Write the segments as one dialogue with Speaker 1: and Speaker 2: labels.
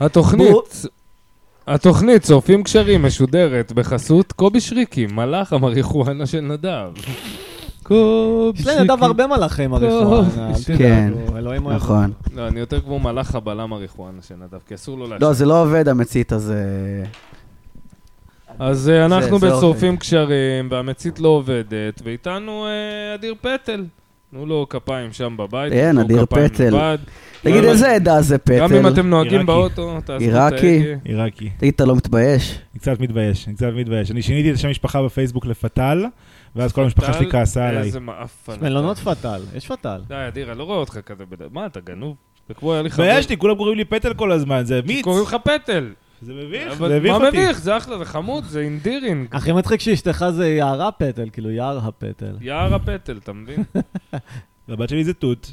Speaker 1: התוכנית, התוכנית צורפים קשרים משודרת בחסות קובי שריקי, מלאך המריחואנה של נדב. קובי
Speaker 2: יש לנדב הרבה מלאכים הרפואה, אל
Speaker 3: כן,
Speaker 2: תדאגו, אלוהים אוהב. אותו.
Speaker 3: נכון.
Speaker 1: לא, אני יותר כמו מלאך הבלם מריחואנה של נדב, כי אסור לו להשאיר.
Speaker 3: לא, זה לא עובד המצית הזה.
Speaker 1: אז אה, אנחנו
Speaker 3: זה אוקיי.
Speaker 1: בצורפים קשרים, והמצית לא עובדת, ואיתנו אה, אדיר פטל. תנו לו כפיים שם בבית.
Speaker 3: כן,
Speaker 1: תנו
Speaker 3: אדיר
Speaker 1: כפיים
Speaker 3: פטל.
Speaker 1: לבד.
Speaker 3: תגיד,
Speaker 1: גם
Speaker 3: איזה עדה זה
Speaker 1: אם- לא. גם אם
Speaker 3: פטל?
Speaker 1: אתם נוהגים
Speaker 4: עיראקי.
Speaker 1: באוטו, תעשו את
Speaker 3: עיראקי.
Speaker 1: ההגה.
Speaker 4: עיראקי.
Speaker 3: תגיד, אתה לא מתבייש?
Speaker 4: אני קצת מתבייש, אני קצת מתבייש. אני שיניתי את השם משפחה בפייסבוק לפתאל, ואז כל המשפחה שלי כעסה עליי.
Speaker 1: איזה מעפן. אתה.
Speaker 2: מלונות פתאל, יש פתאל.
Speaker 1: די, אדיר, אני לא רואה אותך כזה בד... מה, אתה גנוב? זה כמו היה לי חבר.
Speaker 4: התביישתי, כולם קוראים לי פטל כל הזמן, זה מיץ.
Speaker 1: קוראים לך פטל.
Speaker 4: זה מביך,
Speaker 1: אבל
Speaker 4: זה הביך
Speaker 1: מה
Speaker 4: אותי.
Speaker 1: מביך? זה אחלה, זה חמוד, זה אינדירינג.
Speaker 2: הכי מצחיק שאשתך זה יערה פטל, כאילו יער הפטל.
Speaker 1: יער הפטל, אתה מבין?
Speaker 4: והבת שלי זה תות.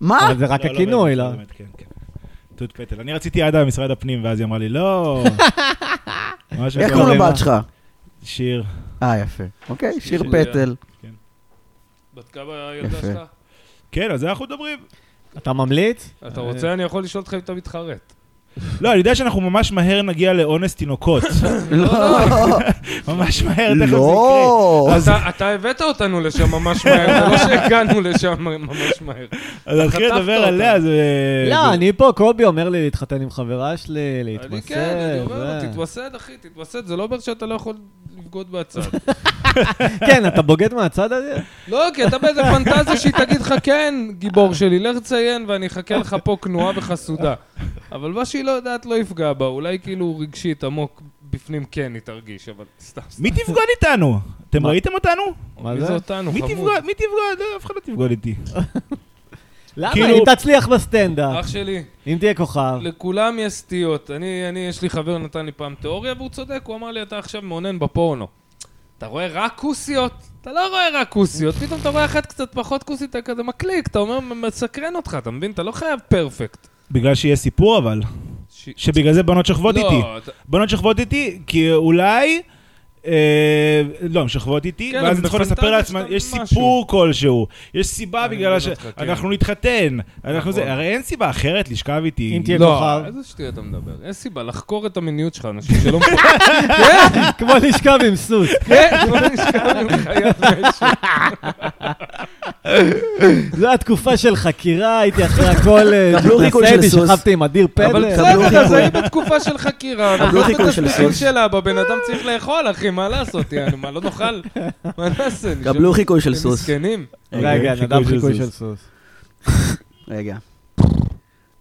Speaker 3: מה?
Speaker 2: אבל זה רק
Speaker 4: לא, לא
Speaker 2: הכינוי,
Speaker 4: באמת,
Speaker 2: לא?
Speaker 4: באמת, כן, כן. תות פטל. אני רציתי עדה במשרד הפנים, ואז היא אמרה לי, לא. משהו
Speaker 3: איך
Speaker 4: כזה.
Speaker 3: קוראים לבת שלך?
Speaker 4: שיר.
Speaker 3: אה, יפה. אוקיי, שיר
Speaker 1: שיר.
Speaker 3: פטל.
Speaker 1: בת כמה הילדה
Speaker 3: יפה.
Speaker 1: שלך?
Speaker 4: כן, על זה אנחנו מדברים.
Speaker 2: אתה ממליץ?
Speaker 1: אתה רוצה, אני יכול לשאול אותך אם אתה מתחרט.
Speaker 4: לא, אני יודע שאנחנו ממש מהר נגיע לאונס תינוקות.
Speaker 3: לא,
Speaker 4: ממש מהר, תכף זה יקרה.
Speaker 3: לא.
Speaker 4: אז-
Speaker 1: אתה- אתה הבאת אותנו לשם ממש מהר, זה לא שהגענו לשם ממש מהר.
Speaker 4: אז נתחיל
Speaker 1: חטפת
Speaker 4: לדבר
Speaker 1: אותה.
Speaker 4: עליה, זה...
Speaker 2: לא, אני פה, קובי אומר לי להתחתן עם חברה שלי,
Speaker 1: אני
Speaker 2: להתמסד.
Speaker 1: כן, אני אומר
Speaker 2: זה.
Speaker 1: לו, תתווסד, אחי, תתווסד, זה לא אומר שאתה לא יכול לבגוד בהצד.
Speaker 2: כן, אתה בוגד מהצד הזה?
Speaker 1: לא, כי אתה באיזה פנטזיה שהיא תגיד לך, כן, גיבור שלי, לך תציין ואני אחכה לך פה כנועה וחסודה. אבל מה שהיא לא יודעת לא יפגע בה, אולי כאילו רגשית עמוק בפנים כן היא תרגיש, אבל סתם, סתם.
Speaker 4: מי תבגוד איתנו? אתם
Speaker 2: מה?
Speaker 4: ראיתם אותנו?
Speaker 2: מה
Speaker 1: מי
Speaker 2: זה?
Speaker 1: זה אותנו,
Speaker 4: מי
Speaker 1: חמוד?
Speaker 4: תבגוד? מי תבגוד? לא, אף אחד לא תבגוד איתי.
Speaker 2: למה?
Speaker 4: כאילו-
Speaker 2: אם תצליח בסטנדאפ,
Speaker 1: אח שלי,
Speaker 2: אם תהיה כוכב.
Speaker 1: לכולם יש סטיות. אני, אני, יש לי חבר נתן לי פעם תיאוריה והוא צודק, הוא אמר לי, אתה עכשיו מעונן בפורנו. אתה רואה רק כוסיות? אתה לא רואה רק כוסיות, פתאום אתה רואה אחת קצת פחות כוסית, אתה כזה מקליק, אתה אומר, מסקרן אותך, אתה מבין? אתה לא חייב פרפקט.
Speaker 4: בגלל שיהיה סיפור אבל.
Speaker 1: ש-
Speaker 4: שבגלל זה בנות שוכבות
Speaker 1: לא,
Speaker 4: איתי.
Speaker 1: אתה-
Speaker 4: בנות שוכבות איתי, כי אולי... אה, לא, הן שוכבות איתי,
Speaker 1: כן,
Speaker 4: ואז
Speaker 1: אבל
Speaker 4: הן צריכות
Speaker 1: בפנטזיה
Speaker 4: לספר לעצמן,
Speaker 1: שאתה
Speaker 4: יש
Speaker 1: משהו.
Speaker 4: סיפור כלשהו, יש סיבה
Speaker 1: אני
Speaker 4: בגלל ש...
Speaker 1: מבין אותך, כן.
Speaker 4: אנחנו נתחתן, אנחנו זה,
Speaker 1: נכון.
Speaker 4: הרי אין סיבה אחרת לשכב איתי.
Speaker 2: אם תהיה
Speaker 1: לא,
Speaker 2: כוכב.
Speaker 1: איזה שטויות אתה מדבר. אין סיבה לחקור את המיניות שלך, אנשים שלא מבינים.
Speaker 2: כמו לשכב עם סוס.
Speaker 1: כן, לא נשכח עם חיית משק.
Speaker 2: זו התקופה של חקירה, הייתי אחרי הכל... אה,
Speaker 3: קבלו
Speaker 2: ג'ודי
Speaker 3: חיקוי של
Speaker 2: סיידי,
Speaker 3: סוס.
Speaker 2: שכבתי עם אדיר
Speaker 1: אבל
Speaker 2: פלר.
Speaker 1: בסדר, אז היית בתקופה של חקירה,
Speaker 2: לא
Speaker 3: קבלו
Speaker 1: נאכל את
Speaker 3: חיקוי של
Speaker 1: התשפיכים
Speaker 3: סוס.
Speaker 1: שלה, בבן אדם צריך לאכול, אחי, מה לעשות, יענו, מה, לא נאכל? מה נעשה? נשאר-
Speaker 2: לא
Speaker 3: קבלו חיקוי של
Speaker 1: הם
Speaker 3: סוס.
Speaker 1: מסכנים.
Speaker 2: רגע,
Speaker 4: חיקוי
Speaker 2: נדב
Speaker 4: של
Speaker 2: חיקוי
Speaker 4: סוס.
Speaker 2: של סוס.
Speaker 3: רגע.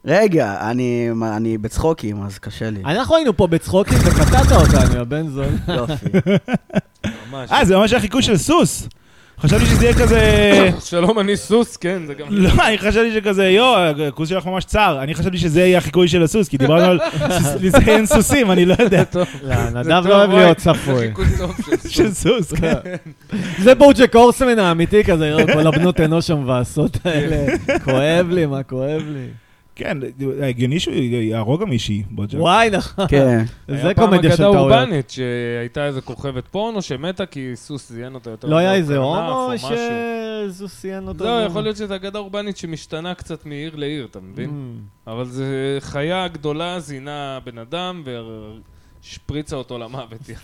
Speaker 3: רגע, אני- מה, אני בצחוקים, אז קשה לי.
Speaker 2: כן. אנחנו היינו פה בצחוקים וקטעת אותנו, הבן זון.
Speaker 3: יופי.
Speaker 1: ממש.
Speaker 4: אה, זה ממש היה חיקוי של סוס. חשבתי שזה יהיה כזה...
Speaker 1: שלום, אני סוס, כן, זה גם...
Speaker 4: לא, אני חשבתי שכזה, יואו, הכוס שלך ממש צר. אני חשבתי שזה יהיה החיקוי של הסוס, כי דיברנו על סוס- לציין סוסים, אני לא יודע.
Speaker 1: טוב.
Speaker 2: לא,
Speaker 1: זה
Speaker 2: נדב
Speaker 1: טוב,
Speaker 2: לא אוהב
Speaker 1: וואי,
Speaker 2: להיות
Speaker 1: זה
Speaker 2: צפוי.
Speaker 1: חיקוי טוב של סוס.
Speaker 4: של סוס, כן.
Speaker 2: זה בוג'ק הורסמן האמיתי כזה, כל הבנות אנוש המבאסות
Speaker 1: כן.
Speaker 2: האלה. כואב לי, מה כואב לי.
Speaker 4: כן, הגיוני שהוא יהרוג גם מישהי, בוג'ה.
Speaker 2: וואי, נכון.
Speaker 3: כן.
Speaker 2: זה קומדיה
Speaker 1: היה
Speaker 2: של
Speaker 1: פעם אגדה
Speaker 2: טעויות.
Speaker 1: אורבנית שהייתה איזה כוכבת פורנו שמתה כי סוס זיין אותה יותר.
Speaker 2: לא היה
Speaker 1: מדי,
Speaker 2: איזה
Speaker 1: או
Speaker 2: הומו
Speaker 1: כנף או משהו.
Speaker 2: שזוסיין אותו?
Speaker 1: לא, יכול להיות שזו אגדה אורבנית שמשתנה קצת מעיר לעיר, אתה
Speaker 2: Mm.
Speaker 1: מבין? אבל זו חיה גדולה זינה בן אדם והשפריצה אותו למוות.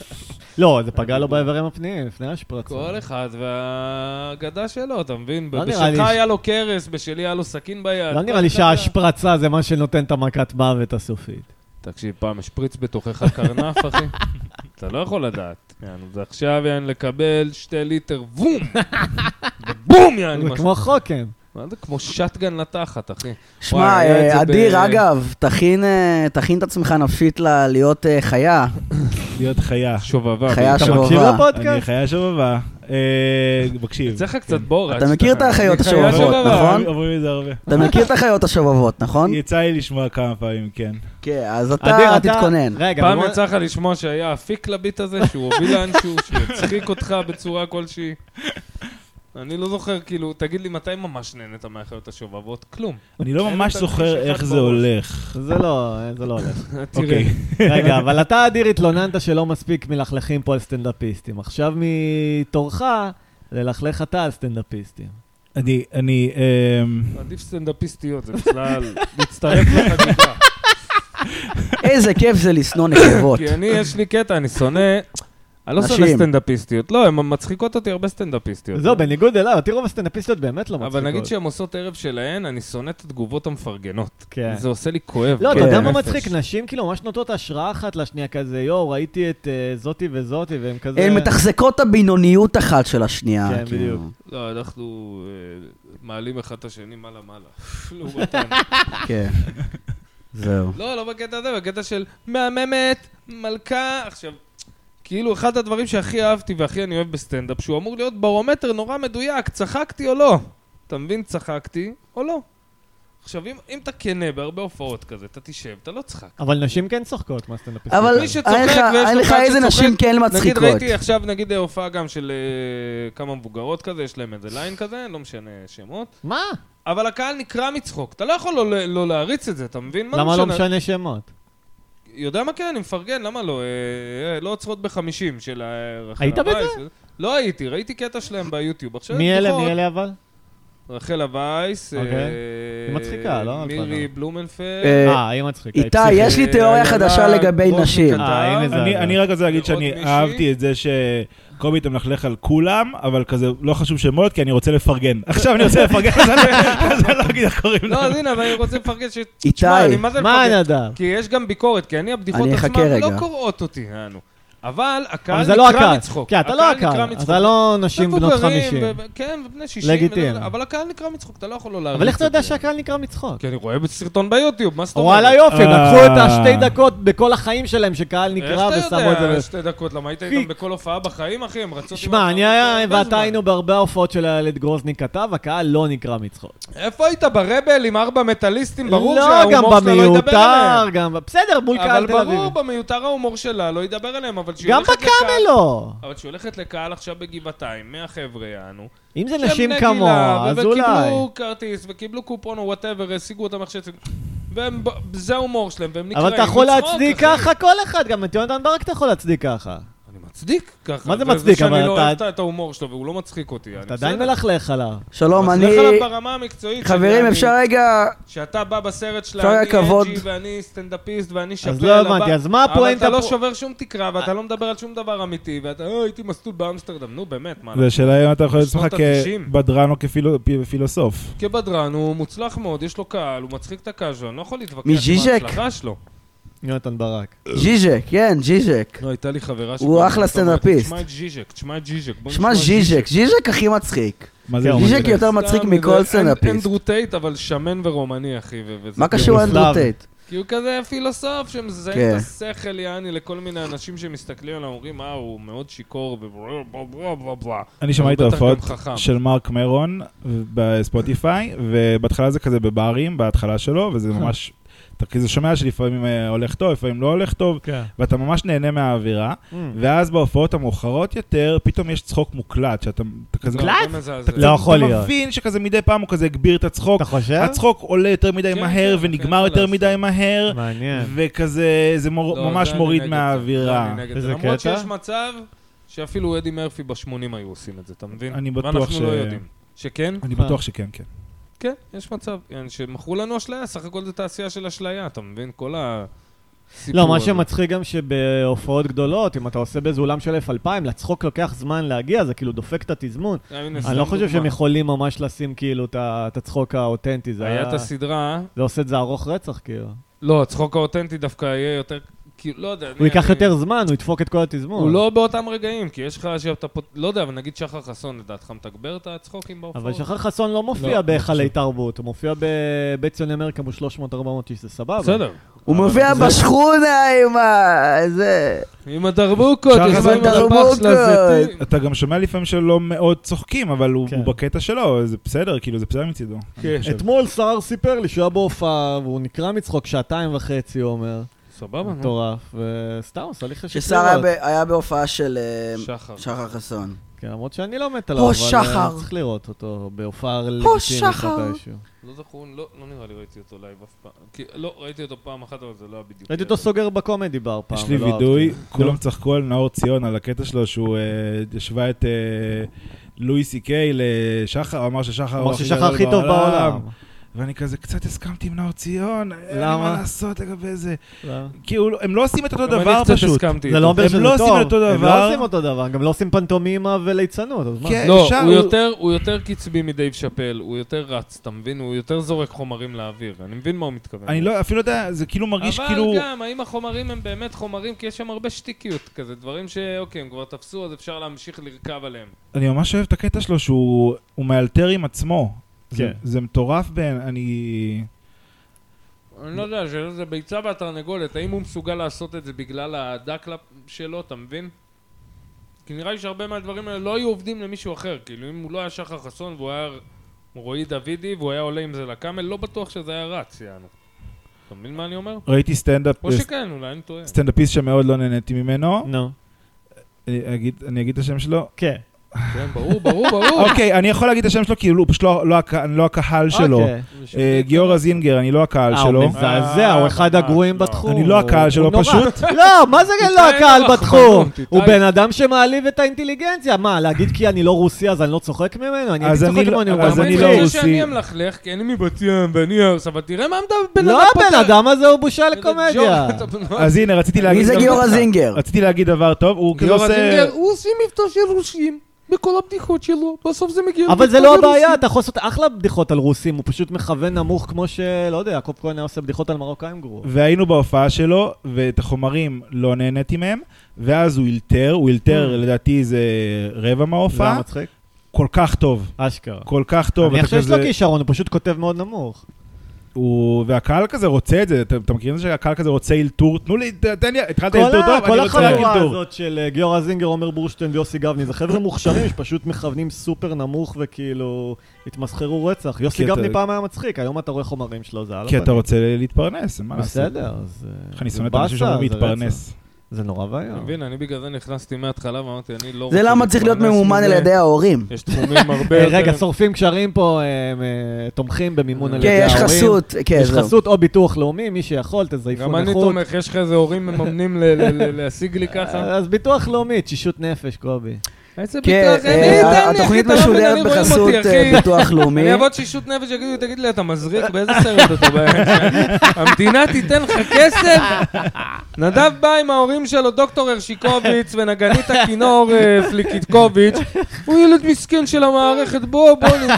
Speaker 2: לא, זה פגע לו באיברים הפניים, לפני השפרצה.
Speaker 1: כל אחד והאגדה שלו, אתה מבין?
Speaker 2: לא נראה
Speaker 1: בשלך
Speaker 2: לי ש-
Speaker 1: היה לו קרס, בשלי היה לו סכין ביד.
Speaker 2: לא נראה לי שההשפרצה זה מה שנותן את המכת מוות הסופית.
Speaker 1: תקשיב, פעם השפריץ בתוכך קרנף, אחי. אתה לא יכול לדעת. יענו, זה עכשיו יענו לקבל שתי ליטר וום! בום יענו!
Speaker 2: זה
Speaker 1: משהו-
Speaker 2: כמו כן. חוקן.
Speaker 1: מה זה כמו שטגן לתחת, אחי.
Speaker 3: שמע,
Speaker 1: וואי, היה את
Speaker 3: אה,
Speaker 1: זה ב-
Speaker 3: אדיר, אגב, תכין, אה, תכין את עצמך נפשית ל- להיות אה, חיה.
Speaker 4: להיות חיה.
Speaker 1: שובבה.
Speaker 3: חיה
Speaker 2: אתה
Speaker 3: שובבה.
Speaker 2: מקשיב
Speaker 4: אני
Speaker 2: לפודקאסט?
Speaker 4: חיה שובבה. אה, מקשיב.
Speaker 1: צריך קצת בורש.
Speaker 3: אתה מכיר את החיות
Speaker 1: אני חיה
Speaker 3: השובבות,
Speaker 1: שובבה.
Speaker 3: נכון?
Speaker 4: אומרים- אומרים את זה הרבה.
Speaker 3: אתה מכיר את החיות השובבות, נכון?
Speaker 4: יצא לי לשמוע כמה פעמים, כן.
Speaker 3: כן, אז
Speaker 2: אדיר,
Speaker 3: אתה תתכונן.
Speaker 2: רגע,
Speaker 1: פעם
Speaker 2: בוא-
Speaker 1: יצא לך לשמוע שהיה אפיק לביט הזה, שהוא הוביל לאנשהו, שהצחיק אותך בצורה כלשהי. אני לא זוכר, כאילו, תגיד לי, מתי ממש נהנית מהחיות השובבות? כלום.
Speaker 4: אני לא
Speaker 1: אין
Speaker 4: ממש
Speaker 1: לי תרחיש
Speaker 4: זוכר
Speaker 1: אחד
Speaker 4: איך זה
Speaker 1: בראש.
Speaker 4: הולך.
Speaker 2: זה לא, זה לא הולך.
Speaker 1: תראה.
Speaker 4: אוקיי.
Speaker 2: רגע, אבל אתה, אדיר, התלוננת שלא מספיק מלכלכים פה על סטנדאפיסטים. עכשיו מתורך ללכלך אתה על סטנדאפיסטים.
Speaker 4: אני, אני, אמ,
Speaker 1: עדיף סטנדאפיסטיות, זה בכלל מצטרף לחגיגה.
Speaker 3: איזה כיף זה לשנוא נקבות.
Speaker 1: כי אני, יש לי קטע, אני שונא... אני לא שונא
Speaker 3: נשים.
Speaker 1: סטנדאפיסטיות. לא, הן מצחיקות אותי הרבה סטנדאפיסטיות.
Speaker 2: זהו, בניגוד אליו, אותי רוב הסטנדאפיסטיות באמת לא מצחיקות.
Speaker 1: אבל נגיד שהן עושות ערב שלהן, אני שונא את התגובות המפרגנות.
Speaker 2: כן.
Speaker 1: זה עושה לי כואב.
Speaker 2: לא, אתה
Speaker 1: כן.
Speaker 2: יודע מה
Speaker 1: נפש.
Speaker 2: מצחיק? נשים כאילו ממש נותנות השראה אחת לשנייה כזה, יואו, ראיתי את אה, זאתי וזאתי, והם כזה...
Speaker 3: הן מתחזקות את הבינוניות אחת של השנייה.
Speaker 2: כן,
Speaker 3: כאילו.
Speaker 2: בדיוק.
Speaker 1: לא, אנחנו אה, מעלים אחד את השני מעלה-מעלה. לעומתנו.
Speaker 3: כן. זהו.
Speaker 1: לא, לא בקטע הזה, בקטע של מהממת, מלכה. עכשיו, כאילו, אחד הדברים שהכי אהבתי והכי אני אוהב בסטנדאפ, שהוא אמור להיות ברומטר נורא מדויק, צחקתי או לא. אתה מבין, צחקתי או לא. עכשיו, אם, אם אתה כנה בהרבה הופעות כזה, אתה תשב, אתה לא צחק.
Speaker 2: אבל נשים כן צוחקות מהסטנדאפיסטיות.
Speaker 3: אבל
Speaker 1: מי שצוחק
Speaker 3: אין לך-
Speaker 1: ויש
Speaker 3: אה, אין
Speaker 1: לו
Speaker 3: לך
Speaker 1: אחד
Speaker 3: איזה
Speaker 1: שצוחק,
Speaker 3: נשים כן
Speaker 1: נגיד,
Speaker 3: מצחיקות.
Speaker 1: ראיתי עכשיו, נגיד, אה, הופעה גם של אה, כמה מבוגרות כזה, יש להם איזה ליין כזה, לא משנה שמות,
Speaker 2: מה?
Speaker 1: אבל הקהל נקרע מצחוק. אתה לא יכול לא, לא, לא להריץ את זה, אתה מבין? מה
Speaker 2: למה לא משנה שמות?
Speaker 1: יודע מה כן, אני מפרגן, למה לא? אה, אה, לא עוצרות בחמישים של אה, רחל
Speaker 2: היית
Speaker 1: וייס. לא הייתי, ראיתי קטע שלהם ביוטיוב. עכשיו
Speaker 2: מי
Speaker 1: יש
Speaker 2: אלה?
Speaker 1: בדיחות.
Speaker 2: מי אלה אבל?
Speaker 1: רחלה וייס.
Speaker 2: אוקיי.
Speaker 1: אה,
Speaker 2: היא מצחיקה, לא?
Speaker 1: מירי
Speaker 2: אה,
Speaker 1: בלומנפלד.
Speaker 3: אה,
Speaker 2: אה, היא מצחיקה. היא
Speaker 3: איתי,
Speaker 2: פסיכית.
Speaker 3: יש לי
Speaker 1: אה,
Speaker 3: תיאוריה
Speaker 1: איילה
Speaker 3: חדשה לגבי
Speaker 1: גולדמן
Speaker 3: נשים.
Speaker 1: כתב.
Speaker 2: אה, הנה זה.
Speaker 4: אני, אני רק רוצה להגיד
Speaker 1: ועוד
Speaker 4: שאני
Speaker 1: לא מישהי?
Speaker 4: אהבתי את זה שקובי אתה מלכלך על כולם, אבל כזה לא חשוב שמות, כי אני רוצה לפרגן. עכשיו אני רוצה לפרגן, אז אני- אז אני לא אגיד איך קוראים
Speaker 1: לא,
Speaker 4: לה.
Speaker 1: אז הנה, אבל אני רוצה לפרגן ש...
Speaker 3: איתי.
Speaker 1: תשמע, אני מה זה
Speaker 2: מה
Speaker 1: לפרגן?
Speaker 2: נדב?
Speaker 1: כי יש גם ביקורת, כי אני, הבדיחות
Speaker 3: אני
Speaker 1: עצמן
Speaker 3: אחכה
Speaker 1: לא
Speaker 3: רגע.
Speaker 1: קורעות אותי, יענו. אבל
Speaker 2: אבל
Speaker 1: הקהל
Speaker 2: זה לא
Speaker 1: נקרע
Speaker 2: הקהל.
Speaker 1: מצחוק.
Speaker 2: כן, אתה לא
Speaker 1: נקרע
Speaker 2: הקהל.
Speaker 1: מצחוק.
Speaker 2: אתה לא נשים בנות
Speaker 1: מבוגרים,
Speaker 2: 50.
Speaker 1: ו- ו- כן, ובני 60.
Speaker 2: לגיטימי.
Speaker 1: וזה, אבל הקהל נקרע מצחוק, אתה לא יכול לא להריץ את זה.
Speaker 2: אבל איך אתה יודע שהקהל נקרא מצחוק?
Speaker 1: כי אני רואה בסרטון ביוטיוב, מה זאת אומרת?
Speaker 2: וואלה יופי, הם
Speaker 4: אה.
Speaker 2: לקחו את השתי דקות בכל החיים שלהם שקהל נקרא
Speaker 1: איך אתה
Speaker 2: ושמו את זה.
Speaker 1: יודע
Speaker 2: ב-
Speaker 1: שתי דקות? למה היית
Speaker 2: כי-
Speaker 1: איתם בכל הופעה בחיים, אחי? הם רצות... עם
Speaker 2: שמע, אני
Speaker 1: החברות
Speaker 2: היה-
Speaker 1: הרבה
Speaker 2: ואתה
Speaker 1: זמן.
Speaker 2: היינו בהרבה הופעות של הילד גרוזני כתב, הקהל לא נקרא מצחוק.
Speaker 1: איפה היית ברבל עם ארבע מטאליסטים? ברור
Speaker 2: לא, גם
Speaker 1: שההומור שלה לא ידבר
Speaker 2: במיותר,
Speaker 1: עליהם.
Speaker 2: גם... בסדר, מול
Speaker 1: אבל
Speaker 2: קהל תל אביב.
Speaker 1: ברור, במיותר ההומור שלה לא ידבר עליהם, אבל כשהיא
Speaker 2: גם
Speaker 1: הולכת לקהל...
Speaker 2: בקאמל לא.
Speaker 1: אבל כשהיא הולכת לקהל עכשיו בגבעתיים, מהחבר'ה יענו,
Speaker 2: אם זה
Speaker 1: שהם
Speaker 2: נשים
Speaker 1: בני גילה,
Speaker 2: כמוה, אז אולי.
Speaker 1: וקיבלו כרטיס, וקיבלו קופון או וואטאבר, השיגו אותם עכשיו, והם, ב- זה ההומור שלהם, והם נקראים
Speaker 2: אבל אתה יכול
Speaker 1: מצחוק,
Speaker 2: להצדיק
Speaker 1: אחי.
Speaker 2: ככה כל אחד, גם את יונתן ברק אתה יכול להצדיק ככה.
Speaker 1: אני מצדיק ככה.
Speaker 2: מה זה מצדיק?
Speaker 1: אבל אתה...
Speaker 2: אבל
Speaker 1: שאני לא
Speaker 2: אתה-
Speaker 1: אוהב את- את ההומור שלו, והוא לא מצחיק אותי.
Speaker 2: אתה עדיין מלכלך עליו.
Speaker 3: שלום,
Speaker 1: אני...
Speaker 3: אני...
Speaker 1: מצליח עליו ברמה המקצועית. שאני-
Speaker 3: חברים,
Speaker 1: אני-
Speaker 3: אפשר רגע...
Speaker 1: שאתה בא בסרט שלה,
Speaker 3: אפשר היה
Speaker 1: אני
Speaker 3: כבוד.
Speaker 1: אג'י ואני סטנדאפיסט ואני שפל.
Speaker 2: לא
Speaker 1: אבל-
Speaker 2: הבנתי, אז מה הפואנטה
Speaker 1: אבל אתה לא
Speaker 2: פה?
Speaker 1: שובר שום תקרה, ואתה לא מדבר על שום דבר אמיתי, ואתה, אה, הייתי מסטול באמסטרדם, נו באמת, מה?
Speaker 4: זו שאלה אם אתה יכול להיות
Speaker 1: שנות
Speaker 4: לך
Speaker 1: ה-תשעים.
Speaker 4: כבדרן או כפילוסוף.
Speaker 1: כבדרן, הוא מוצלח מאוד, יש לו קהל, הוא מצחיק את הקהל שלו, אני לא יכול להתווכח עם
Speaker 3: מז'יז'ק?
Speaker 1: ההצלחה שלו.
Speaker 2: יונתן ברק.
Speaker 3: ז'יז'ק, כן, ז'יז'ק.
Speaker 1: לא, הייתה לי חברה
Speaker 3: הוא
Speaker 1: שכל
Speaker 3: אחלה
Speaker 1: הזמן אומרת,
Speaker 3: סטנדאפיסט.
Speaker 1: תשמע את ז'יז'ק, תשמע את ז'יז'ק. בוא
Speaker 3: שמע
Speaker 1: נשמע את
Speaker 3: ז'יז'ק, ז'יז'ק הכי מצחיק.
Speaker 4: מה זה
Speaker 2: כן, הוא
Speaker 4: יום
Speaker 3: ז'יז'ק
Speaker 4: הזה?
Speaker 3: יותר מצחיק
Speaker 1: סתם,
Speaker 3: מכל
Speaker 1: איזה אנד-
Speaker 3: סטנדאפיסט.
Speaker 1: אנדרו טייט, אבל שמן ורומני, אחי. ו- וזה
Speaker 3: מה
Speaker 1: כאילו-
Speaker 3: קשור אנדרו
Speaker 2: יוגוסלבי.
Speaker 3: טייט?
Speaker 1: כי הוא כזה פילוסוף שמזיין
Speaker 3: כן.
Speaker 1: את השכל, יעני, לכל מיני אנשים שמסתכלים עליו, אומרים, אה, הוא מאוד שיכור ובלה בלה בלה בלה בלה.
Speaker 4: אני שמעתי את
Speaker 1: הוא בטח גם
Speaker 4: ההופעות
Speaker 1: חכם.
Speaker 4: של מרק מרון בספוטיפיי, ובהתחלה זה כזה בברים, בהתחלה שלו, וזה
Speaker 1: אה.
Speaker 4: ממש... אתה כזה שומע שלפעמים אה, הולך טוב, לפעמים לא הולך טוב,
Speaker 2: כן.
Speaker 4: ואתה ממש נהנה מהאווירה. ואז בהופעות המאוחרות יותר, פתאום יש צחוק מוקלט, שאתה אתה כזה...
Speaker 1: לא,
Speaker 2: קלאס?
Speaker 1: זה מזעזע.
Speaker 4: אתה-
Speaker 2: לא יכול
Speaker 4: אתה
Speaker 2: להיות.
Speaker 4: מבין שכזה מדי פעם הוא כזה הגביר את הצחוק,
Speaker 2: אתה חושב?
Speaker 4: הצחוק עולה יותר מדי
Speaker 1: כן,
Speaker 4: מהר
Speaker 1: כן,
Speaker 4: ונגמר
Speaker 1: כן,
Speaker 4: יותר
Speaker 1: לעשות.
Speaker 4: מדי מהר,
Speaker 2: מעניין.
Speaker 4: וכזה, זה
Speaker 1: לא,
Speaker 4: מור-
Speaker 1: זה
Speaker 4: ממש
Speaker 1: אני
Speaker 4: מוריד
Speaker 1: נגד זה. לא,
Speaker 4: מהאווירה.
Speaker 1: אני נגד
Speaker 2: איזה
Speaker 1: זה. למרות
Speaker 2: קטע?
Speaker 1: שיש מצב שאפילו אדי מרפי ב-80 היו עושים את זה, אתה מבין?
Speaker 4: אני בטוח ש-
Speaker 1: ואנחנו לא יודעים. שכן?
Speaker 4: אני בטוח שכן, כן.
Speaker 1: כן, יש מצב. יעני, שמכרו לנו אשליה, סך הכל זו תעשייה של אשליה, אתה מבין? כל ה...
Speaker 2: לא, מה שמצחיק גם שבהופעות גדולות, אם אתה עושה באיזה אולם של 2000, לצחוק לוקח זמן להגיע, זה כאילו דופק את התזמון. אני לא חושב שהם יכולים ממש לשים כאילו את ה- את הצחוק האותנטי, זה
Speaker 1: היה
Speaker 2: היה...
Speaker 1: את הסדרה,
Speaker 2: זה עושה את זה ארוך רצח, כאילו.
Speaker 1: לא, הצחוק האותנטי דווקא יהיה יותר, כאילו, לא יודע.
Speaker 2: הוא
Speaker 1: אני-
Speaker 2: ייקח
Speaker 1: אני-
Speaker 2: יותר זמן, הוא ידפוק את כל התזמון.
Speaker 1: הוא לא באותם רגעים, כי יש לך שאתה פה, לא יודע, אבל נגיד שחר חסון, לדעתך מתגבר את הצחוקים בהופעות?
Speaker 2: אבל שחר חסון לא
Speaker 1: לא,
Speaker 2: מופיע
Speaker 1: לא
Speaker 2: בהיכלי תרבות, הוא מופיע בבית ציוני אמריקה מול 300-400 איש, זה סבבה.
Speaker 1: בסדר.
Speaker 3: הוא
Speaker 1: אבל
Speaker 3: מופיע
Speaker 1: זה-
Speaker 3: בשכונה עם ה... זה...
Speaker 1: עם הדרבוקות,
Speaker 4: שחר
Speaker 1: יש לו עם
Speaker 4: חסון
Speaker 1: הפח של הזיתים.
Speaker 4: אתה גם שומע לפעמים שלא מאוד צוחקים, אבל הוא
Speaker 2: כן.
Speaker 4: הוא בקטע שלו, זה בסדר, כאילו, זה בסדר מצידו.
Speaker 1: כן,
Speaker 4: אני חושב.
Speaker 2: אתמול סער סיפר לי שהוא היה בהופעה, והוא נקרע מצחוק שעתיים וחצי, הוא אומר.
Speaker 1: סבבה, אה, נו.
Speaker 2: מטורף, וסתם, עשה לי חשק
Speaker 3: ששר היה
Speaker 2: לראות.
Speaker 3: ב- היה בהופעה של אה,
Speaker 1: שחר.
Speaker 3: שחר חסון.
Speaker 2: כן, למרות שאני לא מת עליו,
Speaker 3: הו,
Speaker 2: אבל
Speaker 3: שחר.
Speaker 2: אה, צריך לראות אותו בהופעה לגיטימית
Speaker 3: שחר.
Speaker 2: מתישהו.
Speaker 1: לא זכור, לא לא נראה לי ראיתי אותו לייב אף פעם. כי- לא, ראיתי אותו פעם אחת, אבל זה לא היה בדיוק.
Speaker 2: ראיתי אותו סוגר בקומדי בר פעם,
Speaker 4: יש לי
Speaker 2: ולא
Speaker 4: וידוי,
Speaker 2: אהבתי.
Speaker 4: כולם צחקו על נאור ציון, על הקטע שלו שהוא אה, השווה את אה, לואי סי קיי לשחר, הוא אמר ששחר
Speaker 2: אמר ששחר הכי
Speaker 4: גדול
Speaker 2: טוב בעולם.
Speaker 4: ואני כזה קצת הסכמתי עם נאור ציון, אין לי
Speaker 2: למה?
Speaker 4: מה לעשות לגבי זה.
Speaker 2: לא.
Speaker 4: כי הוא לא- הם לא עושים את אותו
Speaker 1: גם
Speaker 4: דבר
Speaker 1: אני קצת
Speaker 4: פשוט.
Speaker 1: הסכמתי.
Speaker 2: זה לא אומר
Speaker 4: הם
Speaker 2: שזה
Speaker 4: לא
Speaker 2: טוב.
Speaker 4: עושים אותו
Speaker 2: הם
Speaker 4: דבר.
Speaker 2: לא עושים אותו דבר, גם לא עושים פנטומימה וליצנות, אז מה?
Speaker 4: כן,
Speaker 1: לא,
Speaker 4: אפשר,
Speaker 1: הוא יותר- הוא יותר קצבי מדייב שאפל, הוא יותר רץ, אתה מבין? הוא יותר זורק חומרים לאוויר. אני מבין מה הוא מתכוון.
Speaker 4: אני לא, אפילו יודע, זה כאילו מרגיש כאילו...
Speaker 1: אבל גם, האם החומרים הם באמת חומרים? כי יש שם הרבה שטיקיות כזה, דברים שאוקיי, הם כבר תפסו, אז אפשר להמשיך לרכב עליהם.
Speaker 4: אני ממש אוהב את הקטע שלו שהוא הוא מאלתר עם עצמו. זה,
Speaker 2: כן.
Speaker 4: זה מטורף בין, אני...
Speaker 1: אני לא יודע, זה- זה ביצה והתרנגולת, האם הוא מסוגל לעשות את זה בגלל הדקלאפ שלו, אתה מבין? כי נראה לי שהרבה מהדברים האלה לא היו עובדים למישהו אחר, כאילו אם הוא לא היה שחר חסון והוא היה רועי דוידי והוא היה עולה עם זה לקאמל, לא בטוח שזה היה רץ, יענו. אתה מבין מה אני אומר?
Speaker 4: ראיתי סטנדאפ,
Speaker 1: או שכן, אולי אני טועה.
Speaker 4: סטנדאפיסט שמאוד לא נהניתי ממנו.
Speaker 2: נו.
Speaker 4: אני אגיד, אני אגיד את השם שלו.
Speaker 2: כן.
Speaker 1: כן, ברור, ברור, ברור.
Speaker 4: אוקיי, אני יכול להגיד את השם שלו, כי הוא פשוט לא, לא, הק- אני לא הקהל שלו.
Speaker 2: אה! אוקיי.
Speaker 4: אה, גיורא זינגר, אני לא הקהל
Speaker 2: אה,
Speaker 4: שלו.
Speaker 2: הוא מזעזע, הוא אחד
Speaker 1: אה,
Speaker 2: הגרועים
Speaker 1: לא.
Speaker 2: בתחום.
Speaker 4: אני לא
Speaker 2: הוא-
Speaker 4: הקהל שלו
Speaker 2: הוא נורא.
Speaker 4: פשוט.
Speaker 2: לא, מה זה לא
Speaker 1: תתנהג
Speaker 2: הקהל
Speaker 1: ברחמנות,
Speaker 2: בתחום?
Speaker 1: תתנהג.
Speaker 2: הוא בן אדם שמעליב את האינטליגנציה. מה, להגיד כי אני לא רוסי אז אני לא צוחק ממנו? אני
Speaker 4: אז
Speaker 2: הייתי
Speaker 4: אני
Speaker 2: צוחק
Speaker 4: לא-
Speaker 2: ממנו.
Speaker 4: אז
Speaker 2: הוא
Speaker 1: אבל
Speaker 4: אני
Speaker 2: גם
Speaker 4: לא
Speaker 2: מצחיק.
Speaker 1: חושב
Speaker 4: רוסי.
Speaker 1: שאני אמלכלך, כי אני מבת ים ואני ארס, אבל תראה מה מדבר בן
Speaker 2: לא,
Speaker 1: אדם פה.
Speaker 2: הבן
Speaker 1: אתה-
Speaker 2: אדם הזה הוא בושה
Speaker 1: אתה
Speaker 2: לקומדיה.
Speaker 1: ג'וב, אתה- לא.
Speaker 4: אז הנה, רציתי להגיד...
Speaker 3: מי זה
Speaker 4: גם- לא-
Speaker 3: גיורא זינגר?
Speaker 4: רציתי להגיד דבר טוב, הוא כאילו
Speaker 1: גיורא
Speaker 4: עושה...
Speaker 1: זינגר, הוא עושה מבטא של רושים בכל הבדיחות שלו, בסוף זה מגיע
Speaker 2: אבל זה
Speaker 1: למבטא
Speaker 2: לא
Speaker 1: של
Speaker 2: הבעיה,
Speaker 1: רוסים.
Speaker 2: אתה יכול לעשות אחלה בדיחות על רוסים, הוא פשוט מכוון נמוך כמו ש... לא יודע, יעקב כהן היה עושה בדיחות על מרוקאים גרועות.
Speaker 4: והיינו בהופעה שלו, ואת החומרים לא נהניתי מהם, ואז הוא אילתר, הוא
Speaker 2: Mm.
Speaker 4: אילתר לדעתי איזה רבע
Speaker 2: זה היה
Speaker 4: מההופעה,
Speaker 2: מצחיק?
Speaker 4: כל כך טוב,
Speaker 2: אשכרה.
Speaker 4: כל כך טוב.
Speaker 2: אני
Speaker 4: אתה
Speaker 2: חושב שיש לו
Speaker 4: כזה-
Speaker 2: כישרון, הוא פשוט כותב מאוד נמוך.
Speaker 4: הוא- והקהל כזה רוצה את זה, אתם אתם מכירים את זה שהקהל כזה רוצה אילתור? תנו לי, ת- תן לי, התחלת
Speaker 2: כל
Speaker 4: אילתור
Speaker 2: ה-
Speaker 4: טוב,
Speaker 2: כל
Speaker 4: אה, אני רוצה רק
Speaker 2: החבורה
Speaker 4: אילתור.
Speaker 2: הזאת של אה, גיורא זינגר, עומר בורשטיין ויוסי גבני, זה חבר'ה מוכשרים שפשוט מכוונים סופר נמוך וכאילו התמסחרו רצח. יוסי
Speaker 4: כי אתה-
Speaker 2: גבני פעם היה מצחיק, היום אתה רואה חומרים שלו, זה על
Speaker 4: כי אתה
Speaker 2: הפנים.
Speaker 4: רוצה להתפרנס, אין מה לעשות.
Speaker 2: בסדר, אז... אה,
Speaker 4: איך אני
Speaker 2: זה
Speaker 4: שונא את האנשים
Speaker 2: באסה,
Speaker 4: שאומרים
Speaker 2: זה רצח.
Speaker 4: להתפרנס.
Speaker 2: זה נורא
Speaker 1: אתה
Speaker 2: ואיום.
Speaker 1: מבין, אני בגלל זה נכנסתי מההתחלה ואמרתי, אני לא רוצה...
Speaker 3: זה למה צריך להיות
Speaker 1: להתפרנס
Speaker 3: ממומן
Speaker 1: מזה.
Speaker 3: על ידי ההורים.
Speaker 1: יש תחומים הרבה
Speaker 2: אה,
Speaker 1: יותר...
Speaker 2: רגע, שורפים קשרים פה, אה, הם, אה, תומכים במימון על ידי
Speaker 3: כן,
Speaker 2: ההורים.
Speaker 3: יש חסות. כן,
Speaker 2: יש
Speaker 3: זהו.
Speaker 2: חסות או ביטוח לאומי, מי שיכול, תזייפו
Speaker 1: גם אני
Speaker 2: נכות.
Speaker 1: תומך, יש לך איזה הורים מממנים ל- ל- ל- להשיג לי ככה?
Speaker 2: אה, אז ביטוח לאומי, תשישות נפש, קובי.
Speaker 1: איזה
Speaker 3: כן,
Speaker 1: ביטוח?
Speaker 3: אה,
Speaker 1: אני אתן לי, אחי,
Speaker 3: התוכנית
Speaker 1: אתה לא מבין, אני
Speaker 3: משודרת
Speaker 1: רואים
Speaker 3: בחסות
Speaker 1: אותי,
Speaker 3: אה,
Speaker 1: אחי.
Speaker 3: ביטוח לאומי.
Speaker 1: אני אעבוד שישות נפש, יגידו לי, תגיד לי, אתה מזריק? באיזה סרט אתה באמצע? המדינה תיתן לך כסף? נדב בא עם ההורים שלו, דוקטור הרשיקוביץ ונגנית הכינור אה, פליקיטקוביץ'. הוא ילד מסכן של המערכת, בוא, בוא. נ-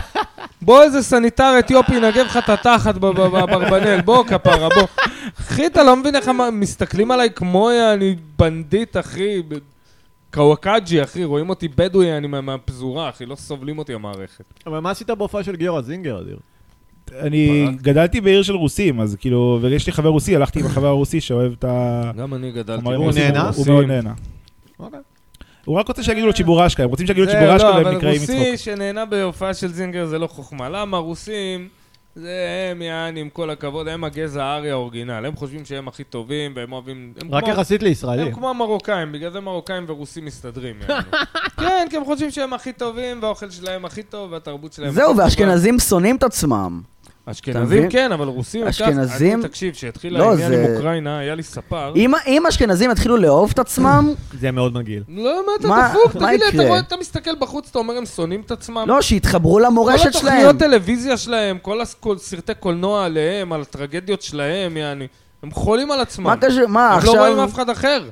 Speaker 1: בוא איזה סניטר אתיופי ינגב לך את התחת ב- ב- באברבנל, בוא כפרה, בוא. אחי, אתה לא מבין איך הם מסתכלים עליי כמו אה, אני בנדיט, אחי. ב- קוואקג'י, אחי, רואים אותי בדואי, אני מה- מהפזורה, אחי, לא סובלים אותי המערכת.
Speaker 2: אבל מה עשית בהופעה של גיורא זינגר, אדיר?
Speaker 4: אני גדלתי בעיר של רוסים, אז כאילו, ויש לי חבר רוסי, הלכתי עם החבר הרוסי שאוהב את ה...
Speaker 1: גם אני גדלתי.
Speaker 4: חומרים
Speaker 2: הוא
Speaker 4: רוסים,
Speaker 2: נהנה?
Speaker 4: הוא מאוד נהנה.
Speaker 2: אוקיי.
Speaker 4: הוא רק רוצה שיגידו לו צ'יבורשקה, הם רוצים שיגידו
Speaker 1: זהו,
Speaker 4: צ'יבורשקה
Speaker 1: לא,
Speaker 4: והם
Speaker 1: אבל
Speaker 4: נקראים מצחוק.
Speaker 1: רוסי שנהנה בהופעה של זינגר זה לא חוכמה. למה רוסים, זה הם, יעני, עם כל הכבוד, הם הגזע הארי האורגינל. הם חושבים שהם הכי טובים, והם אוהבים... הם
Speaker 2: רק
Speaker 1: כמו-
Speaker 2: יחסית לישראלים.
Speaker 1: הם כמו המרוקאים, בגלל זה מרוקאים ורוסים מסתדרים. יעני. כן, כי הם חושבים שהם הכי טובים, והאוכל שלהם הכי טוב, והתרבות שלהם... הכי
Speaker 3: זהו,
Speaker 1: טובה.
Speaker 3: ואשכנזים שונאים את עצמם. אתה
Speaker 1: אשכנזים
Speaker 3: מבין?
Speaker 1: כן, אבל רוסים... הם ככה.
Speaker 3: אשכנזים-
Speaker 1: אני, תקשיב, כשהתחיל
Speaker 3: לא,
Speaker 1: העניין
Speaker 3: זה-
Speaker 1: עם אוקראינה, היה לי ספר.
Speaker 3: אם- אם אשכנזים יתחילו לאהוב את עצמם,
Speaker 2: זה מאוד מגעיל.
Speaker 1: לא, מה אתה
Speaker 3: מה-
Speaker 1: דפוק?
Speaker 3: מה
Speaker 1: תגיד לי, אתה
Speaker 3: יקרה?
Speaker 1: רואה, אתה מסתכל בחוץ, אתה אומר, הם שונאים את עצמם?
Speaker 3: לא, שיתחברו
Speaker 1: כל
Speaker 3: למורשת
Speaker 1: התוכניות
Speaker 3: שלהם.
Speaker 1: טלוויזיה שלהם, כל הס- כל סרטי קולנוע עליהם, על הטרגדיות שלהם, יעני. הם חולים על עצמם.
Speaker 3: מה קשור, מה
Speaker 1: הם לא רואים
Speaker 3: עכשיו?
Speaker 1: אף אחד אחר.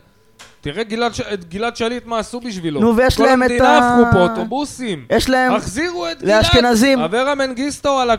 Speaker 1: תראה גלעד ש- את גלעד שליט מה עשו בשבילו.
Speaker 3: נו, ויש להם את
Speaker 1: כל המדינה
Speaker 3: ה-
Speaker 1: הפכו פה אוטובוסים.
Speaker 3: יש להם,
Speaker 1: החזירו את גלעד.
Speaker 3: לאשכנזים.
Speaker 1: אברה מנגיסטו על ה...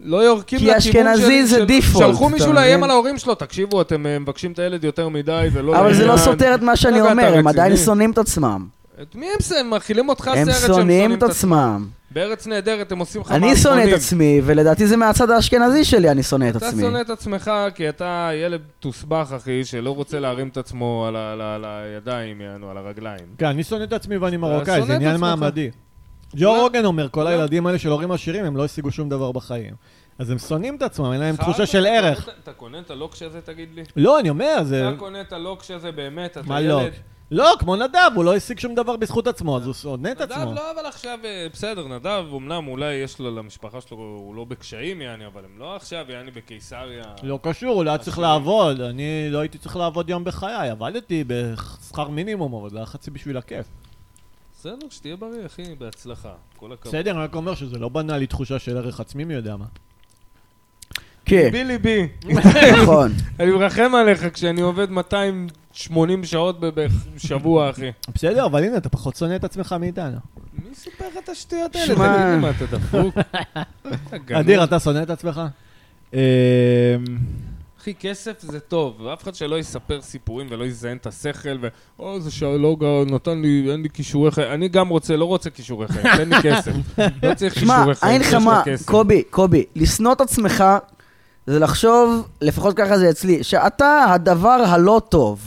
Speaker 1: לא יורקים
Speaker 3: כי
Speaker 1: לכיוון של...
Speaker 3: אשכנזי זה
Speaker 1: של-
Speaker 3: דיפולט,
Speaker 1: שלחו
Speaker 3: אתה
Speaker 1: מישהו
Speaker 3: מבין?
Speaker 1: לאיים על ההורים שלו, תקשיבו, אתם אה, מבקשים את הילד יותר מדי, זה לא...
Speaker 3: אבל זה לא
Speaker 1: לעניין."
Speaker 3: סותר את מה שאני
Speaker 1: רגע, אתה
Speaker 3: אומר, הם עדיין
Speaker 1: רציני?
Speaker 3: שונאים את עצמם.
Speaker 1: את מי הם ש- הם מאכילים אותך סרט
Speaker 3: הם
Speaker 1: שהם
Speaker 3: שונאים את עצמם.
Speaker 1: בארץ נהדרת הם עושים לך
Speaker 3: אני שונא
Speaker 1: מערכונים.
Speaker 3: את עצמי, ולדעתי זה מהצד האשכנזי שלי אני שונא את
Speaker 1: אתה
Speaker 3: עצמי.
Speaker 1: שונא את עצמך כי אתה ילד תוסבך, אחי, שלא רוצה להרים את עצמו על ה- על ה- על הידיים, יענו, על הרגליים.
Speaker 2: כן, אני שונא את עצמי ואני מרוקאי,
Speaker 1: שונא את
Speaker 2: זה עניין
Speaker 1: עצמך.
Speaker 2: מעמדי. ג'ו
Speaker 1: לא.
Speaker 2: רוגן אומר, כל
Speaker 1: לא.
Speaker 2: הילדים האלה של הורים עשירים, הם לא השיגו שום דבר בחיים. אז הם שונאים את עצמם, אין להם תחושה של ערך.
Speaker 1: אתה- אתה קונה את הלוקש הזה, תגיד לי?
Speaker 2: לא, אני אומר, זה...
Speaker 1: אתה קונה את הלוקש הזה באמת, אתה
Speaker 2: מה
Speaker 1: ילד...
Speaker 2: לא? לא, כמו נדב, הוא לא השיג שום דבר בזכות עצמו, אז הוא שונא את עצמו.
Speaker 1: נדב לא, אבל עכשיו, אה, בסדר, נדב, אמנם אולי יש לו, למשפחה שלו, הוא לא בקשיים, יעני, אבל הם לא עכשיו, יעני, בקיסריה.
Speaker 2: לא קשור, הוא לא היה צריך לעבוד, אני לא הייתי צריך לעבוד יום בחיי, עבדתי בשכר מינימום, אבל זה היה חצי בשביל הכיף.
Speaker 1: בסדר, שתהיה בריא, אחי, בהצלחה. כל הכבוד.
Speaker 2: בסדר, אני רק אומר שזה לא בנאלי תחושה של ערך עצמי מי יודע מה.
Speaker 3: כן,
Speaker 1: ליבי ליבי.
Speaker 3: נכון.
Speaker 1: אני מרחם עליך כשאני עובד 280 שעות ב- בשבוע, אחי.
Speaker 2: בסדר, אבל הנה, אתה פחות שונא את עצמך מאיתנו.
Speaker 1: מי סופר לך את השטויות האלה?
Speaker 3: שמע.
Speaker 1: תגיד לי מה, אתה דפוק? אתה גנוב.
Speaker 2: אדיר, אתה שונא את עצמך?
Speaker 4: אמ,
Speaker 1: אחי, כסף זה טוב, ואף אחד שלא יספר סיפורים ולא יזיין את השכל, ו... או, זה שהלוגה נתן לי, אין לי כישורי חיים. אני גם רוצה, לא רוצה כישורי חיים, תן לי כסף. לא צריך
Speaker 3: שמע,
Speaker 1: כישורי חיים,
Speaker 3: אין
Speaker 1: יש
Speaker 3: לך
Speaker 1: לך
Speaker 3: מה,
Speaker 1: כסף.
Speaker 3: קובי, קובי, לשנוא את עצמך זה לחשוב, לפחות ככה זה אצלי, שאתה הדבר הלא טוב.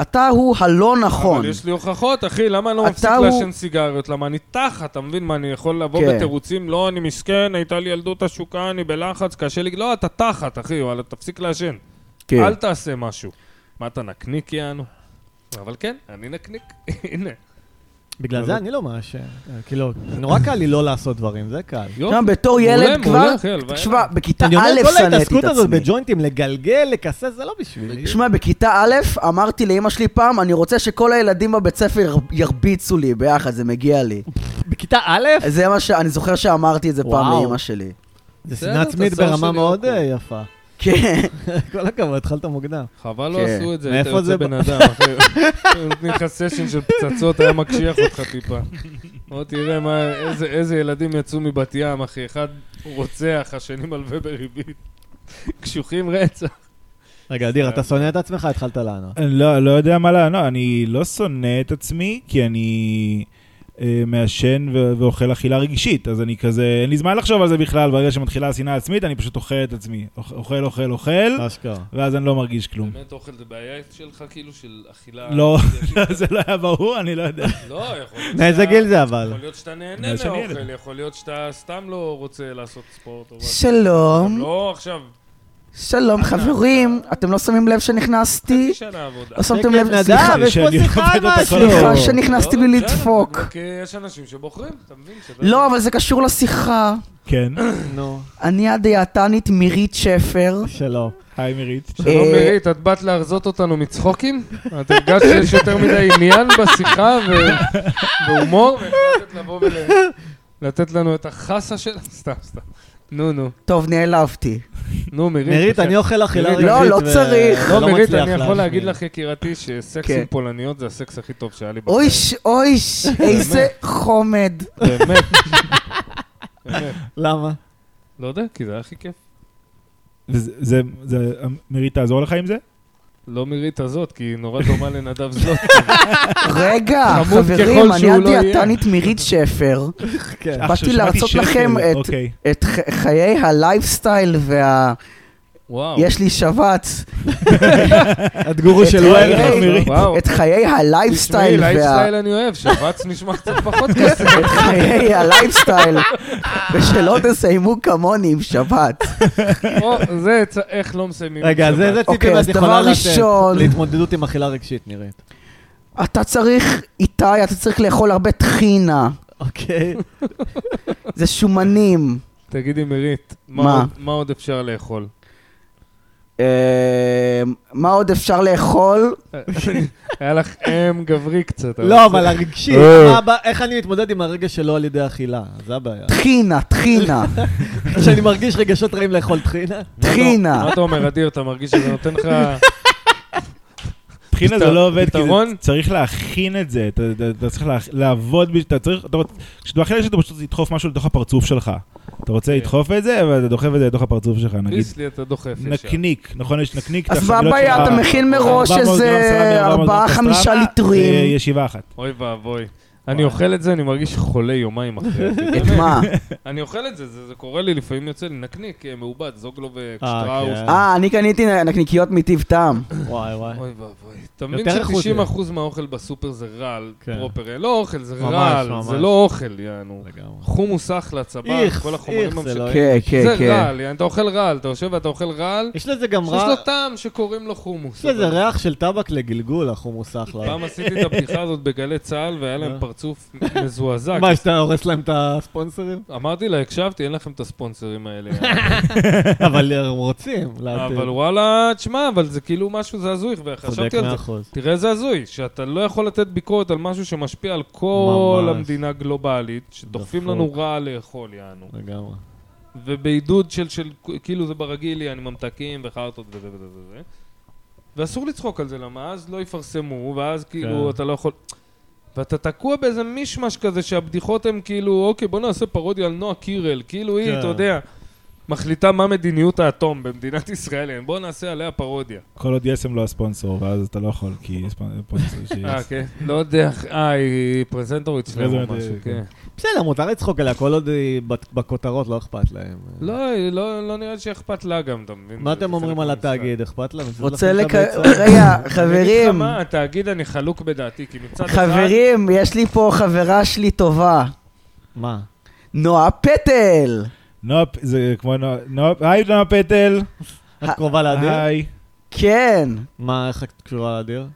Speaker 3: אתה הוא הלא נכון.
Speaker 1: אבל יש לי הוכחות, אחי, למה אני לא
Speaker 3: אתה
Speaker 1: מפסיק
Speaker 3: הוא-
Speaker 1: לעשן סיגריות? למה אני תחת, אתה מבין מה, אני יכול לבוא
Speaker 3: כן.
Speaker 1: בתירוצים, לא, אני מסכן, הייתה לי ילדות עשוקה, אני בלחץ, קשה לי... לא, אתה תחת, אחי, וואלה, תפסיק לעשן.
Speaker 3: כן.
Speaker 1: אל תעשה משהו. מה, אתה נקניק יענו? אבל כן, אני נקניק, הנה.
Speaker 2: בגלל זה אני לא מאשר. כאילו, נורא קל לי לא לעשות דברים, זה קל.
Speaker 1: יופי.
Speaker 3: שם בתור
Speaker 1: מעולה,
Speaker 3: ילד
Speaker 1: מעולה,
Speaker 3: כבר,
Speaker 1: אחי, הלוואי
Speaker 3: תשמע,
Speaker 1: עליי.
Speaker 3: בכיתה
Speaker 2: אני אומר,
Speaker 3: א'
Speaker 2: כל
Speaker 3: שנאתי
Speaker 2: ההתעסקות
Speaker 3: את
Speaker 2: הזאת
Speaker 3: עצמי.
Speaker 2: בג'וינטים, לגלגל, לכסס, זה לא בשבילי.
Speaker 3: תשמע, בכיתה א' אמרתי לאימא שלי פעם, אני רוצה שכל הילדים בבית ספר יר- ירביצו לי ביחד, זה מגיע לי.
Speaker 2: בכיתה א'?
Speaker 3: זה מה ש... אני זוכר שאמרתי את זה פעם
Speaker 2: וואו.
Speaker 3: לאימא שלי.
Speaker 2: זה
Speaker 1: בסדר,
Speaker 2: שנאה
Speaker 1: אתה
Speaker 2: עצמית
Speaker 1: שר
Speaker 2: ברמה
Speaker 1: שלי,
Speaker 2: מאוד
Speaker 1: אוקיי.
Speaker 2: אה, יפה.
Speaker 3: כן.
Speaker 2: כל הכבוד, התחלת מוקדם.
Speaker 1: חבל לא
Speaker 3: כן.
Speaker 1: עשו את זה, אתה
Speaker 2: מאיפה
Speaker 1: יוצא
Speaker 2: זה
Speaker 1: בן
Speaker 2: בא?
Speaker 1: אדם, אחי. נותנים לך סשן של פצצות, היה מקשיח אותך טיפה. בוא תראה מה- איזה- איזה ילדים יצאו מבת ים, אחי. אחד רוצח, השני מלווה בריבית. קשוחים רצח.
Speaker 2: רגע, אדיר,
Speaker 1: כן.
Speaker 2: אתה שונא את עצמך, התחלת לענות.
Speaker 4: אני לא, לא יודע מה לענות, אני לא שונא את עצמי, כי אני אה, מעשן ו- ואוכל אכילה רגישית, אז אני כזה, אין לי זמן לחשוב על זה בכלל, ברגע שמתחילה השנאה העצמית, אני פשוט אוכל את עצמי. אוכ- אוכל, אוכל, אוכל,
Speaker 2: אשכרה.
Speaker 4: ואז אני לא מרגיש כלום.
Speaker 1: באמת אה, אוכל זה בעיה שלך, כאילו, של אכילה?
Speaker 4: לא, זה לא היה ברור, אני לא יודע.
Speaker 1: לא, יכול להיות
Speaker 2: מאיזה
Speaker 1: שאתה-
Speaker 2: גיל זה אבל?
Speaker 1: יכול להיות שאתה נהנה
Speaker 4: מאז שאני
Speaker 1: מהאוכל,
Speaker 4: ילד.
Speaker 1: יכול להיות שאתה סתם לא רוצה לעשות ספורט. או משהו.
Speaker 3: שלום,
Speaker 1: לא, עכשיו,
Speaker 3: שלום חברים, אתם לא שמים לב שנכנסתי?
Speaker 1: חצי שנה עבודה.
Speaker 3: לא שמתם
Speaker 2: שקט,
Speaker 3: לב,
Speaker 2: נדב,
Speaker 3: סליחה,
Speaker 2: יש פה
Speaker 4: שאני
Speaker 2: שיחה על
Speaker 4: עובד אותה כל
Speaker 2: משהו.
Speaker 4: הזמן.
Speaker 3: סליחה
Speaker 4: לא.
Speaker 3: שנכנסתי
Speaker 1: לא,
Speaker 3: בלי
Speaker 1: בסדר,
Speaker 3: לדפוק.
Speaker 1: אבל כי יש אנשים שבוחרים, אתה מבין? שזה-
Speaker 3: לא, אבל זה קשור לשיחה.
Speaker 4: כן,
Speaker 2: נו.
Speaker 3: אני הדיאטנית מירית שפר.
Speaker 2: שלום.
Speaker 4: היי מירית.
Speaker 1: שלום
Speaker 3: אה,
Speaker 1: מירית, את באת להרזות אותנו מצחוקים? את הרגשת שיש יותר מדי עניין בשיחה ו- והומור, והחלטת לבוא ולתת לנו את החסה של... סתם, סתם. נו, נו.
Speaker 3: טוב, נעלבתי.
Speaker 1: נו, מירית.
Speaker 2: נירית, אני אוכל אכילה
Speaker 1: מירית,
Speaker 2: רגשית.
Speaker 3: לא, לא
Speaker 2: ו-
Speaker 3: צריך.
Speaker 1: לא, מירית,
Speaker 2: מצליח
Speaker 1: אני יכול
Speaker 2: להשמיע.
Speaker 1: להגיד לך, יקירתי, שסקסים
Speaker 3: כן.
Speaker 1: פולניות זה הסקס הכי טוב שהיה לי בחיים.
Speaker 3: אויש, אויש, איזה חומד.
Speaker 1: באמת. באמת.
Speaker 2: למה?
Speaker 1: לא יודע, כי זה היה הכי כיף.
Speaker 4: וזה- זה- זה- מירית תעזור לך עם זה?
Speaker 1: לא מירית הזאת, כי היא נורא דומה לנדב זאת.
Speaker 3: רגע,
Speaker 1: חמוד
Speaker 3: חברים,
Speaker 1: ככל
Speaker 3: אני
Speaker 1: שהוא לא יהיה.
Speaker 3: הדיאטנית מירית שפר.
Speaker 2: כן.
Speaker 4: עכשיו אה, שמעתי
Speaker 3: להרצות
Speaker 4: שם
Speaker 3: לכם
Speaker 4: כזה,
Speaker 3: את-
Speaker 4: אוקיי.
Speaker 3: את ח- חיי הלייפסטייל וה...
Speaker 1: וואו.
Speaker 3: יש לי שבץ.
Speaker 2: את גורו של
Speaker 3: אה,
Speaker 2: וואלה.
Speaker 3: אה,
Speaker 4: מירית.
Speaker 1: וואו.
Speaker 3: את חיי
Speaker 1: תשמעי,
Speaker 3: הלייפסטייל וה...
Speaker 1: לייפסטייל אני אוהב, שבץ נשמע קצת פחות כזה.
Speaker 3: את חיי הלייפסטייל, ושלא תסיימו כמוני עם שבת.
Speaker 1: או, זה צ- איך לא מסיימים.
Speaker 2: רגע,
Speaker 1: את
Speaker 2: זה
Speaker 1: שבת.
Speaker 2: זה
Speaker 3: אוקיי,
Speaker 2: טיפים
Speaker 3: אז
Speaker 2: את יכולה
Speaker 3: דבר
Speaker 2: לתת.
Speaker 3: ראשון-
Speaker 2: להתמודדות עם אכילה רגשית, נירית.
Speaker 3: אתה צריך, איתי, אתה צריך לאכול הרבה טחינה,
Speaker 2: אוקיי.
Speaker 3: זה שומנים.
Speaker 1: תגידי מירית, מה
Speaker 3: מה?
Speaker 1: עוד- מה עוד אפשר לאכול?
Speaker 3: אה, מה עוד אפשר לאכול?
Speaker 1: אה, היה לך אם גברי קצת.
Speaker 2: לא, אבל הרגשית,
Speaker 4: אה.
Speaker 2: מה הבע- איך אני מתמודד עם הרגש שלא על ידי אכילה? זה הבעיה.
Speaker 3: טחינה, טחינה,
Speaker 2: כשאני מרגיש רגשות רעים לאכול טחינה?
Speaker 1: מה אתה-
Speaker 3: טחינה.
Speaker 1: לא, מה אתה אומר, אדיר? אתה מרגיש שזה נותן לך...
Speaker 4: טחינה זה
Speaker 1: פתר-
Speaker 4: לא עובד, כי
Speaker 1: פתרון?
Speaker 4: זה- צריך להכין את זה, אתה- אתה- אתה צריך לה- לעבוד, בש- אתה צריך, אתה רוצ- כשאתה מאכיל שאתה פשוט תדחוף משהו לתוך הפרצוף שלך. אתה רוצה
Speaker 1: כן.
Speaker 4: לדחוף את זה, אבל אתה דוחף את זה לתוך הפרצוף שלך, נגיד.
Speaker 1: ביסלי אתה דוחף ישר.
Speaker 4: נקניק, נכון? יש נקניק,
Speaker 3: אז
Speaker 4: את
Speaker 3: מה
Speaker 4: החבילות
Speaker 3: הבעיה?
Speaker 4: שלך,
Speaker 3: אתה מכין מראש
Speaker 4: 400 גרם
Speaker 3: איזה
Speaker 4: סלמי, 400 גרם
Speaker 3: ארבעה, חמישה
Speaker 4: פסטרמה, אה,
Speaker 3: ליטרים.
Speaker 4: ישיבה אחת.
Speaker 1: אוי ואבוי. אני אוכל את זה, אני מרגיש חולה יומיים אחרי.
Speaker 3: את
Speaker 1: באמת.
Speaker 3: מה?
Speaker 1: אני אוכל את זה, זה זה קורה לי, לפעמים יוצא לי נקניק אה, מעובד, זוגלו
Speaker 2: אה,
Speaker 1: וקשטראוס.
Speaker 2: כן.
Speaker 3: אה, אני קניתי נקניקיות מטיב טעם.
Speaker 2: וואי וואי.
Speaker 1: אוי ואבוי. אתה מבין
Speaker 2: יותר איכותי.
Speaker 1: ש-90% מהאוכל בסופר זה רעל
Speaker 2: כן.
Speaker 1: פרופר, אה, לא אוכל, זה
Speaker 2: ממש,
Speaker 1: רעל,
Speaker 2: ממש.
Speaker 1: זה לא אוכל, יענו.
Speaker 2: לגמרי.
Speaker 1: חומוס אחלה, צבא,
Speaker 2: איכס,
Speaker 1: כל החומרים
Speaker 2: איכס, זה
Speaker 1: הממשקים.
Speaker 2: לא
Speaker 3: כן, כן,
Speaker 1: זה
Speaker 3: כן.
Speaker 1: רעל, יענו, אתה אוכל רעל, אתה יושב ואתה אוכל רעל,
Speaker 2: יש לזה גם
Speaker 1: שיש
Speaker 2: רע...
Speaker 1: לו טעם שקוראים לו חומוס.
Speaker 2: יש לזה
Speaker 1: אבל-
Speaker 2: ריח של טבק לגלגול, החומוס אחלה.
Speaker 1: פעם עשיתי את הבדיחה הזאת בגלי צה"ל, והיה להם
Speaker 2: אה.
Speaker 1: פרצוף מזועזע.
Speaker 2: מה, שאתה הורס להם את הספונסרים?
Speaker 1: אמרתי לה, הקשבתי, אין לכם את הספונסרים האלה.
Speaker 2: אבל הם רוצים לעתיד.
Speaker 1: אבל וואלה, תשמע, אבל זה כאילו משהו, זה הזוי,
Speaker 2: צודק
Speaker 1: וחשבתי על
Speaker 2: מאה
Speaker 1: זה.
Speaker 2: אחוז.
Speaker 1: תראה איזה הזוי, שאתה לא יכול לתת ביקורת על משהו שמשפיע על כל
Speaker 2: ממש. נכון.
Speaker 1: המדינה גלובלית, שדוחפים
Speaker 2: דפוק.
Speaker 1: לנו רע לאכול, יענו.
Speaker 2: לגמרי.
Speaker 1: ובעידוד של, של כאילו זה ברגילי, אני ממתקים וחרטות וזה וזה וזה. ואסור לצחוק על זה, למה אז לא יפרסמו, ואז כאילו
Speaker 2: כן.
Speaker 1: אתה לא יכול... ואתה תקוע באיזה מישמש כזה שהבדיחות הן כאילו, אוקיי, בוא נעשה פרודיה על נועה קירל, כאילו היא,
Speaker 2: כן.
Speaker 1: אתה יודע, מחליטה מה מדיניות האטום במדינת ישראל, אין, בוא נעשה עליה פרודיה.
Speaker 4: כל עוד יסם לא הספונסור, ואז אתה לא יכול, כי יש ספונסור שיש.
Speaker 1: אה, כן, לא יודע, אה, היא פרזנטורית שלהם
Speaker 2: לא
Speaker 1: או
Speaker 4: פרזנט,
Speaker 1: משהו,
Speaker 4: אה,
Speaker 1: כן.
Speaker 4: כן.
Speaker 2: בסדר, מותר לצחוק עליה, כל עוד היא בת- בכותרות לא אכפת להם.
Speaker 1: לא, היא לא לא נראה לי שאכפת לה גם, אתה מבין?
Speaker 2: מה
Speaker 1: זה
Speaker 2: אתם
Speaker 1: חלק
Speaker 2: אומרים על
Speaker 1: מהמשחק.
Speaker 2: התאגיד? אכפת להם?
Speaker 3: רוצה
Speaker 2: לכם את
Speaker 3: לק...
Speaker 2: הביצה?
Speaker 3: רגע,
Speaker 1: אני אגיד לך
Speaker 3: חברים,
Speaker 1: מה, התאגיד, אני חלוק בדעתי, כי מצד אחד...
Speaker 3: חברים, יש לי פה חברה שלי טובה,
Speaker 2: מה?
Speaker 3: נועה פטל.
Speaker 4: נופ, זה כמו נופ, נופ, היי נועה פטל.
Speaker 2: את קרובה לאדיר?
Speaker 4: היי.
Speaker 3: כן,
Speaker 2: מה, איך את קשורה לאדיר?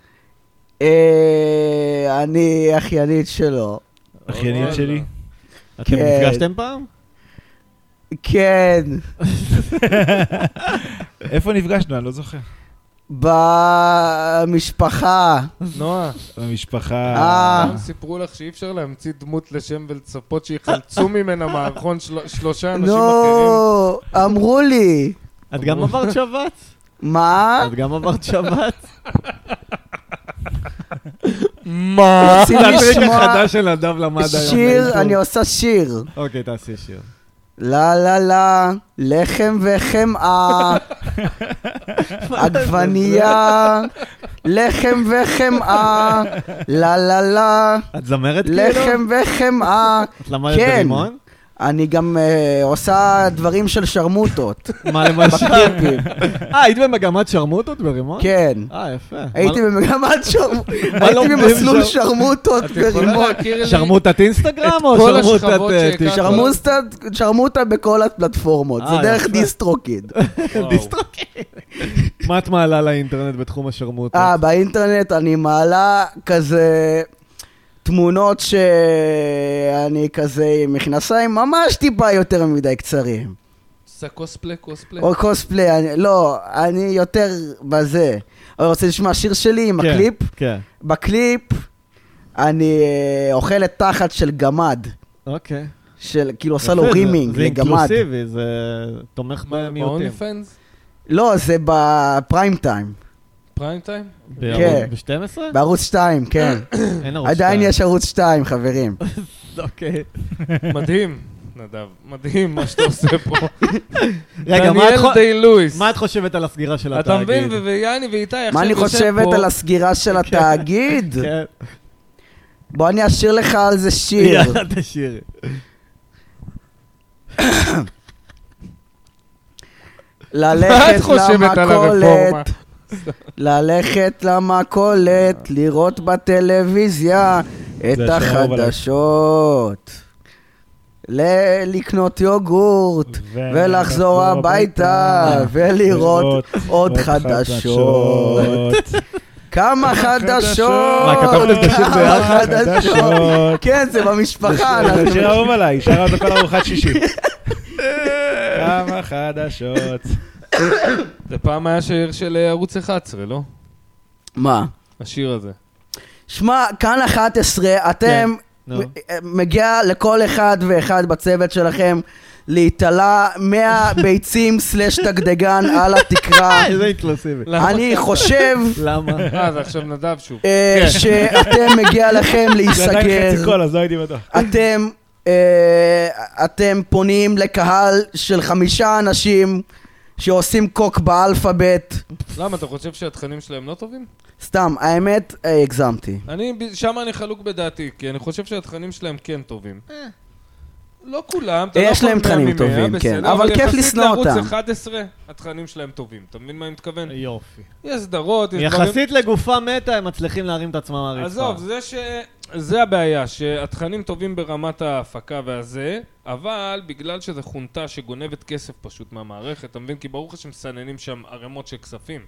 Speaker 3: אה, אני אחיינית שלו.
Speaker 4: אחיינית שלי.
Speaker 2: אתם
Speaker 3: כן.
Speaker 2: נפגשתם פעם?
Speaker 3: כן,
Speaker 4: איפה נפגשנו? אני לא זוכר.
Speaker 3: במשפחה.
Speaker 1: נועה,
Speaker 4: במשפחה.
Speaker 3: אה.
Speaker 1: פעם סיפרו לך שאי אפשר להמציא דמות לשם ולצפות שיחלצו ממנה מערכון של- שלושה אנשים
Speaker 3: לא,
Speaker 1: אחרים.
Speaker 3: נו, אמרו לי.
Speaker 2: את גם עברת שבץ?
Speaker 3: מה?
Speaker 2: את גם עברת שבץ?
Speaker 1: מה?
Speaker 3: רוצים
Speaker 2: זה הטריק
Speaker 3: לשמוע
Speaker 2: החדש של אדם למד היום.
Speaker 3: שיר,
Speaker 2: באינטרו.
Speaker 3: אני עושה שיר.
Speaker 2: אוקיי, תעשי שיר.
Speaker 3: לה לה לה, לחם וחמאה, עגבנייה, לחם וחמאה, לה לה לה,
Speaker 2: את זמרת כאילו?
Speaker 3: לחם וחמאה.
Speaker 2: את למדת
Speaker 3: כן.
Speaker 2: ברימון?
Speaker 3: אני גם אה, עושה דברים של שרמוטות,
Speaker 2: מה למשל?
Speaker 3: בקליפים,
Speaker 2: אה, היית במגמת שרמוטות ברימון?
Speaker 3: כן.
Speaker 2: אה, יפה.
Speaker 3: הייתי
Speaker 2: מה-
Speaker 3: במגמת שרמוטות,
Speaker 2: לומדים
Speaker 3: הייתי במסלול
Speaker 2: שם?
Speaker 3: שרמוטות
Speaker 1: את יכולה
Speaker 3: ורימון.
Speaker 1: להכיר לי...
Speaker 2: שרמוטת אינסטגרם או
Speaker 1: כל
Speaker 2: שרמוטת...
Speaker 1: השכבות
Speaker 2: אה,
Speaker 1: שהכרתי.
Speaker 2: טיק-
Speaker 1: שרמוט.
Speaker 3: שרמוטה, שרמוטה בכל הפלטפורמות, זה
Speaker 2: אה,
Speaker 3: דרך
Speaker 2: יפה.
Speaker 3: דיסטרוקיד.
Speaker 1: וואו.
Speaker 2: מה את מעלה לאינטרנט בתחום השרמוטות?
Speaker 3: אה, באינטרנט אני מעלה כזה תמונות שאני כזה עם מכנסיים ממש טיפה יותר מדי קצרים.
Speaker 1: זה קוספלי, קוספלי.
Speaker 2: כן.
Speaker 3: או קוספליי, אני- לא, אני יותר בזה. אבל רוצה לשמוע שיר שלי עם
Speaker 2: כן,
Speaker 3: הקליפ?
Speaker 2: כן.
Speaker 3: בקליפ אני אה, אוכל את תחת של גמד.
Speaker 2: אוקיי.
Speaker 3: של, כאילו עושה לו
Speaker 2: יפה, זה-
Speaker 3: רימינג
Speaker 2: זה
Speaker 3: לגמד.
Speaker 2: אינקלוסיבי, זה תומך
Speaker 1: באוני
Speaker 2: במיעוטים.
Speaker 1: פנס?
Speaker 3: לא, זה בפריים טיים,
Speaker 1: פריים טיים?
Speaker 3: כן.
Speaker 2: ב-12?
Speaker 3: בערוץ 2, כן.
Speaker 2: אין ערוץ
Speaker 3: עדיין
Speaker 2: שתיים.
Speaker 3: יש ערוץ 2, חברים.
Speaker 2: אוקיי.
Speaker 1: מדהים, נדב. מדהים מה שאתה עושה פה.
Speaker 2: רגע, מה את
Speaker 1: דניאל
Speaker 2: חו-
Speaker 1: דיי לואיס.
Speaker 2: מה את חושבת על הסגירה של
Speaker 1: אתה
Speaker 2: התאגיד?
Speaker 1: מבין? ו- ויאני ואיתי עכשיו
Speaker 3: מה אני
Speaker 1: יושב
Speaker 3: חושבת
Speaker 1: פה.
Speaker 3: על הסגירה של התאגיד?
Speaker 2: כן.
Speaker 3: בוא אני אשיר לך על זה שיר.
Speaker 2: יאללה, תשאירי.
Speaker 1: מה את
Speaker 3: ללכת
Speaker 1: חושבת על הרפורמה?
Speaker 3: למכולת, ללכת למכולת, לראות בטלוויזיה את
Speaker 4: זה השיר האהוב עליי.
Speaker 3: החדשות. ל- לקנות יוגורט, ולחזור כן, הביתה, ולראות עוד חדשות. כמה חדשות!
Speaker 2: מה, כתבתם את השיר
Speaker 3: כמה
Speaker 2: ביחד?
Speaker 3: חדשות! כן, זה במשפחה,
Speaker 4: זה
Speaker 3: אנחנו...
Speaker 4: שיר אהוב אה, עליי, שרה אותו כל ארוחת שישי. כמה חדשות.
Speaker 1: זה פעם היה שיר של אה, ערוץ 11, לא?
Speaker 3: מה?
Speaker 1: השיר הזה.
Speaker 3: שמע, כאן 11,
Speaker 2: כן,
Speaker 3: אתם...
Speaker 2: נו.
Speaker 3: מ- מגיע לכל אחד ואחד בצוות שלכם להיתלה 100 ביצים סלש דגדגן על התקרה.
Speaker 2: איזה אינקלוסיבי.
Speaker 1: למה?
Speaker 3: אני חושב
Speaker 2: למה?
Speaker 1: אה, זה עכשיו נדב שוב.
Speaker 3: אה, שאתם מגיע לכם
Speaker 4: זה עדיין חצי
Speaker 3: להיסגר.
Speaker 4: קול, אז לא הייתי בטוח.
Speaker 3: אתם... אה, אתם פונים לקהל של חמישה אנשים שעושים קוק באלפאבית.
Speaker 1: למה, אתה חושב שהתכנים שלהם לא טובים?
Speaker 3: סתם, האמת, אה, הגזמתי.
Speaker 1: אני, שם אני חלוק בדעתי, כי אני חושב שהתכנים שלהם כן טובים. לא כולם, אתה לא
Speaker 3: אה, יש
Speaker 1: יכול
Speaker 3: להם
Speaker 1: 100
Speaker 3: תכנים
Speaker 1: מ-100,
Speaker 3: טובים,
Speaker 1: בסדר,
Speaker 3: כן, אבל כיף לשנוא
Speaker 1: יחסית
Speaker 3: אותם.
Speaker 1: לערוץ 11, התכנים שלהם טובים. אתה מבין מה אני מתכוון?
Speaker 2: יופי.
Speaker 1: יש סדרות, יש דברים...
Speaker 2: אה, יחסית לגופה מתה, הם מצליחים להרים את עצמם מהרצפה.
Speaker 1: עזוב, זה ש... זה הבעיה, שהתכנים טובים ברמת ההפקה והזה, אבל בגלל שזה חונטה שגונבת כסף פשוט מהמערכת, אתה מבין? כי ברור לך שמסננים שם ערימות של כספים.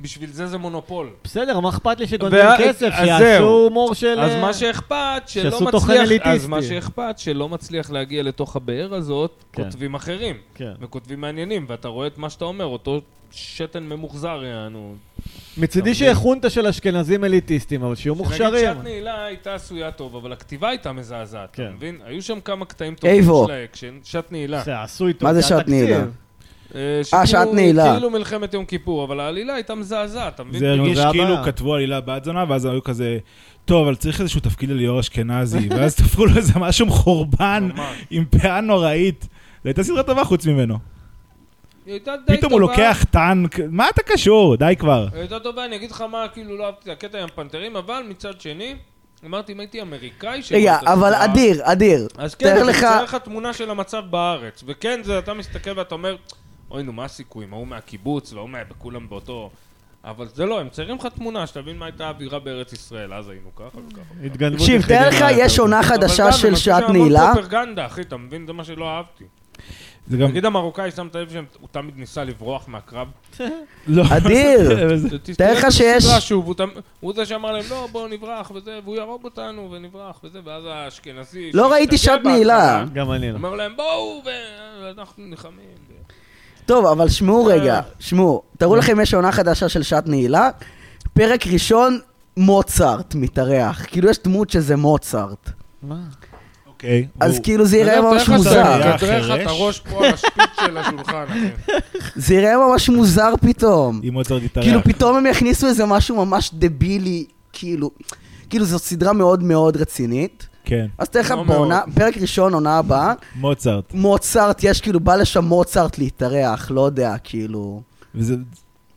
Speaker 1: בשביל זה זה מונופול.
Speaker 2: בסדר, מה אכפת לי שגונבים
Speaker 1: וה-
Speaker 2: כסף?
Speaker 1: אז
Speaker 2: שיעשו
Speaker 1: זהו.
Speaker 2: הומור של... אה,
Speaker 1: אז מה שאכפת, שלא
Speaker 2: שעשו תוכן
Speaker 1: מצליח, אז
Speaker 2: אליטיסטי.
Speaker 1: מה שאכפת, שלא מצליח להגיע לתוך הבאר הזאת,
Speaker 2: כן.
Speaker 1: כותבים אחרים,
Speaker 2: כן.
Speaker 1: וכותבים מעניינים, ואתה רואה את מה שאתה אומר, אותו שתן ממוחזר, יענו.
Speaker 2: מצידי
Speaker 1: אוקיי.
Speaker 2: שיהיה חונטה של אשכנזים אליטיסטים, אבל שיהיו
Speaker 1: נגיד
Speaker 2: מוכשרים.
Speaker 1: שעת נעילה הייתה עשויה טוב, אבל הכתיבה הייתה מזעזעת, אתה
Speaker 2: כן.
Speaker 1: מבין? היו שם כמה קטעים
Speaker 3: איבו.
Speaker 1: טובים של האקשן, שעת נעילה.
Speaker 2: זה עשוי טוב.
Speaker 3: מה זה
Speaker 2: היה
Speaker 3: שעת נעילה?
Speaker 2: תקציב.
Speaker 1: אה, שכאילו-
Speaker 3: שעת נעילה.
Speaker 1: כאילו מלחמת יום כיפור, אבל העלילה הייתה מזעזעת, אתה מבין?
Speaker 4: זה
Speaker 2: נו,
Speaker 4: הרגיש
Speaker 2: זה
Speaker 4: כאילו
Speaker 2: הבעיה.
Speaker 4: כתבו עלילה בת זונה, ואז היו כזה, טוב, אבל צריך איזשהו תפקיד לליאור אשכנזי, ואז תפרו לו איזה משהו מחורבן,
Speaker 1: ממש.
Speaker 4: עם פאה נוראית. זו הייתה סדרה טובה חוץ ממנו.
Speaker 1: היא הייתה די
Speaker 4: פתאום הוא
Speaker 1: טובה.
Speaker 4: לוקח טנק, מה אתה קשור? די כבר.
Speaker 1: היא הייתה טובה, אני אגיד לך מה, כאילו לא אהבתי את הקטע עם הפנתרים, אבל מצד שני, אמרתי, אם הייתי אמריקאי שבא
Speaker 3: רגע,
Speaker 1: את
Speaker 3: אבל
Speaker 1: הסדרה,
Speaker 3: אדיר, אדיר.
Speaker 1: אז כן,
Speaker 3: תאר
Speaker 1: אני
Speaker 3: לך...
Speaker 1: מצייר לך תמונה של המצב בארץ. וכן, זה, אתה מסתכל ואתה אומר, אוי, נו, מה הסיכויים? ההוא מהקיבוץ וההוא מה... כולם באותו... אבל זה לא, הם מציירים לך תמונה, שתבין מה הייתה האווירה בארץ ישראל, אז היינו ככה וככה.
Speaker 2: התגנבות
Speaker 3: תקשיב, תאר לך,
Speaker 2: יחידה יותר
Speaker 3: יש
Speaker 2: טובה.
Speaker 3: עונה
Speaker 1: אבל
Speaker 3: חדשה
Speaker 1: גם,
Speaker 3: של
Speaker 1: הם עשו
Speaker 3: שעת
Speaker 1: שם המון
Speaker 3: נעילה.
Speaker 1: פרופרגנדה, אחי, אתה מבין? זה מה שלא אהבתי.
Speaker 4: זה גם...
Speaker 1: נגיד המרוקאי שם את הלב שהוא תמיד ניסה לברוח מהקרב.
Speaker 4: לא.
Speaker 3: אדיר. תאר לך שיש-
Speaker 1: סדרה שוב, הוא תמ- הוא זה שאמר להם, לא, בואו נברח וזה, והוא יהרוג אותנו ונברח וזה, ואז האשכנזי...
Speaker 3: לא ראיתי
Speaker 1: שהשתגע
Speaker 3: שעת נעילה.
Speaker 1: בהתחלה,
Speaker 2: גם אני לא.
Speaker 1: אומר להם בואו ואנחנו נלחמים.
Speaker 3: טוב, אבל שמעו רגע,
Speaker 1: אה.
Speaker 3: שמעו. תארו לכם, יש עונה חדשה של שעת נעילה. פרק ראשון, מוצרט מתארח. כאילו, יש דמות שזה מוצרט.
Speaker 2: מה?
Speaker 4: אוקיי.
Speaker 3: אז
Speaker 4: הוא-
Speaker 3: כאילו, זה ייראה ממש
Speaker 4: אתה
Speaker 3: מוזר.
Speaker 4: יודע.
Speaker 1: תראה לך את
Speaker 4: חירש.
Speaker 1: הראש פה על השפיץ של השולחן, אחי.
Speaker 3: זה ייראה ממש מוזר פתאום.
Speaker 4: עם מוצר גיטריה.
Speaker 3: כאילו, פתאום הם יכניסו איזה משהו ממש דבילי, כאילו... כאילו, זאת סדרה מאוד מאוד רצינית.
Speaker 4: כן,
Speaker 3: אז תאר לך
Speaker 1: לא
Speaker 3: בעונה,
Speaker 1: מאוד.
Speaker 3: פרק ראשון, עונה הבאה,
Speaker 4: מוצרט.
Speaker 3: מוצרט, יש כאילו, בא לשם מוצרט להתארח, לא יודע, כאילו...
Speaker 4: וזה...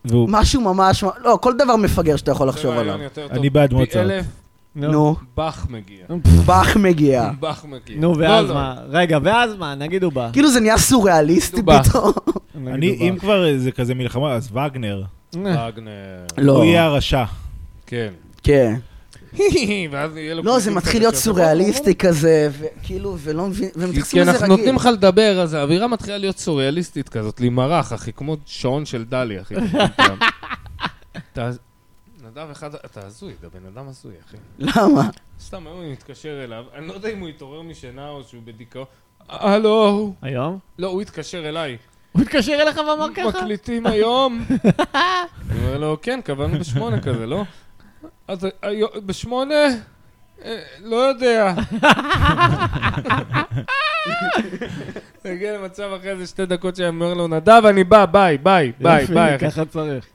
Speaker 4: והוא...
Speaker 3: משהו ממש, לא, כל דבר מפגר שאתה יכול לחשוב
Speaker 1: זה
Speaker 3: עליו.
Speaker 1: רעיון יותר טוב.
Speaker 4: אני בעד
Speaker 1: פי
Speaker 4: מוצרט.
Speaker 1: אלף,
Speaker 3: נו,
Speaker 1: באך מגיע.
Speaker 3: באך מגיע.
Speaker 1: באך מגיע.
Speaker 2: נו,
Speaker 1: לא,
Speaker 2: ואז
Speaker 1: לא.
Speaker 2: מה? רגע, ואז מה? נגיד הוא בא.
Speaker 3: כאילו זה נהיה סוריאליסטי
Speaker 1: דובה.
Speaker 3: פתאום.
Speaker 2: נגיד הוא בא. אה.
Speaker 4: אני, אם כבר אה, זה כזה מלחמה, אז וגנר.
Speaker 1: וגנר.
Speaker 3: לא,
Speaker 4: הוא יהיה הרשע.
Speaker 1: אה. כן.
Speaker 3: כן.
Speaker 1: ואז יהיה לו...
Speaker 3: לא, זה
Speaker 1: קליפים
Speaker 3: מתחיל
Speaker 1: כאלה
Speaker 3: להיות
Speaker 1: שאתה-
Speaker 3: סוריאליסטי כזה, וכאילו, ולא מבין,
Speaker 1: כי
Speaker 3: ומתייחסים לזה
Speaker 1: אנחנו
Speaker 3: רגיל.
Speaker 1: נותנים לך לדבר, אז האווירה מתחילה להיות סוריאליסטית כזאת, להימרח, אחי, כמו שעון של דלי, אחי. אתה... נדב אחד, אתה הזוי, אתה בן אדם הזוי, אחי.
Speaker 3: למה?
Speaker 1: סתם, היום אני מתקשר אליו, אני לא יודע אם הוא התעורר משינה או שהוא בדיכאון. הלו,
Speaker 2: היום?
Speaker 1: לא, הוא התקשר אליי.
Speaker 2: הוא התקשר אליך ואמר ככה?
Speaker 1: מקליטים היום? אני אומר לו, כן, קבענו בשמונה כזה, לא? אז היום- בשמונה? אה, לא יודע. נגיע למצב אחרי איזה שתי דקות שאני אומר לו, נדב, אני בא, ביי, ביי, ביי,
Speaker 2: יופי,
Speaker 1: ביי, אחי.
Speaker 2: ככה צריך.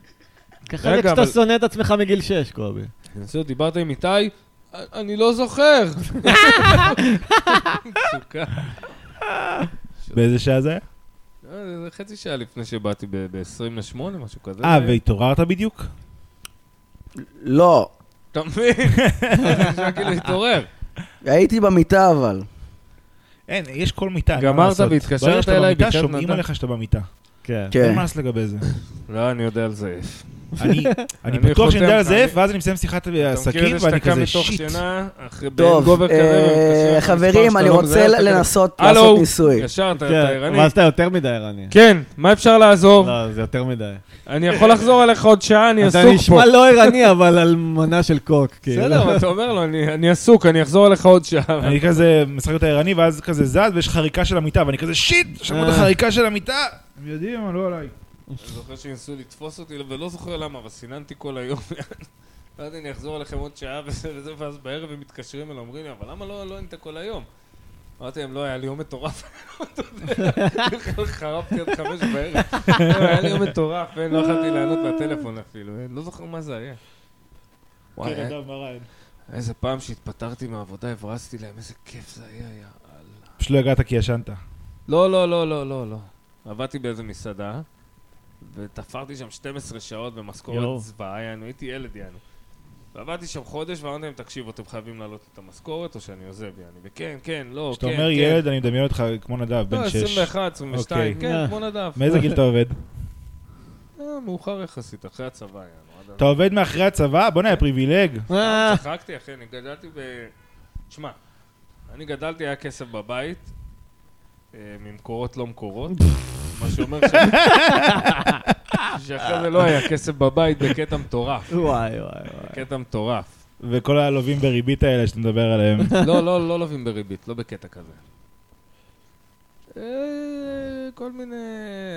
Speaker 2: ככה
Speaker 1: רגע,
Speaker 2: זה כשאתה
Speaker 1: אבל-
Speaker 2: שונא את עצמך מגיל 6, קובי.
Speaker 1: אני עושה, דיברת עם איתי? אני לא זוכר. מצוקה.
Speaker 4: באיזה שעה זה היה?
Speaker 1: אה, זה חצי שעה לפני שבאתי ב-28, משהו כזה.
Speaker 4: אה, והתעוררת בדיוק?
Speaker 3: לא.
Speaker 1: אתה מבין? זה כאילו התעורר.
Speaker 3: הייתי במיטה אבל.
Speaker 4: אין, יש כל מיטה. אין
Speaker 1: גמרת
Speaker 4: מה לעשות.
Speaker 1: והתקשרת
Speaker 4: ברגע שאתה
Speaker 1: אליי,
Speaker 4: במיטה,
Speaker 1: ביקשת
Speaker 4: שומעים
Speaker 1: נדב.
Speaker 4: עליך שאתה במיטה.
Speaker 2: כן.
Speaker 3: כן.
Speaker 4: אין מה לעשות לגבי זה.
Speaker 1: לא, אני יודע על זה.
Speaker 4: אני-
Speaker 1: אני
Speaker 4: אני בטוח שאני יודע
Speaker 1: חותם,
Speaker 4: על זאב,
Speaker 1: אני-
Speaker 4: ואז אני מסיים שיחת עסקים, ואני כזה שיט.
Speaker 1: אתה מכיר את זה שאתה קם מתוך שינה, אחרי
Speaker 3: טוב,
Speaker 1: גובר
Speaker 3: אה,
Speaker 1: כזה, ומתקשר לך
Speaker 3: חברים,
Speaker 1: מספר
Speaker 3: אני
Speaker 1: שאתה לא
Speaker 3: רוצה
Speaker 1: מזהה, אתה כזה,
Speaker 3: לנסות
Speaker 1: "הלו?"
Speaker 3: לעשות ניסוי.
Speaker 1: ישר, אתה אתה
Speaker 2: כן,
Speaker 1: ערני.
Speaker 2: ואז אתה יותר מדי ערני.
Speaker 1: כן, מה אפשר לעזור?
Speaker 2: לא, זה יותר מדי.
Speaker 1: אני יכול לחזור אליך עוד שעה, אני
Speaker 2: אתה
Speaker 1: עסוק פה.
Speaker 2: נשמע לא ערני, אבל על מנה של קוק, כאילו.
Speaker 1: בסדר, אבל אתה אומר לו, "אני- אני עסוק, אני אחזור אליך עוד שעה.
Speaker 4: אני כזה משחק את הערני, ואז כזה זז, ויש חריקה של המיטה, ואני כזה שיט, שמעו את
Speaker 2: אה.
Speaker 4: החריקה של המיטה. הם יודעים, אבל לא עליי.
Speaker 1: אני זוכר שניסו לתפוס אותי, ולא זוכר למה, אבל סיננתי כל היום. ואז אני אחזור אליכם עוד שעה וזה וזה, ואז בערב הם מתקשרים אליי, אומרים לי, אבל למה לא לא היית כל היום? אמרתי להם, לא, היה לי יום מטורף. אתה יודע, בכלל חרבתי עד חמש בערב. לא, היה לי יום מטורף, אין, לא יכולתי לענות מהטלפון אפילו, אין, לא זוכר מה זה היה. כן, וואי, היה- איזה פעם שהתפטרתי מהעבודה, הברזתי להם, איזה כיף זה היה, יא אללה.
Speaker 4: פשוט לא הגעת כי ישנת.
Speaker 1: לא, לא, לא, לא, לא, לא. עבדתי באיזה מסעדה, ותפרתי שם 12 שעות
Speaker 2: יואו.
Speaker 1: במשכורת זוועה, יענו, הייתי ילד, יענו. ועבדתי שם חודש, ואמרתי להם, תקשיבו, אתם חייבים להעלות את המשכורת, או שאני עוזב, יעני. וכן, כן, לא,
Speaker 4: כשאתה
Speaker 1: כן,
Speaker 4: אומר
Speaker 1: כן.
Speaker 4: ילד, אני מדמיין אותך כמו נדב,
Speaker 1: לא,
Speaker 4: בן שש.
Speaker 1: 21, 22,
Speaker 4: אוקיי.
Speaker 1: כן,
Speaker 2: אה.
Speaker 1: כמו נדב.
Speaker 4: מאיזה גיל אתה עובד?
Speaker 1: אה, מאוחר יחסית, אחרי הצבא, יענו. עד
Speaker 4: אתה עובד מאחרי הצבא? בוא'נה, יא פריבילג.
Speaker 2: אה,
Speaker 1: אז צחקתי, אחי, אני גדלתי ב... שמע, אני גדלתי, היה כסף בבית, אה, ממקורות לא מקורות, מה שאומר ש... שאחרי זה לא היה כסף בבית בקטע מטורף,
Speaker 2: וואי, וואי, וואי.
Speaker 1: קטע מטורף.
Speaker 4: וכל הלווים בריבית האלה שאתה מדבר עליהם.
Speaker 1: לא, לא, לא לווים בריבית, לא בקטע כזה. אה, כל מיני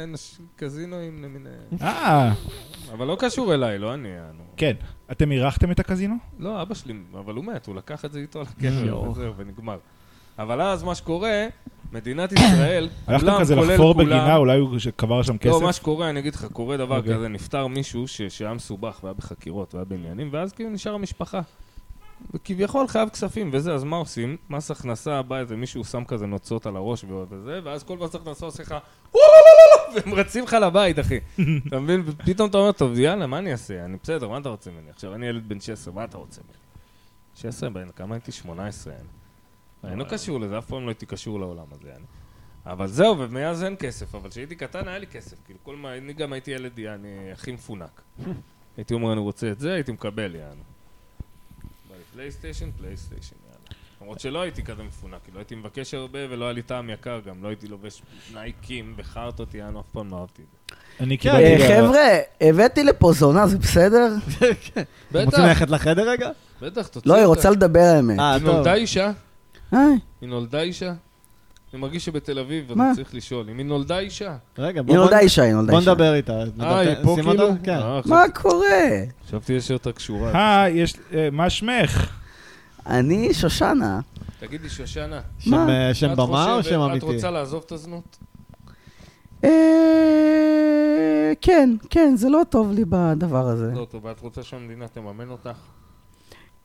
Speaker 1: אנשים, קזינואים למיניהם.
Speaker 4: אה,
Speaker 1: אבל לא קשור אליי, לא אני. אה, נו.
Speaker 4: כן. אתם אירחתם את הקזינו?
Speaker 1: לא, אבא שלי, אבל הוא מת, הוא לקח את זה איתו לקבר, וזהו, ונגמר. אבל אז מה שקורה, מדינת ישראל,
Speaker 4: הלכתם
Speaker 1: כולם,
Speaker 4: כזה
Speaker 1: כולל
Speaker 4: לחפור
Speaker 1: כולם-
Speaker 4: בגינה, אולי הוא קבר שם כסף?
Speaker 1: לא, מה שקורה, אני אגיד לך, קורה דבר
Speaker 4: אוקיי.
Speaker 1: כזה, נפטר מישהו ש- שהיה מסובך והיה בחקירות והיה בעניינים, ואז כאילו נשאר המשפחה. וכביכול חייב כספים וזה, אז מה עושים? מס הכנסה בא איזה מישהו שם כזה נוצות על הראש ו- וזה, ואז כל מס הכנסה עושה לך לא, "וואו!" והם רצים לך לבית, אחי. אתה מבין? פתאום אתה אומר, טוב, יאללה, מה אני אעשה? אני בסדר, מה אתה רוצה ממני? עכשיו, אני ילד בן 16, מה אתה רוצה ממני? 16 בן, כמה הייתי? 18. אני. אני לא קשור לזה, אף פעם לא הייתי קשור לעולם הזה. אני. אבל זהו, ומאז אין כסף, אבל כשהייתי קטן היה לי כסף. כאילו, כל מה, אני גם הייתי ילד, יעני, הכי מפונק. הייתי אומר, אני רוצה את זה, הייתי מקבל, יענו. בא לי פלייסטיישן, פלייסטיישן, יאללה. למרות שלא הייתי כזה מפונק, כאילו הייתי מבקש הרבה ולא היה לי טעם יקר גם, לא הייתי לובש נייקים וחרטות, יענו, אף פעם לא אהבתי את זה.
Speaker 4: אני
Speaker 2: כן,
Speaker 4: קיבלתי...
Speaker 2: אה,
Speaker 4: ב-
Speaker 3: חבר'ה, הבאתי לפה זונה, זה בסדר?
Speaker 2: אתם רוצים ללכת לחדר רגע?
Speaker 1: בטח, תוציא
Speaker 3: לא, היא רוצה לדבר האמת. אה,
Speaker 2: אה,
Speaker 1: היא
Speaker 2: טוב.
Speaker 1: נולדה אישה?
Speaker 3: היי,
Speaker 1: היא נולדה אישה? אני מרגיש שבתל אביב אני
Speaker 3: מה?
Speaker 1: צריך לשאול, אם היא נולדה אישה?
Speaker 2: רגע, בוא-
Speaker 3: היא נולדה
Speaker 2: בוא-
Speaker 3: אישה, היא נולדה
Speaker 2: בוא
Speaker 3: אישה.
Speaker 2: נדבר איתה.
Speaker 1: אה,
Speaker 2: נדבר-
Speaker 1: היא פה
Speaker 2: שים
Speaker 1: כאילו?
Speaker 2: אותה? כן.
Speaker 1: אה, חשבתי-
Speaker 3: מה קורה?
Speaker 1: חשבתי יש יותר קשורה.
Speaker 4: אה, יש... אה, מה שמך?
Speaker 3: אני שושנה.
Speaker 1: תגידי, שושנה,
Speaker 2: שם, אה, שם
Speaker 1: את
Speaker 2: במה או
Speaker 1: חושבת-
Speaker 2: שם
Speaker 1: את
Speaker 2: אמיתי?
Speaker 1: רוצה לעזוב את הזנות?
Speaker 3: אה, כן, כן, זה לא טוב לי בדבר הזה.
Speaker 2: כן.
Speaker 1: לא, טוב, ואת רוצה שהמדינה תממן אותך?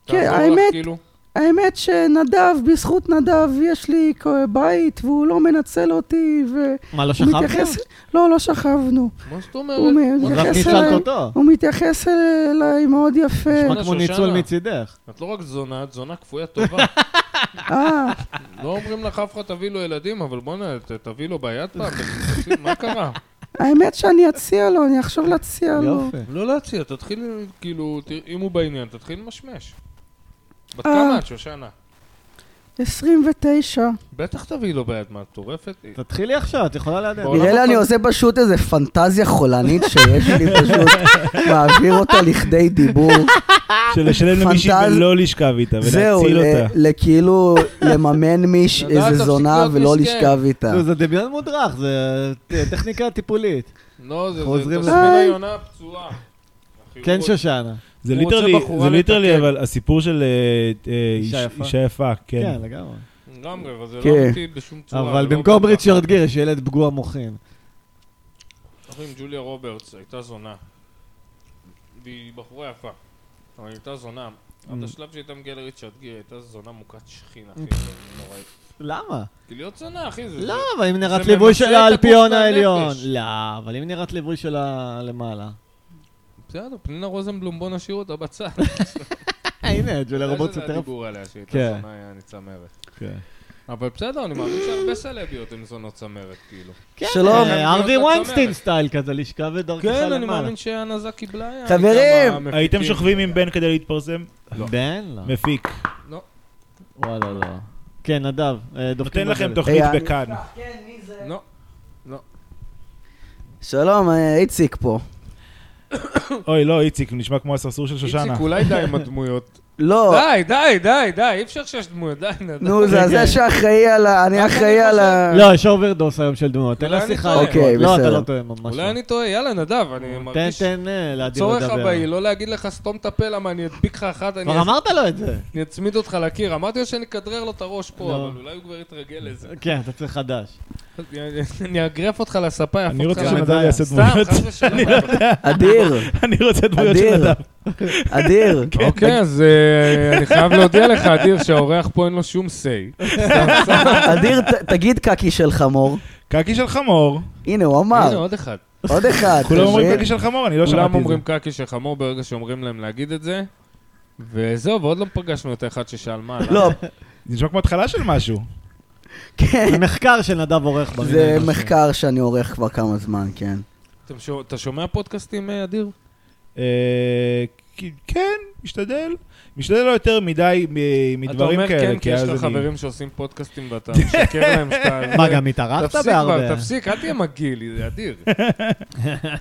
Speaker 3: כן,
Speaker 1: תעזור לך,
Speaker 3: האמת-
Speaker 1: כאילו?
Speaker 3: האמת שנדב, בזכות נדב יש לי כ- בית, והוא לא מנצל אותי, והוא
Speaker 2: מה, לא שכבתם?
Speaker 3: מתייחס... לא, לא שכבנו.
Speaker 1: מה זאת אומרת?
Speaker 3: הוא
Speaker 1: מה זאת
Speaker 2: אז רק
Speaker 3: מתייחס
Speaker 1: אומרת?
Speaker 2: ניצלת
Speaker 3: אליי.
Speaker 2: אותו.
Speaker 3: הוא מתייחס אליי מאוד
Speaker 1: אה,
Speaker 3: יפה.
Speaker 2: נשמע כמו ניצול
Speaker 1: שושנה.
Speaker 2: מצידך.
Speaker 1: את לא רק זונה, את זונה כפויה טובה.
Speaker 3: אה,
Speaker 1: לא אומרים לך אף אחד תביא לו ילדים, אבל בוא'נה, ת- תביא לו ביד פעם, תגיד, מה קרה?
Speaker 3: האמת שאני אציע לו, אני אחשוב להציע לו.
Speaker 2: יופי.
Speaker 1: לא להציע, תתחיל, כאילו, ת- אם הוא בעניין, תתחיל למשמש. בת
Speaker 3: אה.
Speaker 1: כמה את, שושנה?
Speaker 3: 29.
Speaker 1: בטח תביא לו ביד, מה, את מטורפת?
Speaker 2: תתחילי עכשיו, את יכולה לידך.
Speaker 1: בוא.
Speaker 3: נראה לי אני עושה פשוט איזה פנטזיה חולנית שיש לי, פשוט מעביר אותה לכדי דיבור.
Speaker 4: של לשלם למישהי
Speaker 3: אה, פנטז-
Speaker 4: ולא לשכב איתה,
Speaker 3: זהו, אה,
Speaker 4: ולהציל
Speaker 3: ל-
Speaker 4: אותה.
Speaker 3: לכאילו לממן
Speaker 2: לא,
Speaker 3: מיש
Speaker 1: ידעת,
Speaker 3: איזה
Speaker 1: תפסיק
Speaker 3: זונה
Speaker 1: להיות
Speaker 3: ולא
Speaker 1: מסכן.
Speaker 3: לשכב איתה.
Speaker 2: נו, לא, זה דמיון מודרך, זה אה, טכניקה טיפולית.
Speaker 1: לא, זה
Speaker 2: חוזרים ל-
Speaker 1: תסמיני יונה פצועה.
Speaker 2: כן, שושנה.
Speaker 4: זה
Speaker 1: הוא רוצה
Speaker 4: ליטרלי,
Speaker 1: בחורה
Speaker 4: זה ליטרלי,
Speaker 1: לתקן.
Speaker 4: אבל הסיפור של אה, אה,
Speaker 2: אישה
Speaker 4: איש-
Speaker 2: יפה.
Speaker 4: אישה יפה, כן.
Speaker 2: כן, לגמרי.
Speaker 1: לגמרי, אבל זה
Speaker 3: כן.
Speaker 1: לא אמיתי בשום צורה.
Speaker 2: אבל
Speaker 1: ולא
Speaker 2: במקום
Speaker 1: בטח.
Speaker 2: ריצ'רד גיר יש ילד פגוע מוחין.
Speaker 1: אנחנו עם ג'וליה רוברטס, הייתה זונה. והיא בחורה יפה. אבל היא הייתה זונה.
Speaker 2: Mm.
Speaker 1: עד השלב שהייתה מגיעה לריצ'רד גיר, היא הייתה זונה מוכת שכינה, אחי. זה נוראי.
Speaker 2: למה?
Speaker 1: כי להיות זונה, אחי, זה...
Speaker 2: Mm. לא,
Speaker 1: זה-
Speaker 2: אבל אם נראית
Speaker 1: זה
Speaker 2: ליווי
Speaker 1: ממסה
Speaker 2: של
Speaker 1: את הגוף
Speaker 2: האלפיון
Speaker 1: והנפש.
Speaker 2: העליון. לא, אבל אם נראית ליווי של הלמעלה.
Speaker 1: בסדר, פנינה רוזנבלום, בוא נשאיר אותה בצד.
Speaker 2: הנה, ג'וליה רובוט
Speaker 1: זה היה
Speaker 2: יותר...
Speaker 1: דיבור עליה, שהיא
Speaker 2: כן.
Speaker 1: הייתה זונה, היה אני צמרת.
Speaker 4: כן.
Speaker 1: אבל בסדר, אני מאמין שהרבה סלביות הן זונות צמרת, כאילו.
Speaker 2: כן,
Speaker 3: שלום.
Speaker 2: אה, ארווי
Speaker 1: זאת
Speaker 2: ויינסטין
Speaker 1: אומרת.
Speaker 2: סטייל כזה, לשכב את דרכך למעלה.
Speaker 1: כן, אני מאמין שהנזקי בלאיה...
Speaker 3: חברים!
Speaker 4: הייתם שוכבים עם בן כדי להתפרסם?
Speaker 3: אה.
Speaker 1: לא.
Speaker 2: בן? לא.
Speaker 4: מפיק.
Speaker 1: לא.
Speaker 2: וואלה, לא. כן, נדב, אה, דופקים
Speaker 4: נותן לכם
Speaker 1: כן.
Speaker 2: בדלת.
Speaker 4: תוכנית
Speaker 3: אה,
Speaker 4: בכאן.
Speaker 1: לא.
Speaker 3: שלום, אה, איציק פה.
Speaker 4: אוי, לא, איציק, נשמע כמו הסרסור של שושנה.
Speaker 1: איציק, אולי די עם הדמויות.
Speaker 3: לא,
Speaker 1: די, די, די, די, אי אפשר שיש דמויות, די, נדב.
Speaker 3: נו, זה
Speaker 2: אה, כן.
Speaker 3: זה שאחראי על ה... אני
Speaker 1: רק אני
Speaker 3: אחראי על ה...
Speaker 2: לא, יש אוברדוס היום של דמויות. תן
Speaker 1: אולי
Speaker 2: לה
Speaker 1: אני
Speaker 2: שיחה.
Speaker 1: טועה.
Speaker 2: אוקיי,
Speaker 3: אוקיי,
Speaker 2: בסדר. לא, אתה
Speaker 3: בסדר.
Speaker 2: לא טועה ממש.
Speaker 1: אולי
Speaker 2: לא.
Speaker 1: אני טועה, יאללה, נדב, אני
Speaker 2: תן,
Speaker 1: מרגיש...
Speaker 2: תן אה, לאדיר
Speaker 1: צורך
Speaker 2: לדבר.
Speaker 1: הבאי, לא להגיד לך סתום את הפה, למה אני אדביק לך אחת,
Speaker 4: לא,
Speaker 1: אני
Speaker 2: כבר אמרת לו את זה.
Speaker 1: אני אצמיד אותך לקיר. אמרתי לו שאני אכדרר לו את הראש פה,
Speaker 2: לא.
Speaker 1: אבל אולי הוא כבר יתרגל לזה.
Speaker 2: כן, אתה צריך חדש.
Speaker 1: אני אאגרף אותך לספה, יהפוך
Speaker 4: אני
Speaker 1: אותך
Speaker 4: רוצה
Speaker 1: ל-
Speaker 2: גם את
Speaker 4: שנדב
Speaker 2: זה היה.
Speaker 4: יעשה
Speaker 1: סתם,
Speaker 4: דמויות.
Speaker 1: חס
Speaker 4: לא
Speaker 1: ושלום.
Speaker 3: אדיר,
Speaker 4: אני רוצה דמויות של
Speaker 3: אדיר.
Speaker 4: נדב.
Speaker 3: אדיר.
Speaker 2: כן.
Speaker 1: אוקיי, אז אה, אני חייב להודיע לך, אדיר, שהאורח פה אין לו שום say. סתם, סתם.
Speaker 3: אדיר, ת- תגיד קקי של חמור.
Speaker 4: קקי של חמור.
Speaker 3: הנה, הוא
Speaker 1: הנה,
Speaker 3: אמר.
Speaker 1: עוד אחד.
Speaker 3: עוד אחד.
Speaker 4: כולם
Speaker 3: אתה
Speaker 4: אומרים
Speaker 3: מבין?
Speaker 4: קקי של חמור, אני לא שמעתי את זה.
Speaker 1: כולם אומרים קקי של חמור ברגע שאומרים להם להגיד את זה. וזהו, ועוד לא פגשנו את האחד ששאל מה. למה?
Speaker 3: לא,
Speaker 4: זה נשמע כמו התחלה של משהו.
Speaker 3: כן.
Speaker 2: זה מחקר שנדב עורך במין
Speaker 3: זה
Speaker 2: האנושי.
Speaker 3: מחקר שאני עורך כבר כמה זמן, כן.
Speaker 1: אתם שומע- אתה שומע פודקאסטים, אה, אדיר?
Speaker 4: אה, כי- כן, משתדל. משתדל לא יותר מדי מ- מדברים
Speaker 1: אתה אומר כן,
Speaker 4: כאלה, כי
Speaker 1: כי יש
Speaker 4: אז
Speaker 1: לך
Speaker 4: אני...
Speaker 1: חברים שעושים פודקאסטים ואתה משקר להם שאתה...
Speaker 2: מה, גם התארחת
Speaker 1: תפסיק
Speaker 2: בהרבה?
Speaker 1: כבר, תפסיק, אל תהיה מגעיל, זה אדיר.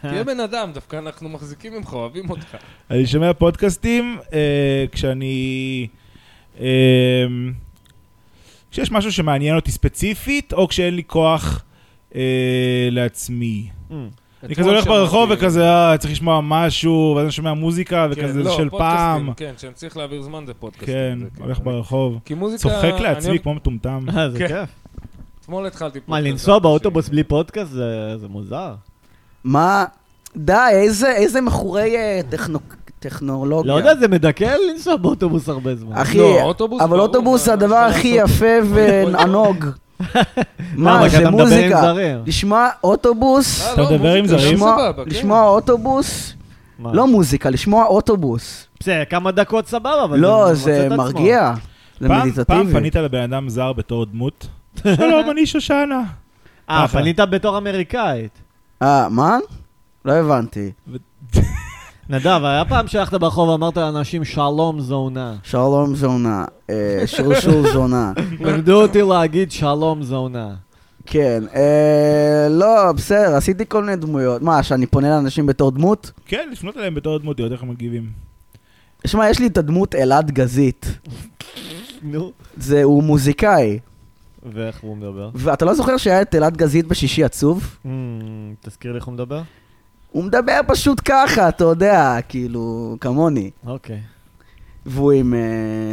Speaker 1: תהיה בן אדם, דווקא אנחנו מחזיקים ממך, אוהבים אותך.
Speaker 4: אני שומע פודקאסטים אה, כשאני... אה, אמ, כשיש משהו שמעניין אותי ספציפית, או כשאין לי כוח אה, לעצמי.
Speaker 2: אה,
Speaker 4: אני כזה הולך ברחוב וכזה, אה, צריך לשמוע משהו, ואז אני שומע מוזיקה, וכזה זה של פעם.
Speaker 1: לא, כן, שאני צריך להעביר זמן זה פודקאסטים.
Speaker 4: כן,
Speaker 1: זה כאילו.
Speaker 4: הולך ברחוב.
Speaker 1: כי מוזיקה...
Speaker 4: צוחק
Speaker 1: אני
Speaker 4: לעצמי
Speaker 1: אוהב-
Speaker 4: כמו מטומטם.
Speaker 2: אה, זה
Speaker 1: כן.
Speaker 2: כיף.
Speaker 1: אתמול התחלתי
Speaker 2: מה,
Speaker 1: פודקאסט, לא,
Speaker 2: לנסוע
Speaker 1: אבא שלי.
Speaker 2: באוטובוס בלי פודקאסט זה זה מוזר.
Speaker 3: מה? די, איזה, איזה מכורי אה, טכנו, טכנולוגיה.
Speaker 2: לא יודע, זה מדכא לנסוע באוטובוס הרבה זמן.
Speaker 3: אוקיי. אחי,
Speaker 1: לא, אוטובוס
Speaker 3: אבל
Speaker 1: ברור,
Speaker 3: אוטובוס
Speaker 1: מה,
Speaker 3: זה הדבר
Speaker 1: מה
Speaker 3: הכי
Speaker 1: לעשות?
Speaker 3: יפה וענוג.
Speaker 2: למה?
Speaker 3: מה,
Speaker 2: כי אתה
Speaker 3: זה
Speaker 2: מדבר עם
Speaker 3: מוזיקה.
Speaker 2: זרים.
Speaker 3: לשמוע אוטובוס,
Speaker 1: אה,
Speaker 4: אתה
Speaker 1: לא,
Speaker 4: מדבר עם
Speaker 1: מוזיקה,
Speaker 4: זרים?
Speaker 1: לשמוע-
Speaker 3: לשמוע-
Speaker 1: סבבה, כן.
Speaker 3: לשמוע אוטובוס,
Speaker 2: מה?
Speaker 3: לא מוזיקה, לשמוע אוטובוס.
Speaker 2: בסדר, כמה דקות סבבה, אבל
Speaker 3: לא,
Speaker 2: מוצא
Speaker 3: זה
Speaker 2: את עצמו.
Speaker 3: מרגיע. זה
Speaker 4: פעם- פעם
Speaker 3: מדיטטיבי.
Speaker 4: פנית לבן אדם זר בתור דמות? שלום, אני שושנה.
Speaker 2: אה,
Speaker 4: ככה.
Speaker 2: פנית בתור אמריקאית.
Speaker 3: אה, מה? לא הבנתי.
Speaker 2: נדב, היה פעם שהלכת ברחוב ואמרת לאנשים שלום זונה.
Speaker 3: שלום זונה, אה, שורשור זונה.
Speaker 2: לימדו אותי להגיד שלום זונה.
Speaker 3: כן, אה, לא, בסדר, עשיתי כל מיני דמויות. מה, שאני פונה לאנשים בתור דמות?
Speaker 4: כן, לפנות אליהם בתור דמות, לראות איך הם מגיבים.
Speaker 3: שמע, יש לי את הדמות אלעד גזית.
Speaker 2: נו.
Speaker 3: זה, הוא מוזיקאי.
Speaker 2: ואיך הוא מדבר?
Speaker 3: ואתה לא זוכר שהיה את אלעד גזית בשישי עצוב?
Speaker 2: אמ, תזכיר לי איך הוא מדבר?
Speaker 3: הוא מדבר פשוט ככה, אתה יודע, כאילו, כמוני.
Speaker 2: אוקיי.
Speaker 3: והוא עם... אה,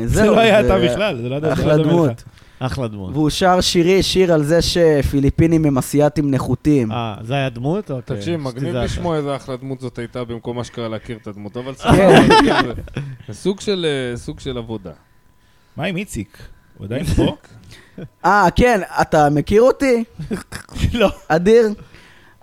Speaker 4: זה
Speaker 3: זהו,
Speaker 4: לא היה
Speaker 3: זה
Speaker 4: אתה בכלל, זה לא יודע, זה לא
Speaker 3: אחלה
Speaker 4: דומה
Speaker 3: דמות.
Speaker 4: לך.
Speaker 2: אחלה דמות.
Speaker 3: והוא שר שירי, שיר על זה שפיליפינים הם אסיאתים נחותים.
Speaker 2: אה, זה היה דמות? אוקיי.
Speaker 1: תקשיב,
Speaker 2: חשבתי
Speaker 1: מגניב
Speaker 2: זה אתה.
Speaker 1: לשמוע איזה אחלה דמות זאת הייתה במקום מה שקרה להכיר את הדמות, אבל
Speaker 3: כן.
Speaker 1: סבבה, זה- זה סוג של, אה, סוג של עבודה.
Speaker 4: מה עם איציק? הוא עדיין פה?
Speaker 3: אה, כן, אתה מכיר אותי?
Speaker 4: לא.
Speaker 3: אדיר.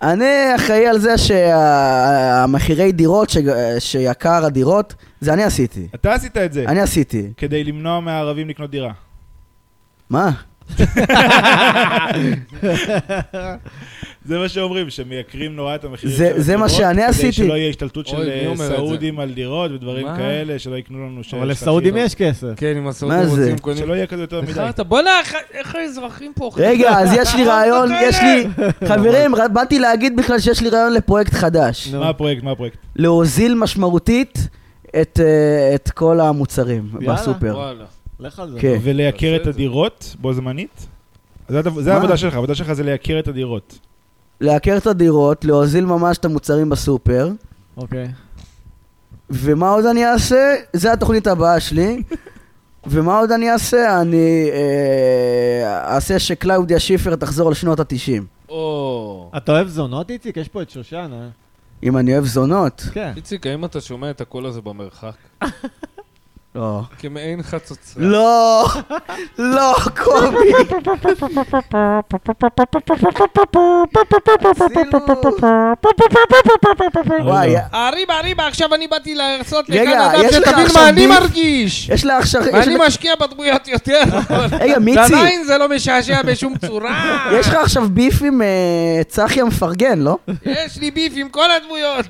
Speaker 3: אני אחראי על זה שהמחירי דירות, שג- שיקר הדירות, זה אני עשיתי.
Speaker 4: אתה עשית את זה.
Speaker 3: אני עשיתי.
Speaker 4: כדי למנוע מהערבים לקנות דירה.
Speaker 3: מה?
Speaker 4: זה מה שאומרים, שמייקרים נורא את המחירים
Speaker 3: זה-
Speaker 4: של
Speaker 3: זה מה
Speaker 4: הדירות,
Speaker 3: שאני
Speaker 4: כדי
Speaker 3: עשיתי.
Speaker 4: שלא יהיה השתלטות של
Speaker 1: אוי, מי
Speaker 4: אה,
Speaker 1: אומר את זה?
Speaker 4: סעודים על דירות ודברים
Speaker 1: מה?
Speaker 4: כאלה, שלא יקנו לנו... ש-
Speaker 2: אבל לסעודים
Speaker 4: שטחים.
Speaker 2: יש כסף.
Speaker 1: כן, עם הסרטים
Speaker 3: מה זה?
Speaker 1: רוצים קונים.
Speaker 4: שלא יהיה כזה יותר מדי.
Speaker 1: נחרת, בוא'נה, איך- איך האזרחים פה אוכלים?
Speaker 3: רגע, אז יש לי רעיון, יש לי... חברים, ר- באתי להגיד בכלל שיש לי רעיון לפרויקט חדש.
Speaker 2: נו.
Speaker 4: מה הפרויקט? מה הפרויקט?
Speaker 3: להוזיל משמעותית את, אה, את כל המוצרים
Speaker 2: יאללה.
Speaker 3: בסופר.
Speaker 1: וואלה.
Speaker 2: לך על זה.
Speaker 3: כן.
Speaker 4: ולייקר
Speaker 1: תעשה
Speaker 4: את
Speaker 1: את זה.
Speaker 4: הדירות בו זמנית? זה הדב- זה
Speaker 3: מה?
Speaker 4: העבודה שלך, העבודה שלך זה לייקר את הדירות.
Speaker 3: לעקר את הדירות, להוזיל ממש את המוצרים בסופר.
Speaker 2: אוקיי.
Speaker 3: ומה עוד אני אעשה? זה התוכנית הבאה שלי. ומה עוד אני אעשה? אני אה, אעשה שקלאודיה שיפר תחזור לשנות התשעים.
Speaker 1: או...
Speaker 2: אתה אוהב זונות, איציק? יש פה את שושנה.
Speaker 3: אם אני אוהב זונות.
Speaker 4: אה.
Speaker 2: כן.
Speaker 1: איציק, האם אתה שומע את הקול הזה במרחק?
Speaker 3: לא.
Speaker 1: כמעין חצוצרה.
Speaker 3: לא! לא, קובי! וואי,
Speaker 1: אה, ריבה, ריבה, עכשיו אני באתי להרצות
Speaker 3: רגע,
Speaker 1: לקנדה,
Speaker 3: יש לך
Speaker 1: שתבין
Speaker 3: עכשיו
Speaker 1: מה אני
Speaker 3: ביף?
Speaker 1: מרגיש.
Speaker 3: יש לה עכשיו... יש
Speaker 1: ואני
Speaker 3: לה-
Speaker 1: משקיע בדמויות יותר, אבל
Speaker 3: רגע, מיצי,
Speaker 1: עדיין זה לא משעשע בשום צורה.
Speaker 3: יש לך עכשיו ביף עם אה, צחי המפרגן, לא?
Speaker 1: יש לי ביף עם כל הדמויות.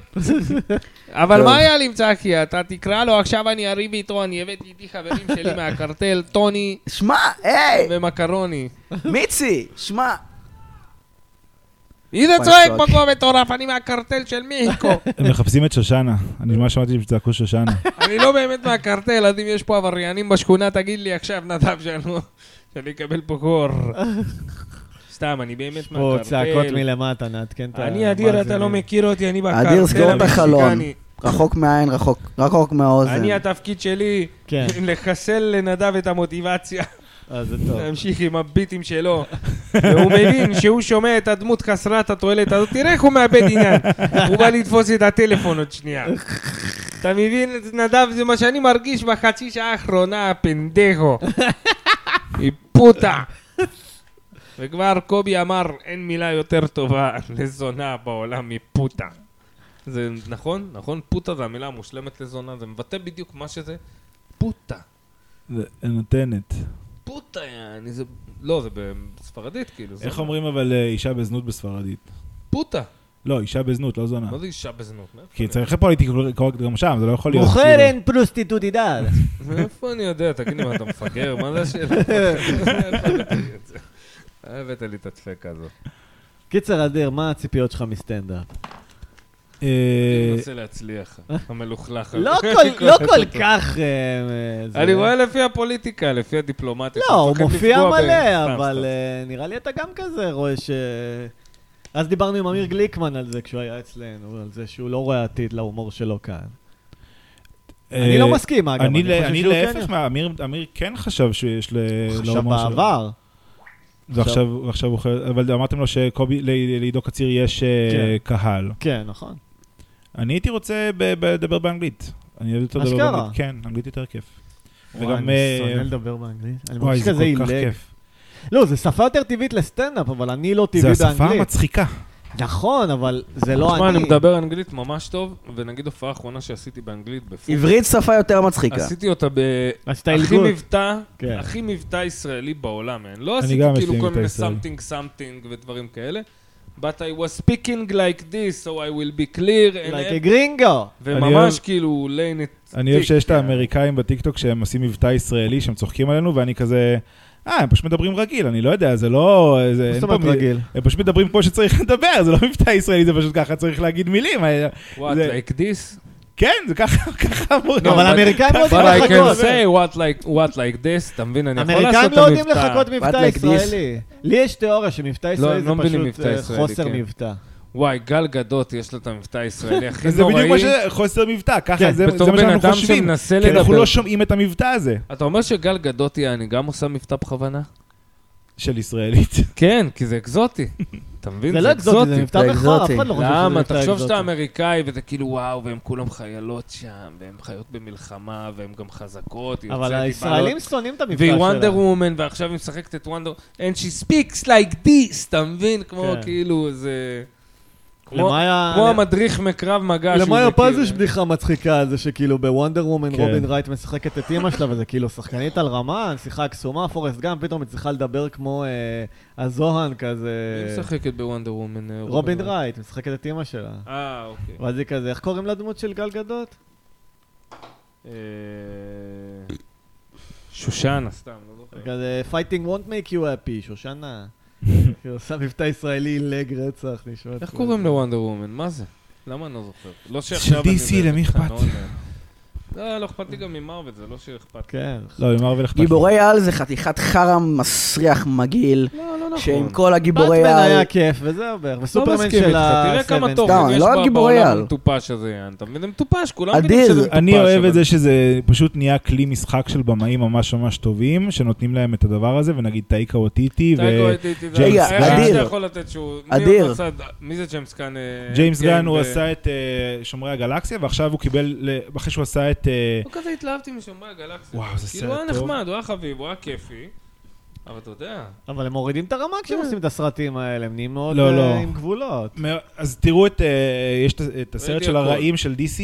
Speaker 1: אבל
Speaker 3: טוב.
Speaker 1: מה היה לי עם צחי? אתה תקרא לו, עכשיו אני אריב איתו, אני הבאתי איתי חברים שלי מהקרטל, טוני
Speaker 3: שמע, היי,
Speaker 1: ומקרוני.
Speaker 3: מיצי, שמע,
Speaker 1: הנה
Speaker 3: וואי,
Speaker 1: צועק
Speaker 3: צועק.
Speaker 1: פה כמו מטורף, אני מהקרטל של מיהיקו.
Speaker 4: הם מחפשים את שושנה. אני ממש שמעתי שצעקו שושנה.
Speaker 1: אני לא באמת מהקרטל, אז אם יש פה עבריינים בשכונה, תגיד לי עכשיו, נדב, שלנו, שאני אקבל פה קור. סתם, אני באמת
Speaker 2: פה צעקות
Speaker 1: מהקרטל.
Speaker 2: מלמטה, נעדכן את
Speaker 3: אה,
Speaker 1: אני אדיר, אתה לא
Speaker 2: המאזינים.
Speaker 1: מכיר אותי, אני בקרטל
Speaker 3: אדיר, סגור את החלון.
Speaker 1: המקסיקני.
Speaker 3: רחוק מהעין, רחוק, רחוק מהאוזן.
Speaker 1: אני, התפקיד שלי,
Speaker 2: כן,
Speaker 1: לחסל לנדב את המוטיבציה.
Speaker 2: אז זה טוב.
Speaker 1: להמשיך עם הביטים שלו. והוא מבין שהוא שומע את הדמות חסרת התועלת הזאת, תראה איך הוא מאבד עניין. הוא בא לתפוס את הטלפון עוד שנייה. אתה מבין, נדב, זה מה שאני מרגיש בחצי שעה האחרונה, פנדחו. היא פוטה. וכבר קובי אמר, אין מילה יותר טובה לזונה בעולם מפוטה. זה נכון? נכון? פוטה זה המילה המושלמת לזונה, זה מבטא בדיוק מה שזה. פוטה.
Speaker 4: נותנת.
Speaker 1: פוטה, אני זה... לא, זה בספרדית, כאילו. זה
Speaker 4: איך אומרים אבל אה, אישה בזנות בספרדית?
Speaker 1: פוטה.
Speaker 4: לא, אישה בזנות, לא זונה.
Speaker 1: מה זה אישה בזנות?
Speaker 2: כן.
Speaker 1: מאיפה
Speaker 4: כי
Speaker 1: אני-
Speaker 4: צריך פוליטיקה קורקט גם שם, זה לא יכול להיות.
Speaker 2: מוכרן
Speaker 1: כאילו.
Speaker 2: פרוסטיטוטידד.
Speaker 1: מאיפה אני יודע? תגיד לי, מה, אתה מפגר? מה זה השאלה? מאיפה הבאת לי את זה? אה, הבאת לי את הדפקה הזאת.
Speaker 2: קיצר, אדיר, מה הציפיות שלך מסטנדאפ?
Speaker 1: אני
Speaker 4: אה,
Speaker 1: מנסה להצליח, המלוכלך הזה.
Speaker 2: לא כל- לא כל כך... אה, אה, זה-
Speaker 1: אני רואה לפי הפוליטיקה, לפי הדיפלומטיה.
Speaker 2: לא, הוא
Speaker 1: אתה מפחד
Speaker 2: מופיע
Speaker 1: לפגוע בהם.
Speaker 2: מלא,
Speaker 1: סתם,
Speaker 2: אבל
Speaker 1: סתם.
Speaker 2: אה, נראה לי אתה גם כזה רואה ש... אז דיברנו עם אמיר גליקמן על זה כשהוא היה אצלנו, על זה שהוא לא רואה עתיד להומור שלו כאן. אני
Speaker 4: אה,
Speaker 2: לא מסכים, אגב.
Speaker 4: אני
Speaker 2: חושב
Speaker 4: ל- אני
Speaker 2: שהוא
Speaker 4: להפך,
Speaker 2: כן-
Speaker 4: מה, אמיר אמיר כן חשב שיש ל...
Speaker 2: עכשיו
Speaker 4: להומור שלו.
Speaker 2: בעבר.
Speaker 4: ועכשיו ועכשיו הוא חי... אבל אמרתם לו שקובי, ל- לעידו קציר יש אה,
Speaker 2: כן.
Speaker 4: קהל.
Speaker 2: כן, נכון.
Speaker 4: אני הייתי רוצה ב- ב- לדבר באנגלית. אני אוהב יותר לדבר
Speaker 2: אשכרה.
Speaker 4: באנגלית. כן, אנגלית יותר כיף. וגם,
Speaker 2: וואי, אני
Speaker 4: אה,
Speaker 2: שונא לדבר באנגלית. אני
Speaker 4: וואי,
Speaker 2: מרגיש
Speaker 4: זה
Speaker 2: כזה
Speaker 4: כל כך
Speaker 2: עילג.
Speaker 4: כיף.
Speaker 2: לא, זו שפה יותר טבעית לסטנדאפ, אבל אני לא
Speaker 4: זה
Speaker 2: טבעי
Speaker 4: השפה
Speaker 2: באנגלית.
Speaker 4: המצחיקה.
Speaker 2: נכון, אבל זה לא אני.
Speaker 1: תשמע, אני מדבר אנגלית ממש טוב, ונגיד הופעה האחרונה שעשיתי באנגלית בפוקס.
Speaker 3: עברית שפה יותר מצחיקה.
Speaker 1: עשיתי אותה ב...
Speaker 2: עשית
Speaker 1: הכי
Speaker 2: אלגות.
Speaker 1: מבטא,
Speaker 2: כן.
Speaker 1: הכי מבטא ישראלי בעולם, אין. לא עשיתי
Speaker 4: גם יש לי
Speaker 1: כאילו כל
Speaker 4: מבטא
Speaker 1: מיני
Speaker 4: ישראלי.
Speaker 1: something something ודברים כאלה. But I was speaking like this, so I will be clear. and
Speaker 2: like
Speaker 1: ev-
Speaker 2: a גרינגו.
Speaker 4: אני
Speaker 1: וממש
Speaker 4: אוהב-
Speaker 1: כאילו ליין את...
Speaker 4: אני אוהב שיש את האמריקאים בטיקטוק שהם עושים מבטא ישראלי, שהם צוחקים עלינו, ואני כזה... אה, הם פשוט מדברים רגיל, אני לא יודע, זה לא... זה-
Speaker 2: מה
Speaker 4: אין
Speaker 2: זאת
Speaker 4: פה
Speaker 2: אומרת
Speaker 4: מי-
Speaker 2: רגיל?
Speaker 4: הם פשוט מדברים כמו שצריך לדבר, זה לא מבטא ישראלי, זה פשוט ככה צריך להגיד מילים. אה,
Speaker 1: What,
Speaker 4: זה-
Speaker 1: like this?
Speaker 4: כן, זה ככה ככה אמור...
Speaker 1: לא,
Speaker 2: אבל
Speaker 1: but-
Speaker 2: האמריקאים לא
Speaker 1: But
Speaker 2: יודעים
Speaker 1: I can
Speaker 2: לחכות.
Speaker 1: say what like- what like this, אתה מבין? אני יכול לעשות את המבטא.
Speaker 2: אמריקאים לא יודעים לחכות מבטא
Speaker 3: But like this.
Speaker 2: ישראלי. לי יש תיאוריה שמבטא ישראלי
Speaker 1: הם
Speaker 2: זה
Speaker 1: לא מבינים
Speaker 2: פשוט
Speaker 1: מבטא
Speaker 2: אה,
Speaker 1: ישראלי,
Speaker 2: חוסר
Speaker 1: כן.
Speaker 2: מבטא.
Speaker 1: וואי, גל גדות, יש לו את המבטא הישראלי הכי
Speaker 4: זה בדיוק מה
Speaker 1: נוראי.
Speaker 4: ש... חוסר
Speaker 2: כן,
Speaker 4: מבטא, ככה, זה זה
Speaker 1: בתור
Speaker 4: מה
Speaker 1: בן
Speaker 4: שאנחנו
Speaker 1: אדם
Speaker 4: חושבים.
Speaker 1: שמנסה
Speaker 4: כי אנחנו
Speaker 1: לדבר.
Speaker 4: לא שומעים את המבטא הזה
Speaker 1: אתה אומר שגל גדות יעני גם עושה מבטא בכוונה?
Speaker 4: של ישראלית.
Speaker 1: כן, כי זה אקזוטי. אתה מבין?
Speaker 2: זה לא אקזוטי, זה מבטא
Speaker 3: זה
Speaker 2: בכור, אף
Speaker 3: אקזוטי.
Speaker 2: אחד לא חושב שזה מבטא
Speaker 1: למה?
Speaker 2: אקזוטי.
Speaker 1: תחשוב שאתה אמריקאי, וזה כאילו וואו, והם כולם חיילות שם, והם חיות במלחמה, והם גם חזקות. היא
Speaker 2: אבל
Speaker 1: יוצאת
Speaker 2: הישראלים
Speaker 1: מבעלות,
Speaker 2: שונאים את המבטא
Speaker 1: והיא וונדר
Speaker 2: שלהם.
Speaker 1: וומן, ועכשיו היא משחקת את וונדר... And she speaks like this, אתה מבין? כמו
Speaker 2: כן.
Speaker 1: כאילו איזה... כמו
Speaker 2: למאיה-
Speaker 1: כמו המדריך מקרב מגע שהוא
Speaker 2: למאיה
Speaker 1: מכיר.
Speaker 2: פז יש בדיחה מצחיקה על זה שכאילו בוונדר וומן
Speaker 4: כן.
Speaker 2: רובין רייט משחקת את אימא שלה וזה כאילו שחקנית על רמה, שיחה קסומה, פורסט גאם, פתאום היא צריכה לדבר כמו אה, הזוהן כזה.
Speaker 1: מי משחקת בוונדר וומן? אה,
Speaker 2: רובין רייט משחקת את אימא שלה.
Speaker 1: אה, אוקיי.
Speaker 2: ואז היא כזה, איך קוראים לדמות של גל גדות?
Speaker 1: אה, שושנה, סתם, לא זוכר.
Speaker 2: כזה, fighting won't make you happy, שושנה. היא עושה מבטא ישראלי עילג רצח, נשמע. כאילו.
Speaker 1: איך
Speaker 2: כמו-
Speaker 1: קוראים לוונדר וומן? מה זה? למה אני לא זוכר? לא שעכשיו אני...
Speaker 4: DC,
Speaker 1: יודע,
Speaker 4: למי
Speaker 1: זה
Speaker 4: אכפת?
Speaker 1: קנון, אה. לא, לא אכפת לי גם ממרוויל, זה לא שאכפת לי.
Speaker 2: כן.
Speaker 4: לא, למרוויל אכפת לי.
Speaker 3: גיבורי על זה חתיכת חרא מסריח מגעיל,
Speaker 1: לא, לא נכון.
Speaker 3: שעם כל הגיבורי
Speaker 2: באטמן
Speaker 3: על...
Speaker 2: היה כיף, וזהו בערך.
Speaker 1: לא
Speaker 2: וסופרמן
Speaker 1: מסכים איתך,
Speaker 2: של ה...
Speaker 1: תראה כמה
Speaker 2: 70s.
Speaker 1: תוכן
Speaker 3: סתם,
Speaker 1: יש
Speaker 3: לא
Speaker 1: ב-
Speaker 3: הגיבורי
Speaker 1: בעולם
Speaker 3: על.
Speaker 1: המטופש הזה, יען, אתה מבין? זה מטופש, כולם
Speaker 3: אדיר.
Speaker 1: מבינים שזה מטופש.
Speaker 4: אני אוהב
Speaker 1: אבל-
Speaker 4: את זה שזה פשוט נהיה כלי משחק של במאים ממש ממש טובים, שנותנים להם את הדבר הזה, ונגיד טייקה וטיטי,
Speaker 1: טייגו לא הייתי-
Speaker 4: ג'יימס
Speaker 1: רגע,
Speaker 4: גן.
Speaker 1: היחיד שאתה
Speaker 3: אדיר.
Speaker 1: יכול לתת שהוא... מי
Speaker 3: אדיר.
Speaker 1: עוד עשה- מי זה ג'יימס גן? אה,
Speaker 4: וג'יימס
Speaker 1: כן,
Speaker 4: גן הוא
Speaker 1: ו-
Speaker 4: עשה את אה, שומרי הגלקסיה, ועכשיו הוא קיבל, ל- אחרי שהוא עשה את... אה,
Speaker 1: לא כזה התלהבתי משומרי הגלקסיה.
Speaker 4: וואו, זה
Speaker 1: כאילו, הוא
Speaker 4: סרט
Speaker 1: היה
Speaker 4: טוב.
Speaker 1: נחמד, הוא היה חביב, הוא היה כיפי. אבל אתה יודע,
Speaker 2: אבל הם מורידים את הרמה
Speaker 3: אה.
Speaker 2: כשהם עושים את הסרטים האלה, הם נהיים מאוד
Speaker 4: לא, לא.
Speaker 2: אה, עם גבולות.
Speaker 4: מא- אז תראו את, אה, יש את- את הסרט
Speaker 1: ראיתי
Speaker 4: של
Speaker 1: הכל.
Speaker 4: הרעים של DC.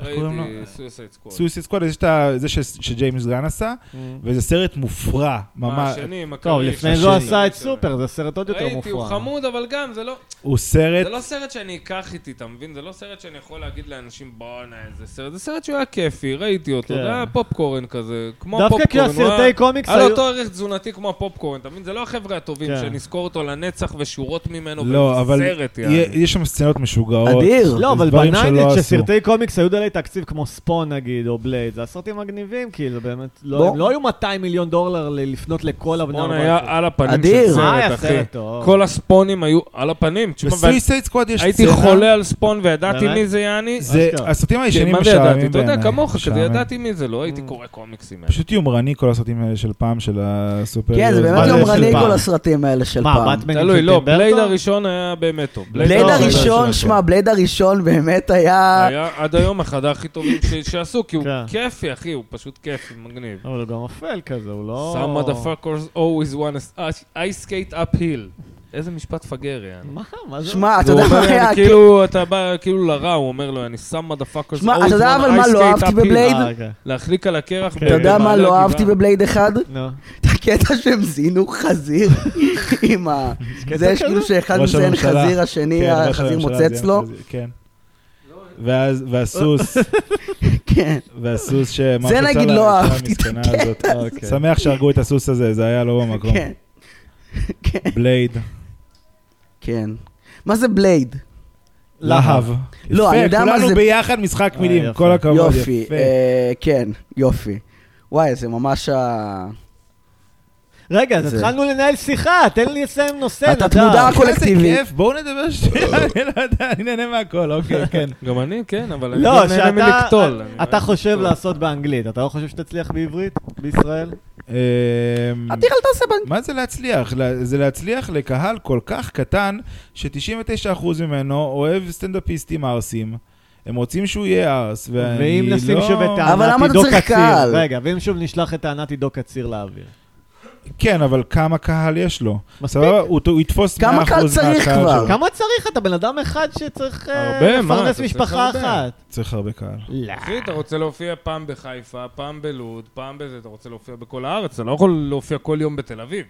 Speaker 4: איך קוראים לו?
Speaker 1: ראיתי סויסייד סקווד.
Speaker 4: סויסי סקוואד, אז יש את ה- זה ש- שג'יימס גן עשה,
Speaker 3: אה.
Speaker 4: וזה סרט מופרע,
Speaker 1: מה,
Speaker 4: ממש.
Speaker 1: השני, עם
Speaker 2: טוב,
Speaker 1: הכריש,
Speaker 2: לפני זה
Speaker 1: השני.
Speaker 2: הוא עשה את סופר, זה סרט עוד יותר
Speaker 1: ראיתי, הוא
Speaker 2: מופרע.
Speaker 1: חמוד, אבל גם, זה לא...
Speaker 4: הוא סרט
Speaker 1: זה לא סרט שאני אקח איתי, אתה מבין? זה לא סרט שאני יכול להגיד לאנשים, בואנה, איזה סרט. זה סרט שהוא היה כיפי, ראיתי אותו.
Speaker 2: כן.
Speaker 1: זה היה פופקורן כזה, כמו
Speaker 2: דווקא
Speaker 1: פופקורן. הוא
Speaker 2: כשהסרטי
Speaker 1: היה-
Speaker 2: קומיקס
Speaker 1: היה לו
Speaker 2: היו-
Speaker 1: אותו ערך תזונתי כמו הפופקורן, אתה מבין? זה לא החבר'ה הטובים
Speaker 2: כן.
Speaker 1: שנזכור אותו לנצח ושורות ממנו,
Speaker 4: לא,
Speaker 1: וזה
Speaker 4: אבל
Speaker 1: סרט,
Speaker 4: יה-
Speaker 1: יעני.
Speaker 4: יש שם סצנות משוגעות.
Speaker 3: אדיר.
Speaker 2: לא,
Speaker 4: זה
Speaker 2: אבל
Speaker 4: דברים שלא
Speaker 2: בנאלית
Speaker 4: עשו.
Speaker 2: שסרטי קומיקס היו דלי תקציב כמו ספון נגיד, או בלייד, זה הסרטים מגניבים, כאילו, באמת, לא
Speaker 3: בוא.
Speaker 2: הם לא היו 200 מיליון דולר ל- לפנות לכל הבני
Speaker 1: ספון
Speaker 2: ארבע
Speaker 1: היה
Speaker 2: עשרה.
Speaker 1: על הפנים
Speaker 3: אדיר.
Speaker 1: של
Speaker 2: מה היה
Speaker 1: סרט,
Speaker 2: סרט
Speaker 1: אחי.
Speaker 2: טוב?
Speaker 1: כל הספונים היו על הפנים. תשמע,
Speaker 4: בסויסייד סקוואד יש
Speaker 1: הייתי חולה על ספון וידעתי
Speaker 2: באמת?
Speaker 1: מי זה יעני.
Speaker 4: זה,
Speaker 2: אשכרה.
Speaker 4: הסרטים
Speaker 1: כן,
Speaker 4: הישנים
Speaker 1: מה זה
Speaker 4: משעממים
Speaker 1: ידעתי? אתה יודע,
Speaker 4: בעיניי,
Speaker 1: כמוך, כזה
Speaker 4: משעמם.
Speaker 1: ידעתי מי זה, לא הייתי קורא קומיקסים האלה.
Speaker 4: פשוט יומרני כל הסרטים האלה של פעם, של הסופר...
Speaker 3: כן, זה
Speaker 2: מה
Speaker 3: באמת
Speaker 2: זה של
Speaker 3: יומרני
Speaker 2: פעם?
Speaker 3: כל הסרטים האלה של
Speaker 2: מה,
Speaker 3: פעם.
Speaker 2: באטמן
Speaker 1: תלוי, לא,
Speaker 2: טים
Speaker 1: בלייד
Speaker 2: ברטון?
Speaker 1: הראשון היה באמת טוב.
Speaker 3: בלייד
Speaker 2: לא,
Speaker 3: הראשון, שמע, בלייד הראשון באמת היה...
Speaker 1: היה עד היום אחד הכי טובים ש- שעשו, כי הוא
Speaker 2: כן.
Speaker 1: כיפי, אחי, הוא פשוט כיפי, מגניב.
Speaker 2: אבל הוא גם אפל כזה, הוא לא...
Speaker 1: Some motherfuckers always want to ice skate uphill. איזה משפט פגר, יעני.
Speaker 2: מה, מה זה? אה,
Speaker 3: שמע, אתה
Speaker 1: הוא
Speaker 3: יודע
Speaker 1: אומר,
Speaker 3: מה היה...
Speaker 1: אני כאילו, אתה בא כאילו לרע, הוא אומר לו, אני שם motherfuckers always want
Speaker 3: שמע, אתה יודע אבל מה לא
Speaker 1: ice skate
Speaker 3: אהבתי
Speaker 1: uphill."
Speaker 3: בבלייד?
Speaker 2: אה, כן.
Speaker 1: להחליק על הקרח.
Speaker 2: אתה
Speaker 3: אתה יודע מה
Speaker 1: במעלה
Speaker 3: לא
Speaker 1: הגבעה.
Speaker 3: אהבתי בבלייד אחד?
Speaker 2: נו.
Speaker 3: את הקטע שהם זינו חזיר עם ה... זה יש כאילו שאחד
Speaker 4: ראש
Speaker 3: מזיין
Speaker 4: הממשלה.
Speaker 3: חזיר, השני,
Speaker 4: כן, ראש
Speaker 3: החזיר
Speaker 4: הממשלה
Speaker 3: מוצץ
Speaker 4: זה-
Speaker 3: לו.
Speaker 4: זה- כן. ואז, והסוס,
Speaker 3: כן.
Speaker 4: והסוס שמה
Speaker 3: זה
Speaker 4: פצע
Speaker 3: נגיד
Speaker 4: לה-
Speaker 3: לא
Speaker 4: האישה
Speaker 3: אהבתי את
Speaker 4: המסכנה הזאת.
Speaker 2: אוקיי.
Speaker 4: שמח שהרגו את הסוס הזה, זה היה לא במקום.
Speaker 3: כן, כן,
Speaker 4: בלייד.
Speaker 3: כן. מה זה בלייד?
Speaker 4: להב.
Speaker 3: לא,
Speaker 4: יפה,
Speaker 3: אני יודע מה זה-
Speaker 4: כולנו ביחד משחק
Speaker 2: אה,
Speaker 4: מילים,
Speaker 2: יפה.
Speaker 4: כל הכבוד.
Speaker 3: יופי,
Speaker 4: יפה.
Speaker 3: אה, כן, יופי. וואי, זה ממש ה...
Speaker 2: רגע, אז
Speaker 3: זה-
Speaker 2: התחלנו לנהל שיחה, תן לי לסיים נושא, נדב.
Speaker 3: התת-מודע
Speaker 4: איזה
Speaker 3: קולקטיבי.
Speaker 4: כיף, בואו נדבר שנייה, אני לא יודע, אני נהנה מהכל, אוקיי, כן.
Speaker 1: גם אני, כן, אבל אני
Speaker 2: לא,
Speaker 1: גם נהנה מלקטול.
Speaker 2: שאתה
Speaker 1: אני-
Speaker 2: אתה חושב לעשות באנגלית, אתה לא חושב שתצליח בעברית בישראל?
Speaker 4: אמ,
Speaker 3: אל תיכל תעשה בנק.
Speaker 4: מה זה להצליח? לה- זה להצליח לקהל כל כך קטן, ש-99% ממנו אוהב סטנדאפיסטים ערסים. הם רוצים שהוא יהיה ערס, ואני לא...
Speaker 2: ואם נשים שוב את
Speaker 3: אבל
Speaker 2: טענת
Speaker 3: למה אתה
Speaker 2: עידו
Speaker 3: צריך
Speaker 2: קציר,
Speaker 3: קהל?
Speaker 2: רגע, ואם שוב נשלח את טענת עידו קציר לאוויר.
Speaker 4: כן, אבל כמה קהל יש לו?
Speaker 2: מספיק.
Speaker 4: סבבה? הוא ט- הוא יתפוס 100%
Speaker 3: כמה
Speaker 4: מהקהל
Speaker 3: קהל צריך כבר?
Speaker 4: שלו.
Speaker 2: כמה צריך? אתה בן אדם אחד שצריך אה,
Speaker 1: הרבה, מה, אתה
Speaker 2: לפרנס
Speaker 1: צריך
Speaker 2: משפחה
Speaker 1: הרבה. כאילו,
Speaker 2: אחת.
Speaker 4: צריך הרבה קהל.
Speaker 2: לא.
Speaker 1: אחי, אתה רוצה להופיע פעם בחיפה, פעם בלוד, פעם בזה, אתה רוצה להופיע בכל הארץ, אתה לא יכול להופיע כל יום בתל אביב.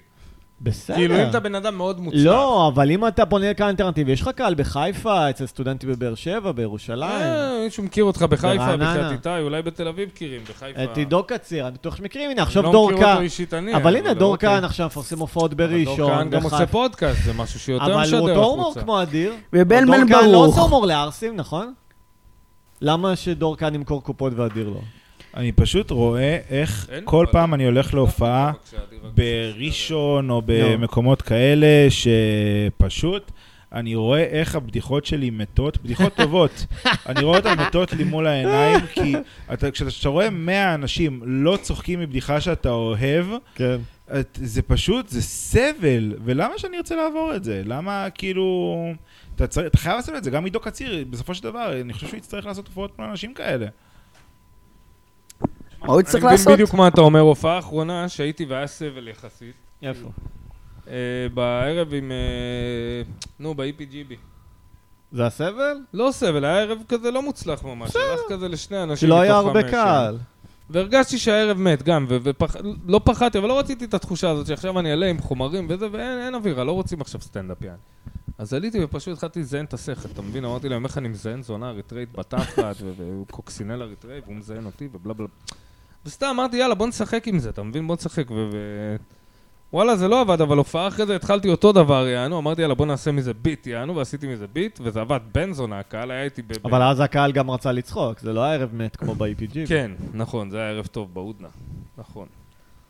Speaker 2: בסדר.
Speaker 1: כאילו, אם אתה בן אדם מאוד מוצלח. אה,
Speaker 2: לא, אבל אם אתה פונה לקהל אלטרנטיבי, יש לך קהל בחיפה, אצל סטודנטים בבאר שבע, בירושלים.
Speaker 1: אה, מישהו מכיר אותך בחיפה,
Speaker 2: ברעננה.
Speaker 1: בחייאת איתי, אולי בתל אביב מכירים, בחיפה.
Speaker 2: את עידו קציר, אני בטוח שמכירים, הנה
Speaker 1: אני
Speaker 2: עכשיו דור
Speaker 1: לא מכיר אותו
Speaker 2: כהן.
Speaker 1: אישית אני.
Speaker 2: אבל הנה, דור
Speaker 1: אוקיי.
Speaker 2: כהן עכשיו מפרסם הופעות
Speaker 1: אבל דור כהן
Speaker 2: בראשון,
Speaker 1: גם עושה
Speaker 2: בחיפה.
Speaker 1: פודקאסט, זה משהו שיותר
Speaker 2: אבל
Speaker 1: משדר
Speaker 2: הוא
Speaker 1: החוצה.
Speaker 2: אותו הומור כמו אדיר.
Speaker 3: ובן בן
Speaker 2: דור כהן לא עושה
Speaker 3: ברוך.
Speaker 2: הומור לערסים, נכון? למה שדור כהן ימכור קופות ואדיר לא?
Speaker 4: אני פשוט רואה איך
Speaker 1: אין
Speaker 4: כל
Speaker 1: אבל-
Speaker 4: פעם אני הולך להופעה
Speaker 1: בבקשה, אדיר, רק-
Speaker 4: בראשון או במקומות כאלה, שפשוט אני רואה איך הבדיחות שלי מתות, בדיחות טובות. אני רואה אותן מתות לי מול העיניים, כי אתה- כשאתה כשאתה רואה 100 אנשים לא צוחקים מבדיחה שאתה אוהב,
Speaker 2: כן.
Speaker 4: את, זה פשוט, זה סבל, ולמה שאני ארצה לעבור את זה? למה כאילו... אתה, צר... אתה חייב לעשות את זה, גם עידו קציר, בסופו של דבר, אני חושב שהוא יצטרך לעשות הופעות מול אנשים כאלה.
Speaker 3: מה הוא יצטרך
Speaker 1: אני מבין
Speaker 3: לעשות?
Speaker 1: בדיוק מה אתה אומר, הופעה האחרונה שהייתי והיה סבל יחסית,
Speaker 2: איפה?
Speaker 1: אה, בערב עם, אה, נו, ב-EPGB.
Speaker 2: זה הסבל?
Speaker 1: לא סבל, היה ערב כזה לא מוצלח ממש, הלך כזה לשני אנשים
Speaker 2: שלא היה
Speaker 1: מתוך
Speaker 2: הרבה
Speaker 1: חמש, כן.
Speaker 2: קהל.
Speaker 1: והרגשתי שהערב מת גם, ולא ופח... לא פחדתי, אבל לא רציתי את התחושה הזאת שעכשיו אני אעלה עם חומרים וזה, ואין אין אווירה, לא רוצים עכשיו סטנדאפ יעני. אז עליתי ופשוט התחלתי לזיין את השכל, אתה מבין? אמרתי להם, איך אני מזיין זונה אריתראית בתחת, ו- והוא קוקסינל אריתראי, והוא מזיין אותי, ובלה בלה. וסתם אמרתי, יאללה, בוא נשחק עם זה, אתה מבין? בוא נשחק, ו... ו... וואלה, זה לא עבד, אבל הופעה אחרי זה התחלתי אותו דבר, יענו, אמרתי, יאללה, בוא נעשה מזה ביט, יענו, ועשיתי מזה ביט, וזה עבד בן זונה, הקהל היה איתי ב... ב-
Speaker 2: אבל אז הקהל גם רצה לצחוק, זה לא היה ערב מת כמו ב-EPG.
Speaker 1: כן, נכון, זה היה ערב טוב בהודנה. נכון.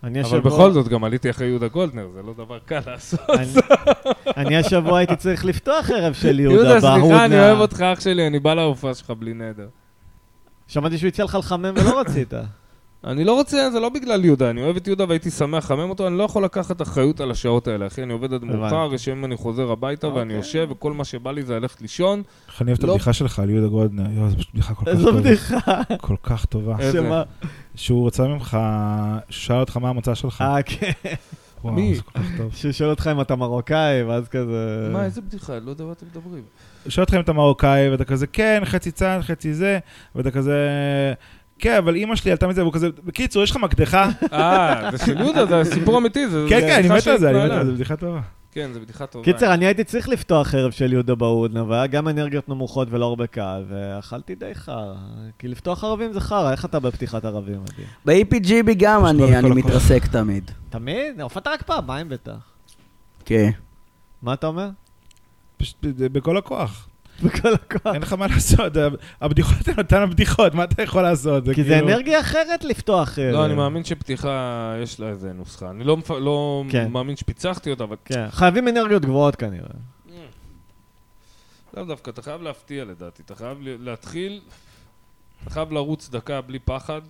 Speaker 2: אני
Speaker 1: אבל
Speaker 2: השבוע-
Speaker 1: בכל זאת, גם עליתי אחרי יהודה גולדנר, זה לא דבר קל לעשות.
Speaker 2: אני- אני השבוע הייתי צריך לפתוח ערב של יהודה בהודנה.
Speaker 1: יהודה, סליחה, אני אוהב אותך, אח שלי, אני בא להופעה שלך בלי נדר.
Speaker 2: שמעתי שהוא הציע לך לחמם ולא רצית.
Speaker 1: אני לא רוצה, זה לא בגלל יהודה, אני אוהב את יהודה והייתי שמח לחמם אותו, אני לא יכול לקחת אחריות על השעות האלה, אחי, אני עובד עד
Speaker 2: הבנתי.
Speaker 1: מאוחר, יש ימים אני חוזר הביתה ואני יושב, וכל מה שבא לי זה ללכת לישון.
Speaker 4: איך אני אוהב את
Speaker 1: לא.
Speaker 4: הבדיחה שלך על יהודה גולדנר, יואו, זו פשוט בדיחה כל כך
Speaker 2: איזו
Speaker 4: טובה.
Speaker 2: בדיחה.
Speaker 4: כל כך טובה.
Speaker 1: איזה?
Speaker 2: שמה?
Speaker 4: שהוא רצה ממך, שאל אותך מה המוצא שלך.
Speaker 2: אה, כן.
Speaker 4: וואו,
Speaker 1: מי?
Speaker 4: זה כל כך טוב.
Speaker 2: שהוא שואל אותך אם אתה מרוקאי, ואז כזה...
Speaker 1: מה, איזה בדיחה, לא יודע מה אתם מדברים.
Speaker 4: שואל אותך אם אתה מרוקאי, ואתה כזה, כן, חצי צאן, חצי זה, ואתה כזה, כן, אבל אימא שלי עלתה מזה, והוא כזה, בקיצור, יש לך מקדחה?
Speaker 1: אה, זה של יהודה, זה סיפור אמיתי, זה...
Speaker 4: כן,
Speaker 1: זה
Speaker 4: כן, אני
Speaker 1: בדיחה
Speaker 4: מת על זה, אני מת
Speaker 1: שהתנהלה.
Speaker 4: על זה, בדיחה טובה.
Speaker 1: כן, זו בדיחה טובה.
Speaker 2: קיצר, אני הייתי צריך לפתוח ערב של יהודה בהודנה, והיה גם אנרגיות נמוכות ולא הרבה קהל, ואכלתי די חרא. כי לפתוח ערבים זה חרא, איך אתה בפתיחת ערבים, אדיר?
Speaker 3: ב-EPGB גם
Speaker 4: יש לו את
Speaker 3: אני,
Speaker 4: כל
Speaker 3: אני
Speaker 4: הכוח.
Speaker 3: מתרסק תמיד.
Speaker 2: תמיד? הופעת רק פעמיים בטח.
Speaker 3: כן.
Speaker 2: מה אתה אומר?
Speaker 4: פשוט ב- בכל הכוח.
Speaker 2: בכל הכוח.
Speaker 4: אין לך מה לעשות, ה- הבדיחות הן אותן הבדיחות, מה אתה יכול לעשות?
Speaker 2: כי זה
Speaker 4: כאילו-
Speaker 2: אנרגיה אחרת לפתוח ערב.
Speaker 1: לא, אני מאמין שפתיחה, יש לה איזה נוסחה. אני לא מפ- לא
Speaker 2: כן.
Speaker 1: מאמין שפיצחתי אותה, אבל
Speaker 2: כן, חייבים אנרגיות גבוהות כנראה.
Speaker 1: לאו דווקא, אתה חייב להפתיע לדעתי, אתה חייב ל- להתחיל, אתה חייב לרוץ דקה בלי פחד,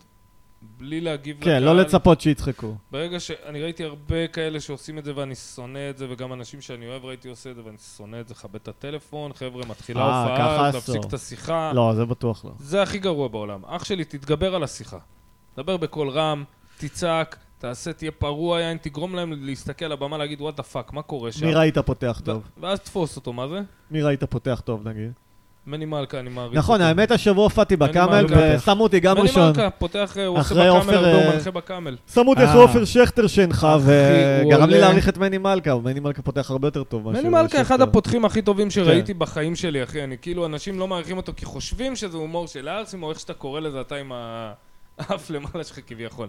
Speaker 1: בלי להגיב
Speaker 2: כן, לא לצפות שיצחקו.
Speaker 1: ברגע ש... אני ראיתי הרבה כאלה שעושים את זה ואני שונא את זה, וגם אנשים שאני אוהב ראיתי עושה את זה ואני שונא את זה, כבד את הטלפון, חבר'ה, מתחילה
Speaker 2: אה,
Speaker 1: הופעה,
Speaker 2: ככה
Speaker 1: להפסיק
Speaker 2: אסור.
Speaker 1: את השיחה.
Speaker 2: לא, זה בטוח לא.
Speaker 1: זה הכי גרוע בעולם. אח שלי, תתגבר על השיחה. דבר בקול רם, תצעק, תעשה, תהיה פרוע, יעני, תגרום להם להסתכל על הבמה, להגיד, וואט דה פאק, מה קורה שם?
Speaker 2: מי ראית פותח טוב?
Speaker 1: ואז תפוס אותו, מה זה?
Speaker 2: מי ראית פותח טוב, נגיד?
Speaker 1: מני מלכה, אני מעריץ.
Speaker 2: נכון,
Speaker 1: אותו.
Speaker 2: האמת, השבוע הופעתי בקאמל,
Speaker 1: מלכה.
Speaker 2: ושמו אותי גם
Speaker 1: מני
Speaker 2: ראשון.
Speaker 1: מלכה, פותח, אה, הוא עושה
Speaker 2: אחרי
Speaker 1: בקאמל,
Speaker 2: עופר,
Speaker 1: הרבה,
Speaker 2: אה,
Speaker 1: הוא מנחה בקאמל.
Speaker 2: שמו אותי אחרי
Speaker 4: אה.
Speaker 2: עופר שכטר שהנחה,
Speaker 1: אחי, הוא
Speaker 2: וגרם לי
Speaker 1: עולה.
Speaker 2: להעריך את מני מלכה, אבל מני מלכה פותח הרבה יותר טוב כן. מאשר
Speaker 1: מני מלכה, אחד
Speaker 2: שכטר.
Speaker 1: הפותחים הכי טובים שראיתי בחיים שלי, אחי. אני כאילו, אנשים לא מעריכים אותו כי חושבים שזה הומור של ארסים, או איך שאתה קורא לזה, אתה עם האף למעלה שלך כביכול.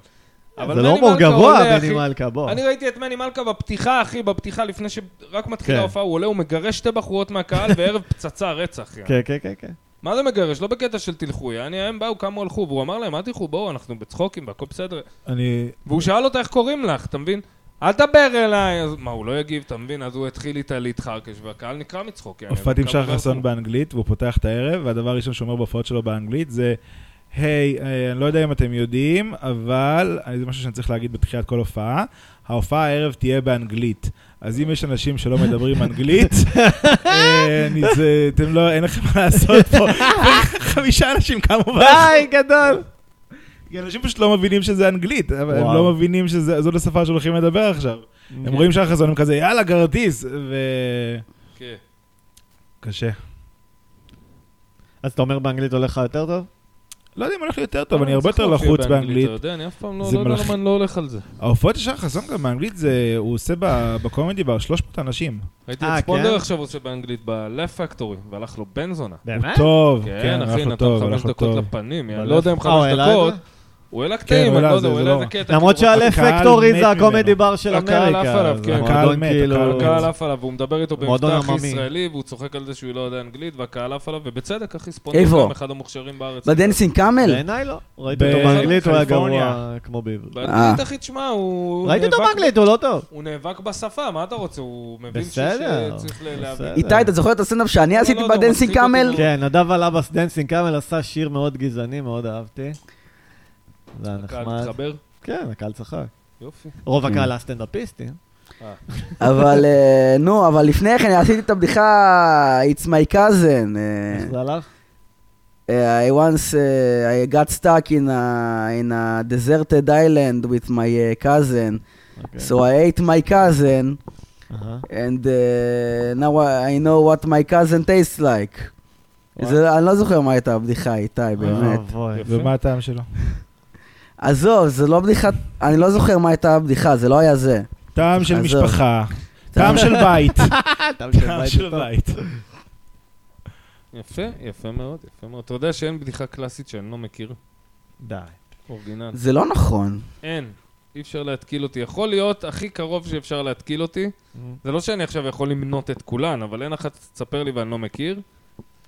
Speaker 1: אבל
Speaker 2: זה
Speaker 1: מני
Speaker 2: לא הומור
Speaker 1: מלכה
Speaker 2: גבוה,
Speaker 1: עולה,
Speaker 2: בני
Speaker 1: אחי.
Speaker 2: מלכה, בוא.
Speaker 1: אני ראיתי את מני מלכה בפתיחה, אחי, בפתיחה, לפני שרק מתחילה
Speaker 2: כן.
Speaker 1: ההופעה, הוא עולה, הוא מגרש שתי בחורות מהקהל בערב פצצה רצח, אחי.
Speaker 2: כן, כן, כן, כן.
Speaker 1: מה זה מגרש? לא בקטע של תלכו, יעני, הם באו, קמו, הלכו, והוא אמר להם, אל תלכו, בואו, אנחנו בצחוקים והכל בסדר.
Speaker 4: אני...
Speaker 1: והוא שאל אותה איך קוראים לך, אתה מבין? אל תדבר אליי! אז מה, הוא לא יגיב, אתה מבין? אז הוא התחיל איתה להתחרקש, והקהל נקרע מצחוק. יעני,
Speaker 4: הופעתי עם
Speaker 1: וכמה
Speaker 4: שחר
Speaker 1: לא
Speaker 4: חסון
Speaker 1: הלכו.
Speaker 4: באנגלית, והוא פותח את הערב, והדבר הראשון שהוא אומר בהופעות שלו באנגלית זה, היי, אה, אני לא יודע אם אתם יודעים, אבל, אה, זה משהו שאני צריך להגיד בתחילת כל הופעה, ההופעה הערב תהיה באנגלית. אז אם יש אנשים שלא מדברים אנגלית, אה, אני- זה- אתם לא, אין לכם מה לעשות פה. חמישה אנשים קמו והלכו.
Speaker 2: די, גדול!
Speaker 4: כי אנשים פשוט לא מבינים שזה אנגלית, אבל הם
Speaker 2: וואו. כן.
Speaker 4: לא מבינים שזאת השפה שהולכים לדבר עכשיו. הם רואים שחר חסון, הם כזה, יאללה, כרטיס, ו...
Speaker 1: כן.
Speaker 4: קשה.
Speaker 2: אז אתה אומר באנגלית הולך לך יותר טוב?
Speaker 4: לא יודע אם הולך לי יותר טוב, אני
Speaker 1: אה,
Speaker 4: הרבה
Speaker 1: צריך
Speaker 4: יותר
Speaker 1: להופיע
Speaker 4: לחוץ באנגלית.
Speaker 1: אתה יודע, אני אף פעם לא
Speaker 4: זה
Speaker 1: לא יודע
Speaker 4: מלאכ-
Speaker 1: למה אני לא הולך על זה.
Speaker 4: ההופעות של שחר חסון גם באנגלית זה, הוא עושה ב- בקומדי בר 300 אנשים.
Speaker 1: ראיתי
Speaker 2: אה,
Speaker 1: את ספונדר
Speaker 2: כן?
Speaker 1: עכשיו עושה באנגלית ב-Left Factory, והלך לו בן זונה.
Speaker 2: באמת?
Speaker 4: טוב, כן,
Speaker 1: כן,
Speaker 4: הלך
Speaker 1: אחי,
Speaker 4: לו
Speaker 1: נתן
Speaker 4: טוב,
Speaker 1: חמש
Speaker 4: הלך לו
Speaker 1: דקות
Speaker 4: טוב.
Speaker 1: לפנים, אני
Speaker 2: ב-Left-
Speaker 1: לא יודע אם
Speaker 2: אה, הוא
Speaker 1: חמש
Speaker 2: העלה את
Speaker 1: דקות.
Speaker 2: זה?
Speaker 1: הוא העלה
Speaker 4: כן,
Speaker 1: קטעים,
Speaker 4: הוא
Speaker 1: אני לא
Speaker 4: העלה
Speaker 1: יודע,
Speaker 4: זה,
Speaker 1: הוא
Speaker 4: זה
Speaker 1: העלה
Speaker 4: לא-
Speaker 1: איזה קטע.
Speaker 2: למרות
Speaker 1: כאילו,
Speaker 2: שהלף
Speaker 4: הקהל
Speaker 2: פקטורי
Speaker 4: מת
Speaker 2: זה הקומדי
Speaker 4: ממנו.
Speaker 2: בר של
Speaker 1: הקהל
Speaker 2: אמריקה.
Speaker 1: עף עליו,
Speaker 2: אז
Speaker 1: כן.
Speaker 2: המועדון
Speaker 4: הקהל מת,
Speaker 2: כאילו-
Speaker 4: הקהל מת.
Speaker 1: הקהל עף עליו, והוא מדבר איתו
Speaker 2: מועדון
Speaker 1: במבטא הכי
Speaker 2: עממי.
Speaker 1: ישראלי, והוא צוחק על זה שהוא לא יודע אנגלית, והקהל עף עליו, ובצדק, אחי,
Speaker 3: איפה?
Speaker 1: ספונדר גם אחד המוכשרים בארץ.
Speaker 3: בדנסינג קאמל?
Speaker 2: בעיניי לא. ראיתי
Speaker 4: ב-
Speaker 2: אותו באנגלית, הוא היה גרוע
Speaker 4: קליפורניה.
Speaker 2: כמו ביב.
Speaker 1: באנגלית, אחי, תשמע, הוא...
Speaker 2: ראיתי אותו
Speaker 1: נאבק-
Speaker 2: באנגלית, הוא לא טוב.
Speaker 1: הוא נאבק בשפה, מה אתה רוצה? הוא מבין ש-
Speaker 2: בסדר,
Speaker 1: שצריך ל-
Speaker 2: בסדר.
Speaker 1: להבין.
Speaker 3: איתי, אתה זוכר את הסטנדאפ שאני
Speaker 1: לא,
Speaker 3: עשיתי
Speaker 1: לא, לא,
Speaker 3: בדנסינג
Speaker 1: מצחיק אותי
Speaker 3: קאמל?
Speaker 1: מאוד.
Speaker 2: כן, נדב על אבא דנסינג קאמל עשה שיר מאוד גזעני, מאוד אהבתי. זה היה
Speaker 1: הקהל
Speaker 2: נחמד.
Speaker 1: מתחבר?
Speaker 2: כן, הקהל צחק.
Speaker 1: יופי.
Speaker 2: רוב הקהל היה סטנדאפיסטים.
Speaker 4: כן.
Speaker 3: אבל אה, נו, אבל לפני כן עשיתי את הבדיחה It's my cousin. אה,
Speaker 2: איך זה הלך?
Speaker 3: Uh, I once uh, I got stuck in a in a deserted island with my uh, cousin,
Speaker 2: אוקיי.
Speaker 3: so I ate my cousin,
Speaker 2: אהה.
Speaker 3: and uh, now I, I know what my cousin tastes like.
Speaker 2: וואי.
Speaker 3: זה, אני לא זוכר מה הייתה הבדיחה איתי,
Speaker 1: אה.
Speaker 4: אה,
Speaker 3: באמת.
Speaker 2: אוי,
Speaker 1: יפה.
Speaker 4: ומה הטעם שלו?
Speaker 3: עזוב, זה לא בדיחה, אני לא זוכר מה הייתה הבדיחה, זה לא היה זה.
Speaker 4: טעם של
Speaker 3: עזוב.
Speaker 4: משפחה, טעם של בית, טעם של בית.
Speaker 1: יפה, יפה מאוד, יפה מאוד. אתה יודע שאין בדיחה קלאסית שאני לא מכיר?
Speaker 2: די.
Speaker 1: אורגינל.
Speaker 3: זה לא נכון.
Speaker 1: אין. אי אפשר להתקיל אותי. יכול להיות הכי קרוב שאפשר להתקיל אותי. זה לא שאני עכשיו יכול למנות את כולן, אבל אין אחת שתספר לי ואני לא מכיר.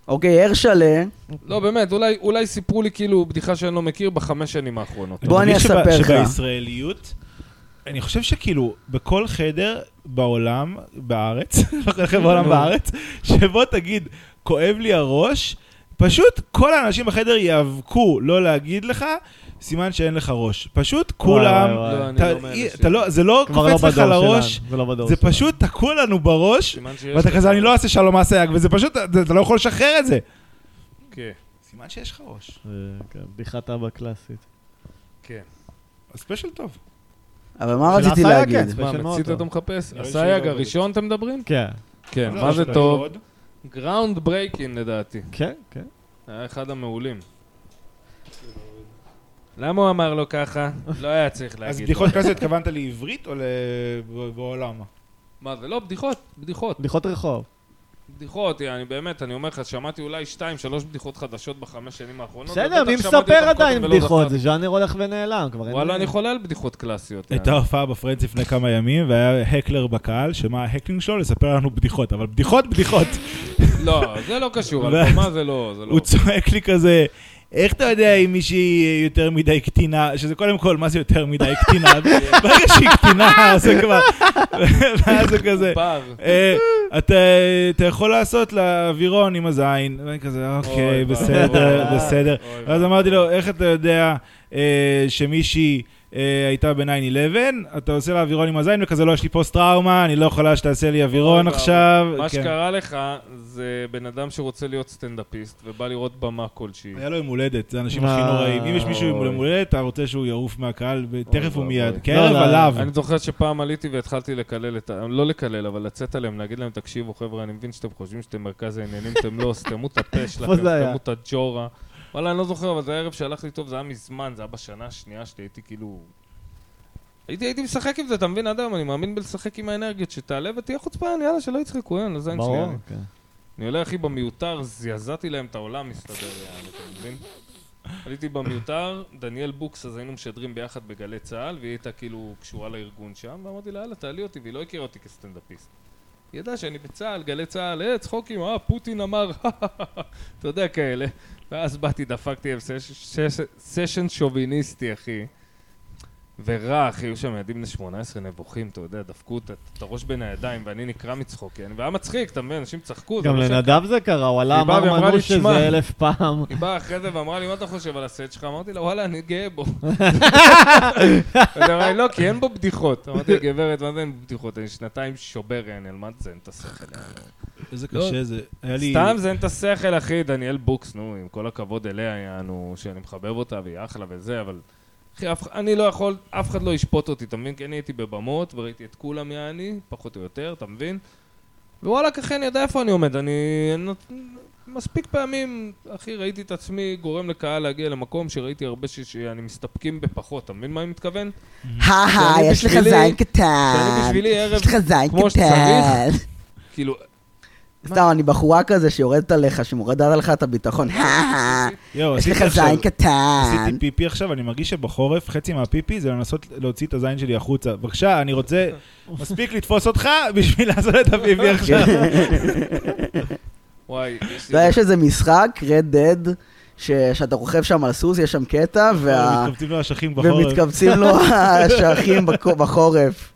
Speaker 3: אוקיי, הרשלה,
Speaker 1: לא, באמת, אולי, אולי סיפרו לי כאילו בדיחה שאני לא מכיר בחמש שנים האחרונות.
Speaker 3: בוא אני
Speaker 4: אני מרגיש
Speaker 3: אספר
Speaker 4: שב-
Speaker 3: לך.
Speaker 4: שבישראליות, אני חושב שכאילו, בכל חדר בעולם, בארץ, לא כל חדר בעולם
Speaker 1: נו.
Speaker 4: בארץ, שבו תגיד, כואב לי הראש, פשוט כל האנשים בחדר ייאבקו לא להגיד לך, סימן שאין לך ראש. פשוט כולם,
Speaker 2: וואי,
Speaker 1: לא, אני
Speaker 4: אתה-
Speaker 1: לא מאלה ש-
Speaker 4: אתה לא- זה לא
Speaker 2: כבר לא
Speaker 4: קופץ
Speaker 2: בדור
Speaker 4: לך לראש,
Speaker 2: שלנו. זה לא בדור
Speaker 4: זה
Speaker 2: שלנו.
Speaker 4: פשוט תקוע לנו בראש,
Speaker 1: סימן שיש
Speaker 4: ואתה
Speaker 1: לך.
Speaker 4: כזה, אני לא אעשה שלום מעשה יג, וזה פשוט, אתה אתה לא יכול לשחרר את זה.
Speaker 1: כן,
Speaker 4: סימן שיש לך ראש.
Speaker 2: זה, כן, בדיחת אבא קלאסית.
Speaker 1: כן.
Speaker 4: הספיישל טוב.
Speaker 3: אבל מה
Speaker 2: של
Speaker 3: רציתי
Speaker 2: עשיה,
Speaker 3: להגיד?
Speaker 2: כן.
Speaker 1: מה,
Speaker 2: בשם
Speaker 1: מצית
Speaker 2: האוטו.
Speaker 1: אתה מחפש?
Speaker 4: נראה לי
Speaker 1: הסייג
Speaker 4: שהיא לא
Speaker 1: הראשון אתם מדברים?
Speaker 2: כן.
Speaker 1: כן,
Speaker 4: לא,
Speaker 1: מה זה
Speaker 4: יש
Speaker 1: טוב?
Speaker 4: עוד?
Speaker 1: גראונד ברייקין לדעתי.
Speaker 2: כן, כן.
Speaker 1: היה אחד המעולים. למה הוא אמר לו ככה? לא היה צריך להגיד.
Speaker 4: אז
Speaker 1: לו.
Speaker 4: בדיחות כזה התכוונת לעברית או ל- בעולם?
Speaker 1: מה זה? לא, בדיחות, בדיחות.
Speaker 2: בדיחות רחוב.
Speaker 1: לא, בדיחות, אני באמת, אני אומר לך, שמעתי אולי שתיים, שלוש בדיחות חדשות בחמש שנים האחרונות.
Speaker 2: בסדר,
Speaker 1: ובטח
Speaker 2: מי
Speaker 1: שמעתי אותם
Speaker 2: מספר
Speaker 1: קודם
Speaker 2: עדיין
Speaker 1: ולא
Speaker 2: בדיחות?
Speaker 1: זכרתי.
Speaker 2: זה ז'אנר הולך ונעלם. כבר אין...
Speaker 1: לא, וואלה, אני חולה על בדיחות קלאסיות.
Speaker 4: הייתה
Speaker 1: יעני.
Speaker 4: הופעה בפרנץ לפני כמה ימים, והיה הקלר בקהל, שמה ההקלינג שלו? לספר לנו בדיחות, אבל בדיחות בדיחות.
Speaker 1: לא, זה לא קשור, על
Speaker 4: ואז-
Speaker 1: במה זה לא... זה לא-
Speaker 4: הוא צועק לי כזה, איך אתה יודע אם מישהי יותר מדי קטינה, שזה קודם כל, מה זה יותר מדי קטינה? ברגע שהיא קטינה, זה כבר... ואז הוא כזה...
Speaker 1: פער.
Speaker 4: "אה, אתה אתה יכול לעשות לה אווירון עם הזין, ואני כזה,
Speaker 1: אוי,
Speaker 4: אוקיי,
Speaker 1: ואבוי.
Speaker 4: בסדר, בסדר.
Speaker 1: אוי,
Speaker 4: ואז אמרתי לו, איך אתה יודע אה, שמישהי אה, הייתה ב-9-11, אתה עושה לה אווירון עם הזין, וכזה, לא, יש לי פוסט-טראומה, אני לא יכולה שתעשה לי אווירון
Speaker 1: אוי,
Speaker 4: עכשיו.
Speaker 1: מה
Speaker 4: כן.
Speaker 1: שקרה לך זה בן אדם שרוצה להיות סטנדאפיסט ובא לראות במה כלשהי.
Speaker 4: היה לו יום הולדת, זה האנשים
Speaker 2: אה,
Speaker 4: הכי נוראים. אם יש מישהו עם
Speaker 1: אוי.
Speaker 4: יום הולדת, אתה רוצה שהוא יעוף מהקהל, ב- תכף כן,
Speaker 1: אוי,
Speaker 4: ומיד.
Speaker 1: אוי.
Speaker 4: קרב
Speaker 2: לא, לא,
Speaker 4: עליו.
Speaker 1: אני זוכר שפעם עליתי והתחלתי לקלל את ה... לא לקלל, אבל לצאת עליהם, להגיד להם, תקשיבו חבר'ה, אני מבין שאתם חושבים שאתם מרכז העניינים, אתם לא, סתמו את הפה שלכם,
Speaker 2: זה היה?
Speaker 1: סתמו את הג'ורה. וואלה, אני לא זוכר, אבל זה הערב שהלכתי טוב, זה היה מזמן, זה היה בשנה השנייה שלי, הייתי כאילו... הייתי, הייתי משחק עם זה, אתה מבין, עד היום, אני מאמין בלשחק עם האנרגיות, שתעלה ותהיה חוצפן, יאללה, שלא יצחקו, אין, לזין שלי.
Speaker 2: ברור,
Speaker 1: אני-
Speaker 2: כן.
Speaker 1: אני עולה, אחי, במיותר, זעזעתי להם את העולם, מסתבר, יאללה, אתה מבין? עליתי במיותר, דניאל בוקס, אז היינו משדרים ביחד בגלי צה"ל, והיא הייתה כאילו קשורה לארגון שם, ואמרתי לה, יאללה, תעלי אותי, והיא לא הכירה אותי כסטנדאפיסט. היא ידעה שאני בצה"ל, גלי צה"ל, אה, צחוקים, אה, פוטין אמר, אתה יודע, כאלה. ואז באתי, דפקתי עם סשן שוביניסטי, אחי. ורע, אחי, היו שם ילדים בני 18 נבוכים, אתה יודע, דפקו את את הראש בין הידיים, ואני נקרע מצחוק, כן? והיה מצחיק, אתה מבין? אנשים צחקו. זה
Speaker 2: גם
Speaker 1: לא ש-
Speaker 2: לנדב זה קרה, הוא עלה,
Speaker 1: היא באה
Speaker 2: אמר
Speaker 1: ואמרה
Speaker 2: מנו
Speaker 1: לי, "שמע."
Speaker 2: שזה אלף פעם.
Speaker 1: היא באה אחרי זה ואמרה לי, מה אתה חושב על הסט שלך? אמרתי לה, וואלה, אני גאה בו. אז היא אמרה לי, לא, כי אין בו בדיחות. אמרתי לה, גברת, מה זה אין בו בדיחות? אני שנתיים שובר, יעני, על מה תזיין את השכל?
Speaker 4: איזה
Speaker 1: לא.
Speaker 4: קשה זה. היה לי...
Speaker 1: סתם זיין את השכל, אחי, דניאל בוקס, נו, עם כל הכבוד אליה, יענו, שאני מחבב אותה והיא אחלה וזה, אבל... אחי, אף, אני לא יכול, אף אחד לא ישפוט אותי, אתה מבין? כי אני הייתי בבמות וראיתי את כולם, יעני, פחות או יותר, אתה מבין? ווואלכ, אחי, אני יודע איפה אני עומד, אני... נות- מספיק פעמים, אחי, ראיתי את עצמי גורם לקהל להגיע למקום שראיתי הרבה ש... שאני מסתפקים בפחות, אתה מבין מה אני מתכוון?
Speaker 5: הא,
Speaker 1: שאני
Speaker 5: יש לך
Speaker 1: בשבילי-
Speaker 5: זין קטן.
Speaker 1: שאני בשבילי ערב
Speaker 5: יש לך זין
Speaker 1: כמו
Speaker 5: קטן.
Speaker 1: שצריך. כאילו,
Speaker 3: סתם, אני בחורה כזה שיורדת עליך, שמורדת עליך את הביטחון. "אה,
Speaker 5: הא,
Speaker 4: יואו,
Speaker 5: יש
Speaker 4: לא, עשיתי
Speaker 5: לך
Speaker 4: עכשיו-
Speaker 5: זין קטן.
Speaker 4: עשיתי פיפי עכשיו, אני מרגיש שבחורף חצי מהפיפי זה לנסות להוציא את הזין שלי החוצה. בבקשה, אני רוצה, מספיק לתפוס אותך בשביל לעשות את הפיפי עכשיו.
Speaker 1: וואי, יש
Speaker 3: לא, יש איזה משחק, Red Dead, ש- שאתה רוכב שם על סוס, יש שם קטע, וה-
Speaker 4: מתכווצים לו אשכים בחורף.
Speaker 3: ומתכווצים לו האשכים בקו- בחורף.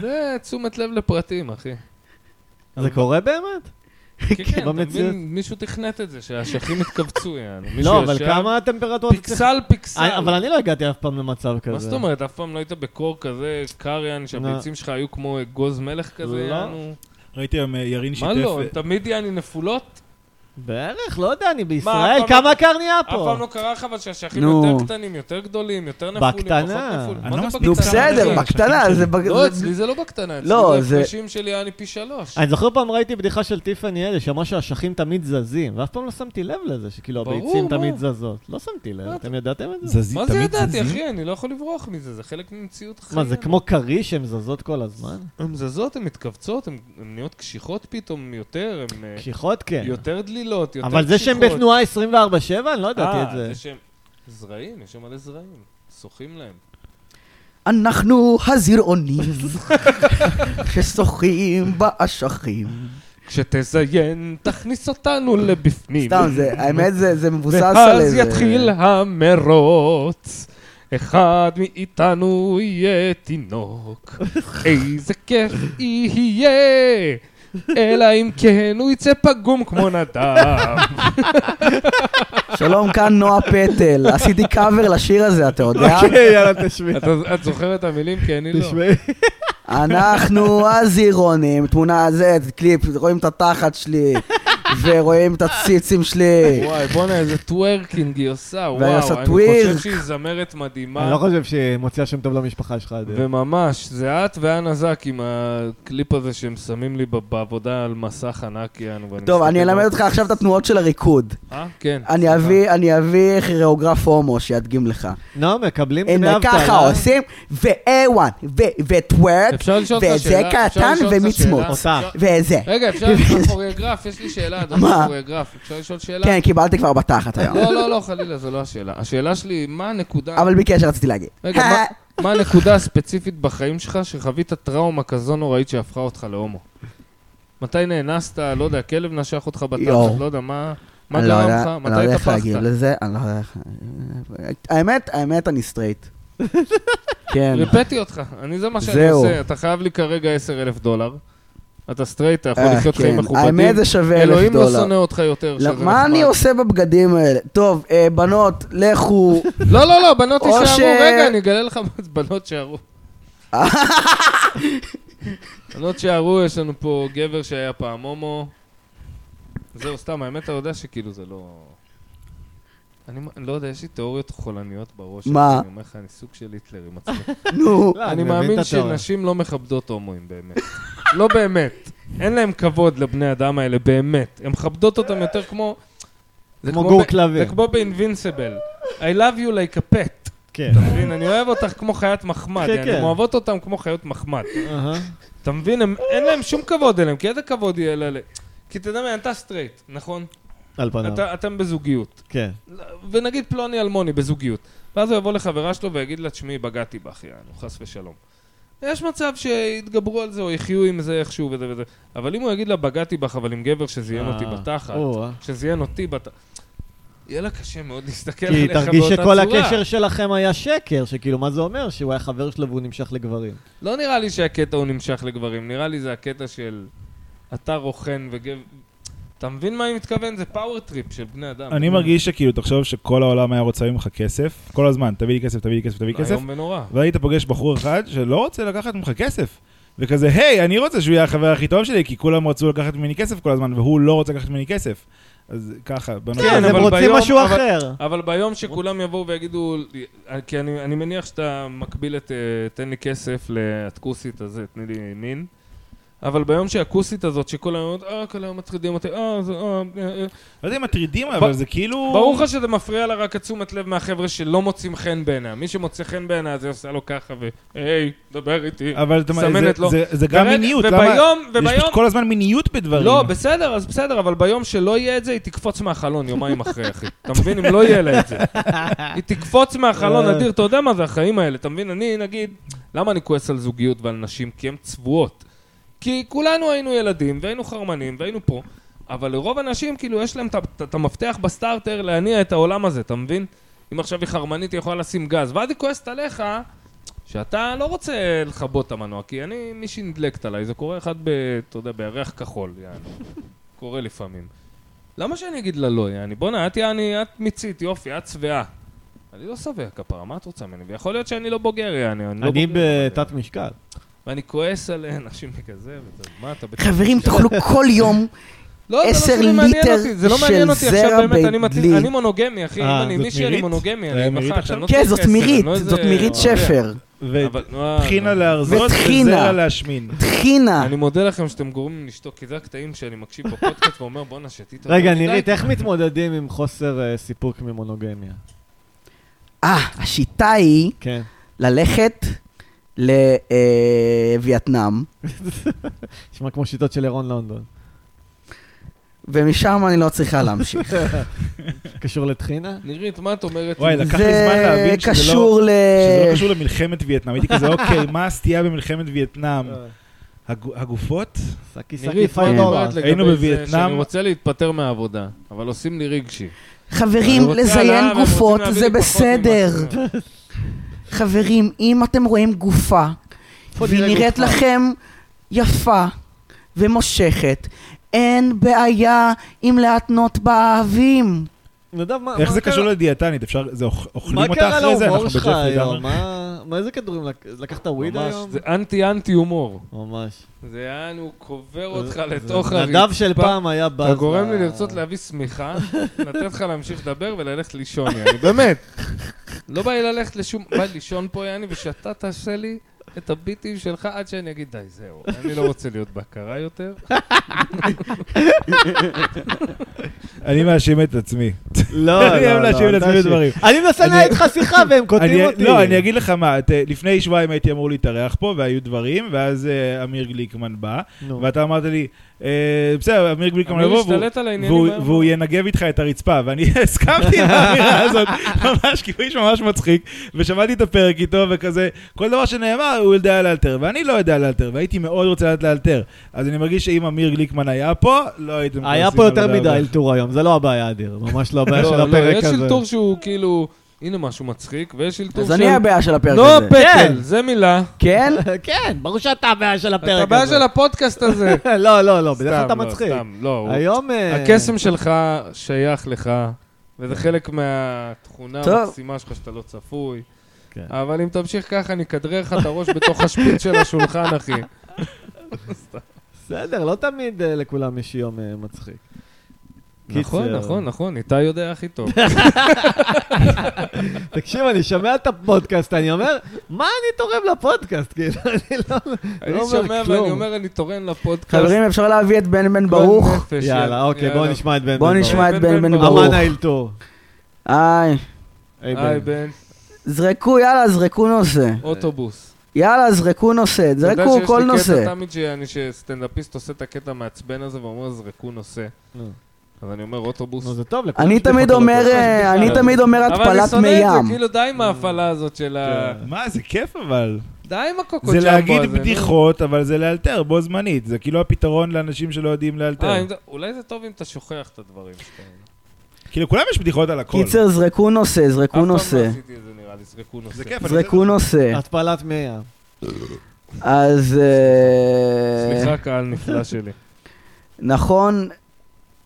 Speaker 1: זה תשומת לב לפרטים, אחי.
Speaker 2: זה קורה באמת?
Speaker 1: כן, כן, אתה
Speaker 2: במציאות.
Speaker 1: מבין, מישהו תכנת את זה, שהאשכים התכווצו, יענו. מישהו
Speaker 2: לא, אבל
Speaker 1: ישב,
Speaker 2: כמה הטמפרטורות...
Speaker 1: פיקסל פיקסל.
Speaker 2: אני- אבל אני לא הגעתי אף פעם למצב כזה.
Speaker 1: מה זאת אומרת, אף פעם לא היית בקור כזה קר, יעני, שהביצים שלך היו כמו אגוז מלך כזה,
Speaker 2: לא.
Speaker 1: יענו.
Speaker 4: ראיתי היום אה, ירין שיתף.
Speaker 1: מה לא,
Speaker 4: אה,
Speaker 1: הם תמיד יעני נפולות?
Speaker 2: בערך, לא יודע,
Speaker 1: מה,
Speaker 2: אני
Speaker 1: אף
Speaker 2: בישראל,
Speaker 1: פעם
Speaker 2: כמה קר נהיה
Speaker 1: אף
Speaker 2: פה?
Speaker 1: פעם לא קרה לך, אבל שהאשכים
Speaker 3: נו.
Speaker 1: יותר קטנים, יותר גדולים, יותר נפולים, פחות
Speaker 2: בקטנה.
Speaker 1: נפולים.
Speaker 4: אני
Speaker 1: מה
Speaker 4: לא
Speaker 1: זה
Speaker 4: מספיק
Speaker 3: נו,
Speaker 4: קטן.
Speaker 3: בסדר,
Speaker 1: אחי?
Speaker 3: בקטנה, זה... בג-
Speaker 1: לא,
Speaker 3: זה-
Speaker 1: אצלי זה לא בקטנה, אצלי
Speaker 3: לא,
Speaker 1: זה
Speaker 3: זה- אה,
Speaker 1: הפרשים שלי יעני פי שלוש.
Speaker 2: אני זוכר פעם ראיתי בדיחה של טיפני אלה, שאמרה שהאשכים תמיד זזים, ואף פעם לא שמתי לב לזה, שכאילו
Speaker 1: ברור,
Speaker 2: הביצים
Speaker 1: מה?
Speaker 2: תמיד זזות. לא שמתי לב,
Speaker 1: מה
Speaker 2: אתם ידעתם את זה?
Speaker 4: זזי-
Speaker 1: מה זה
Speaker 4: תמיד
Speaker 1: ידעתי,
Speaker 4: זזים.
Speaker 1: אחי? אני לא יכול לברוח מזה, זה חלק ממציאות החיים.
Speaker 2: מה, זה כמו כריש, הן זזות כל הזמן?
Speaker 1: הן זזות, הן מתכווצות, הן הן נהיות קשיחות פתאום יותר, הן... אה,
Speaker 2: קשיחות כן.
Speaker 1: יותר דלילות, יותר
Speaker 2: אבל זה שהם
Speaker 1: קשיחות.
Speaker 2: בתנועה 24-7, אני לא ידעתי את
Speaker 1: אה,
Speaker 2: זה.
Speaker 1: זה שהם זרעים, יש שם מלא זרעים. שוחים להם.
Speaker 3: אנחנו הזרעונים ששוחים באשכים.
Speaker 1: כשתזיין, תכניס אותנו לבפנים.
Speaker 3: סתם, זה- האמת זה זה מבוסס על
Speaker 1: ואז
Speaker 3: איזה...
Speaker 1: יתחיל המרוץ. אחד מאיתנו יהיה תינוק. איזה כיף יהיה! אלא אם כן הוא יצא פגום כמו נדב.
Speaker 3: שלום, כאן נועה פטל. עשיתי קאבר לשיר הזה, אתה יודע?
Speaker 1: אה,
Speaker 2: אוקיי, יאללה, תשמעי.
Speaker 1: אתה- את זוכרת את המילים? כי אני לא.
Speaker 2: תשמעי.
Speaker 3: אנחנו הזירונים, תמונה זה, קליפ, רואים את התחת שלי, ורואים את הציצים שלי.
Speaker 1: וואי, בואנה, איזה טוורקינג היא עושה,
Speaker 3: והיא
Speaker 1: וואו.
Speaker 3: עושה
Speaker 1: אני
Speaker 3: טווירק.
Speaker 1: חושב שהיא זמרת מדהימה.
Speaker 2: אני לא חושב שהיא מוציאה שם טוב למשפחה שלך. עדיין.
Speaker 1: וממש, זה את ואנה זק עם הקליפ הזה שהם שמים לי ב- בעבודה על מסך ענק, יענו. ואני
Speaker 3: טוב, אני
Speaker 1: מסתכל
Speaker 3: אלמד
Speaker 1: על-
Speaker 3: אותך עכשיו את התנועות של הריקוד.
Speaker 1: אה? כן.
Speaker 3: אני
Speaker 1: סליחה.
Speaker 3: אביא, אני אביא כריאוגרף הומו שידגים לך.
Speaker 2: נו, מקבלים דמי
Speaker 3: הנה
Speaker 2: אבטלה.
Speaker 3: ככה
Speaker 1: אה?
Speaker 3: עושים, ו-A1, וטוורק,
Speaker 1: אפשר לשאול אותך
Speaker 3: וזה
Speaker 1: שאלה? אפשר
Speaker 3: קטן
Speaker 1: לשאול אותך
Speaker 3: ומצמוץ.
Speaker 1: שאלה?
Speaker 2: אותך.
Speaker 1: אפשר-
Speaker 3: וזה.
Speaker 1: רגע, אפשר לשאול קוריאגרף? יש לי שאלה, אדוני
Speaker 3: מה?
Speaker 1: קוריאגרף. אפשר לשאול שאלה?
Speaker 3: כן, קיבלתי כבר בתחת היום.
Speaker 1: לא, לא, לא, חלילה, זו לא השאלה. השאלה שלי, מה הנקודה...
Speaker 3: אבל בקשר רציתי להגיד. אה.
Speaker 1: רגע, מה- מה הנקודה הספציפית בחיים שלך שחווית טראומה כזו נוראית שהפכה אותך להומו? מתי נאנסת, לא יודע, כלב נשך אותך
Speaker 3: יואו.
Speaker 1: בתחת, לא יודע, מה מה
Speaker 3: אני לא
Speaker 1: גרם
Speaker 3: יודע-
Speaker 1: לך?
Speaker 3: אני לא
Speaker 1: מתי
Speaker 3: יודע איך להגיב
Speaker 1: התהפכת?
Speaker 3: לזה, אני לא יודע איך... האמת, האמת, אני סטרייט. כן.
Speaker 1: ריפאתי אותך, אני זה מה שאני
Speaker 3: זהו.
Speaker 1: עושה, אתה חייב לי כרגע 10 אלף דולר, אתה סטרייט, אתה יכול
Speaker 3: אה,
Speaker 1: לחיות חיים
Speaker 3: כן.
Speaker 1: מכובדים,
Speaker 3: האמת זה שווה אלף
Speaker 1: אלוהים לא
Speaker 3: דולר.
Speaker 1: שונא אותך יותר,
Speaker 3: לא,
Speaker 1: שזה
Speaker 3: מה
Speaker 1: נחמד.
Speaker 3: אני עושה בבגדים האלה? טוב, אה, בנות, לכו.
Speaker 1: לא, לא, לא, בנות
Speaker 3: או ש-
Speaker 1: יישארו, רגע, אני אגלה לך מה זה בנות שערו. בנות שערו, יש לנו פה גבר שהיה פעם הומו. זהו, סתם, האמת, אתה יודע שכאילו זה לא... אני מ- לא יודע, יש לי תיאוריות חולניות בראש.
Speaker 3: מה?
Speaker 1: אני אומר לך, אני סוג של היטלר עם עצמי.
Speaker 3: נו.
Speaker 2: לא,
Speaker 1: אני
Speaker 2: מבין את
Speaker 1: מאמין
Speaker 2: התיאוריה.
Speaker 1: שנשים לא מכבדות הומואים, באמת. לא באמת. אין להם כבוד לבני אדם האלה, באמת. הן מכבדות אותם יותר כמו... זה
Speaker 2: כמו גור
Speaker 1: ב-
Speaker 2: כלבים.
Speaker 1: זה כמו באינבינסיבל. I love you like a pet.
Speaker 2: כן.
Speaker 1: אתה מבין? אני אוהב אותך כמו חיית מחמד.
Speaker 2: כן,
Speaker 1: אני
Speaker 2: כן.
Speaker 1: אוהבות אותם כמו חיות מחמד.
Speaker 2: אהה.
Speaker 1: אתה מבין? הם- אין להם שום כבוד אליהם, כי איזה כבוד יהיה לה... ל- כי אתה יודע מה, אתה סטרייט, נכון?
Speaker 2: על פניו.
Speaker 1: אתה- אתם בזוגיות.
Speaker 2: כן.
Speaker 1: ונגיד פלוני אלמוני בזוגיות. ואז הוא יבוא לחברה שלו ויגיד לה, תשמעי, בגדתי בך, יענו, חס ושלום. יש מצב שיתגברו על זה או יחיו עם זה איכשהו וזה וזה. אבל אם הוא יגיד לה, בגדתי בך, אבל עם גבר שזיין אותי
Speaker 2: אה,
Speaker 1: בתחת,
Speaker 2: או-אה.
Speaker 1: שזיין אותי בתחת, יהיה לה קשה מאוד להסתכל
Speaker 2: כי
Speaker 1: עליך באותה צורה.
Speaker 2: תרגיש שכל הקשר שלכם היה שקר, שכאילו, מה זה אומר? שהוא היה חבר שלו והוא נמשך לגברים.
Speaker 1: לא נראה לי שהקטע הוא נמשך לגברים, נראה לי זה הקטע של אתה רוכן וגבר... אתה מבין מה אני מתכוון? זה פאוור טריפ של בני אדם.
Speaker 4: אני מרגיש שכאילו, תחשוב שכל העולם היה רוצה ממך כסף, כל הזמן, תביא לי כסף, תביא לי כסף, תביא לי כסף,
Speaker 1: איום ונורא.
Speaker 4: והיית פוגש בחור אחד שלא רוצה לקחת ממך כסף. וכזה, היי, אני רוצה שהוא יהיה החבר הכי טוב שלי, כי כולם רצו לקחת ממני כסף כל הזמן, והוא לא רוצה לקחת ממני כסף. אז ככה, בנושא
Speaker 1: כן,
Speaker 2: כן,
Speaker 4: הזה,
Speaker 2: הם
Speaker 1: אבל
Speaker 2: רוצים
Speaker 1: ביום-
Speaker 2: משהו
Speaker 1: אבל-
Speaker 2: אחר.
Speaker 1: אבל ביום שכולם יבואו ויגידו, כי אני, אני מניח שאתה מקביל את אה, תן לי כסף לכוסית הזה, תני לי מין. אבל ביום שהכוסית הזאת, שכל היום, אומרת, אה, כל היום מטרידים אותי, אה, זה, אה, אה, אה,
Speaker 4: לא יודע אם מטרידים, אבל
Speaker 1: ב-
Speaker 4: זה כאילו...
Speaker 1: ברור לך שזה מפריע לה רק התשומת לב מהחבר'ה שלא מוצאים חן בעיניה. מי שמוצא חן בעיניה, זה עושה לו ככה, ו... היי, דבר איתי.
Speaker 4: אבל אתה-
Speaker 1: מסמנת
Speaker 4: זה-
Speaker 1: לו.
Speaker 4: זה- זה גם
Speaker 1: ורגע-
Speaker 4: מיניות, למה...
Speaker 1: וביום,
Speaker 4: יש
Speaker 1: וביום...
Speaker 4: כל הזמן מיניות בדברים.
Speaker 1: לא, בסדר, אז בסדר, אבל ביום שלא יהיה את זה, היא תקפוץ מהחלון יומיים אחרי, אחי. אתה מבין? אם לא יהיה לה את זה. היא תקפוץ מהחלון,
Speaker 2: אה.
Speaker 1: אדיר, אתה יודע מה זה החיים האלה, אתה מבין? אני, נגיד, למה אני כועס על זוגיות ועל נשים? כי הן צבועות. כי כולנו היינו ילדים, והיינו חרמנים, והיינו פה, אבל לרוב הנשים, כאילו, יש להם את ה- את- את המפתח בסטארטר להניע את העולם הזה, אתה מבין? אם עכשיו היא חרמנית, היא יכולה לשים גז. ואז היא כועסת עליך, שאתה לא רוצה לכבות את המנוע, כי אני, מישהי נדלקת עליי, זה קורה אחד ב... אתה יודע, בירח כחול, יענו. קורה לפעמים. למה שאני אגיד לה לא, יעני? בואנה, את יעני, את מיצית, יופי, את שבעה. אני לא שבע כפרה, מה את רוצה ממני? ויכול להיות שאני לא בוגר, יעני. לא
Speaker 2: אני
Speaker 1: בוגר.
Speaker 2: בתת משקל.
Speaker 1: ואני כועס על אנשים כזה, וזה, מה אתה... בטח-
Speaker 5: חברים, תאכלו כל יום.
Speaker 1: לא, זה לא
Speaker 5: עשר
Speaker 1: שזה מעניין
Speaker 5: ליטר
Speaker 1: אותי, זה לא
Speaker 5: של
Speaker 1: מעניין אותי עכשיו
Speaker 5: זרע
Speaker 1: באמת, אני מת-
Speaker 5: בדלי.
Speaker 1: אני מונוגמי, אחי,
Speaker 2: אה,
Speaker 1: אם אני
Speaker 4: זאת
Speaker 1: מישהי, אני
Speaker 4: מירית?
Speaker 1: מונוגמי,
Speaker 4: אה,
Speaker 1: אני
Speaker 4: מירית
Speaker 1: מחק,
Speaker 4: עכשיו? אה,
Speaker 1: אני לא
Speaker 5: כן,
Speaker 1: צריך
Speaker 5: זאת
Speaker 1: כסף,
Speaker 5: מירית,
Speaker 1: אני לא
Speaker 5: זאת
Speaker 1: איזה-
Speaker 5: מירית
Speaker 1: אוקיי.
Speaker 5: שפר.
Speaker 1: אבל, נו,
Speaker 4: וטחינה
Speaker 1: נו.
Speaker 4: להרזות
Speaker 5: וטחינה.
Speaker 4: וזרע להשמין.
Speaker 5: טחינה.
Speaker 1: אני מודה לכם שאתם גורמים לי לשתוק, כי זה הקטעים שאני מקשיב בפודקאסט ואומר, בואנה, שתית. אותו
Speaker 2: רגע,
Speaker 1: מדי."
Speaker 2: נירית, איך מתמודדים עם חוסר אה, סיפוק ממונוגמיה?
Speaker 5: אה,
Speaker 3: השיטה היא
Speaker 2: כן.
Speaker 3: ללכת אה, לווייטנאם,
Speaker 2: נשמע כמו שיטות של ירון לונדון.
Speaker 3: ומשם אני לא צריכה להמשיך.
Speaker 2: קשור לטחינה?
Speaker 1: נירית, מה את אומרת?
Speaker 4: וואי, לקח לי זמן
Speaker 3: זה
Speaker 4: להבין שזה לא...
Speaker 3: קשור ל...
Speaker 4: שזה
Speaker 2: אה,
Speaker 4: לא קשור למלחמת וייטנאם. הייתי כזה, אוקיי, מה הסטייה במלחמת וייטנאם? הג- הגופות?
Speaker 2: שקי שקי
Speaker 1: נירית, מה את
Speaker 2: פייב
Speaker 1: אומרת
Speaker 2: דולר.
Speaker 1: לגבי
Speaker 4: היינו
Speaker 1: זה
Speaker 4: בווייטנאם.
Speaker 1: שאני רוצה להתפטר מהעבודה, אבל עושים לי רגשי.
Speaker 3: חברים,
Speaker 1: אני רוצה
Speaker 3: לזיין
Speaker 1: עליו, הם רוצים
Speaker 3: גופות
Speaker 1: להביא
Speaker 3: זה
Speaker 1: לי פחות
Speaker 3: בסדר.
Speaker 1: ממה ש-
Speaker 3: חברים, אם אתם רואים גופה,
Speaker 2: איפה
Speaker 3: והיא
Speaker 2: נראה
Speaker 3: נראית
Speaker 2: גופה?
Speaker 3: לכם יפה ומושכת, אין בעיה עם להתנות באהבים.
Speaker 2: נדב, מה
Speaker 4: איך
Speaker 2: מה
Speaker 4: זה
Speaker 2: קרה-
Speaker 4: קשור לדיאטנית? אפשר, זה אוכ-
Speaker 2: מה
Speaker 4: אוכלים אותה
Speaker 2: קרה
Speaker 4: אחרי זה?
Speaker 2: להומור
Speaker 4: אנחנו
Speaker 2: שלך
Speaker 4: בג'פרי
Speaker 2: היום?
Speaker 4: דאמר.
Speaker 2: מה, מה איזה כדורים? לק- לקחת וויד
Speaker 1: ממש,
Speaker 2: היום?
Speaker 1: זה אנטי אנטי הומור.
Speaker 2: ממש.
Speaker 1: זה יענו קובר לא אותך
Speaker 2: זה-
Speaker 1: לתוך הרצפה.
Speaker 2: נדב של פעם היה בז.
Speaker 1: אתה גורם
Speaker 2: ל-
Speaker 1: לי לרצות להביא שמיכה, לתת לך להמשיך לדבר וללכת לישון, יעני, באמת. לא בא לי ללכת לשום... בא לי לישון פה, יעני, ושאתה תעשה לי את הביטים שלך עד שאני אגיד, די, זהו, אני לא רוצה להיות בהכרה יותר.
Speaker 4: אני מאשים את עצמי.
Speaker 2: לא,
Speaker 4: אני אוהב להשיב
Speaker 2: אל
Speaker 4: לעצמי
Speaker 2: תאשים.
Speaker 4: דברים.
Speaker 2: אני מנסה
Speaker 4: אני-
Speaker 2: לנהל איתך שיחה והם קוטעים
Speaker 4: אני-
Speaker 2: אותי.
Speaker 4: לא, אני אגיד לך מה, את, אה, לפני שבועיים הייתי אמור להתארח פה, והיו דברים, ואז אה, אמיר גליקמן בא,
Speaker 2: נו.
Speaker 4: ואתה אמרת לי, אה, בסדר, אמיר גליקמן
Speaker 1: אני
Speaker 4: יבוא, והוא-
Speaker 1: משתלט על העניינים
Speaker 4: והוא-
Speaker 1: האלה.
Speaker 4: והוא ינגב איתך את הרצפה, ואני הסכמתי לאמירה הזאת, ממש, כי הוא איש ממש מצחיק, ושמעתי את הפרק איתו, וכזה, כל דבר שנאמר, הוא יודע לאלתר, ואני לא יודע לאלתר, והייתי מאוד רוצה לדעת לאלתר. אז אני מרגיש שאם אמיר גליקמן היה פה, לא הייתם...
Speaker 2: היה
Speaker 4: כועסים
Speaker 2: פה
Speaker 4: על
Speaker 2: יותר
Speaker 4: הדבר.
Speaker 2: מדי אלתור היום, זה לא הבעיה, אדיר. ממש לא הבעיה של
Speaker 1: לא, לא,
Speaker 2: הפרק
Speaker 1: יש
Speaker 2: הזה.
Speaker 1: אלתור שהוא כאילו, הנה משהו מצחיק, ויש אלתור
Speaker 3: אז
Speaker 1: של...
Speaker 3: אני הבעיה של הפרק
Speaker 1: נועה
Speaker 3: הזה.
Speaker 2: כן.
Speaker 1: פטל, זה מילה.
Speaker 3: כן?
Speaker 2: כן, ברור שאתה הבעיה של הפרק הזה.
Speaker 1: אתה הבעיה של הפודקאסט הזה.
Speaker 2: לא, לא, לא, בדרך כלל אתה
Speaker 1: סתם, לא,
Speaker 2: מצחיק.
Speaker 1: סתם, לא, הוא-
Speaker 2: היום... אה,
Speaker 1: הקסם שלך שייך לך, וזה
Speaker 2: כן.
Speaker 1: חלק מהתכונה
Speaker 3: טוב.
Speaker 1: המקסימה שלך שאתה לא צפוי.
Speaker 2: כן.
Speaker 1: אבל אם תמשיך ככה, אני אכדרר לך את הראש בתוך השפיץ של השולחן, אחי.
Speaker 2: נכון, בסדר, לא תמיד אה, לכולם יש יום אה, מצחיק.
Speaker 1: נכון,
Speaker 2: קיצר.
Speaker 1: נכון, נכון, איתי יודע הכי טוב.
Speaker 2: לא תקשיב, אני שומע את הפודקאסט, אני אומר, מה אני תורם לפודקאסט? כאילו, אני לא
Speaker 1: אני
Speaker 2: לא אומר
Speaker 1: שומע
Speaker 2: כלום.
Speaker 1: ואני אומר, אני תורם לפודקאסט.
Speaker 3: חברים, אפשר להביא את בן בן ברוך?
Speaker 1: נפש,
Speaker 2: יאללה, אוקיי, בואו
Speaker 1: יאללה.
Speaker 2: נשמע את בן.
Speaker 3: בואו
Speaker 2: בן
Speaker 3: נשמע
Speaker 1: בן
Speaker 3: את בן
Speaker 1: בן
Speaker 3: בן
Speaker 2: ברוך.
Speaker 1: ברוך.
Speaker 3: ברוך.
Speaker 2: אמן האלתור.
Speaker 3: היי.
Speaker 2: היי, בן.
Speaker 1: היי, בן,
Speaker 3: זרקו, יאללה, זרקו נושא.
Speaker 1: אוטובוס.
Speaker 3: יאללה, זרקו נושא. זרקו
Speaker 1: אתה יודע
Speaker 3: כל
Speaker 1: שיש לי
Speaker 3: נושא.
Speaker 1: קטע תמיד שאני- שסטנדאפיסט עושה את הקטע המעצבן הזה ואומר, זרקו נושא.
Speaker 2: נו.
Speaker 1: אז אני אומר אוטובוס.
Speaker 2: נו, זה טוב. לכולם
Speaker 3: אני
Speaker 2: יש לי
Speaker 3: תמיד
Speaker 2: חתולות,
Speaker 3: אומר,
Speaker 2: לא?
Speaker 3: אה, אני
Speaker 1: אבל-
Speaker 3: תמיד אומר התפלת מי
Speaker 1: אבל אני שונא את זה,
Speaker 3: ים.
Speaker 1: כאילו די עם ההפעלה הזאת של
Speaker 2: כן.
Speaker 1: ה...
Speaker 4: מה, זה כיף אבל.
Speaker 1: די עם הקוקו
Speaker 4: זה
Speaker 1: ג'מבו
Speaker 4: להגיד
Speaker 1: הזה, נו.
Speaker 4: בדיחות, אבל זה לאלתר בו זמנית. זה כאילו הפתרון לאנשים שלא יודעים
Speaker 1: אה,
Speaker 4: לאלתר.
Speaker 1: אם זה- אולי זה טוב אם אתה שוכח את הדברים שאתה...
Speaker 4: כאילו, כולם יש בדיחות על הכל.
Speaker 3: קיצר, זרקו נושא,
Speaker 1: אף פעם
Speaker 3: זרקו
Speaker 1: לא
Speaker 3: נושא.
Speaker 1: עשיתי את זה נראה לי, זרקו נושא.
Speaker 4: זה כיף. אבל
Speaker 3: זרקו נושא.
Speaker 2: התפלת מי ים.
Speaker 3: אז... אה,
Speaker 1: סליחה, קהל נפלא שלי.
Speaker 3: נכון.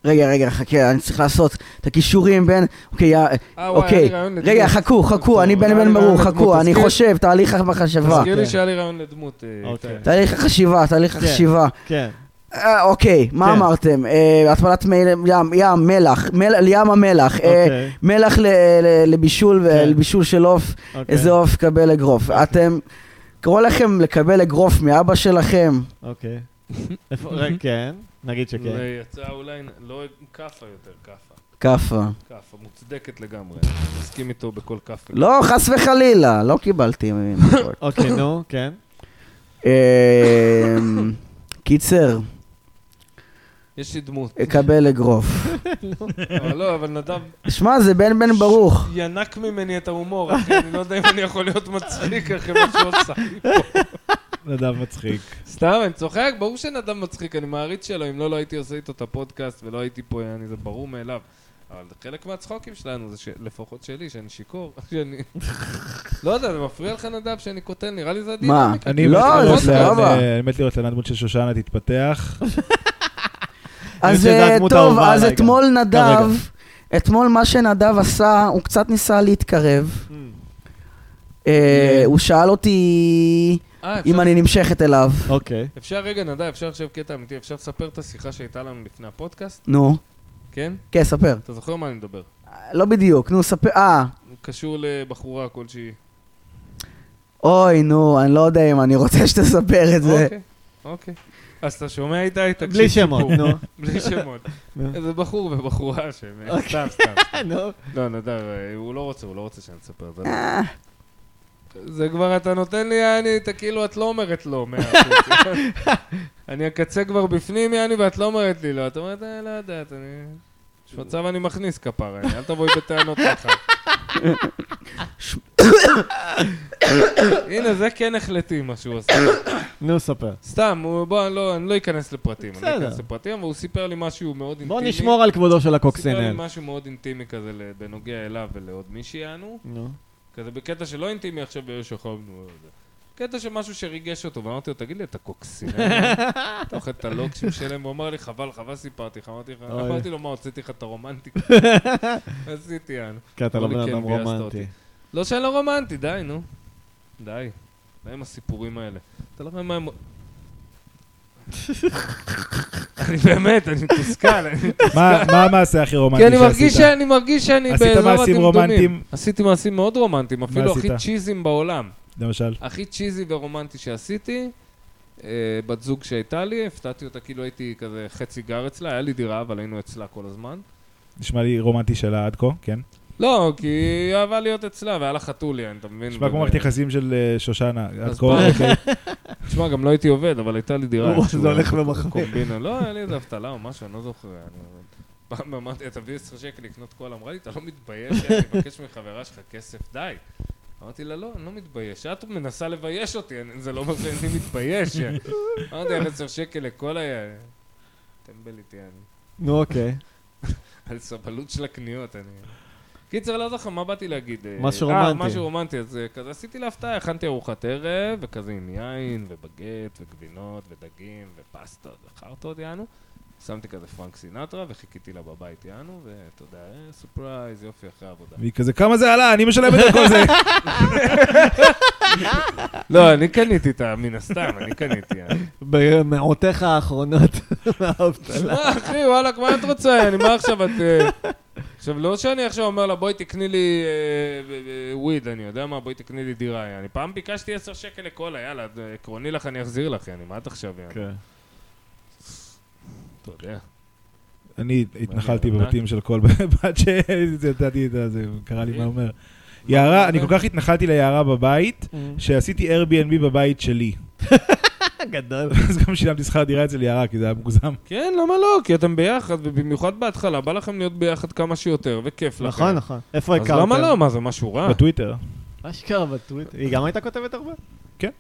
Speaker 3: רגע, רגע, חכה, אני צריך לעשות את הקישורים בין... אוקיי, יא-
Speaker 1: אה, וואי, היה לי
Speaker 3: אוקיי.
Speaker 1: רעיון לדמות.
Speaker 3: רגע, חכו, חכו, אני בן
Speaker 1: טוב,
Speaker 3: בן
Speaker 1: אני
Speaker 3: ברור,
Speaker 1: מאוד
Speaker 3: חכו, אני
Speaker 1: מתסכל.
Speaker 3: חושב, תהליך המחשבה.
Speaker 1: תזכיר לי
Speaker 2: אוקיי.
Speaker 1: שהיה לי רעיון לדמות. אה,
Speaker 2: אוקיי.
Speaker 1: איתי.
Speaker 3: תהליך החשיבה, תהליך
Speaker 2: כן.
Speaker 3: החשיבה.
Speaker 2: כן.
Speaker 3: אה, אוקיי, מה
Speaker 2: כן.
Speaker 3: אמרתם? אה, התפלת מי ים, ים, מלח, מל- ים המלח. אה,
Speaker 2: אוקיי.
Speaker 3: מלח ל- ל- לבישול, ו-
Speaker 2: כן.
Speaker 3: לבישול של עוף,
Speaker 2: אוקיי.
Speaker 3: איזה עוף קבל אגרוף. אתם, קראו לכם לקבל אגרוף מאבא שלכם?
Speaker 2: אוקיי. איפה- רגע, כן, נגיד שכן.
Speaker 1: זה יצא אולי, לא כאפה יותר, כאפה.
Speaker 3: כאפה.
Speaker 1: כאפה, מוצדקת לגמרי. אני מסכים איתו בכל כאפה.
Speaker 3: לא, חס וחלילה, לא קיבלתי מכות.
Speaker 2: אוקיי, נו, כן.
Speaker 3: אמ, קיצר,
Speaker 1: יש לי דמות.
Speaker 3: אקבל אגרוף.
Speaker 1: אבל לא, אבל נדב
Speaker 3: שמע, זה בן בן ברוך.
Speaker 1: ינק ממני את ההומור, אחי. אני לא יודע אם אני יכול להיות מצחיק אחרי מה שהוא עשה לי פה.
Speaker 4: נדב מצחיק.
Speaker 1: סתם, אני צוחק, ברור שנדב מצחיק, אני מעריץ שלו, אם לא, לא הייתי עושה איתו את הפודקאסט ולא הייתי פה, אני, זה ברור מאליו. אבל חלק מהצחוקים שלנו זה ש... לפחות שלי, שאני שיכור, שאני... לא יודע, זה מפריע לך נדב שאני קוטן, נראה לי זה הדינמיקה.
Speaker 4: אני
Speaker 3: לא,
Speaker 4: מת
Speaker 3: זה
Speaker 4: לראות לאן,
Speaker 3: סבבה.
Speaker 4: אה, אני מת לראות לאן הדמות של שושנה תתפתח.
Speaker 3: אז
Speaker 2: שזה
Speaker 3: אה,
Speaker 2: הדמות
Speaker 3: טוב,
Speaker 2: האהובה
Speaker 3: אז
Speaker 2: עליי גם.
Speaker 3: אתמול נדב,
Speaker 2: רגע.
Speaker 3: אתמול מה שנדב עשה, הוא קצת ניסה להתקרב.
Speaker 1: Hmm.
Speaker 3: אה, הוא שאל אותי
Speaker 1: אה, אפשר-
Speaker 3: אם אני נמשכת אליו.
Speaker 2: אוקיי.
Speaker 1: אפשר רגע, נדב, אפשר עכשיו קטע אמיתי, אפשר לספר את השיחה שהייתה לנו לפני הפודקאסט?
Speaker 3: נו,
Speaker 1: כן?
Speaker 3: כן, ספר.
Speaker 1: אתה זוכר מה אני מדבר?
Speaker 3: לא בדיוק, נו, ספר, אה,
Speaker 1: הוא קשור לבחורה כלשהי.
Speaker 3: אוי, נו, אני לא יודע אם אני רוצה שתספר את זה.
Speaker 1: אוקיי, אוקיי. אז אתה שומע איתי? תקשיב
Speaker 2: בלי שמות,
Speaker 1: סיפור.
Speaker 2: נו.
Speaker 1: בלי שמות.
Speaker 2: נו.
Speaker 1: איזה בחור ובחורה שהם...
Speaker 3: אוקיי.
Speaker 1: סתם, סתם.
Speaker 2: אה, נו.
Speaker 1: לא, נדב, אה, הוא לא רוצה, הוא לא רוצה שאני אספר את זה.
Speaker 2: אה.
Speaker 1: זה כבר, אתה נותן לי, יעני, אתה כאילו, את לא אומרת לא, מאה אחוז. אני הקצה כבר בפנים, יעני, ואת לא אומרת לי לא. את אומרת, אה, לא יודעת, אני... יש מצב אני מכניס כפרה, יעני, אל תבואי בטענות ככה. הנה, זה כן החלטי מה שהוא עושה.
Speaker 2: נו, ספר.
Speaker 1: סתם, הוא- בוא, אני לא- אני לא אכנס לפרטים. אני לא
Speaker 2: בסדר.
Speaker 1: אכנס לפרטים, אבל הוא סיפר לי משהו מאוד אינטימי.
Speaker 2: בוא נשמור על כבודו של
Speaker 1: הוא סיפר
Speaker 2: הקוקסינל.
Speaker 1: לי משהו מאוד אינטימי כזה ל- בנוגע אליו ולעוד מישהי אנו.
Speaker 2: נו.
Speaker 1: כזה בקטע שלא אינטימי עכשיו אה, שוכבנו. אה, זה. קטע של משהו שריגש אותו, ואמרתי לו, תגיד לי, אתה קוקסינל? אתה אוכל את הלוק שהוא שלם? הוא אמר לי, חבל, חבל סיפרתי לך. אמרתי לך,
Speaker 2: אוי.
Speaker 1: אמרתי לו, מה, הוצאתי לך את הרומנטיקה? עשיתי, יענו.
Speaker 2: כי אתה לא
Speaker 1: אולי
Speaker 2: בן
Speaker 1: כן,
Speaker 2: אדם
Speaker 1: ביאסת
Speaker 2: רומנטי.
Speaker 1: אותי. לא שאני לא רומנטי, די, נו. די. די עם הסיפורים האלה. אתה לא מבין מה הם... אני באמת, אני מתוסכל. אני-
Speaker 4: מה מה המעשה הכי רומנטי
Speaker 1: כי אני
Speaker 4: שעשית?
Speaker 1: מרגיש שאני מרגיש שאני
Speaker 4: עשית
Speaker 1: באזור
Speaker 4: מעשים
Speaker 1: הדמדומים.
Speaker 4: רומנטיים?
Speaker 1: עשיתי מעשים מאוד רומנטיים, אפילו הכי
Speaker 4: עשית?
Speaker 1: צ'יזים בעולם.
Speaker 4: למשל.
Speaker 1: הכי צ'יזי ורומנטי שעשיתי, אה, בת זוג שהייתה לי, הפתעתי אותה כאילו הייתי כזה חצי גר אצלה, היה לי דירה, אבל היינו אצלה כל הזמן.
Speaker 4: נשמע לי רומנטי שלה עד כה, כן?
Speaker 1: לא, כי היא אהבה להיות אצלה, והיה לה חתוליה, אתה מבין?
Speaker 4: נשמע כמו
Speaker 1: וזה-
Speaker 4: מערכת יחסים של אה, שושנה. עד
Speaker 1: אז
Speaker 4: כה,
Speaker 1: פעם-
Speaker 4: אוקיי.
Speaker 1: תשמע, גם לא הייתי עובד, אבל הייתה לי דירה.
Speaker 2: או,
Speaker 1: איכשהו,
Speaker 2: זה הולך
Speaker 1: היה לי
Speaker 2: ומחמיר.
Speaker 1: קומבינה, לא, היה לי איזה אבטלה או משהו, אני לא זוכר. אני- פעם אמרתי, תביא 10 שקל לקנות קול, אמרה לי, אתה לא מתבייש שאני מבקש מחברה שלך כסף, די. אמרתי לה, לא, אני לא מתבייש. את מנסה לבייש אותי, אני- זה לא אומר שאני מתבייש. אמרתי לך, 10 שקל לקול היה... טמבל איתי, אני...
Speaker 2: נו, אוקיי.
Speaker 1: על סבלות של הקניות, אני... קיצר, לא זוכר, מה באתי להגיד? אה,
Speaker 2: משהו
Speaker 1: אה,
Speaker 2: רומנטי.
Speaker 1: משהו רומנטי, אז אה, כזה עשיתי לה הפתעה, הכנתי ארוחת ערב, וכזה עם יין, ובגט, וגבינות, ודגים, ופסטות, וחרטות, יענו. שמתי כזה פרנק סינטרה, וחיכיתי לה בבית, יענו, ואתה יודע, אה, סופרייז, יופי, אחרי העבודה.
Speaker 4: והיא כזה, כמה זה עלה? אני משלם את הכל זה.
Speaker 1: לא, אני קניתי את ה... מן הסתם, אני קניתי. אה.
Speaker 2: במעותיך האחרונות אוקיי. מהאבטלה.
Speaker 1: מה, אחי, וואלכ, מה את רוצה? אני, מה עכשיו, את... אה, עכשיו, לא שאני עכשיו אומר לה, בואי תקני לי אה, ב- ב- וויד, אני יודע מה, בואי תקני לי דירה. אני פעם ביקשתי 10 שקל לקולה, יאללה, אה, עקרוני לך, אני אחזיר לך, אני, מה את עכשיו, יאללה?
Speaker 2: כן.
Speaker 1: אתה יודע.
Speaker 4: אני התנחלתי
Speaker 1: מעניין, אה?
Speaker 4: בבתים של כל בת שידעתי את זה, קרה לי מה אומר. יערה, אני כל כך התנחלתי ליערה בבית, שעשיתי Airbnb בבית שלי.
Speaker 2: גדול.
Speaker 4: אז גם שילמתי שכר דירה אצל יערה, כי זה היה מוגזם.
Speaker 1: כן, למה לא? כי אתם ביחד, ובמיוחד בהתחלה, בא לכם להיות ביחד כמה שיותר, וכיף לכם.
Speaker 2: נכון, נכון. איפה
Speaker 1: אז
Speaker 2: הכרתם?
Speaker 1: למה לא? מה, זה משהו רע?
Speaker 4: בטוויטר.
Speaker 2: אשכרה בטוויטר. היא גם הייתה כותבת הרבה?
Speaker 4: כן.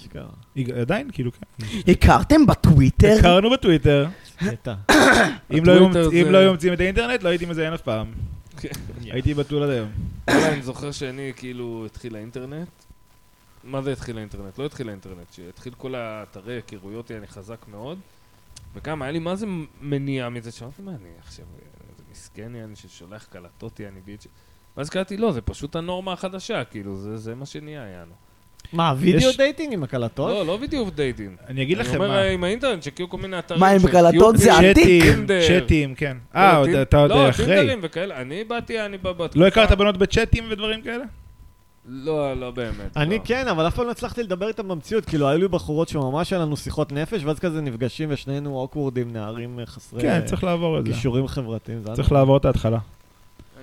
Speaker 2: אשכרה.
Speaker 4: היא- עדיין, כאילו, כן.
Speaker 2: אוקיי.
Speaker 3: הכרתם בטוויטר?
Speaker 4: הכרנו בטוויטר.
Speaker 2: הייתה.
Speaker 4: אם לא היו
Speaker 1: בטוויטר
Speaker 4: ממצ- אם
Speaker 1: זה-
Speaker 4: לא היו ממציאים את האינטרנט, לא הייתי מזיין אף פעם.
Speaker 1: כן.
Speaker 4: הייתי בתול עד היום.
Speaker 1: וואלה, אני זוכר שאני, כאילו, התחיל האינטרנט. מה זה התחיל האינטרנט? לא התחיל האינטרנט, שהתחיל כל האתרי היכרויות, אני חזק מאוד. וגם היה לי מה זה מניע מזה, שאמרתי, מה אני עכשיו, איזה מסכן אני ששולח קלטות אני ביץ'. ואז קראתי, לא, זה פשוט הנורמה החדשה, כאילו, זה, זה מה שנהיה, יענו.
Speaker 2: מה, וידאו
Speaker 4: יש-
Speaker 2: דייטינג עם הקלטות?
Speaker 1: לא, לא בדיוק דייטים.
Speaker 4: אני אגיד
Speaker 1: אני
Speaker 4: לכם
Speaker 1: אומר
Speaker 4: מה.
Speaker 1: אה, עם האינטרנט, שכאילו כל מיני אתרים...
Speaker 3: מה, עם
Speaker 1: שכאילו-
Speaker 3: קלטות זה עתיק?
Speaker 4: צ'אטים,
Speaker 1: טינדר.
Speaker 4: צ'אטים, כן.
Speaker 1: לא,
Speaker 4: אה,
Speaker 1: טינ-
Speaker 4: עוד- אתה עוד
Speaker 1: לא,
Speaker 4: אחרי.
Speaker 1: טינדרים וכאלה. אני באתי, אני בא בתקופה...
Speaker 4: לא כן, הכרת בנות בצ'אטים ודברים כאלה?
Speaker 1: לא, לא באמת.
Speaker 2: אני
Speaker 1: לא.
Speaker 2: כן, אבל אף פעם לא הצלחתי לדבר איתם במציאות. כאילו, היו לי בחורות שממש היה לנו שיחות נפש, ואז כזה נפגשים ושנינו אוקוורדים, נערים אה, חסרי
Speaker 4: כן,
Speaker 2: אה,
Speaker 4: צריך לעבור את זה.
Speaker 2: כישורים חברתיים. זה היה
Speaker 4: צריך לעבור את ההתחלה.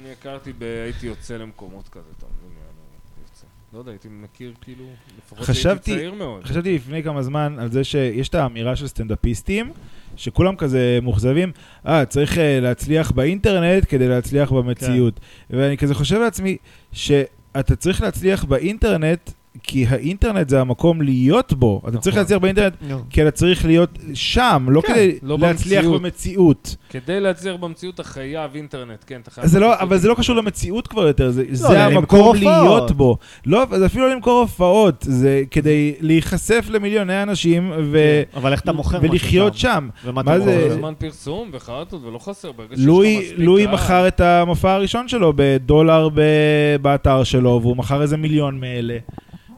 Speaker 1: אני הכרתי, ב... הייתי יוצא למקומות כזה, אתה מבין? יענו, יוצא. לא יודע, הייתי מכיר כאילו, לפחות
Speaker 4: חשבתי-
Speaker 1: הייתי צעיר מאוד.
Speaker 4: חשבתי לפני כמה זמן על זה שיש את האמירה של סטנדאפיסטים, שכולם כזה מאוכזבים, אה, צריך אה, להצליח באינטרנט כדי להצליח במציאות. ואני כזה חושב לעצמי שאתה צריך להצליח באינטרנט, כי האינטרנט זה המקום להיות בו. אתה צריך
Speaker 1: נכון.
Speaker 4: להצליח באינטרנט,
Speaker 2: נו.
Speaker 4: כי אתה צריך להיות שם, לא
Speaker 1: כן,
Speaker 4: כדי
Speaker 1: לא
Speaker 4: להצליח
Speaker 1: במציאות.
Speaker 4: במציאות.
Speaker 1: כדי להצליח במציאות אתה חייב אינטרנט, כן, אתה חייב...
Speaker 4: אז זה לא,
Speaker 1: במציאות.
Speaker 4: אבל זה לא קשור למציאות כבר יותר, זה,
Speaker 2: זה
Speaker 4: זה
Speaker 2: למכור
Speaker 4: המקום להיות
Speaker 2: הופעות.
Speaker 4: בו. לא, זה אפילו לא למכור הופעות, זה כדי להיחשף למיליוני אנשים ו...
Speaker 2: אבל איך כן. אתה מוכר משהו
Speaker 4: ולחיות שם.
Speaker 2: ומה
Speaker 4: מה
Speaker 2: אתה
Speaker 4: זה-
Speaker 1: כל
Speaker 2: מוכר?
Speaker 1: הזמן פרסום וחרטות ולא חסר. ברגע שיש לך
Speaker 4: לואי
Speaker 1: מספיק
Speaker 4: לואי
Speaker 1: קהל.
Speaker 4: מכר את המופע הראשון שלו בדולר ב- באתר שלו, והוא מכר איזה מיליון מאלה.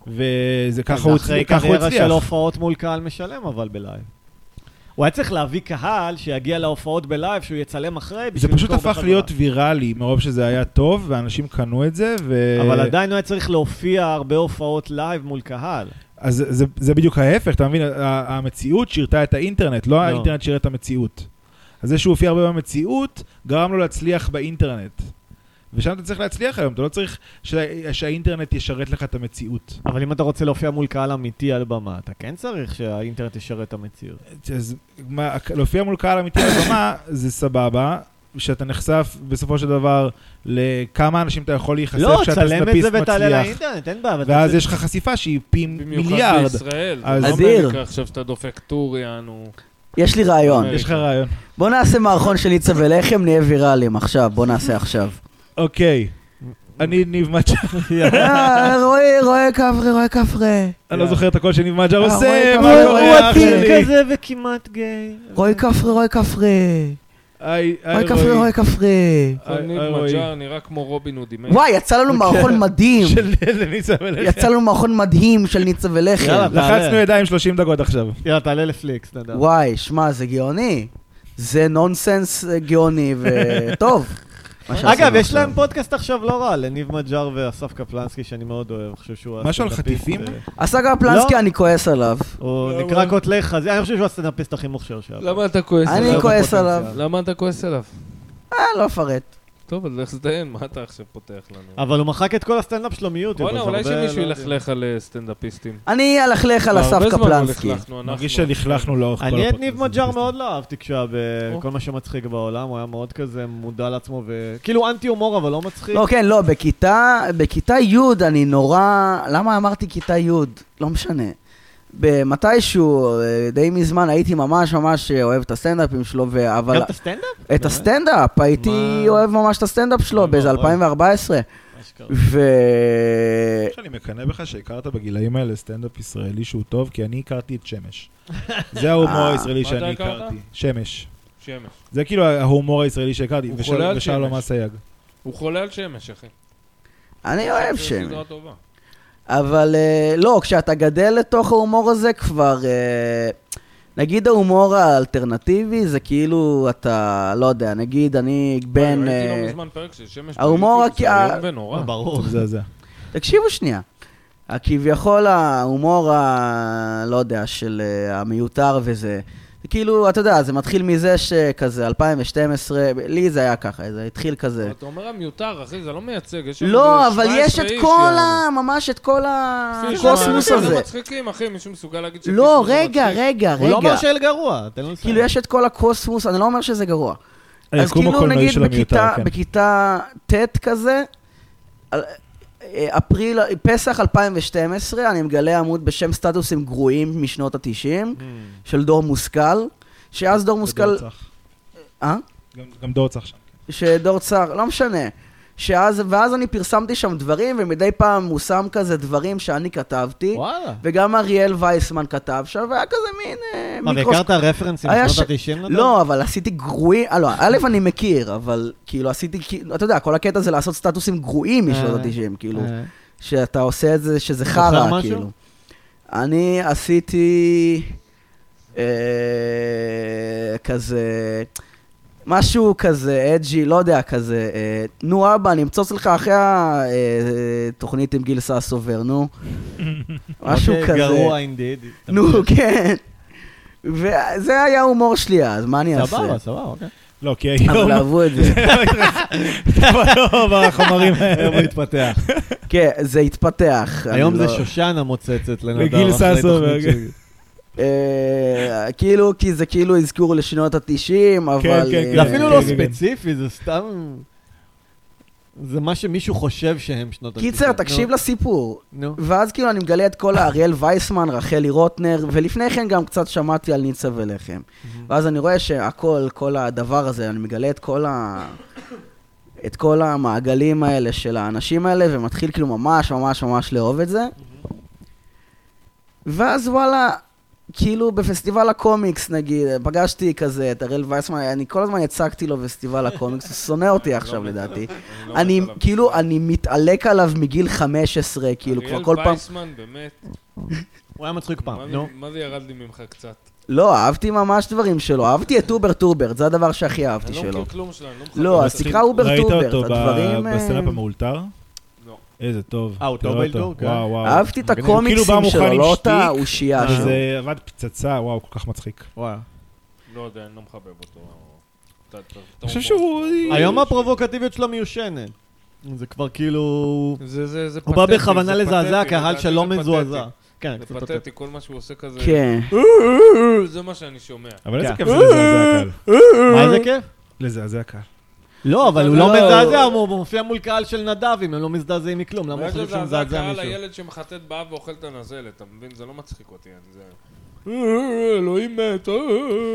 Speaker 4: וזה ככה הוא הצ-
Speaker 2: אחרי
Speaker 4: ככה הוא
Speaker 2: קריירה של
Speaker 4: הצליח.
Speaker 2: הופעות מול קהל משלם, אבל בלייב. הוא היה צריך להביא קהל שיגיע להופעות בלייב, שהוא יצלם אחרי,
Speaker 4: זה
Speaker 2: בשביל
Speaker 4: פשוט
Speaker 2: למכור
Speaker 4: הפך
Speaker 2: בחזרה.
Speaker 4: להיות ויראלי, מרוב שזה היה טוב, ואנשים קנו את זה, ו...
Speaker 2: אבל עדיין הוא היה צריך להופיע הרבה הופעות לייב מול קהל.
Speaker 4: אז זה- זה- זה בדיוק ההפך, אתה מבין? ה- ה- המציאות שירתה את האינטרנט, לא האינטרנט שירת את המציאות. אז זה שהוא הופיע הרבה במציאות, גרם לו להצליח באינטרנט. ושם אתה צריך להצליח היום, אתה לא צריך שה- שהאינטרנט ישרת לך את המציאות.
Speaker 2: אבל אם אתה רוצה להופיע מול קהל אמיתי על במה, אתה כן צריך שהאינטרנט ישרת את המציאות.
Speaker 4: אז מה, להופיע מול קהל אמיתי על הבמה זה סבבה, שאתה נחשף בסופו של דבר לכמה אנשים אתה יכול להיחשף
Speaker 2: לא,
Speaker 4: כשאתה
Speaker 2: תצלם את
Speaker 4: סטנדאפיסט
Speaker 2: זה ותעלה
Speaker 4: מצליח,
Speaker 2: לאינטרנט, אין בעיה. אבל
Speaker 4: ואז
Speaker 2: תעשה-
Speaker 4: יש לך חשיפה שהיא פי
Speaker 1: במיוחד
Speaker 4: מיליארד.
Speaker 1: בישראל.
Speaker 4: אז-
Speaker 1: אז
Speaker 3: אדיר.
Speaker 1: אדיר. עכשיו שאתה דופק טור, יענו.
Speaker 3: יש לי רעיון.
Speaker 4: יש לך רעיון.
Speaker 3: בוא נעשה מערכון של ניצה ולחם, נהיה ויראליים עכשיו, בוא נעשה עכשיו.
Speaker 4: אוקיי, אני ניב מג'ר,
Speaker 3: אה, רואה, רואה כפרה, רואה כפרה.
Speaker 4: אני לא זוכר את הקול של ניב מג'ר
Speaker 3: אה, רואה,
Speaker 4: עושה, מה
Speaker 3: רואה,
Speaker 2: הוא
Speaker 3: רואה,
Speaker 4: קורה אח
Speaker 2: עדין
Speaker 4: שלי?
Speaker 2: כזה וכמעט גיי.
Speaker 3: רואה כפרה, רואה כפרה.
Speaker 4: היי, היי,
Speaker 3: רואה כפרה,
Speaker 4: רועי.
Speaker 3: רואה כפרה.
Speaker 4: היי,
Speaker 1: ניב
Speaker 4: היי, אה, רועי.
Speaker 1: מג'אר נראה כמו רובין הוד עם
Speaker 3: וואי, יצא לנו
Speaker 2: אוקיי.
Speaker 3: מערכון מדהים.
Speaker 4: של ניסה ולחם.
Speaker 3: יצא לנו מערכון מדהים של ניצה
Speaker 2: יאללה.
Speaker 3: ולחם.
Speaker 4: לחצנו
Speaker 2: תעלה.
Speaker 4: ידיים 30 דקות עכשיו.
Speaker 2: יאללה, תעלה לפליקס, נדב.
Speaker 3: וואי, שמע, זה גאוני. זה נונסנס אה, גאוני וטוב.
Speaker 2: אגב, יש להם פודקאסט עכשיו לא רע, לניב מג'אר ואסף קפלנסקי, שאני מאוד אוהב, אני חושב שהוא...
Speaker 4: משהו על
Speaker 2: הסטנדאפיסט,
Speaker 4: חטיפים?
Speaker 2: אה,
Speaker 3: עשה גם פלנסקי,
Speaker 2: לא.
Speaker 3: אני כועס עליו.
Speaker 2: הוא
Speaker 4: לא,
Speaker 2: נקרא
Speaker 4: אבל-
Speaker 2: קוטלי חזיר, אני חושב שהוא הסטנדאפיסט הכי מוכשר שהיה. פה.
Speaker 1: למה אתה כועס
Speaker 3: אני
Speaker 1: עליו?
Speaker 3: כועס עליו.
Speaker 1: למה אתה כועס עליו?
Speaker 3: אה, לא אפרט.
Speaker 1: טוב, אז לך תזדיין, מה אתה עכשיו פותח לנו?
Speaker 2: אבל הוא מחק את כל הסטנדאפ שלו מיוטיוב.
Speaker 1: בוא'נה,
Speaker 2: אז
Speaker 1: אולי
Speaker 2: הרבה
Speaker 1: שמישהו
Speaker 2: לא יודעים.
Speaker 1: ילכלך על אה, סטנדאפיסטים.
Speaker 3: אני אלכלך
Speaker 2: לא,
Speaker 3: על אסף קפלנסקי.
Speaker 4: מרגיש שלכלכנו לאורך כל
Speaker 2: אני את
Speaker 4: הפודקאסט.
Speaker 2: ניב מג'אר מאוד לא אהבתי כשהיה בכל
Speaker 1: או.
Speaker 2: מה שמצחיק בעולם, הוא היה מאוד כזה מודע לעצמו ו... כאילו אנטי הומור אבל לא מצחיק.
Speaker 3: לא, כן, לא, בכיתה, בכיתה י' אני נורא... למה אמרתי כיתה י'? לא משנה. במתישהו, אה, די מזמן, הייתי ממש ממש אה, אוהב את הסטנדאפים שלו, ו- אבל...
Speaker 2: גם את הסטנדאפ?
Speaker 3: את הסטנדאפ, הייתי
Speaker 2: מה?
Speaker 3: אוהב ממש את הסטנדאפ שלו
Speaker 1: לא,
Speaker 2: אוי,
Speaker 3: באיזה
Speaker 2: אוי.
Speaker 3: 2014.
Speaker 2: אשכרה.
Speaker 3: ו...
Speaker 4: שאני מקנא בך שהכרת בגילאים האלה סטנדאפ ישראלי שהוא טוב, כי אני הכרתי את שמש. זה
Speaker 3: אה.
Speaker 4: ההומור הישראלי
Speaker 1: מה
Speaker 4: שאני
Speaker 1: אתה הכרת?
Speaker 4: הכרתי. שמש.
Speaker 1: שמש.
Speaker 4: זה כאילו ההומור הישראלי שהכרתי,
Speaker 1: הוא
Speaker 4: וש-
Speaker 1: חולה על
Speaker 4: ושלום
Speaker 1: שמש.
Speaker 4: אסייג.
Speaker 1: הוא חולה על שמש, אחי.
Speaker 3: אני אוהב
Speaker 1: זו
Speaker 3: שם.
Speaker 1: סדרה טובה.
Speaker 3: אבל אה, לא, כשאתה גדל לתוך ההומור הזה כבר... אה, נגיד ההומור האלטרנטיבי זה כאילו אתה, לא יודע, נגיד אני בן...
Speaker 1: וואי, ראיתי
Speaker 3: אה,
Speaker 1: לא מזמן פרק של שמש.
Speaker 3: ההומור
Speaker 1: ביוטיוב, זה
Speaker 3: הכ-
Speaker 1: איום ונורא.
Speaker 2: ברור.
Speaker 4: מזעזע.
Speaker 3: תקשיבו שנייה. הכביכול ההומור ה... לא יודע, של אה, המיותר וזה, כאילו, אתה יודע, זה מתחיל מזה שכזה, 2012, לי זה היה ככה, זה התחיל כזה.
Speaker 1: אתה אומר המיותר, אחי, זה לא מייצג, יש שם
Speaker 3: לא,
Speaker 1: איזה
Speaker 3: אבל
Speaker 1: 17
Speaker 3: יש את
Speaker 1: איש,
Speaker 3: כל
Speaker 1: יענו.
Speaker 3: ה... ממש את כל
Speaker 1: אחי,
Speaker 3: הקוסמוס
Speaker 1: שמע, זה
Speaker 3: הזה.
Speaker 1: מצחיקים, אחי, מישהו מסוגל להגיד שפישמן
Speaker 3: לא,
Speaker 1: הוא
Speaker 3: רגע,
Speaker 1: מצחיק?
Speaker 3: רגע,
Speaker 2: הוא לא
Speaker 3: רגע.
Speaker 2: אומר שאל גרוע, תן לו לסיים.
Speaker 3: כאילו, יש את כל הקוסמוס, אני לא אומר שזה גרוע. אז
Speaker 4: היקום
Speaker 3: כאילו
Speaker 4: הקולנועי
Speaker 3: נגיד
Speaker 4: של המיותר,
Speaker 3: בכיתה,
Speaker 4: כן.
Speaker 3: בכיתה ט' כזה, על- אה, אפריל, פסח 2012, אני מגלה עמוד בשם סטטוסים גרועים משנות ה-90,
Speaker 1: לא
Speaker 3: של דור מושכל, שאז דור מושכל...
Speaker 4: ודור צח.
Speaker 3: אה?
Speaker 4: גם- גם דור צח שם.
Speaker 3: שדור צר, לא משנה. שאז, ואז אני פרסמתי שם דברים, ומדי פעם מושם כזה דברים שאני כתבתי,
Speaker 2: וואלה.
Speaker 3: וגם אריאל וייסמן כתב שם, והיה כזה מין אה,
Speaker 2: מה,
Speaker 3: מיקרוס-
Speaker 2: והכרת רפרנסים
Speaker 3: היה
Speaker 2: משנות
Speaker 3: ש-
Speaker 2: ה-90?
Speaker 3: לא, אבל עשיתי גרועים, אה, לא, א' אני מכיר, אבל כאילו עשיתי, כאילו, אתה יודע, כל הקטע זה לעשות סטטוסים גרועים משנות
Speaker 2: אה,
Speaker 3: ה-90, כאילו, שאתה עושה את זה, שזה
Speaker 2: זוכר
Speaker 3: חרא,
Speaker 2: משהו?
Speaker 3: כאילו. אני עשיתי אה, כזה, משהו כזה אג'י, לא יודע, כזה, אה, נו אבא, אני אמצוץ לך אחרי התוכנית עם גיל ססובר, נו. משהו כזה.
Speaker 2: אוקיי, גרוע אינדיד.
Speaker 3: נו, כן. וזה היה ההומור שלי אז, מה אני אעשה?
Speaker 2: סבבה, סבבה, אוקיי.
Speaker 4: לא, כי
Speaker 3: אבל
Speaker 4: היום...
Speaker 3: אהבו את זה.
Speaker 4: לא, בחומרים
Speaker 2: היום
Speaker 4: האלה.
Speaker 2: הוא התפתח.
Speaker 3: כן, זה התפתח. אני
Speaker 2: היום זה
Speaker 3: לא-
Speaker 2: שושנה מוצצת לנדב.
Speaker 4: לגיל
Speaker 2: אחרי
Speaker 4: ססו,
Speaker 2: תוכנית
Speaker 4: רגע.
Speaker 2: של-
Speaker 3: אה, כאילו, כי זה כאילו אזכור לשנות ה-90, אבל...
Speaker 4: כן,
Speaker 3: אה,
Speaker 2: זה אפילו לא
Speaker 4: כן, כן.
Speaker 2: ספציפי, זה סתם... זה מה שמישהו חושב שהם שנות ה-90.
Speaker 3: קיצר, תקשיב לסיפור.
Speaker 2: נו.
Speaker 3: ואז כאילו אני מגלה את כל האריאל וייסמן, רחלי רוטנר, ולפני כן גם קצת שמעתי על ניצה ולחם. ואז אני רואה שהכל, כל הדבר הזה, אני מגלה את כל ה... את כל המעגלים האלה של האנשים האלה, ומתחיל כאילו ממש ממש ממש לאהוב את זה. ואז וואלה, כאילו בפסטיבל הקומיקס נגיד, פגשתי כזה את הראל וייסמן, אני כל הזמן הצגתי לו בפסטיבל הקומיקס, הוא שונא אותי עכשיו לדעתי.
Speaker 1: לא מת
Speaker 3: אני,
Speaker 1: עליו.
Speaker 3: כאילו, אני מתעלק עליו מגיל 15, כאילו, כבר כל
Speaker 1: אריאל
Speaker 3: פעם...
Speaker 1: וייסמן, באמת,
Speaker 2: הוא היה מצחיק
Speaker 1: מה
Speaker 2: פעם,
Speaker 1: זה-
Speaker 2: נו.
Speaker 1: מה זה ירד לי ממך קצת?
Speaker 3: לא, אהבתי ממש דברים שלו, אהבתי את אובר טוברט, זה הדבר שהכי אהבתי
Speaker 1: אני לא
Speaker 3: שלו.
Speaker 1: מכיר כלום שלו, אני לא מחבר.
Speaker 3: לא,
Speaker 1: את
Speaker 3: אז
Speaker 1: זה.
Speaker 3: תקרא אובר
Speaker 4: ראית
Speaker 3: טוברט,
Speaker 4: אותו ב-
Speaker 3: הדברים... אה,
Speaker 4: בסטנדאפ המאולתר?
Speaker 1: לא.
Speaker 4: איזה טוב.
Speaker 2: אה, הוא
Speaker 4: תראה
Speaker 2: טוב
Speaker 4: אותו.
Speaker 2: באלתור, כן.
Speaker 4: וואו, וואו.
Speaker 3: אהבתי את
Speaker 4: מגניב. הוא כאילו בא
Speaker 3: הקומיקסים
Speaker 4: מוכן
Speaker 3: שלו,
Speaker 4: עם
Speaker 3: לא
Speaker 4: שטיק,
Speaker 3: אותה אושייה שלו.
Speaker 4: וזה אה, עבד פצצה, וואו, כל כך מצחיק.
Speaker 2: וואלה.
Speaker 1: לא יודע, אני לא מחבב אותו. אתה- אתה- אתה
Speaker 4: אני חושב
Speaker 1: הומור. לא,
Speaker 4: שהוא...
Speaker 2: היום הפרובוקטיביות שלו מיושנת. זה כבר כאילו...
Speaker 1: זה- זה- זה
Speaker 2: הוא בא
Speaker 1: פתטי,
Speaker 2: בכוונה
Speaker 1: זה
Speaker 2: לזעזע
Speaker 1: פתטי,
Speaker 2: קהל
Speaker 1: לדעתי זה
Speaker 2: שלא
Speaker 1: פתטי.
Speaker 2: מזועזע. כן,
Speaker 1: זה
Speaker 2: קצת
Speaker 1: פתטי, כל מה שהוא עושה כזה.
Speaker 3: כן.
Speaker 1: אה, זה מה שאני שומע.
Speaker 4: אבל איזה
Speaker 2: כן.
Speaker 4: כיף זה לזעזע קהל.
Speaker 1: אה.
Speaker 2: מה זה כיף?
Speaker 4: לזעזע קהל.
Speaker 2: לא, אבל הוא
Speaker 3: לא.
Speaker 2: לא מזעזע, הוא הוא מופיע מול קהל של נדב, אם הם לא מזדעזעים מכלום, למה הוא
Speaker 1: אולי
Speaker 2: חושב שהוא
Speaker 1: זה
Speaker 2: מזעזע
Speaker 1: הקהל
Speaker 2: מישהו?
Speaker 1: הילד שמחטט באב ואוכל את הנזלת, אתה מבין? זה לא מצחיק אותי, אני זה... "אה, אלוהים מת, אה, אה."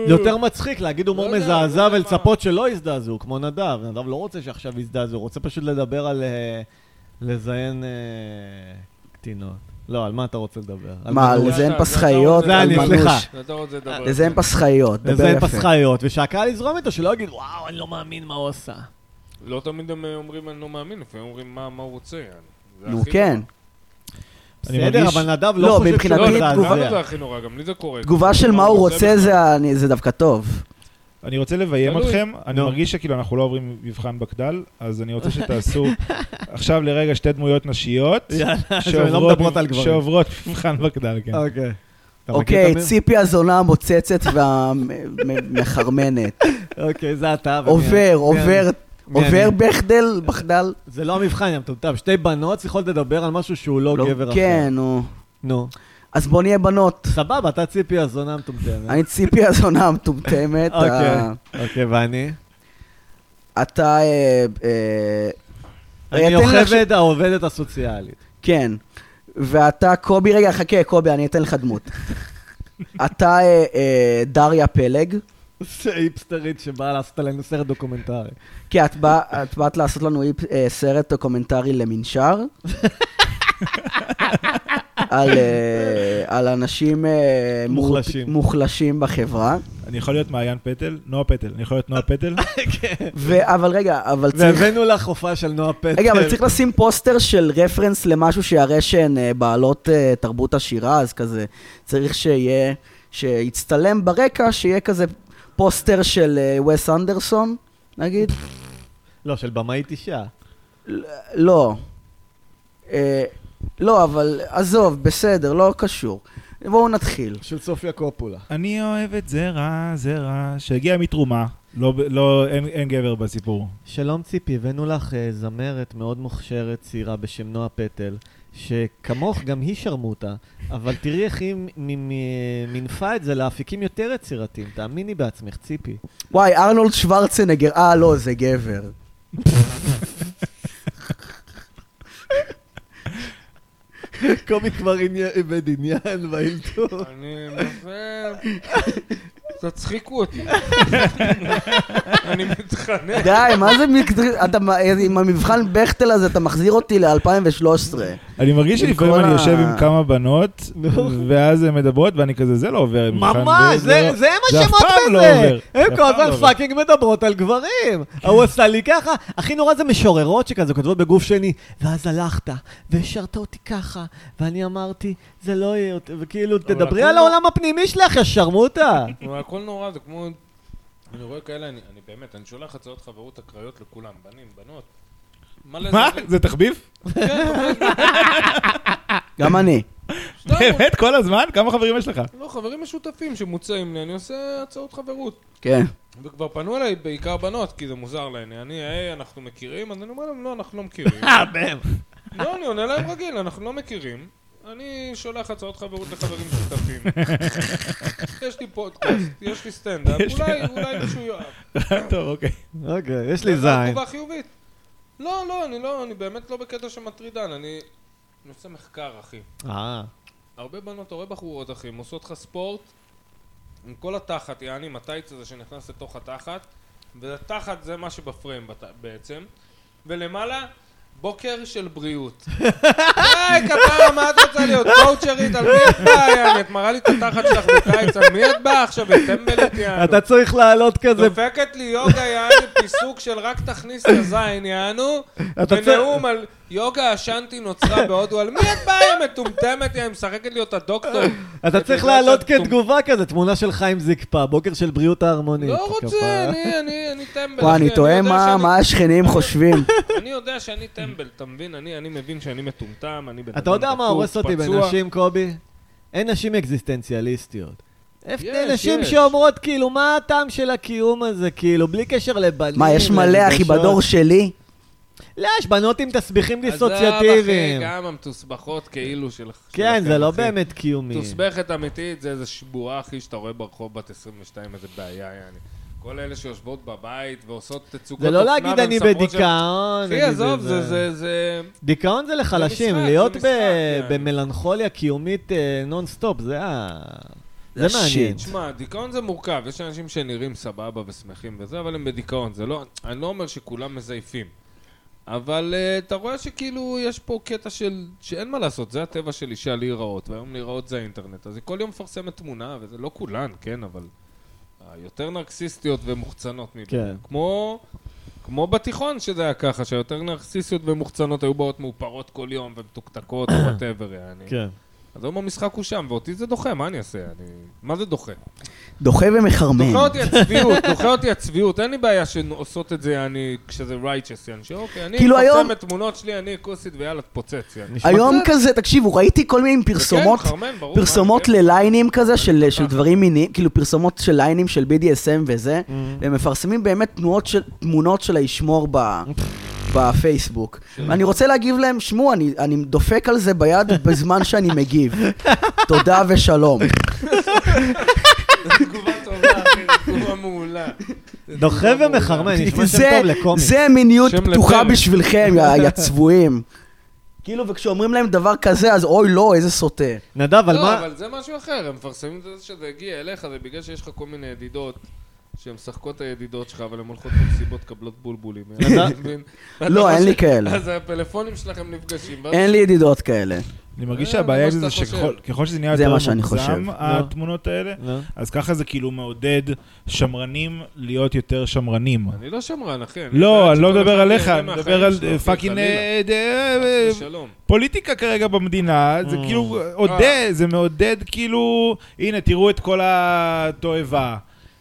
Speaker 2: יותר מצחיק להגיד הומור
Speaker 1: לא יודע, לא
Speaker 2: מזעזע
Speaker 1: יודע
Speaker 2: ולצפות שלא יזדעזעו, כמו נדב. נדב לא רוצה שעכשיו יזדעזעו, הוא רוצה פשוט לדבר על אה, לזיין אה, קטינות. לא, על מה אתה רוצה לדבר? על
Speaker 3: מה,
Speaker 2: מנעול?
Speaker 1: זה-
Speaker 3: לזיין
Speaker 1: זה-
Speaker 3: פסחאיות?
Speaker 1: זה
Speaker 2: אני,
Speaker 3: על
Speaker 2: סליחה.
Speaker 3: מנוש.
Speaker 1: אתה רוצה לדבר.
Speaker 3: לזיין פסחאיות, דבר
Speaker 2: לזיין
Speaker 3: יפה.
Speaker 2: פסחאיות, ושהקהל יזרום איתו, שלא יגיד, וואו, אני לא מאמין מה הוא עשה.
Speaker 1: לא תמיד הם אה, אומרים אני לא מאמין, לפעמים אומרים מה מה הוא רוצה. יעני." זה
Speaker 3: נו,
Speaker 1: הכי
Speaker 3: כן.
Speaker 1: נורא.
Speaker 4: אני
Speaker 2: בסדר,
Speaker 4: מרגיש-
Speaker 2: אבל נדב
Speaker 3: לא,
Speaker 2: לא חושב
Speaker 3: מבחינתי
Speaker 2: שהוא
Speaker 1: לא,
Speaker 3: תגובה-
Speaker 1: גם זה
Speaker 2: מזעזע.
Speaker 1: הכי נורא, גם לי זה קורה.
Speaker 3: תגובה של מה הוא רוצה
Speaker 1: בכלל.
Speaker 3: זה אני- זה דווקא טוב.
Speaker 4: אני רוצה לביים
Speaker 1: תלוי.
Speaker 4: אתכם, אני
Speaker 2: נו.
Speaker 4: מרגיש שכאילו אנחנו לא עוברים מבחן בקדל, אז אני רוצה שתעשו עכשיו לרגע שתי דמויות נשיות,
Speaker 2: יאללה, שהן לא
Speaker 4: שעוברות-
Speaker 2: מדברות על גברים.
Speaker 4: שעוברות מבחן בקדל, כן.
Speaker 2: אוקיי. אתה מכיר את
Speaker 3: אוקיי,
Speaker 2: אמיר?
Speaker 3: ציפי הזונה המוצצת והמחרמנת.
Speaker 2: אוקיי, זה אתה. ומי-
Speaker 3: עובר,
Speaker 2: מי-
Speaker 3: עובר,
Speaker 2: מי אני?
Speaker 3: עובר בחדל, בחדל.
Speaker 2: זה לא המבחן, יא מטומטם. שתי בנות צריכות לדבר על משהו שהוא לא
Speaker 3: לא,
Speaker 2: גבר אחר.
Speaker 3: כן, נו.
Speaker 2: נו.
Speaker 3: אז בוא נהיה בנות.
Speaker 2: סבבה, אתה ציפי הזונה מטומטמת.
Speaker 3: אני ציפי הזונה המטומטמת.
Speaker 2: אוקיי.
Speaker 3: ה-
Speaker 2: אוקיי, ואני?
Speaker 3: אתה... אה, אה,
Speaker 2: אני
Speaker 3: תן לחש-
Speaker 2: יוכבד העובדת הסוציאלית.
Speaker 3: כן. ואתה קובי, רגע, חכה, קובי, אני אתן לך דמות. אתה אה, אה, דריה פלג,
Speaker 2: זה היפסטרית שבאה לעשות עלינו סרט דוקומנטרי.
Speaker 3: כי את באה- את באת לעשות לנו איפ- אה, סרט דוקומנטרי למנשר. על, אה, על אנשים אה, מור-
Speaker 2: מוחלשים.
Speaker 3: מוחלשים בחברה.
Speaker 4: אני יכול להיות מעיין פטל, נועה פטל, אני יכול להיות נועה פטל,
Speaker 3: ו- אבל רגע, אבל צריך...
Speaker 2: והבאנו לה חופה של נועה פטר.
Speaker 3: רגע, אבל צריך לשים פוסטר של רפרנס למשהו שיראה שהן אה, בעלות אה, תרבות עשירה, אז כזה, צריך שיהיה, שיצטלם ברקע, שיהיה כזה פוסטר של אה, וס אנדרסון, נגיד?
Speaker 2: לא, של במאית אישה.
Speaker 3: לא. אה, לא, אבל עזוב, בסדר, לא קשור.
Speaker 5: בואו נתחיל.
Speaker 2: של סופיה קופולה.
Speaker 4: אני אוהב את זה רע, זה רע, שהגיע מתרומה. לא, לא, אין, אין גבר בסיפור.
Speaker 2: שלום ציפי, הבאנו לך אה, זמרת מאוד מוכשרת, צעירה, בשם נועה פטל, שכמוך גם היא שרמוטה, אבל תראי איך היא מ- מ- מ- מינפה את זה לאפיקים יותר יצירתיים. תאמיני בעצמך, ציפי.
Speaker 5: וואי, ארנולד שוורצנגר, אה, לא, זה גבר.
Speaker 2: קובי כבר עניין- איבד עניין באלתור.
Speaker 1: אני מבין... תצחיקו אותי. אני מתחנן.
Speaker 5: די, מה זה מקטר... אתה, עם המבחן בכטל הזה, אתה מחזיר אותי ל-2013.
Speaker 4: אני מרגיש
Speaker 5: עם
Speaker 4: שלפעמים
Speaker 5: כל
Speaker 4: אני
Speaker 5: ה-
Speaker 4: יושב עם כמה בנות, ואז הן מדברות, ואני כזה, זה לא עובר. מבחן,
Speaker 2: ממש, זה זה
Speaker 4: לא זה
Speaker 2: מה
Speaker 4: אף
Speaker 2: שמות
Speaker 4: פעם לא
Speaker 2: בזה.
Speaker 4: עובר.
Speaker 2: הן
Speaker 4: זה אף
Speaker 2: כל
Speaker 4: פעם לא
Speaker 2: הזמן
Speaker 4: עובר.
Speaker 2: פאקינג מדברות על גברים. ההוא עשה לי ככה. הכי נורא זה משוררות שכזה כותבות בגוף שני, ואז הלכת, והשארת אותי ככה, ואני אמרתי, זה לא יהיה יותר, וכאילו, תדברי
Speaker 1: הכל
Speaker 2: על
Speaker 1: לא-
Speaker 2: העולם הפנימי שלך, יא שרמוטה.
Speaker 1: נו, כאילו, הכל נורא, זה כמו... אני רואה כאלה, אני אני באמת, אני שולח הצעות חברות אקראיות לכולם, בנים, בנות. מלא
Speaker 4: מה?
Speaker 1: זרים.
Speaker 4: זה תחביב?
Speaker 1: כן,
Speaker 5: גם אני.
Speaker 1: סתם,
Speaker 4: באמת? כל הזמן? כמה חברים יש לך?
Speaker 1: לא, חברים משותפים שמוצאים לי, אני עושה הצעות חברות.
Speaker 5: כן.
Speaker 1: וכבר פנו אליי בעיקר בנות, כי זה מוזר להן. אני, היי, אנחנו מכירים? אז אני אומר להם, לא, אנחנו לא מכירים.
Speaker 2: אה, בהם.
Speaker 1: לא, אני עונה להם רגיל, אנחנו לא מכירים. אני שולח הצעות חברות לחברים משותפים. יש לי פודקאסט, יש לי סטנדאפ,
Speaker 4: יש לי-
Speaker 1: אולי, אולי מישהו יאהב.
Speaker 4: טוב, אוקיי.
Speaker 2: אוקיי, יש לי
Speaker 1: זה
Speaker 4: לא,
Speaker 2: זין.
Speaker 1: תגובה חיובית. לא, לא, אני לא, אני באמת לא בקטע שמטרידן, אני... אני עושה מחקר, אחי.
Speaker 4: לא.
Speaker 2: אה,
Speaker 1: הרבה בנות, הרבה בחורות, אחי, הן עושות לך ספורט עם כל התחת, יעני, עם הטייץ הזה שנכנס לתוך התחת, והתחת זה מה שבפריים בת... בעצם, ולמעלה, בוקר של בריאות. היי, כפרה, מה את רוצה להיות? קואוצ'רית? על מי את באה, יעני? את מראה לי את התחת שלך בקיץ, על מי את באה עכשיו? את טמבלית, יענו.
Speaker 2: אה, אתה צריך לעלות כזה,
Speaker 1: דופקת לי יוגה, יענו, פיסוק של רק תכניס את הזין, יענו,
Speaker 2: אתה
Speaker 1: ונאום על יוגה השאנטי נוצרה בהודו, על מי את באה, יא מטומטמת, יא משחקת לי אותה דוקטור?
Speaker 2: אתה צריך
Speaker 1: בגלל
Speaker 2: לעלות
Speaker 1: שאת טומ-
Speaker 2: כתגובה כזה, תמונה של חיים זקפה, בוקר של בריאות ההרמונית.
Speaker 1: לא
Speaker 2: כפרה.
Speaker 1: רוצה, אני, אני, אני טמבל.
Speaker 5: וואי,
Speaker 1: אחי,
Speaker 5: אני תוהה
Speaker 1: יודע
Speaker 5: מה
Speaker 1: שאני-
Speaker 5: מה השכנים חושבים.
Speaker 1: אני יודע שאני טמבל, אתה מבין? אני אני מבין שאני מטומטם, אני בן אדם
Speaker 2: אתה יודע מה
Speaker 1: דפוק,
Speaker 2: הורס אותי
Speaker 1: פצוע.
Speaker 2: בנשים, קובי? אין נשים אקזיסטנציאליסטיות. איפה-
Speaker 1: יש,
Speaker 2: נשים
Speaker 1: יש.
Speaker 2: שאומרות, כאילו, מה הטעם של הקיום הזה, כאילו, בלי קשר לבנים.
Speaker 5: מה, יש מלא, אחי,
Speaker 2: לרגשות.
Speaker 5: בדור שלי?
Speaker 2: לא, יש בנות עם תסביכים
Speaker 1: עזוב, אחי,
Speaker 2: דיסוציאטיביים.
Speaker 1: גם המתוסבכות כאילו שלך.
Speaker 2: כן, זה
Speaker 1: שלכם,
Speaker 2: לא
Speaker 1: אחי.
Speaker 2: באמת קיומי.
Speaker 1: מתוסבכת אמיתית זה איזה שבועה, אחי, שאתה רואה ברחוב בת 22, איזה בעיה, יעני. כל אלה שיושבות בבית ועושות תצוגות
Speaker 2: זה
Speaker 1: אופנה
Speaker 2: לא להגיד אני
Speaker 1: ומספרות ש-
Speaker 2: בדיכאון. אני
Speaker 1: אחי, עזוב,
Speaker 2: בזה."
Speaker 1: זה, זה, זה...
Speaker 2: דיכאון זה לחלשים,
Speaker 1: משחק,
Speaker 2: להיות
Speaker 1: זה
Speaker 2: ב-
Speaker 1: משחק, כן. יעני.
Speaker 2: במלנכוליה קיומית אה, נונסטופ, זה ה... זה
Speaker 5: זה
Speaker 2: מעניין.
Speaker 5: שיט.
Speaker 1: תשמע, דיכאון זה מורכב, יש אנשים שנראים סבבה ושמחים וזה, אבל הם בדיכאון, זה לא... אני לא אומר שכולם מזייפים. אבל uh, אתה רואה שכאילו יש פה קטע של... שאין מה לעשות, זה הטבע של אישה להיראות, והיום להיראות זה האינטרנט. אז היא כל יום מפרסמת תמונה, וזה לא כולן, כן, אבל... היותר נרקסיסטיות ומוחצנות מבין.
Speaker 2: כן.
Speaker 1: כמו... כמו בתיכון שזה היה ככה, שהיותר נרקסיסטיות ומוחצנות היו באות מאופרות כל יום ומתוקתקות או וואטאבר, יעני.
Speaker 2: כן.
Speaker 1: אז היום המשחק הוא שם, ואותי זה דוחה, מה אני אעשה? אני... מה זה דוחה?
Speaker 5: דוחה ומחרמן.
Speaker 1: דוחה אותי הצביעות, דוחה אותי הצביעות, אין לי בעיה שעושות את זה, אני, כשזה righteous, יעני, שאוקיי, אני
Speaker 5: כאילו היום-
Speaker 1: מפרסם את תמונות שלי, אני כוסית ויאללה, תפוצץ, יעני.
Speaker 2: נשמע
Speaker 5: היום
Speaker 1: מצב.
Speaker 5: כזה, תקשיבו, ראיתי כל מיני פרסומות,
Speaker 1: כן, חרמן, ברור, מה,
Speaker 5: פרסומות
Speaker 1: כן.
Speaker 5: לליינים כזה, של של
Speaker 1: ככה.
Speaker 5: דברים מיניים, כאילו פרסומות של ליינים של BDSM וזה,
Speaker 2: Mhm.
Speaker 5: והם מפרסמים באמת תנועות של- תמונות של הישמור ב- בפייסבוק. ואני רוצה להגיב להם, שמעו, אני אני דופק על זה ביד בזמן שאני מגיב. תודה ושלום.
Speaker 1: זו תגובה טובה, אחי, זו תגובה מעולה. זו
Speaker 2: דוחה
Speaker 1: תגובה מעולה.
Speaker 2: ומחרמן, נשמע שם
Speaker 5: זה-
Speaker 2: טוב לקומי.
Speaker 5: זה מיניות
Speaker 1: שם
Speaker 5: פתוחה
Speaker 1: לפרק.
Speaker 5: בשבילכם, יא- יא צבועים. כאילו, וכשאומרים להם דבר כזה, אז אוי, לא, איזה סוטה.
Speaker 2: נדב, על
Speaker 1: לא,
Speaker 2: מה...
Speaker 1: אבל זה משהו אחר, הם מפרסמים את זה שזה הגיע אליך, זה בגלל שיש לך כל מיני ידידות. שהן משחקות את הידידות שלך, אבל הן הולכות במסיבות, קבלות בולבולים.
Speaker 2: אתה-
Speaker 1: אתה מבין?
Speaker 5: לא,
Speaker 1: ואתה
Speaker 5: אין לי
Speaker 1: חושב-
Speaker 5: כאלה.
Speaker 1: אז הפלאפונים שלכם נפגשים. ואז
Speaker 5: אין לי ידידות כאלה.
Speaker 4: אני מרגיש
Speaker 1: אה,
Speaker 4: שהבעיה
Speaker 1: זה
Speaker 4: עם
Speaker 1: מה
Speaker 4: זה
Speaker 1: שאתה
Speaker 4: שככל ככל שזה נהיה
Speaker 5: זה
Speaker 4: יותר
Speaker 5: מה שאני
Speaker 4: מוגזם,
Speaker 5: חושב.
Speaker 4: התמונות האלה,
Speaker 2: נו.
Speaker 4: אז ככה זה כאילו מעודד שמרנים להיות יותר שמרנים.
Speaker 1: אני לא שמרן, אחי.
Speaker 4: לא,
Speaker 1: בעד
Speaker 4: אני לא
Speaker 1: שכל
Speaker 4: מדבר
Speaker 1: אחד
Speaker 4: עליך,
Speaker 1: ייהנה
Speaker 4: אני מדבר
Speaker 1: מהחיים
Speaker 4: על
Speaker 1: שלו,
Speaker 4: אה,
Speaker 1: אחי,
Speaker 4: פאקינג
Speaker 1: חלילה.
Speaker 4: אה, אה, אה,
Speaker 1: חס ושלום.
Speaker 4: פוליטיקה כרגע במדינה, זה
Speaker 1: אה.
Speaker 2: Mm.
Speaker 4: כאילו עודד, זה מעודד כאילו, הנה תראו את כל התועבה.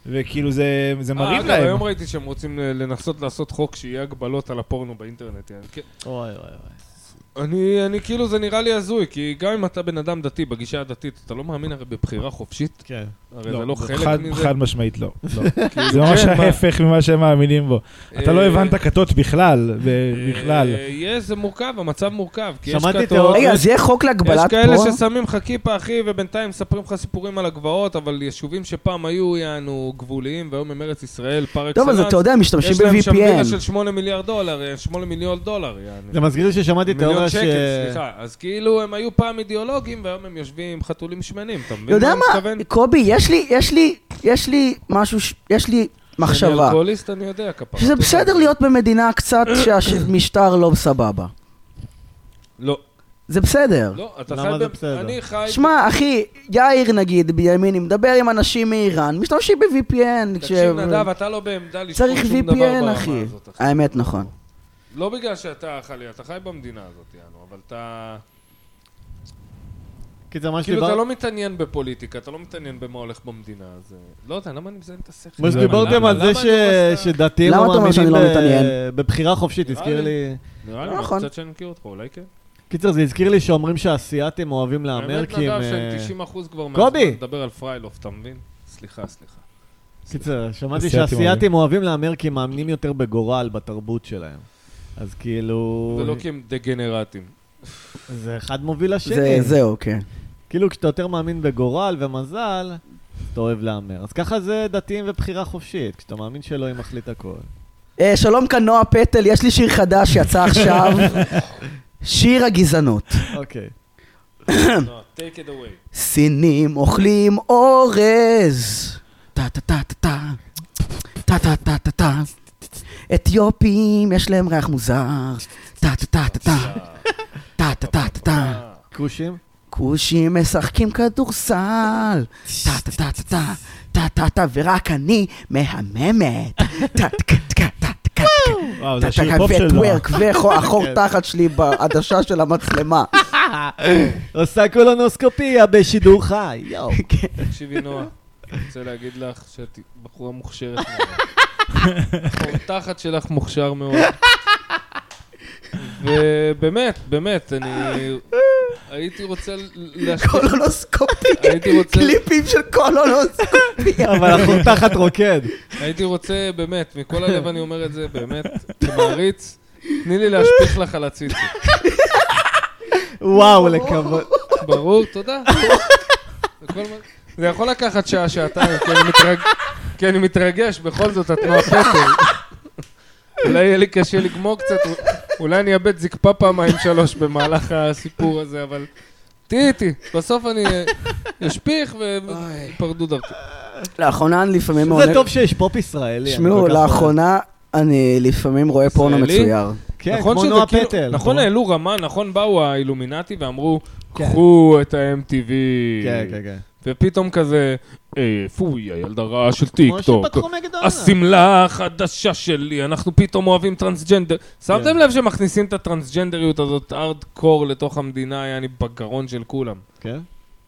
Speaker 4: וכאילו זה זה
Speaker 1: אה,
Speaker 4: מראים
Speaker 1: אגב,
Speaker 4: להם.
Speaker 1: היום ראיתי אה, שהם רוצים ל- לנסות לעשות חוק שיהיה הגבלות על הפורנו באינטרנט. יעני. כן,
Speaker 2: אוי, אוי, אוי.
Speaker 1: אני, אני כאילו, זה נראה לי הזוי, כי גם אם אתה בן אדם דתי, בגישה הדתית, אתה לא מאמין הרי בבחירה חופשית?
Speaker 2: כן.
Speaker 1: הרי זה לא
Speaker 4: זה
Speaker 1: חלק
Speaker 4: חד-
Speaker 1: מזה.
Speaker 4: חד משמעית לא.
Speaker 1: לא.
Speaker 4: זה ממש
Speaker 1: כן, מה-
Speaker 4: ההפך ממה שהם מאמינים בו. אתה לא
Speaker 1: אה,
Speaker 4: הבנת כתות בכלל, ב- בכלל.
Speaker 1: אה, יש, זה מורכב, המצב מורכב. כי לא, יש
Speaker 2: שמעתי
Speaker 1: כתות-
Speaker 2: תיאוריה-
Speaker 3: רגע, אז יהיה חוק
Speaker 1: יש
Speaker 3: להגבלת
Speaker 1: כאלה
Speaker 3: פורנו?
Speaker 1: ששמים לך כיפה, אחי, ובינתיים מספרים לך סיפורים על הגבעות, אבל יישובים שפעם היו, יענו, גבוליים, והיום הם ארץ ישראל, פר
Speaker 3: טוב, אז
Speaker 1: אקסלנס,
Speaker 3: אתה יודע, משתמשים
Speaker 1: יש להם שם וילה
Speaker 3: ב-VPN.
Speaker 1: של 8 מיליארד דולר, אה, 8 מיליון דולר, יענו.
Speaker 2: זה מזכיר לי ששמעתי
Speaker 1: מיליון
Speaker 2: תיאוריה ש...
Speaker 1: שקל, סליחה. אז כאילו, הם היו פעם אידיאולוגים, והיום הם יושבים עם חתולים שמנים, אתה מבין?
Speaker 3: יודע
Speaker 1: אני
Speaker 3: מה,
Speaker 1: מתכוון?
Speaker 3: קובי, יש לי, יש לי, יש לי משהו, ש- יש לי
Speaker 1: אני אוקיי.
Speaker 3: מחשבה.
Speaker 1: אלכוהוליסט, אני יודע, כפרה.
Speaker 3: שזה
Speaker 1: אתה יודע.
Speaker 3: בסדר להיות במדינה קצת שהמשטר לא סבבה.
Speaker 1: לא,
Speaker 3: זה בסדר.
Speaker 1: לא, אתה חי...
Speaker 2: למה זה
Speaker 1: ב-
Speaker 2: בסדר?
Speaker 1: אני חי...
Speaker 3: שמע, אחי, יאיר נגיד, בימיני, מדבר עם אנשים מאיראן, משתמשים ב-VPN.
Speaker 1: תקשיב, נדב, אתה לא בעמדה לשמור
Speaker 3: צריך
Speaker 1: שום דבר
Speaker 3: VPN,
Speaker 1: ברמה
Speaker 3: אחי.
Speaker 1: הזאת, אחי.
Speaker 3: האמת, נכון.
Speaker 1: לא בגלל שאתה חלילה, אתה חי במדינה הזאת, יענו, אבל אתה...
Speaker 2: קיצר, מה
Speaker 1: כאילו, אתה
Speaker 2: שדיבר-
Speaker 1: לא מתעניין בפוליטיקה, אתה לא מתעניין במה הולך במדינה, אז... אה, לא יודע, למה אני מזיין את השכל?
Speaker 2: מה שדיברתם
Speaker 1: למה-
Speaker 2: על זה
Speaker 1: למה אני
Speaker 2: ש-
Speaker 1: עושה-
Speaker 2: שדתיים
Speaker 3: לא, למה
Speaker 2: לא
Speaker 3: אתה אומר
Speaker 2: מאמינים
Speaker 3: שאני לא מתעניין?
Speaker 2: ב- בבחירה חופשית,
Speaker 1: נראה
Speaker 2: הזכיר
Speaker 1: לי.
Speaker 2: לי...
Speaker 1: נראה לי,
Speaker 3: נכון.
Speaker 1: אבל קצת שאני מכיר אותך, אולי כן.
Speaker 2: קיצר, זה הזכיר לי שאומרים שהאסייתים אוהבים להמר
Speaker 1: האמת,
Speaker 2: כי הם...
Speaker 1: נדב,
Speaker 2: אה,
Speaker 1: שאני 90% כבר
Speaker 2: קובי!
Speaker 1: מהזמן מדבר על פריילוף, אתה מבין? סליחה, סליחה.
Speaker 2: קיצר, שמעתי
Speaker 4: אסייתים
Speaker 2: שהאסייתים אוהבים להמר כי הם מאמינים יותר בגורל בתרבות שלהם. אז כאילו...
Speaker 1: זה לא כי הם דגנרטים.
Speaker 2: זה אחד מוביל
Speaker 3: זה-
Speaker 2: לשני.
Speaker 3: זהו, כן.
Speaker 2: כאילו, כשאתה יותר מאמין בגורל ומזל, אז אתה אוהב להמר. אז ככה זה דתיים ובחירה חופשית, כשאתה מאמין שאלוהים מחליט הכל.
Speaker 3: אה, שלום כאן נועה פטל, יש לי שיר חדש שיצא עכשיו, שיר הגזענות.
Speaker 2: אוקיי.
Speaker 1: לא, take it away.
Speaker 3: סינים אוכלים אורז. טה טה טה טה טה. טה טה טה טה טה. אתיופים יש להם ריח מוזר. טה טה טה טה טה. טה טה טה טה טה.
Speaker 1: אה,
Speaker 2: כושים?
Speaker 3: כושים משחקים כדורסל. טה טה טה טה טה. טה טה טה ורק אני מהממת. טה טה טה טה טה טה.
Speaker 1: אה,
Speaker 4: וואו, זה
Speaker 3: טה
Speaker 4: שיר
Speaker 3: טה
Speaker 4: פופ של נועה.
Speaker 3: וטוורק והחור
Speaker 2: כן.
Speaker 3: תחת שלי בעדשה של המצלמה.
Speaker 2: עושה קולונוסקופיה בשידור חי, יואו.
Speaker 5: כן.
Speaker 1: אה, תקשיבי, נועה, אני רוצה להגיד לך שאת בחורה מוכשרת מאוד. התחת שלך מוכשר מאוד. ובאמת, באמת, אני הייתי רוצה להשתיק...
Speaker 3: קולונוסקופיה.
Speaker 1: הייתי רוצה,
Speaker 3: קליפים של קולונוסקופיה.
Speaker 2: אבל אנחנו תחת רוקד.
Speaker 1: הייתי רוצה, באמת, מכל הלב אני אומר את זה, באמת, כמעריץ, תני לי להשפיך לך על הציצי.
Speaker 2: וואו, לכבוד.
Speaker 1: ברור, תודה. זה כל מה- זה יכול לקחת שעה, שעתיים, כי אני מתרג- כי אני מתרגש, בכל זאת, את נועה פטל. אולי יהיה לי קשה לגמור קצת, אולי אני אאבד זקפה פעמיים שלוש במהלך הסיפור הזה, אבל תהיי איתי, בסוף אני אה, אשפיך ויפרדו דרכי.
Speaker 3: לאחרונה אני לפעמים
Speaker 2: זה
Speaker 3: עונה...
Speaker 2: טוב שיש פופ ישראלי. אני
Speaker 3: שמעו,
Speaker 2: כל כך אוהב.
Speaker 3: לאחרונה אני לפעמים רואה פורנו
Speaker 1: ישראלי?
Speaker 3: מצויר.
Speaker 2: כן,
Speaker 1: נכון
Speaker 2: כמו
Speaker 1: שזה
Speaker 2: נועה
Speaker 1: כאילו-
Speaker 2: פטל.
Speaker 1: נכון
Speaker 2: כמו-
Speaker 1: העלו רמה, נכון באו האילומינטי ואמרו,
Speaker 2: כן.
Speaker 1: קחו את ה-MTV.
Speaker 2: כן, כן, כן.
Speaker 1: ופתאום כזה, "אה, פוי, הילד הרע של טיקטוק.
Speaker 2: כמו שפתחו מקדונלד.
Speaker 1: השמלה החדשה שלי, אנחנו פתאום אוהבים טרנסג'נדר. שמתם
Speaker 2: כן.
Speaker 1: לב שמכניסים את הטרנסג'נדריות הזאת ארדקור לתוך המדינה, יעני בגרון של כולם,
Speaker 2: כן?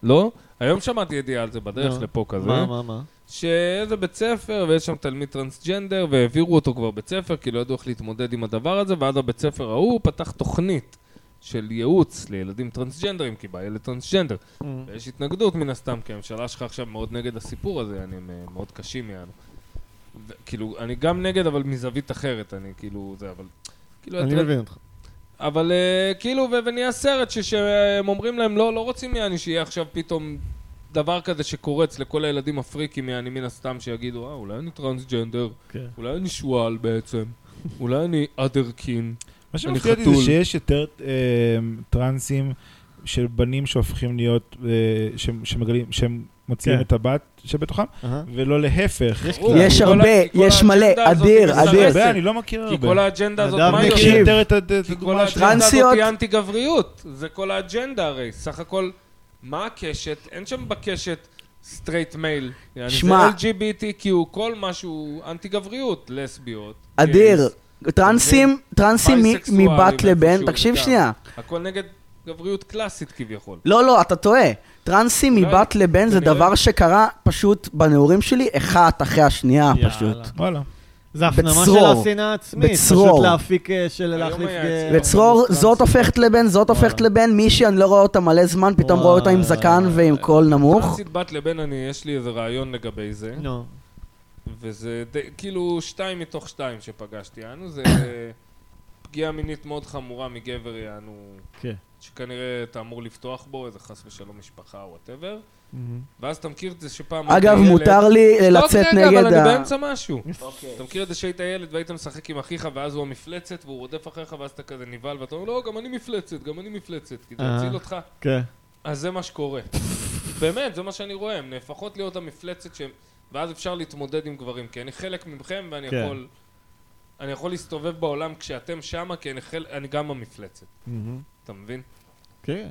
Speaker 1: לא? היום שמעתי ידיעה על זה בדרך
Speaker 2: נו.
Speaker 1: לפה כזה,
Speaker 2: לא. מה, מה, מה?
Speaker 1: שאיזה בית ספר, ויש שם תלמיד טרנסג'נדר, והעבירו אותו כבר בית ספר, כי לא ידעו איך להתמודד עם הדבר הזה, ואז הבית ספר ההוא פתח תוכנית של ייעוץ לילדים טרנסג'נדרים, כי בא ילד טרנסג'נדר. ויש התנגדות מן הסתם, כי הממשלה שלך עכשיו מאוד נגד הסיפור הזה, אני הם, אה, מאוד קשים יענו. ו- כאילו, אני גם נגד, אבל מזווית אחרת, אני כאילו, זה, אבל... כאילו,
Speaker 2: אני
Speaker 1: אתה-
Speaker 2: מבין אותך.
Speaker 1: אבל אה, כאילו, ו- ונהיה סרט ש- שהם אומרים להם, לא, לא רוצים יעני שיהיה עכשיו פתאום דבר כזה שקורץ לכל הילדים הפריקים יעני מן הסתם, שיגידו, אה, אולי אני טרנסג'נדר,
Speaker 2: כן.
Speaker 1: אולי אני שועל בעצם, אולי אני אדרקין.
Speaker 4: מה
Speaker 1: אני
Speaker 4: שמפתיע אותי
Speaker 1: חתול.
Speaker 4: זה שיש יותר אה, טרנסים של בנים שהופכים להיות, אה, שהם- שמגלים, שהם מוציאים
Speaker 2: כן.
Speaker 4: את הבת שבתוכם,
Speaker 1: אה?
Speaker 2: אהה.
Speaker 4: ולא להפך.
Speaker 3: יש
Speaker 1: כל ה-
Speaker 3: הרבה,
Speaker 1: כי כל
Speaker 3: יש מלא,
Speaker 1: האג'נדה הזאת
Speaker 3: אדיר,
Speaker 1: היא
Speaker 3: אדיר.
Speaker 1: מסרסת.
Speaker 4: הרבה, אני לא מכיר
Speaker 1: כי
Speaker 4: הרבה.
Speaker 1: כל האג'נדה הזאת,
Speaker 2: אדם
Speaker 1: מה
Speaker 4: אני
Speaker 1: היא
Speaker 2: מכיר.
Speaker 1: עושה?
Speaker 4: מכיר יותר את הד- את
Speaker 1: כי כל
Speaker 4: הדוגמה של...
Speaker 1: האג'נדה הזאת
Speaker 3: טרנסיות.
Speaker 1: היא אנטי גבריות, זה כל האג'נדה הרי, סך הכל, מה הקשת? אין שם בקשת סטרייט מייל, יעני,
Speaker 3: שמע.
Speaker 1: זה LGBTQ, כל משהו אנטי גבריות, לסביות,
Speaker 3: אדיר.
Speaker 1: גייז,
Speaker 3: טרנסים, טרנסים מ-
Speaker 1: בייסקסואלים,
Speaker 3: מבת לבן,
Speaker 1: איפשהו,
Speaker 3: תקשיב
Speaker 2: כן.
Speaker 1: גם.
Speaker 3: שנייה.
Speaker 1: הכל נגד גבריות קלאסית כביכול.
Speaker 3: לא, לא, אתה טועה. טרנסים
Speaker 1: אולי.
Speaker 3: מבת לבן זה
Speaker 1: כנראה.
Speaker 3: דבר שקרה פשוט בנעורים שלי, אחת אחרי השנייה
Speaker 2: יאללה.
Speaker 3: פשוט.
Speaker 4: וואלה.
Speaker 2: זה הפנמה של
Speaker 5: אה, בצרור.
Speaker 2: השנאה העצמית. פשוט
Speaker 5: בצרור.
Speaker 2: להפיק אה, של
Speaker 1: היום
Speaker 2: להחליף...
Speaker 1: היה
Speaker 2: אה,
Speaker 1: אצלי-
Speaker 5: וצרור, זאת הופכת לבן, זאת הופכת
Speaker 2: וואלה.
Speaker 5: לבן, מישהי, אני לא רואה אותה מלא זמן, פתאום
Speaker 2: וואי.
Speaker 5: רואה אותה עם זקן ועם קול
Speaker 3: לא.
Speaker 5: נמוך.
Speaker 1: יחסית בת לבן, אני, יש לי איזה רעיון לגבי זה,
Speaker 2: נו.
Speaker 1: וזה די, כאילו שתיים מתוך שתיים שפגשתי, יענו, זה פגיעה מינית מאוד חמורה מגבר, יענו,
Speaker 2: כן.
Speaker 1: שכנראה אתה אמור לפתוח בו, איזה חס ושלום משפחה או וואטאבר, ואז אתה מכיר את זה שפעם...
Speaker 5: אגב,
Speaker 1: הייתי ילד-
Speaker 5: מותר לי אה,
Speaker 1: שתוק
Speaker 5: לצאת
Speaker 1: רגע, אבל
Speaker 5: נגד
Speaker 1: אני
Speaker 5: ה... אוקיי.
Speaker 1: באמצע משהו. אתה מכיר את זה שהיית ילד והיית משחק עם אחיך ואז הוא המפלצת והוא רודף אחריך ואז אתה כזה נבהל ואתה אומר לא, גם אני מפלצת, גם אני מפלצת, כי זה
Speaker 2: אה.
Speaker 1: יציל אותך.
Speaker 2: כן.
Speaker 1: אז זה מה שקורה. באמת, זה מה שאני רואה, הם נהפכות להיות המפלצת שהם... ואז אפשר להתמודד עם גברים, כי אני חלק ממכם ואני
Speaker 2: כן.
Speaker 1: יכול... אני יכול להסתובב בעולם כשאתם שמה, כי אני, חל... אני גם המפלצת.
Speaker 2: מהמם.
Speaker 1: אתה מבין?
Speaker 2: כן.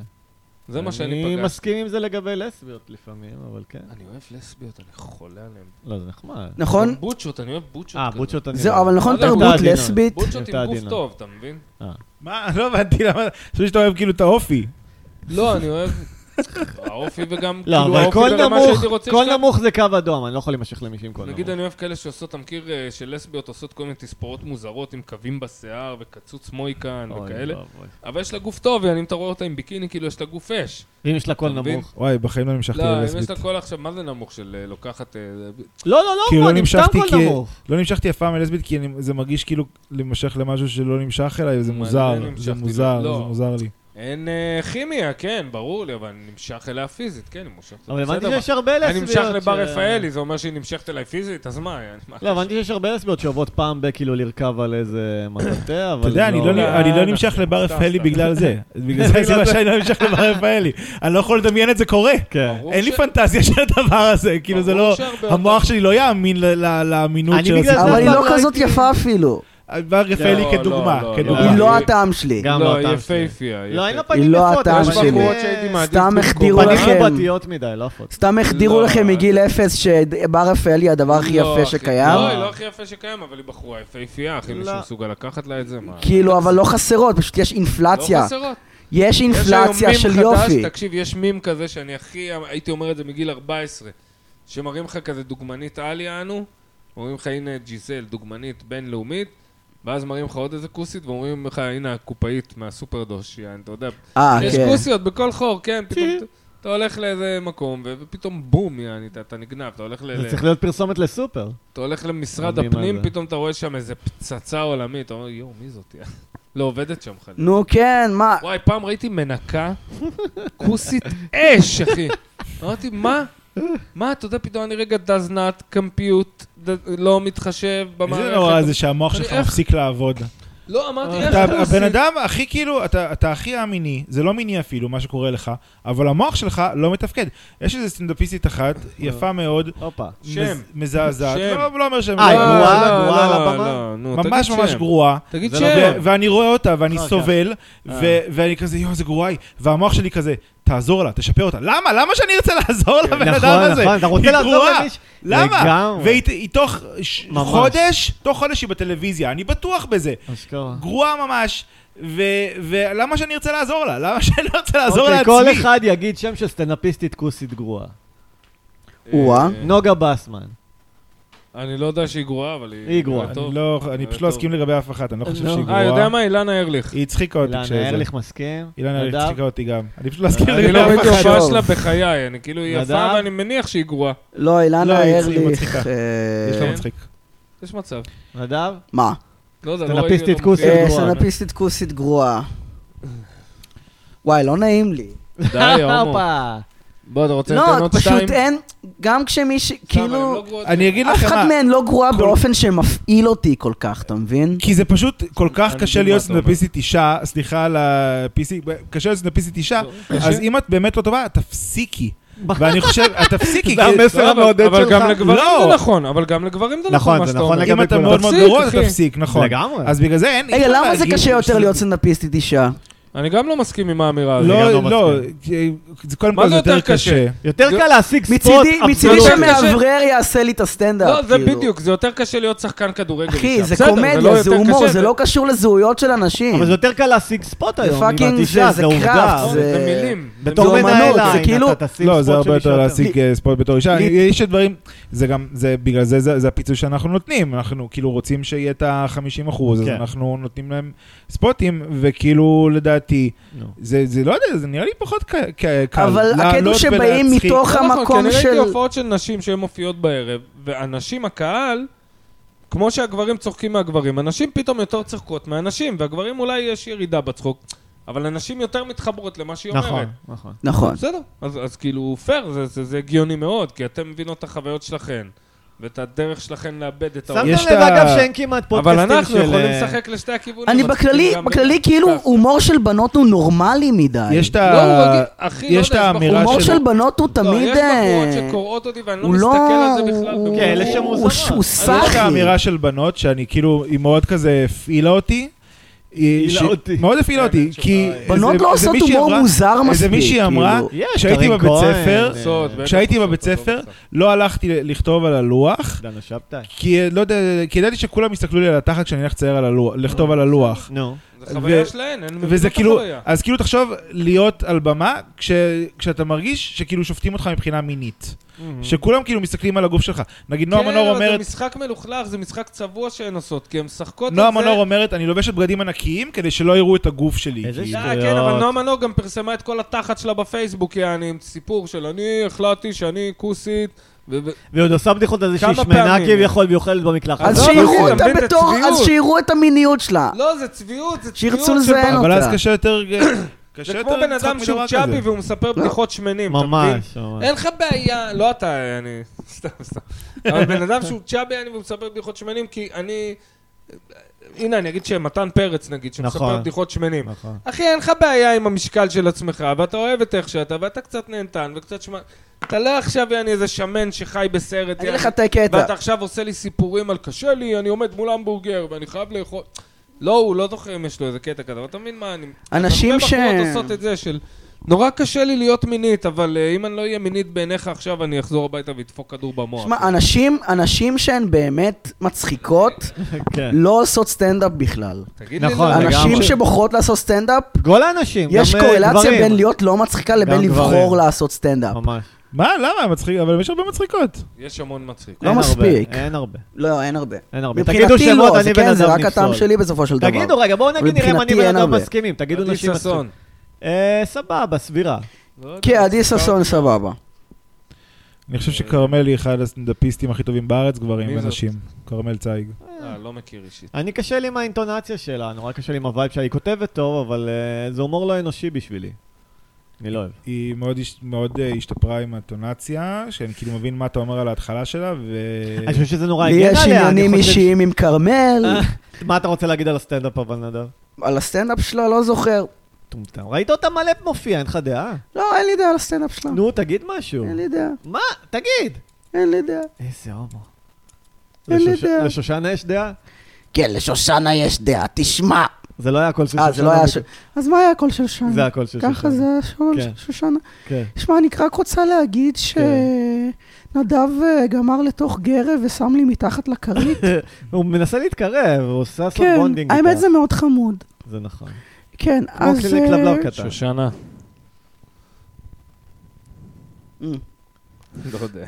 Speaker 1: זה מה שאני
Speaker 2: אני
Speaker 1: פגשתי.
Speaker 2: מסכים עם זה לגבי לסביות לפעמים, אבל כן.
Speaker 1: אני אוהב לסביות, אני חולה עליהן.
Speaker 2: לא, זה נחמד.
Speaker 5: נכון?
Speaker 1: בוצ'ות, אני אוהב בוצ'ות.
Speaker 2: אה,
Speaker 1: כזה.
Speaker 2: בוצ'ות אני...
Speaker 5: זהו,
Speaker 2: לא.
Speaker 5: אבל נכון
Speaker 1: אתה
Speaker 5: תרבות
Speaker 2: עדינה.
Speaker 5: לסבית?
Speaker 1: בוצ'ות
Speaker 2: אתה
Speaker 1: עם גוף
Speaker 2: עדינה.
Speaker 1: טוב, אתה מבין?
Speaker 4: מה? לא הבנתי למה... חשבתי שאתה אוהב כאילו את האופי.
Speaker 1: לא, אני אוהב... האופי וגם,
Speaker 2: לא,
Speaker 1: כאילו,
Speaker 2: אבל
Speaker 1: האופי
Speaker 2: קול
Speaker 1: ברמה שהייתי
Speaker 2: נמוך,
Speaker 1: רוצה
Speaker 2: קול
Speaker 1: שכאן-
Speaker 2: נמוך זה קו אדום, אני לא יכול להימשך למישהי עם קול נמוך.
Speaker 1: נגיד אני אוהב כאלה שעושות, אתה מכיר אה, שלסביות עושות כל מיני תספורות מוזרות עם קווים בשיער וקצוץ מויקן
Speaker 2: אוי, לא.
Speaker 1: וכאלה,
Speaker 2: ואבוי.
Speaker 1: אבל יש לה גוף טוב, יעני, אם אתה רואה אותה עם ביקיני, כאילו יש לה גוף אש.
Speaker 2: אם יש לה קול
Speaker 1: אתה מבין?
Speaker 2: נמוך.
Speaker 4: וואי, בחיים לא נמשכתי
Speaker 1: לא, אם יש
Speaker 4: ללסבית.
Speaker 1: לה קול עכשיו, מה זה נמוך של אה, לוקחת... אה, זה-
Speaker 2: לא, לא,
Speaker 4: כאילו
Speaker 2: לא,
Speaker 4: לא
Speaker 2: אני סתם
Speaker 4: נמשכתי
Speaker 2: קול
Speaker 4: כי-
Speaker 2: נמוך.
Speaker 4: לא נמשכתי אף פעם ללסבית, כי אני- זה מרגיש כאילו להימשך למשהו שלא נמשך אליי, זה
Speaker 1: מה,
Speaker 4: מוזר.
Speaker 1: לא נמשכתי
Speaker 4: זה מוזר,
Speaker 1: לא.
Speaker 4: זה מוזר לי.
Speaker 1: אין אה, כימיה, כן, ברור לי, אבל אני נמשך אליה פיזית, כן, אני מושך...
Speaker 2: אבל הבנתי
Speaker 1: בסדר,
Speaker 2: שיש הרבה
Speaker 1: אבל-
Speaker 2: לסביות.
Speaker 1: אני נמשך לבר
Speaker 2: ש-
Speaker 1: רפאלי, זה אומר שהיא נמשכת אליי פיזית, אז מה, יעני, מה
Speaker 2: לא, הבנתי שיש הרבה לסביות שאוהבות פעם ב- כאילו לרכב על איזה מטאטא, אבל
Speaker 4: אתה יודע, אני לא-
Speaker 1: לא,
Speaker 4: אני לא
Speaker 1: אנחנו-
Speaker 4: נמשך לבר
Speaker 1: סתם,
Speaker 4: רפאלי
Speaker 1: סתם.
Speaker 4: בגלל זה. בגלל זה זה מה שאני לא נמשך לבר רפאלי. אני לא יכול לדמיין את זה קורה.
Speaker 2: כן.
Speaker 1: ברור
Speaker 4: אין לי
Speaker 1: ש-
Speaker 4: פנטזיה של הדבר הזה, כאילו זה
Speaker 1: ברור
Speaker 4: לא...
Speaker 1: שהרבה
Speaker 4: המוח שלי לא יאמין ל- ל- לאמינות
Speaker 2: אני
Speaker 4: של
Speaker 2: בגלל זה-
Speaker 5: אבל היא
Speaker 2: לא
Speaker 5: לא
Speaker 2: ראיתי.
Speaker 5: כזאת יפה אפילו.
Speaker 4: בר רפאלי
Speaker 1: לא,
Speaker 4: כדוגמה,
Speaker 1: לא, לא,
Speaker 4: כדוגמה.
Speaker 5: היא לא
Speaker 1: היא-
Speaker 5: הטעם שלי.
Speaker 2: גם
Speaker 1: לא,
Speaker 2: לא
Speaker 1: היא
Speaker 2: הטעם שלי.
Speaker 1: יפהפייה.
Speaker 2: לא, אין לה
Speaker 1: יפהפייה.
Speaker 2: פנים
Speaker 5: היא לא
Speaker 2: יפות,
Speaker 5: הטעם
Speaker 2: אבל
Speaker 1: יש
Speaker 5: שלי. כאילו,
Speaker 1: בחורות
Speaker 2: אה,
Speaker 1: שהייתי מעדיף...
Speaker 5: סתם
Speaker 1: במקום-
Speaker 5: החדירו
Speaker 1: פנים
Speaker 5: לכם.
Speaker 2: פנים פרטיות מדי, לא יפות.
Speaker 5: סתם החדירו
Speaker 1: לא.
Speaker 5: לכם מגיל אפס שבר רפאלי היא הדבר הכי
Speaker 1: לא,
Speaker 5: יפה
Speaker 1: אחי,
Speaker 5: שקיים.
Speaker 1: לא, היא לא הכי יפה שקיים, אבל היא בחורה יפהפייה, אחי, מישהו
Speaker 2: לא.
Speaker 1: מסוגל לקחת לה את זה? מה?
Speaker 5: כאילו, אבל לא חסרות, פשוט יש
Speaker 1: לא
Speaker 5: אינפלציה.
Speaker 1: חסרות.
Speaker 5: יש אינפלציה
Speaker 1: יש היום
Speaker 5: של
Speaker 1: מים חדש,
Speaker 5: יופי.
Speaker 1: תקשיב, יש מים כזה שאני הכי, הייתי אומר את זה מגיל 14, שמראים לך כזה דוגמנית על יענו, אומרים לך הנה ג'יזל, דוגמנית בינלאומית, ואז מראים לך עוד איזה כוסית, ואומרים לך הנה הקופאית מהסופרדוש, יענו, אתה יודע.
Speaker 5: אה,
Speaker 1: יש
Speaker 5: כן.
Speaker 1: כוסיות בכל חור, כן, פתאום אתה- אתה הולך לאיזה מקום, ו- ופתאום בום, יעני, אתה- אתה נגנב, אתה הולך ל...
Speaker 2: זה
Speaker 1: ל-
Speaker 2: צריך להיות פרסומת לסופר.
Speaker 1: אתה הולך למשרד
Speaker 2: מדהים,
Speaker 1: הפנים,
Speaker 2: מה זה?
Speaker 1: פתאום אתה רואה שם איזה פצצה עולמית, אתה אומר, יואו, מי זאת? לא עובדת שם חלילה.
Speaker 5: נו כן, מה?
Speaker 1: וואי, פעם ראיתי מנקה, כוסית אש, אחי. אמרתי, מה? מה, אתה יודע, פתאום אני רגע does not compute, ד- לא מתחשב במערכת.
Speaker 4: איזה נורא זה שהמוח
Speaker 1: אני
Speaker 4: שלך
Speaker 1: איך-
Speaker 4: מפסיק לעבוד.
Speaker 1: לא, אמרתי,
Speaker 4: אתה
Speaker 1: איך כוסית?
Speaker 4: הבן אדם הכי כאילו, אתה אתה הכי המיני, זה לא מיני אפילו, מה שקורה לך, אבל המוח שלך לא מתפקד. יש איזה סטנדאפיסטית אחת, יפה מאוד,
Speaker 2: הופה.
Speaker 4: מז-
Speaker 1: שם.
Speaker 4: מזעזעת,
Speaker 1: שם.
Speaker 4: לא לא אומר שם,
Speaker 2: אה,
Speaker 1: לא,
Speaker 2: היא גרועה,
Speaker 1: לא,
Speaker 2: גרועה על
Speaker 1: לא,
Speaker 2: הבמה?
Speaker 1: לא, נו, תגיד
Speaker 4: ממש ממש
Speaker 1: שם.
Speaker 4: גרועה.
Speaker 1: תגיד
Speaker 2: זה
Speaker 1: שם.
Speaker 2: לא
Speaker 4: ו- ואני רואה אותה, ואני
Speaker 2: אחר כך.
Speaker 4: סובל,
Speaker 2: אה.
Speaker 4: ו- ואני כזה, יואו, זה גרוע, היא." והמוח שלי כזה, תעזור לה, תשפר אותה. למה? למה שאני ארצה לעזור לבן
Speaker 2: נכון,
Speaker 4: אדם הזה?
Speaker 2: נכון, אתה רוצה
Speaker 4: היא
Speaker 2: לעזור
Speaker 4: גרועה.
Speaker 2: למישהו?
Speaker 4: למה?
Speaker 2: לגמרי.
Speaker 4: והיא תוך ש-
Speaker 2: ממש.
Speaker 4: חודש, תוך חודש היא בטלוויזיה, אני בטוח בזה.
Speaker 2: אשכרה.
Speaker 4: גרועה ממש, ו- ולמה שאני ארצה לעזור לה? למה שאני לא ארצה לעזור
Speaker 2: אוקיי,
Speaker 4: לעצמי?
Speaker 2: כל אחד יגיד שם של סטנדאפיסטית כוסית גרועה.
Speaker 5: או-אה.
Speaker 1: אה,
Speaker 2: נוגה בסמן.
Speaker 1: אני לא יודע שהיא גרועה, אבל היא...
Speaker 2: היא גרועה.
Speaker 1: נראית
Speaker 4: אני
Speaker 1: טוב.
Speaker 4: לא- אני פשוט לא
Speaker 1: טוב.
Speaker 4: אסכים לגבי אף אחת, אני לא חושב
Speaker 2: לא.
Speaker 4: שהיא
Speaker 1: אה, יודע
Speaker 4: גרועה.
Speaker 1: מה? אילנה ארליך.
Speaker 4: היא הצחיקה אותי
Speaker 2: אילנה
Speaker 4: כשזה.
Speaker 2: ארליך מסכים?
Speaker 4: אילנה ארליך
Speaker 2: נדב?
Speaker 4: הצחיקה אותי גם. אני פשוט לא אסכים
Speaker 1: אני
Speaker 4: לגבי
Speaker 1: לא
Speaker 4: אף
Speaker 1: ראיתי
Speaker 4: אחת.
Speaker 1: הופעה
Speaker 5: טוב.
Speaker 1: שלה בחיי, אני כאילו, היא יפה,
Speaker 2: נדב?
Speaker 1: ואני מניח שהיא גרועה.
Speaker 5: לא,
Speaker 4: לא,
Speaker 5: אילנה
Speaker 4: היא
Speaker 5: ארליך...
Speaker 4: מצחיקה.
Speaker 5: אה,
Speaker 4: יש לה לא מצחיק.
Speaker 1: יש מצב.
Speaker 2: נדב?
Speaker 5: מה?
Speaker 1: לא יודע, לא ראיתי...
Speaker 2: סטנדאפיסטית
Speaker 1: לא
Speaker 2: כוסית.
Speaker 1: מופיע.
Speaker 5: אה,
Speaker 2: גרועה.
Speaker 5: סטנדאפיסטית כוסית גרועה. וואי, לא נעים לי.
Speaker 1: די, הומו.
Speaker 2: הופה.
Speaker 1: בוא, אתה רוצה לתת
Speaker 5: אה, לא,
Speaker 1: עוד שתיים?
Speaker 5: פשוט אין, גם כשמישהי,
Speaker 1: סתם, אבל הן לא
Speaker 5: כאילו,
Speaker 1: גרועות.
Speaker 4: אני אגיד
Speaker 5: אף
Speaker 4: לכם
Speaker 5: אחד
Speaker 4: מה,
Speaker 5: מהן לא גרועה
Speaker 4: כל-
Speaker 5: באופן שמפעיל אותי כל כך, אתה מבין?
Speaker 4: כי זה פשוט כל כך
Speaker 1: אני
Speaker 4: קשה
Speaker 1: מבין
Speaker 4: להיות
Speaker 1: מה אתה אומר.
Speaker 4: סטנדאפיסטית אישה, סליחה על הפיסי, קשה להיות סטנדאפיסטית אישה,
Speaker 1: לא,
Speaker 4: אז
Speaker 1: קשה.
Speaker 4: אם את באמת לא טובה, תפסיקי. ואני חושב, את תפסיקי.
Speaker 2: זה
Speaker 4: כי-
Speaker 2: המסר
Speaker 1: לא, אבל-
Speaker 2: המעודד
Speaker 1: אבל
Speaker 2: שלך.
Speaker 1: גם לגברים
Speaker 4: לא.
Speaker 1: זה נכון, אבל גם לגברים זה
Speaker 2: נכון,
Speaker 1: נכון מה
Speaker 2: זה
Speaker 1: שאתה
Speaker 2: נכון
Speaker 1: אומר.
Speaker 2: לגבי
Speaker 4: אם אתה
Speaker 2: כולם.
Speaker 4: מאוד מאוד
Speaker 1: תפסיק,
Speaker 4: גרוע,
Speaker 1: אחי.
Speaker 4: תפסיק, נכון.
Speaker 2: לגמרי.
Speaker 4: אז בגלל זה אין... אי
Speaker 5: רגע,
Speaker 4: אפשר
Speaker 5: למה זה
Speaker 4: להגיד
Speaker 5: קשה יותר
Speaker 4: שזה-
Speaker 5: להיות סטנדאפיסטית אישה?
Speaker 1: אני גם לא מסכים עם האמירה הזאת.
Speaker 2: גם
Speaker 4: לא,
Speaker 2: לא
Speaker 4: לא, זה קודם
Speaker 1: מה
Speaker 4: כל
Speaker 1: זה
Speaker 4: זה יותר
Speaker 1: יותר
Speaker 4: קשה.
Speaker 2: יותר קל להשיג ספוט
Speaker 5: מצידי, מצידי
Speaker 1: לא
Speaker 2: אבסולוטי.
Speaker 1: שם-
Speaker 5: שהמאוורר יעשה לי את הסטנדאפ,
Speaker 1: לא, זה
Speaker 5: כאילו.
Speaker 1: בדיוק, זה יותר קשה להיות שחקן כדורגל.
Speaker 5: אחי,
Speaker 1: אישה.
Speaker 5: זה
Speaker 1: בסדר, לא
Speaker 5: קומדיה, זה
Speaker 1: יותר
Speaker 5: הומור,
Speaker 1: קשה,
Speaker 5: זה לא קשור לזהויות של אנשים.
Speaker 2: לא- אבל זה יותר קל להשיג ספוט היום, אם את
Speaker 5: פאקינג
Speaker 2: אישה,
Speaker 5: זה-
Speaker 2: זה
Speaker 5: זה
Speaker 2: עובדה.
Speaker 5: קראפט,
Speaker 1: נכון,
Speaker 5: זה-
Speaker 1: במילים,
Speaker 2: בתור
Speaker 3: זה
Speaker 2: מנהל
Speaker 3: אומנות, זה
Speaker 2: העין,
Speaker 3: כאילו-
Speaker 2: אתה תשים
Speaker 4: לא, זה
Speaker 2: ספוט של
Speaker 4: הרבה יותר
Speaker 2: אישה
Speaker 4: להשיג אה, ספורט בתור אישה. אני- יש דברים, זה גם, זה בגלל זה, זה זה הפיצוי שאנחנו נותנים. אנחנו כאילו רוצים שיהיה את ה-50 אחוז, אז
Speaker 2: כן.
Speaker 4: אנחנו נותנים להם ספוטים, וכאילו, לדעתי,
Speaker 2: נו.
Speaker 4: זה זה לא יודע, זה נראה לי פחות ק- ק- קל.
Speaker 3: אבל
Speaker 4: לעלות
Speaker 3: הקטע שבאים
Speaker 4: ולהצחיק.
Speaker 1: לא
Speaker 3: מתוך
Speaker 1: נכון, כי
Speaker 3: המקום
Speaker 1: אני ראיתי
Speaker 3: של...
Speaker 1: הופעות של נשים שהן מופיעות בערב, והנשים, הקהל, כמו שהגברים צוחקים מהגברים, הנשים פתאום יותר צוחקות מהנשים, והגברים אולי יש ירידה בצחוק, אבל הנשים יותר מתחברות למה שהיא
Speaker 2: נכון,
Speaker 1: אומרת.
Speaker 2: נכון.
Speaker 3: נכון.
Speaker 1: בסדר, אז, אז כאילו פייר, זה, זה, זה הגיוני מאוד, כי אתם מבינות את החוויות שלכן, ואת הדרך שלכן לאבד את
Speaker 2: שמת
Speaker 1: העולם.
Speaker 4: יש את
Speaker 2: לב
Speaker 4: ה-
Speaker 2: אגב שאין כמעט
Speaker 1: אבל
Speaker 2: פודקאסטים של...
Speaker 1: אנחנו יכולים
Speaker 2: אה,
Speaker 1: לשחק לשתי הכיוונים.
Speaker 3: אני
Speaker 1: אז
Speaker 3: בכללי,
Speaker 1: גם-
Speaker 3: בכללי כאילו הומור של בנות הוא נורמלי מדי.
Speaker 4: יש את
Speaker 1: לא, הוא רגיל,
Speaker 4: ה...
Speaker 1: אחי, לא
Speaker 4: יש את
Speaker 1: יודע, יש
Speaker 4: האמירה
Speaker 3: הומור
Speaker 1: בחורות-
Speaker 3: של בנות הוא
Speaker 1: לא,
Speaker 3: תמיד...
Speaker 1: יש בחורות
Speaker 3: אה,
Speaker 1: שקוראות אותי ואני לא
Speaker 3: הוא לא...
Speaker 1: מסתכל על זה בכלל.
Speaker 3: הוא-
Speaker 1: במובן-
Speaker 2: כן, אלה
Speaker 3: הוא-
Speaker 2: שמוזרות.
Speaker 3: הוא- הוא
Speaker 4: יש את
Speaker 3: סאחי.
Speaker 4: האמירה של בנות, שאני כאילו, היא מאוד כזה הפעילה אותי. היא-
Speaker 2: הפעילה
Speaker 4: ש-
Speaker 2: אותי.
Speaker 4: מאוד הפעילה אותי,
Speaker 1: כן,
Speaker 4: כי...
Speaker 1: שלא-
Speaker 4: איזה-
Speaker 3: בנות
Speaker 4: איזה
Speaker 3: לא עושות
Speaker 4: מישהי
Speaker 3: הומור
Speaker 4: אמרה-
Speaker 3: מוזר מספיק.
Speaker 4: איזה מישהי אמרה,
Speaker 3: כאילו.
Speaker 2: יש,
Speaker 4: כשהייתי
Speaker 2: קארין
Speaker 4: בבית
Speaker 2: כהן,
Speaker 4: ספר,
Speaker 2: אה,
Speaker 1: זאת, בטח,
Speaker 4: כשהייתי
Speaker 1: זאת,
Speaker 4: בבית
Speaker 1: זאת,
Speaker 4: ספר,
Speaker 1: זאת.
Speaker 4: לא הלכתי ל- לכתוב על הלוח,
Speaker 2: דנה שבתאי.
Speaker 4: כי אה, לא יודע, כי ידעתי שכולם יסתכלו לי על התחת כשאני הולך לצייר על הלוח, לכתוב על הלוח.
Speaker 2: נו.
Speaker 1: זה חוויה
Speaker 4: ו-
Speaker 1: שלהן, הן מבינות את
Speaker 4: וזה כאילו,
Speaker 1: החוויה.
Speaker 4: אז כאילו תחשוב להיות על במה כש- כשאתה מרגיש שכאילו שופטים אותך מבחינה מינית. שכולם כאילו מסתכלים על הגוף שלך. נגיד נועה
Speaker 1: כן,
Speaker 4: מנור
Speaker 1: אבל
Speaker 4: אומרת,
Speaker 1: זה משחק מלוכלך, זה משחק צבוע שהן עושות, כי הן משחקות
Speaker 4: נועה
Speaker 1: את זה.
Speaker 4: מנור אומרת, אני לובשת בגדים ענקיים כדי שלא יראו את הגוף שלי.
Speaker 2: איזה
Speaker 4: כאילו.
Speaker 2: שטויות.
Speaker 1: אה, כן, אבל נועה מנור גם פרסמה את כל התחת שלה בפייסבוק, יעני, עם סיפור של אני החלטתי שאני כוסית. ו- ו-
Speaker 2: והיא עוד עושה בדיחות על זה
Speaker 1: כמה
Speaker 2: שהיא שמנה
Speaker 1: פעמים?
Speaker 2: כביכול והיא אוכלת במקלחת.
Speaker 3: אז
Speaker 1: עזוב,
Speaker 3: שיראו
Speaker 2: נכון.
Speaker 1: אחי,
Speaker 3: אותה
Speaker 1: תבין את
Speaker 3: בתור...
Speaker 1: הצביעות.
Speaker 3: אז שיראו את המיניות שלה.
Speaker 1: לא, זה צביעות, זה צביעות.
Speaker 3: שירצו
Speaker 1: של-
Speaker 3: לזיין
Speaker 4: אבל אז
Speaker 3: אותה.
Speaker 4: קשה יותר, קשה
Speaker 1: זה
Speaker 4: יותר
Speaker 1: כמו בן
Speaker 4: לצחוק
Speaker 1: אדם שהוא
Speaker 4: מדבר כזה.
Speaker 1: צ'אבי והוא מספר בדיחות שמנים, אתה מבין?
Speaker 2: ממש, ממש.
Speaker 1: אין לך בעיה, לא אתה, אני... סתם, סתם. אבל בן אדם שהוא צ'אבי אני מספר בדיחות שמנים, כי אני... הנה, אני אגיד שמתן פרץ, נגיד, שמספר
Speaker 2: נכון.
Speaker 1: בדיחות שמנים.
Speaker 2: נכון.
Speaker 1: אחי, אין לך בעיה עם המשקל של עצמך, ואתה אוהב את איך שאתה, ואתה קצת נהנתן וקצת שמע... אתה לא עכשיו יעני איזה שמן שחי בסרט,
Speaker 3: אני
Speaker 1: יעני,
Speaker 3: אגיד לך את הקטע.
Speaker 1: ואתה עכשיו עושה לי סיפורים על קשה לי, אני עומד מול המבורגר ואני חייב לאכול. לא, הוא לא זוכר אם יש לו איזה קטע כזה, אבל אתה מבין מה אני...
Speaker 3: אנשים
Speaker 1: אז הרבה
Speaker 3: ש-
Speaker 1: בחורות עושות את זה של... נורא קשה לי להיות מינית, אבל אה, אם אני לא אהיה מינית בעיניך עכשיו, אני אחזור הביתה ואדפוק כדור במוח.
Speaker 3: שמע, אנשים, אנשים שהן באמת מצחיקות,
Speaker 2: כן.
Speaker 3: לא עושות סטנדאפ בכלל.
Speaker 1: תגיד
Speaker 2: נכון,
Speaker 1: לי, לא.
Speaker 2: לגמרי.
Speaker 3: אנשים שבוחרות לעשות סטנדאפ,
Speaker 2: כל האנשים, גם
Speaker 3: יש
Speaker 2: אה,
Speaker 3: קורלציה
Speaker 2: גברים.
Speaker 3: בין להיות לא מצחיקה לבין
Speaker 2: גם
Speaker 3: לבחור
Speaker 2: גברים.
Speaker 3: לעשות סטנדאפ.
Speaker 2: ממש.
Speaker 4: מה, למה? מצחיק, אבל יש הרבה מצחיקות.
Speaker 1: יש המון מצחיק.
Speaker 3: לא
Speaker 2: אין הרבה,
Speaker 3: מספיק.
Speaker 2: אין הרבה.
Speaker 3: לא, אין הרבה.
Speaker 2: אין הרבה. תגידו
Speaker 3: מבחינתי
Speaker 2: שמות,
Speaker 3: לא,
Speaker 2: אני
Speaker 3: זה
Speaker 2: בן
Speaker 3: כן, זה
Speaker 2: אדם
Speaker 3: רק הטעם
Speaker 2: נפסול.
Speaker 3: שלי בסופו של דבר.
Speaker 2: תגידו, רגע, בואו נגיד נראה אם אני
Speaker 3: מבחינתי
Speaker 2: בן
Speaker 3: אין
Speaker 2: אדם
Speaker 3: הרבה.
Speaker 2: מסכימים. תגידו
Speaker 1: עדי
Speaker 2: נשים מסכימים.
Speaker 1: ששון.
Speaker 2: אה, סבבה, סבירה.
Speaker 1: לא יודע,
Speaker 3: כן,
Speaker 2: אוקיי,
Speaker 3: עדי
Speaker 1: סליחה.
Speaker 3: ששון סבבה.
Speaker 4: אני חושב שכרמל היא אחד הסטנדאפיסטים הכי טובים בארץ, גברים
Speaker 1: מי זאת?
Speaker 4: ונשים. כרמל צייג.
Speaker 1: אה, לא מכיר אישית.
Speaker 2: אני קשה לי עם האינטונציה שלה, נורא קשה לי עם הווייב שלה. היא כותבת טוב, אבל אה, זה הומור לא אנושי בשבילי. אני לא אוהב.
Speaker 1: אה,
Speaker 4: היא מאוד הש- מאוד אה, השתפרה עם הטונציה, שאני כאילו מבין מה אתה אומר על ההתחלה שלה, ו...
Speaker 2: אני חושב שזה נורא
Speaker 3: לי
Speaker 2: הגן
Speaker 3: יש
Speaker 2: עליה, אני
Speaker 3: עניינים
Speaker 2: חושב- אה.
Speaker 3: אישיים עם כרמל,
Speaker 2: מה אתה רוצה להגיד על הסטנדאפ אבל, נדב?
Speaker 3: על הסטנדאפ שלה לא זוכר.
Speaker 2: מטומטם. ראית אותה מלא מופיע, אין לך דעה?
Speaker 3: לא, אין לי דעה על הסטנדאפ שלה.
Speaker 2: נו, תגיד משהו.
Speaker 3: אין אה, לי דעה,
Speaker 2: מה? תגיד.
Speaker 3: אין לי דעה.
Speaker 2: איזה הומו.
Speaker 3: אין לי
Speaker 2: לשוש-
Speaker 3: דעה.
Speaker 2: לשושנה יש דעה?
Speaker 3: כן, לשושנה יש דעה, תשמע.
Speaker 2: זה לא היה הקול של שושנה.
Speaker 3: אה, זה לא היה... ש-
Speaker 2: בדיוק.
Speaker 3: אז מה היה הקול של שושנה?
Speaker 2: זה הקול של שושנה.
Speaker 3: ככה זה היה שול-
Speaker 2: כן.
Speaker 3: שושנה.
Speaker 2: כן.
Speaker 3: שמע, אני רק רוצה להגיד שנדב אה, גמר לתוך גרב ושם לי מתחת לכרית.
Speaker 2: הוא מנסה להתקרב, הוא עושה לעשות
Speaker 3: כן,
Speaker 2: בונדינג
Speaker 3: האמת
Speaker 2: איתה.
Speaker 3: זה מאוד חמוד.
Speaker 2: זה נכון.
Speaker 3: כן,
Speaker 2: כמו
Speaker 3: אז...
Speaker 2: כלי
Speaker 3: אה,
Speaker 2: כלבלב קטן.
Speaker 1: שושנה.
Speaker 3: אה.
Speaker 1: לא יודע.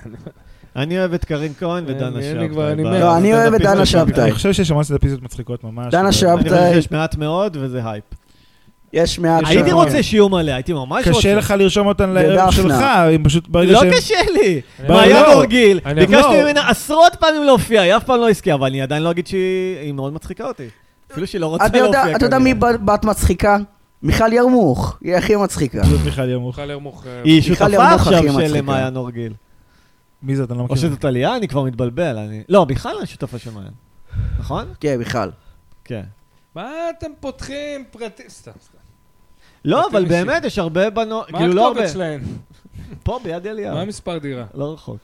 Speaker 2: אני אוהב את קרין כהן ודנה
Speaker 1: אני-
Speaker 2: שבתאי.
Speaker 1: אני כבר- אני
Speaker 2: ב-
Speaker 1: מת.
Speaker 3: לא, אני אוהב את
Speaker 2: בסטנדאפיסט
Speaker 3: דנה
Speaker 2: שלנו.
Speaker 3: שבתאי.
Speaker 4: אני חושב שיש המון סטנדאפיסטיות מצחיקות ממש.
Speaker 3: דנה
Speaker 4: אבל-
Speaker 2: אני
Speaker 3: שבתאי. אה,
Speaker 2: חושב שיש מעט מאוד וזה הייפ.
Speaker 3: יש מעט...
Speaker 2: הייתי
Speaker 3: שם.
Speaker 2: רוצה שיום עליה, הייתי ממש רוצה.
Speaker 4: קשה לך לרשום אותן לערב
Speaker 3: ודפנה.
Speaker 4: שלך, הם פשוט ברגע
Speaker 2: לא
Speaker 4: שהם...
Speaker 2: קשה לי!
Speaker 1: אני-
Speaker 2: מעיין
Speaker 4: לא.
Speaker 2: אורגיל,
Speaker 1: אני-
Speaker 2: ביקשתי
Speaker 1: לא.
Speaker 2: ממנה עשרות פעמים להופיע, היא אף פעם לא הסכימה, אבל אני עדיין לא אגיד שהיא היא מאוד מצחיקה אותי. אפילו שהיא לא רוצה
Speaker 3: אתה יודע-
Speaker 2: להופיע.
Speaker 3: אתה יודע מי
Speaker 2: כנראה.
Speaker 3: בת בת מצחיקה? מיכל ירמוך, היא הכי מצחיקה.
Speaker 4: זאת מיכל ימוך.
Speaker 1: אוכל ירמוך. אה,
Speaker 2: היא
Speaker 3: מיכל
Speaker 2: שותפה
Speaker 3: ירמוך הכי
Speaker 2: עכשיו של
Speaker 3: מצחיקה. אוקיי.
Speaker 2: מעיין אורגיל.
Speaker 4: מי זאת? אני לא
Speaker 2: או
Speaker 4: מכיר.
Speaker 2: שזאת עלייה, אני כבר מתבלבל. אני- לא, מיכל אני שותפה של מעיין. נכון?
Speaker 3: כן, מיכל.
Speaker 2: כן.
Speaker 1: מה אתם פותחים פרטים? סתם, סתם.
Speaker 2: לא,
Speaker 1: אתם
Speaker 2: אבל
Speaker 1: אישיים.
Speaker 2: באמת יש הרבה בנות,
Speaker 1: מה
Speaker 2: כאילו לא הרבה.
Speaker 1: הכתובת שלהן?
Speaker 2: פה ביד אליהו.
Speaker 1: מה מספר דירה?
Speaker 2: לא רחוק.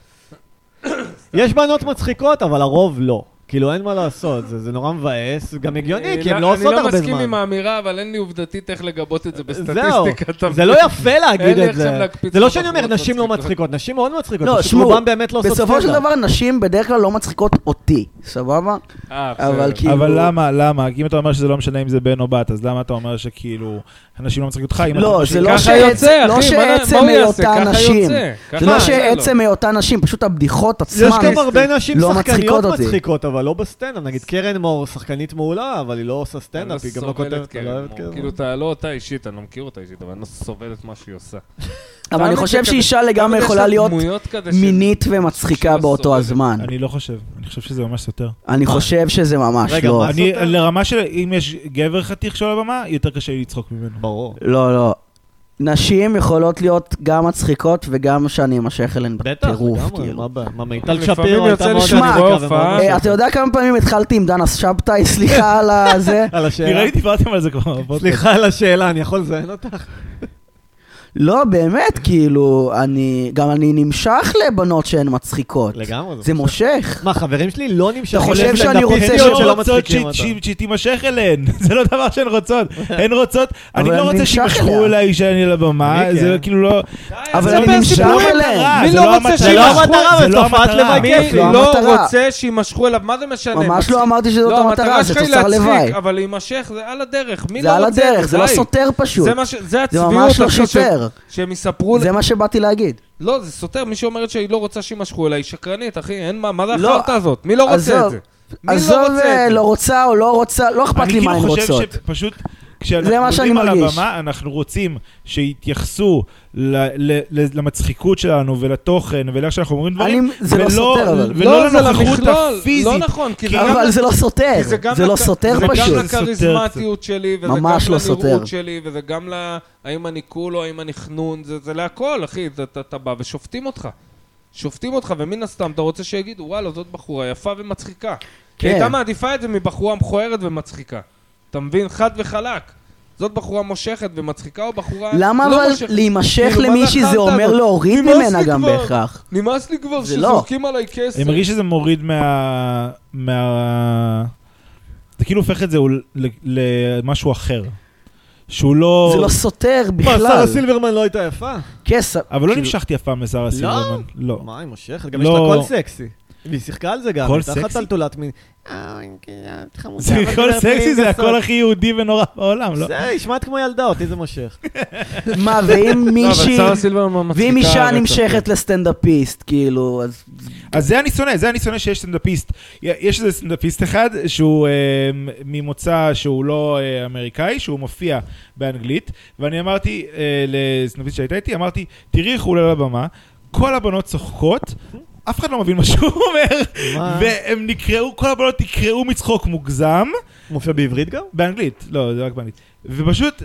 Speaker 2: יש בנות מצחיקות, אבל הרוב לא. כאילו, אין מה לעשות, זה זה נורא מבאס, גם הגיוני,
Speaker 1: אה, אני
Speaker 2: כי הן לא עושות הרבה
Speaker 1: אני לא מסכים עם
Speaker 2: זמן. אה,
Speaker 1: האמירה, אבל אין לי עובדתית איך לגבות את זה
Speaker 2: זהו,
Speaker 1: בסטטיסטיקה. אתה
Speaker 2: זה לא
Speaker 1: מבין?
Speaker 2: יפה להגיד
Speaker 1: אין לי
Speaker 2: את
Speaker 1: עכשיו
Speaker 2: זה.
Speaker 1: להקפיץ
Speaker 2: זה לא
Speaker 1: לך
Speaker 2: שאני אומר,
Speaker 1: בחורות
Speaker 2: נשים לא
Speaker 1: מצחיקות.
Speaker 2: מצחיקות, נשים מאוד מצחיקות,
Speaker 3: לא,
Speaker 2: פשוט
Speaker 3: שמעו,
Speaker 2: רובן באמת לא עושות
Speaker 3: בסופו של
Speaker 2: סטנדאפ.
Speaker 3: דבר, נשים בדרך כלל לא מצחיקות אותי, סבבה?
Speaker 1: אה, בסדר.
Speaker 3: אבל כאילו...
Speaker 4: אבל למה, למה? כי אם אתה אומר שזה לא משנה אם זה בן או בת, אז למה אתה אומר שכאילו, אנשים לא מצחיקים אותך? אם אתה
Speaker 3: לא,
Speaker 4: אומר
Speaker 3: זה
Speaker 4: ש-
Speaker 3: לא
Speaker 1: ככה
Speaker 3: שעצ-
Speaker 1: יוצא,
Speaker 3: לא
Speaker 1: אחי, מה- מה
Speaker 3: שעצם
Speaker 1: הוא יעשה?
Speaker 3: היותה
Speaker 1: ככה
Speaker 3: נשים.
Speaker 1: יוצא,
Speaker 3: זה
Speaker 1: ככה אה,
Speaker 3: לא
Speaker 1: יוצא לו.
Speaker 3: שעצם היותן נשים, פשוט הבדיחות עצמן.
Speaker 2: יש גם הרבה נשים
Speaker 3: לא
Speaker 2: שחקניות
Speaker 3: מצחיקות אותי.
Speaker 2: מצחיקות, אבל לא בסטנדאפ. נגיד קרן מור, שחקנית מעולה, אבל היא לא עושה
Speaker 1: אני לא
Speaker 2: סטנדאפ, היא גם לא
Speaker 1: סובל את
Speaker 2: כותבת, אני לא
Speaker 1: קרן
Speaker 2: אוהבת
Speaker 1: מור.
Speaker 3: כן.
Speaker 2: קרן
Speaker 1: כאילו,
Speaker 2: מור.
Speaker 1: אתה לא אותה אישית, אני לא מכיר אותה אישית, אבל אני לא סובל את מה שהיא עושה.
Speaker 3: אבל
Speaker 1: תאמין
Speaker 3: אני חושב
Speaker 1: שכזה-
Speaker 3: שאישה לגמרי
Speaker 1: תמיד יש
Speaker 3: יכולה
Speaker 1: לה
Speaker 3: להיות
Speaker 1: דמויות כזה ש-
Speaker 3: מינית
Speaker 1: שלא
Speaker 3: ומצחיקה באותו
Speaker 1: סובלת.
Speaker 3: הזמן.
Speaker 4: אני לא חושב, אני חושב שזה ממש סותר.
Speaker 3: אני חושב שזה ממש
Speaker 2: רגע,
Speaker 3: לא.
Speaker 2: מה-
Speaker 4: אני,
Speaker 2: סותר.
Speaker 4: לרמה של אם יש גבר חתיך שעל הבמה, יותר קשה לי לצחוק ממנו.
Speaker 2: ברור.
Speaker 3: לא, לא. נשים יכולות להיות גם מצחיקות וגם שאני אמשך אליהן
Speaker 2: בטח,
Speaker 3: בטירוף,
Speaker 2: לגמרי,
Speaker 3: כאילו.
Speaker 2: מה הבעיה? מה, מיטל
Speaker 1: לפעמים
Speaker 2: שפירו
Speaker 1: יוצא
Speaker 2: הייתה
Speaker 1: לי
Speaker 2: מאוד
Speaker 3: שאני
Speaker 2: עניקה
Speaker 1: רואה
Speaker 2: ומאוד
Speaker 1: הופעה.
Speaker 2: יפה.
Speaker 3: אה, אתה יודע כמה פעמים התחלתי עם דנה שבתאי, סליחה על הזה?
Speaker 2: על
Speaker 4: אני
Speaker 2: השאלה.
Speaker 4: ראיתי, דיברתם על זה כבר בפודקאסט.
Speaker 2: סליחה על השאלה, אני יכול לזיין אותך?
Speaker 3: לא, באמת, כאילו, אני... גם אני נמשך לבנות שהן מצחיקות.
Speaker 2: לגמרי. זה
Speaker 3: זה מושך.
Speaker 2: מה, חברים שלי לא נמשכים
Speaker 3: חושב
Speaker 2: לדפים
Speaker 3: שאני רוצה
Speaker 4: הן
Speaker 3: זה
Speaker 2: שלא
Speaker 4: לא רוצות
Speaker 2: מצחיקים
Speaker 4: שהיא-
Speaker 2: אותם.
Speaker 4: שהיא- שהיא תימשך אליהן, זה לא דבר שהן רוצות. הן רוצות, אני
Speaker 3: אבל
Speaker 4: לא
Speaker 3: אני
Speaker 4: רוצה
Speaker 3: נמשך
Speaker 4: שימשכו
Speaker 3: אליה.
Speaker 4: אליי שאני על הבמה,
Speaker 2: אני
Speaker 4: זה
Speaker 2: כן.
Speaker 4: כאילו לא...
Speaker 3: אבל
Speaker 1: תספר
Speaker 3: אני נמשך
Speaker 1: סיפורים.
Speaker 3: אליהן.
Speaker 1: מי
Speaker 4: זה
Speaker 1: לא רוצה
Speaker 4: המטרה.
Speaker 1: שימשכו? זה לא
Speaker 2: המטרה,
Speaker 4: זה
Speaker 2: אבל
Speaker 4: לא
Speaker 2: תופעת
Speaker 4: המטרה.
Speaker 2: לוואי
Speaker 1: מי
Speaker 2: כיף,
Speaker 3: לא
Speaker 1: לא
Speaker 3: המטרה.
Speaker 1: רוצה שימשכו אליו? מה זה משנה?
Speaker 3: ממש
Speaker 1: מצחיק.
Speaker 3: לא אמרתי שזאת המטרה, זה
Speaker 1: שלך היא
Speaker 3: תוצר
Speaker 1: להצחיק,
Speaker 3: לוואי.
Speaker 1: אבל להימשך זה על הדרך. מי
Speaker 3: זה
Speaker 1: לא
Speaker 3: על
Speaker 1: רוצה את
Speaker 3: הדרך, זה לא
Speaker 1: די.
Speaker 3: סותר פשוט.
Speaker 1: זה מה ש- זה
Speaker 3: זה
Speaker 1: הצביעות
Speaker 3: ממש לא
Speaker 1: הכי ש-
Speaker 3: סותר.
Speaker 1: שהם יספרו... ל-
Speaker 3: זה מה שבאתי להגיד.
Speaker 1: לא, זה סותר, מי שאומרת שהיא לא רוצה שימשכו אליי, היא שקרנית, אחי, אין מה, מה זה
Speaker 3: לא,
Speaker 1: החרטא הזאת? מי לא רוצה את
Speaker 3: עזוב.
Speaker 1: זה? מי
Speaker 3: עזוב,
Speaker 1: לא רוצה
Speaker 3: אה,
Speaker 1: את זה?
Speaker 3: לא רוצה או לא רוצה, לא אכפת לי מה הן
Speaker 4: אני כאילו
Speaker 3: רוצות.
Speaker 4: חושב שפשוט,
Speaker 3: זה
Speaker 4: כשאנחנו
Speaker 3: מה שאני
Speaker 4: עולים על
Speaker 3: מרגיש.
Speaker 4: הבמה, אנחנו רוצים שיתייחסו ל- ל- ל- למצחיקות שלנו ולתוכן ולאיך שאנחנו אומרים דברים,
Speaker 3: אני- זה לא
Speaker 4: ולא-
Speaker 3: סותר, אבל. לא,
Speaker 4: ולא
Speaker 1: זה
Speaker 4: לנוכחות
Speaker 1: למכלול, לא
Speaker 4: הפיזית.
Speaker 1: נכון, כי
Speaker 4: כי
Speaker 1: גם-
Speaker 3: אבל זה לא סותר,
Speaker 1: כי גם
Speaker 3: זה לא
Speaker 1: לכ-
Speaker 3: סותר
Speaker 1: זה
Speaker 3: פשוט.
Speaker 1: גם לכריזמטיות שלי, וזה גם
Speaker 3: ממש לא סותר.
Speaker 1: לנראות שלי, וזה גם ל... האם אני קול או האם אני חנון, זה זה להכל, אחי, זה- אתה- אתה בא ושופטים אותך. שופטים אותך, ומן הסתם אתה רוצה שיגידו, וואלה, זאת בחורה יפה ומצחיקה. כי
Speaker 3: כן.
Speaker 1: הייתה מעדיפה את זה מבחורה מכוערת ומצחיקה. אתה מבין? חד וחלק. זאת בחורה מושכת ומצחיקה, או בחורה
Speaker 3: למה
Speaker 1: לא
Speaker 3: אבל
Speaker 1: מושכת?
Speaker 3: להימשך
Speaker 1: כאילו, מה
Speaker 3: למישהי זה
Speaker 1: החרטא
Speaker 3: אומר
Speaker 1: הזאת?
Speaker 3: להוריד
Speaker 1: נמאס לי
Speaker 3: ממנה גם
Speaker 1: כבר.
Speaker 3: בהכרח?
Speaker 1: נמאס לי כבר
Speaker 3: זה לא.
Speaker 1: שזורקים עליי כסף.
Speaker 4: אני מרגיש שזה מוריד מה... מה... זה כאילו הופך את זה אול- ל- למשהו אחר. שהוא לא...
Speaker 3: זה לא סותר
Speaker 2: מה,
Speaker 3: בכלל.
Speaker 2: שרה סילברמן לא הייתה יפה?
Speaker 3: כסף.
Speaker 4: אבל לא
Speaker 3: כאילו-
Speaker 4: נמשכתי אף פעם לשרה סילברמן. לא.
Speaker 2: מה, היא מושכת? גם יש
Speaker 4: לא.
Speaker 2: לה קול סקסי. והיא שיחקה על זה גם,
Speaker 4: קול
Speaker 2: הייתה
Speaker 4: סקסי?
Speaker 2: אחת טלטולת מין.
Speaker 4: זה הכל סקסי, זה הכל הכי יהודי ונורא בעולם, לא?
Speaker 2: זה, היא נשמעת כמו ילדה, אותי זה מושך.
Speaker 3: מה, ואם
Speaker 1: לא, אבל
Speaker 3: מישהי...
Speaker 1: שרה סילברמן מצחיקה.
Speaker 3: ואם אישה
Speaker 1: רצח.
Speaker 3: נמשכת לסטנדאפיסט, כאילו, אז...
Speaker 4: אז זה אני שונא, זה אני שונא שיש סטנדאפיסט. יש איזה סטנדאפיסט אחד שהוא אה, ממוצא שהוא לא אה, אמריקאי, שהוא מופיע באנגלית, ואני אמרתי אה, לסטנדאפיסט שהייתה איתי, אמרתי, תראי איך הוא עולה לבמה, כל הבנות צוחקות. אף אחד לא מבין מה שהוא אומר,
Speaker 2: מה?
Speaker 4: והם נקרעו, כל הבנות נקרעו מצחוק מוגזם,
Speaker 2: מופיע בעברית גם?
Speaker 4: באנגלית, לא, זה רק באנגלית, ופשוט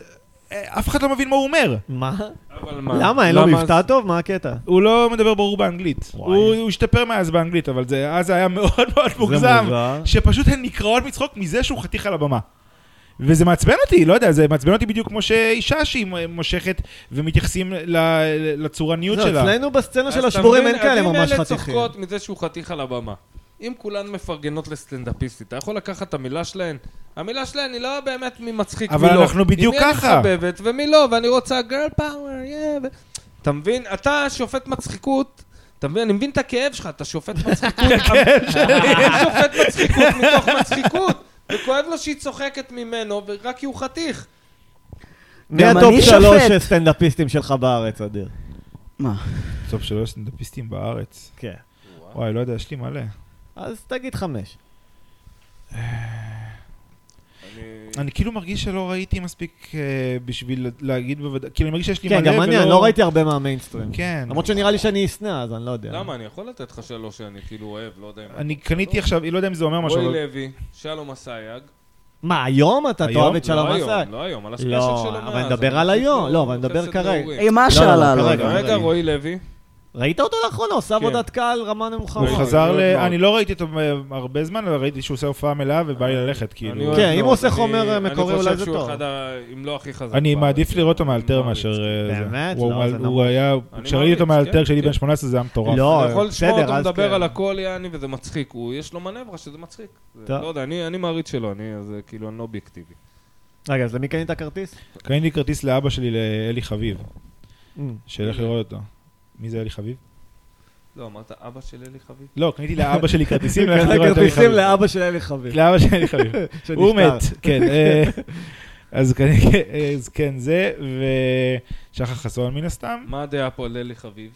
Speaker 4: אה, אף אחד לא מבין מה הוא אומר.
Speaker 2: מה?
Speaker 3: כן.
Speaker 1: אבל מה?
Speaker 2: למה? אין לו
Speaker 1: למה
Speaker 2: מבטא טוב? מה הקטע?
Speaker 4: הוא לא מדבר ברור באנגלית.
Speaker 2: וואי.
Speaker 4: הוא הוא השתפר מאז באנגלית, אבל זה- אז זה היה מאוד מאוד
Speaker 2: זה
Speaker 4: מוגזם.
Speaker 2: מוזר.
Speaker 4: שפשוט הן נקרעות מצחוק מזה שהוא חתיך על הבמה. וזה מעצבן אותי, לא יודע, זה מעצבן אותי בדיוק כמו שאישה שהיא מושכת ומתייחסים ל- לצורניות
Speaker 2: זהו,
Speaker 4: שלה.
Speaker 2: לא, אצלנו בסצנה
Speaker 1: אז
Speaker 2: של
Speaker 1: אתה
Speaker 2: השבורים
Speaker 1: מבין,
Speaker 2: אין כאלה
Speaker 1: אז אם
Speaker 2: ממש
Speaker 1: אלה
Speaker 2: חתיכים.
Speaker 1: צוחקות מזה שהוא חתיך על הבמה. אם כולן מפרגנות לסטנדאפיסטית, אתה יכול לקחת את המילה שלהן? המילה שלהן היא לא באמת מי מצחיק מי לא.
Speaker 4: אבל אנחנו בדיוק ככה.
Speaker 1: עם מי אני מתחבבת ומי לא, ואני רוצה גרל פאוור, יא... אתה מבין? אתה שופט מצחיקות. אתה מבין? אני מבין את הכאב שלך, אתה שופט מצחיקות. אני שופט מצחיקות מתוך מצחיקות. וכואב לו שהיא צוחקת ממנו, ורק כי הוא חתיך.
Speaker 2: מי
Speaker 3: גם
Speaker 2: הטופ
Speaker 3: אני
Speaker 2: שלוש
Speaker 3: שופט.
Speaker 2: סטנדאפיסטים שלך בארץ, אדיר?
Speaker 3: מה?
Speaker 4: טוב, שלא יש סטנדאפיסטים בארץ.
Speaker 2: כן.
Speaker 4: וואי, לא יודע, יש לי מלא.
Speaker 2: אז תגיד חמש.
Speaker 4: אני כאילו מרגיש שלא ראיתי מספיק אה, בשביל להגיד בוודאי, כאילו אני מרגיש שיש לי מלא
Speaker 2: כן,
Speaker 4: ולא...
Speaker 2: גם אני, אני לא ראיתי הרבה מהמיינסטרים.
Speaker 4: כן.
Speaker 2: למרות שנראה לי שאני אשנא, אז אני לא יודע.
Speaker 1: למה? אני יכול לתת לך שלוש שאני כאילו אוהב, לא יודע אם...
Speaker 4: אני קניתי עכשיו, לא יודע אם זה אומר משהו,
Speaker 1: רועי
Speaker 4: אבל
Speaker 1: לוי, שלום אסייג.
Speaker 2: מה, היום אתה
Speaker 4: היום?
Speaker 2: תאהב את שלום
Speaker 1: לא
Speaker 2: עסק?
Speaker 1: היום, לא היום, על
Speaker 2: לא,
Speaker 1: השקשת שלו
Speaker 2: אבל
Speaker 1: מאז.
Speaker 2: נדבר
Speaker 1: אני
Speaker 2: על
Speaker 1: חושב
Speaker 2: היום.
Speaker 1: שהוא
Speaker 2: לא, אבל נדבר
Speaker 1: חסד
Speaker 2: כרגע.
Speaker 1: נעורים.
Speaker 3: אה, מה
Speaker 2: לא, לא,
Speaker 3: שאלה לו?
Speaker 2: כרגע.
Speaker 1: כרגע רועי לוי,
Speaker 2: ראית אותו לאחרונה? עושה
Speaker 1: כן.
Speaker 2: עבודת קהל רמה נמוכה.
Speaker 4: הוא
Speaker 1: אוי,
Speaker 2: מאוד.
Speaker 4: חזר
Speaker 1: אוי,
Speaker 4: ל...
Speaker 1: אוי, מאוד.
Speaker 4: אני לא ראיתי אותו מ- הרבה זמן, אבל ראיתי שהוא עושה הופעה מלאה ובא לי ללכת,
Speaker 1: אני
Speaker 4: כאילו.
Speaker 1: אוהב
Speaker 2: כן,
Speaker 1: מאוד.
Speaker 2: אם הוא עושה
Speaker 1: אני-
Speaker 2: חומר, אה, מקורי, אולי
Speaker 1: אני חושב
Speaker 2: זה
Speaker 1: שהוא
Speaker 2: טוב.
Speaker 1: אחד ה... אם לא הכי חזק.
Speaker 4: אני
Speaker 1: בארץ.
Speaker 4: מעדיף לראות אותו מאלתר
Speaker 1: אני
Speaker 4: מאשר...
Speaker 1: מעריץ.
Speaker 4: אה, זה.
Speaker 2: באמת?
Speaker 4: הוא-
Speaker 2: לא,
Speaker 4: אבל
Speaker 2: זה
Speaker 4: הוא
Speaker 2: נורא.
Speaker 4: היה... כשראיתי אותו
Speaker 1: מעריץ,
Speaker 4: מאלתר
Speaker 1: כן,
Speaker 4: כשהייתי
Speaker 1: כן.
Speaker 4: בן 18 זה היה מטורף.
Speaker 2: לא,
Speaker 1: אתה יכול לשמוע
Speaker 2: בסדר,
Speaker 1: אותו
Speaker 2: אז
Speaker 1: מדבר
Speaker 2: כן.
Speaker 1: על הכל, יעני, וזה מצחיק. הוא- יש לו מנברה שזה מצחיק. זה-
Speaker 2: טוב.
Speaker 1: לא יודע, אני אני מעריץ שלו, אני אז, אה, כאילו, אני לא אובייקטיבי.
Speaker 2: רגע, אז למי קנית כרטיס?
Speaker 4: קניתי כרטיס לאבא שלי לאלי חביב,
Speaker 2: Mm.
Speaker 4: שילך לראות אותו. מי זה אלי חביב?
Speaker 1: לא, אמרת אבא של אלי חביב?
Speaker 4: לא, קניתי לאבא שלי כרטיסים, ללכת לראות את אלי
Speaker 2: כרטיסים
Speaker 4: חביב.
Speaker 2: לאבא של אלי חביב.
Speaker 4: לאבא של אלי חביב.
Speaker 2: שנפטר.
Speaker 4: הוא מת, כן. אה, אז כנראה- אז כן, זה, ושחר חסון מן הסתם.
Speaker 1: מה הדעה פה על אלי חביב?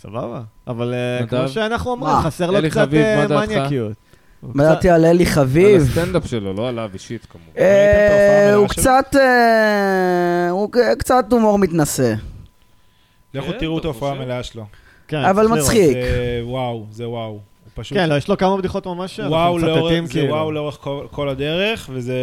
Speaker 2: סבבה. אבל אה,
Speaker 1: נדב?
Speaker 2: כמו שאנחנו אומרים,
Speaker 3: מה?
Speaker 2: חסר לו
Speaker 1: אלי
Speaker 2: קצת
Speaker 1: חביב,
Speaker 2: אה,
Speaker 1: מה דעתך? אוקיי.
Speaker 2: מניאקיות. הוא
Speaker 3: מה
Speaker 2: קצת-
Speaker 3: דעתי על
Speaker 1: לא,
Speaker 3: אלי
Speaker 1: על
Speaker 3: חביב?
Speaker 1: הסטנדאפ שלו, לא עליו אישית כמובן.
Speaker 3: אה,
Speaker 4: ראית את ההופעה המלאה
Speaker 3: הוא
Speaker 4: שלו?
Speaker 3: קצת... אה, הוא ק- קצת הומור מתנשא.
Speaker 4: לכו
Speaker 1: כן,
Speaker 4: תראו את
Speaker 1: אתה
Speaker 4: ההופעה
Speaker 1: חושב?
Speaker 4: המלאה שלו.
Speaker 2: כן,
Speaker 3: אבל
Speaker 2: צריך לראות.
Speaker 3: מצחיק. פיק.
Speaker 4: זה וואו, זה וואו. הוא פשוט...
Speaker 2: כן, לא, יש לו כמה בדיחות ממש שאנחנו
Speaker 4: וואו
Speaker 1: לא,
Speaker 2: מצטטים,
Speaker 4: לאורך, זה
Speaker 2: כאילו.
Speaker 4: וואו לאורך כל, כל הדרך, וזה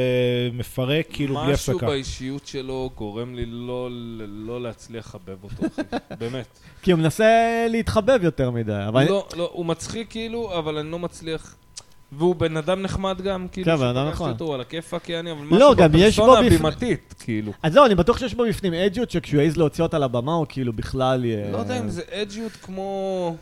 Speaker 4: מפרק כאילו בלי
Speaker 1: משהו
Speaker 4: הפסקה.
Speaker 1: באישיות שלו גורם לי לא- לא להצליח לחבב אותו, אחי. באמת.
Speaker 2: כי הוא מנסה להתחבב יותר מדי. אבל
Speaker 1: לא, לא, הוא מצחיק כאילו, אבל אני לא מצליח. והוא בן אדם נחמד גם, כאילו.
Speaker 2: כן, בן אדם
Speaker 1: שפגשתי
Speaker 2: נחמד.
Speaker 1: אותו, הוא על הכיפאק, יעני, אבל
Speaker 2: לא,
Speaker 1: משהו
Speaker 2: גם יש בו
Speaker 1: בפרסונה
Speaker 2: בפ-
Speaker 1: הבימתית, כאילו.
Speaker 2: אז לא, אני בטוח שיש בו בפנים אג'יות, שכשהוא העז להוציא אותה לבמה, הוא כאילו בכלל יהיה...
Speaker 1: לא יודע אם זה אג'יות כמו...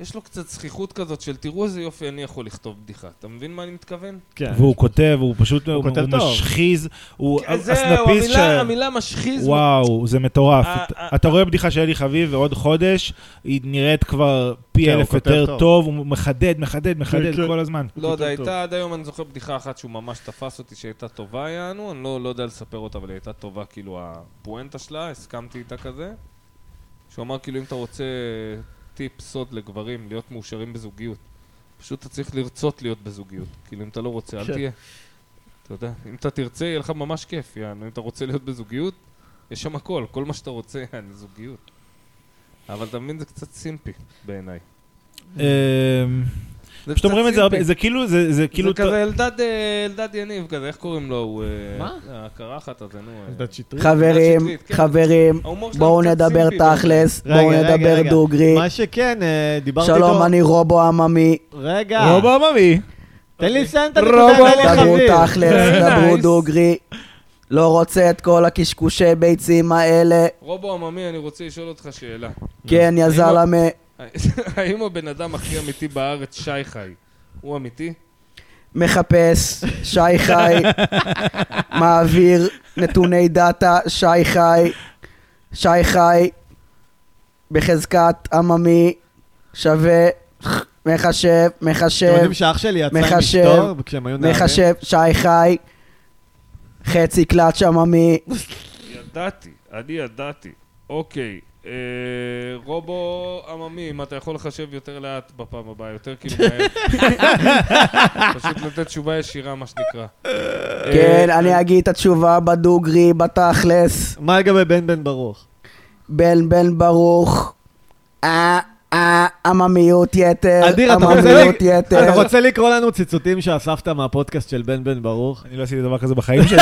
Speaker 1: יש לו קצת זכיחות כזאת של תראו איזה יופי אני יכול לכתוב בדיחה. אתה מבין מה אני מתכוון?
Speaker 2: כן.
Speaker 4: והוא כותב, הוא פשוט, הוא,
Speaker 2: כותב טוב.
Speaker 4: משחיז, הוא
Speaker 1: כן, זהו,
Speaker 4: הסנפיסט
Speaker 1: המילה-
Speaker 4: של...
Speaker 1: המילה משחיז.
Speaker 4: וואו, זה מטורף.
Speaker 1: אה,
Speaker 4: אתה-
Speaker 1: אה,
Speaker 4: אתה רואה בדיחה של אלי חביב, ועוד חודש, היא נראית כבר פי
Speaker 2: כן, הוא
Speaker 4: אלף
Speaker 2: כותב
Speaker 4: יותר
Speaker 2: טוב.
Speaker 4: טוב, הוא מחדד, מחדד, מחדד
Speaker 2: כן.
Speaker 4: כל הזמן.
Speaker 1: לא
Speaker 2: יותר
Speaker 1: יודע,
Speaker 2: טוב.
Speaker 1: הייתה עד היום, אני זוכר בדיחה אחת שהוא ממש תפס אותי שהייתה טובה, יענו, אני לא, לא יודע לספר אותה, אבל היא הייתה טובה, כאילו, הפואנטה שלה, הסכמתי איתה כזה. שהוא אמר, כאילו, אם אתה רוצה טיפ סוד לגברים, להיות מאושרים בזוגיות, פשוט אתה צריך לרצות להיות בזוגיות. כאילו, אם אתה לא רוצה, אל
Speaker 2: כן.
Speaker 1: תהיה. אתה יודע, אם אתה תרצה, יהיה לך ממש כיף, יענו, אם אתה רוצה להיות בזוגיות, יש שם הכל, כל מה שאתה רוצה, יענו, זוגיות. אבל אתה מבין, זה קצת סימפי בעיניי.
Speaker 4: אמ,
Speaker 1: אה, זה
Speaker 4: פשוט
Speaker 1: קצת
Speaker 4: אומרים את זה הרבה,
Speaker 1: סימפי.
Speaker 4: זה כאילו, זה זה כאילו...
Speaker 1: זה כזה אלדד, אה, אלדד יניב כזה, איך קוראים לו? הוא, אה,
Speaker 2: מה?
Speaker 1: הקרחת הזה, נו. אה,
Speaker 2: עמדת שטרית.
Speaker 3: חברים,
Speaker 1: שטרית, כן.
Speaker 3: חברים,
Speaker 1: ההומור שלו
Speaker 3: בואו
Speaker 1: קצת
Speaker 3: נדבר
Speaker 1: סימפי,
Speaker 3: תכלס,
Speaker 2: רגע,
Speaker 3: בואו
Speaker 2: רגע,
Speaker 3: נדבר
Speaker 2: רגע.
Speaker 3: דוגרי.
Speaker 2: מה שכן, אה, דיברתי איתו...
Speaker 3: שלום, אני רובו עממי.
Speaker 2: רגע,
Speaker 1: אה.
Speaker 4: רובו עממי.
Speaker 2: תן לי לסיים את הנקודה
Speaker 4: רובו
Speaker 2: על אלי
Speaker 3: דברו
Speaker 2: חביב.
Speaker 3: תכלס,
Speaker 1: זה
Speaker 3: דברו
Speaker 1: נייס.
Speaker 3: דוגרי. לא רוצה את כל הקשקושי ביצים האלה.
Speaker 1: רובו עממי, אני רוצה לשאול אותך שאלה.
Speaker 3: כן, יא
Speaker 1: האם
Speaker 2: לא-
Speaker 1: ה-
Speaker 3: זלמה.
Speaker 1: האם הבן אדם הכי אמיתי בארץ, שי חי, הוא אמיתי?
Speaker 3: מחפש, שי חי. מעביר נתוני דאטה, שי חי. שי חי. בחזקת עממי. שווה. מחשב,
Speaker 2: אתם
Speaker 3: מחשב.
Speaker 2: יודעים שאח שלי יצא עם
Speaker 3: מחשב,
Speaker 2: אשתו, כשהם היו נערים.
Speaker 3: מחשב, שי חי. חצי קלאץ' עממי.
Speaker 1: ידעתי, אני ידעתי. אוקיי, אה, רובו עממי, אם אתה יכול לחשב יותר לאט בפעם הבאה, יותר כאילו מהר. פשוט לתת תשובה ישירה, מה שנקרא. אה,
Speaker 3: כן,
Speaker 2: אה,
Speaker 3: אני אגיד את התשובה בדוגרי, בתכלס.
Speaker 2: מה לגבי בן בן ברוך?
Speaker 3: בן בן ברוך, אה, אה, עממיות יתר,
Speaker 2: אדיר, אתה רוצה
Speaker 5: לא
Speaker 3: עממיות
Speaker 2: לי-
Speaker 3: יתר.
Speaker 2: אתה רוצה לקרוא לנו ציטוטים שאספת מהפודקאסט של בן בן ברוך?
Speaker 4: אני לא עשיתי דבר כזה בחיים שלי.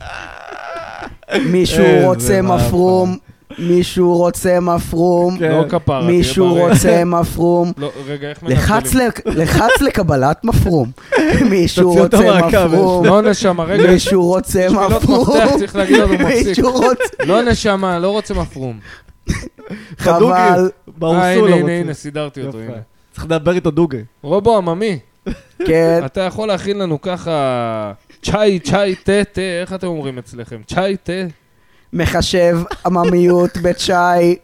Speaker 2: אה,
Speaker 3: מישהו
Speaker 4: איזה
Speaker 3: רוצה
Speaker 4: מעפן.
Speaker 3: מפרום, מישהו רוצה מפרום,
Speaker 2: כן.
Speaker 1: לא כפרה, תהיה
Speaker 3: מישהו
Speaker 1: בריא.
Speaker 3: רוצה מפרום.
Speaker 1: לא, רגע, איך
Speaker 3: לחץ לק- לחץ לקבלת מפרום. מישהו
Speaker 2: תוציא אותו אה,
Speaker 3: רוצה
Speaker 2: מהכבל.
Speaker 3: מפרום,
Speaker 1: לא נשמה, רגע,
Speaker 3: מישהו רוצה
Speaker 1: יש מילות
Speaker 3: מפרום,
Speaker 1: מפתח, צריך להגיד לנו מפסיק.
Speaker 3: מישהו רוצה,
Speaker 1: לא נשמה, לא רוצה מפרום.
Speaker 3: חבל,
Speaker 2: ברור
Speaker 1: אה,
Speaker 2: שהוא
Speaker 1: הנה,
Speaker 2: לא
Speaker 1: הנה, הנה,
Speaker 2: רוצה.
Speaker 1: סידרתי אותו,
Speaker 2: יפה.
Speaker 1: הנה.
Speaker 2: צריך לדבר איתו דוגרי.
Speaker 1: רובו עממי,
Speaker 3: כן,
Speaker 1: אתה יכול להכין לנו ככה צ'אי, צ'אי, תה, תה, איך אתם אומרים אצלכם? צ'אי, תה.
Speaker 3: מחשב עממיות בצ'אי.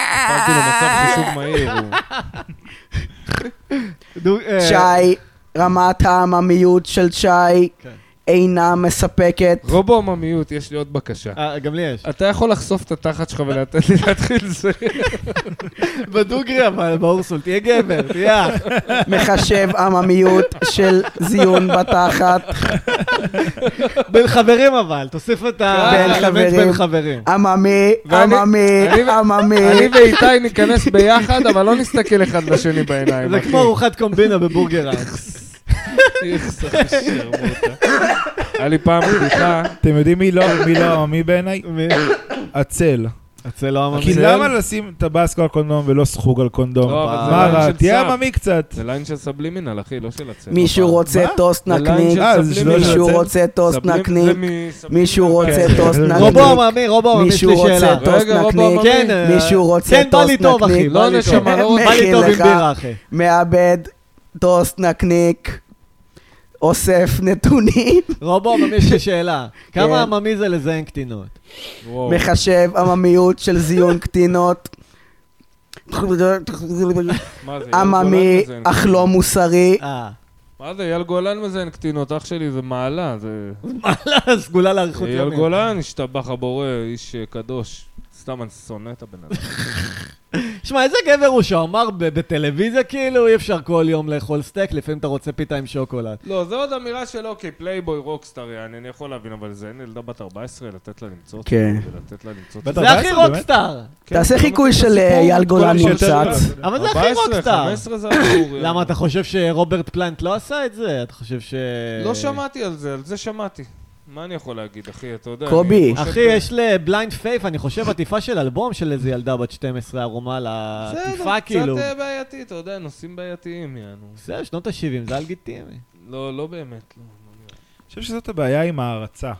Speaker 1: אמרתי לו מצב חישוב מהיר. הוא-
Speaker 2: דוג- אה,
Speaker 3: צ'אי, רמת העממיות של צ'אי
Speaker 2: כן.
Speaker 3: אינה מספקת.
Speaker 1: רובו עממיות, יש לי עוד בקשה.
Speaker 2: אה, גם לי יש.
Speaker 1: אתה יכול לחשוף את התחת שלך ולתת לי להתחיל זה.
Speaker 2: בדוגרי אבל, באורסול, תהיה גבר, תהיה אח.
Speaker 3: מחשב עממיות של זיון בתחת.
Speaker 2: בין חברים אבל, תוסיף את ה...
Speaker 3: בין
Speaker 2: האלמנט
Speaker 3: חברים.
Speaker 2: בין חברים.
Speaker 3: עממי,
Speaker 1: ואני-
Speaker 3: עממי,
Speaker 1: אני- אני
Speaker 3: עממי.
Speaker 1: ואיתי ניכנס ביחד, אבל לא נסתכל אחד לשני בעיניים.
Speaker 2: זה
Speaker 1: אחי.
Speaker 2: כמו ארוחת קומבינה בבורגר הארץ.
Speaker 1: איך סך השערמוטה. היה לי פעם בדיחה,
Speaker 4: אתם יודעים מי לא- מי לא עממי בעיניי?
Speaker 2: מי?
Speaker 4: הצל.
Speaker 2: הצל לא
Speaker 4: כי
Speaker 2: עממי.
Speaker 4: למה לשים טבסקו על קונדום ולא סחוג על קונדום?
Speaker 1: לא, אבל זה
Speaker 4: מה
Speaker 1: ליין
Speaker 4: רע?
Speaker 1: של
Speaker 4: תהיה
Speaker 1: סם.
Speaker 4: עממי קצת.
Speaker 1: זה ליין של סבלימינל, אחי, לא של הצבע.
Speaker 5: מישהו רוצה
Speaker 4: מה?
Speaker 5: טוסט
Speaker 1: זה ליין
Speaker 5: נקניק, לא
Speaker 1: של
Speaker 4: אה, זה
Speaker 1: סבלימינל.
Speaker 4: שלא של
Speaker 5: מישהו
Speaker 4: הצל.
Speaker 5: רוצה טוסט
Speaker 1: סבלימ- זה
Speaker 5: נקניק,
Speaker 1: מסבלימינל.
Speaker 5: מישהו רוצה
Speaker 4: כן.
Speaker 5: טוס
Speaker 4: רובו
Speaker 5: נקניק,
Speaker 2: רובו עממי, רובו עממי, יש לי
Speaker 5: מישהו רוצה
Speaker 2: שאלה.
Speaker 5: טוסט
Speaker 1: רגע, רובו
Speaker 5: נקניק,
Speaker 1: עממי.
Speaker 2: כן, אה,
Speaker 5: מישהו רוצה
Speaker 2: כן, בא לי
Speaker 5: טוסט
Speaker 2: טוב, אחי.
Speaker 5: נקניק.
Speaker 2: בא
Speaker 1: לא
Speaker 2: לי טוב.
Speaker 1: נשמה, לא רוצה.
Speaker 2: בא לי טוב עם
Speaker 5: מכין לך.
Speaker 2: בירה, אחי.
Speaker 5: מאבד טוסט נקניק, אוסף נתונים,
Speaker 2: רובו עממי, יש לי שאלה.
Speaker 5: כן.
Speaker 2: כמה עממי זה לזיין קטינות?
Speaker 1: וואו.
Speaker 5: מחשב עממיות של זיון קטינות.
Speaker 1: מה אה, זה, אייל גולן
Speaker 5: עממי,
Speaker 1: מזיין
Speaker 5: אך
Speaker 1: קטינות?
Speaker 5: לא מוסרי.
Speaker 2: אה,
Speaker 1: מה זה, אייל גולן מזיין קטינות, אח שלי, זה מעלה. זה...
Speaker 2: סגולה לאריכות
Speaker 1: אייל
Speaker 2: ימים.
Speaker 1: גולן, השתבח הבורא, איש אה, קדוש. סתם, אני שונא את הבן אדם.
Speaker 2: שמע, איזה גבר הוא שאמר ב- בטלוויזיה כאילו, אי אפשר כל יום לאכול סטייק, לפעמים אתה רוצה פיתה עם שוקולד.
Speaker 1: לא, זו עוד אמירה של אוקיי, פלייבוי, רוקסטאר, יעני, אני יכול להבין, אבל זה אין ילדה בת 14, לתת לה למצוא אותי.
Speaker 5: כן.
Speaker 1: ולתת לה למצוא
Speaker 4: בת
Speaker 1: אותי.
Speaker 2: זה הכי
Speaker 4: 14, באמת?
Speaker 2: רוקסטאר.
Speaker 1: כן,
Speaker 5: תעשה
Speaker 1: אתה
Speaker 5: חיקוי
Speaker 1: מכיר את
Speaker 5: של,
Speaker 1: הסיפור?
Speaker 5: אה, אייל גולן
Speaker 1: כל השאלה
Speaker 5: מוצץ.
Speaker 1: של-
Speaker 2: אבל זה הכי
Speaker 1: 14,
Speaker 2: רוקסטאר.
Speaker 1: 15 לא, זה עבור.
Speaker 2: למה, אתה חושב שרוברט פלנט לא עשה את זה? אתה חושב ש...
Speaker 1: לא שמעתי על זה, על זה שמעתי. מה אני יכול להגיד, אחי? אתה יודע...
Speaker 5: קובי.
Speaker 1: אני חושב-
Speaker 2: אחי, יש לבליינד פייף, אני חושב, עטיפה של אלבום של איזה ילדה בת 12 ערומה לעטיפה,
Speaker 1: בסדר,
Speaker 2: כאילו.
Speaker 1: קצת אה, בעייתי, אתה יודע, נושאים בעייתיים, יענו.
Speaker 2: בסדר, שנות ה-70, זה היה לגיטימי.
Speaker 1: לא, לא באמת, לא.
Speaker 4: אני חושב שזאת הבעיה עם הערצה.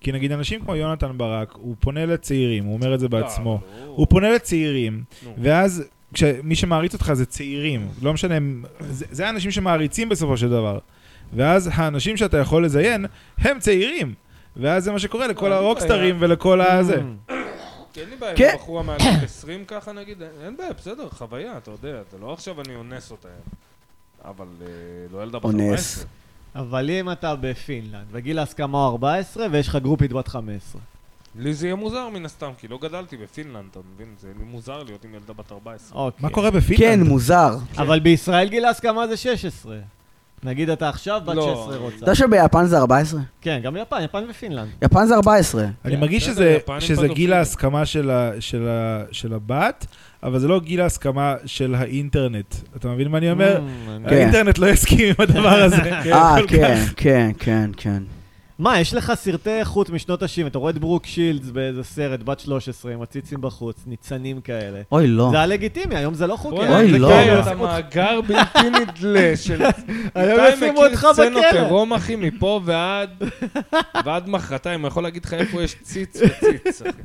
Speaker 4: כי נגיד אנשים כמו יונתן ברק, הוא פונה לצעירים, הוא אומר את זה בעצמו.
Speaker 1: לא,
Speaker 4: הוא פונה לצעירים,
Speaker 1: נו.
Speaker 4: ואז כשמי שמעריץ אותך זה צעירים, לא משנה, הם- זה זה האנשים שמעריצים בסופו של דבר. ואז האנשים שאתה יכול לזיין, הם צעירים. ואז זה מה שקורה לכל
Speaker 1: לא, אין לי
Speaker 4: הרוקסטרים ולכל הזה.
Speaker 1: Mm.
Speaker 2: Mm.
Speaker 1: כי אין לי בעיה
Speaker 5: כן.
Speaker 1: עם בחורה מעל גיל 20 ככה נגיד, אין- אין בעיה, בסדר, חוויה, אתה יודע, זה לא עכשיו אני אונס אותה. אבל אה, לא ילדה בת
Speaker 5: אונס.
Speaker 1: 14.
Speaker 2: אבל אם אתה בפינלנד, וגיל ההסכמה הוא 14, ויש לך גרופית בת 15.
Speaker 1: לי זה יהיה מוזר מן הסתם, כי לא גדלתי בפינלנד, אתה מבין? זה מוזר להיות עם ילדה בת 14.
Speaker 2: אוקיי.
Speaker 4: מה קורה
Speaker 5: כן,
Speaker 4: בפינלנד?
Speaker 5: מוזר.
Speaker 2: אבל בישראל גיל ההסכמה זה 16. נגיד אתה עכשיו בת
Speaker 1: לא.
Speaker 2: 16
Speaker 5: אתה
Speaker 2: רוצה.
Speaker 5: יודע שביפן זה 14?
Speaker 2: כן, גם יפן, יפן ופינלנד.
Speaker 5: יפן זה 14.
Speaker 4: אני
Speaker 2: כן,
Speaker 4: מרגיש
Speaker 1: בסדר,
Speaker 4: שזה-
Speaker 1: יפנים
Speaker 4: שזה גיל
Speaker 1: פדופילים.
Speaker 4: ההסכמה של ה- של ה- של הבת, אבל זה לא גיל ההסכמה של האינטרנט. אתה מבין מה אני אומר?
Speaker 2: Mm,
Speaker 5: כן.
Speaker 4: האינטרנט לא יסכים עם הדבר הזה.
Speaker 5: אה,
Speaker 4: כל
Speaker 5: כן, כן, כן, כן.
Speaker 2: מה, יש לך סרטי איכות משנות ה-70, אתה רואה את ברוק שילדס באיזה סרט, בת 13, עם הציצים בחוץ, ניצנים כאלה.
Speaker 5: אוי, לא.
Speaker 2: זה היה לגיטימי, היום זה לא חוקי.
Speaker 1: בוא'נה,
Speaker 5: אוי,
Speaker 1: זה
Speaker 5: לא.
Speaker 1: כאילו אתה מאגר בלתי נדלה של...
Speaker 2: היום
Speaker 1: איתי
Speaker 2: ישימו
Speaker 1: מכיר
Speaker 2: אותך בכלא.
Speaker 1: סצנות עירום, אחי, מפה ועד... ועד מחרתיים, אני יכול להגיד לך איפה יש ציץ וציץ, אחי.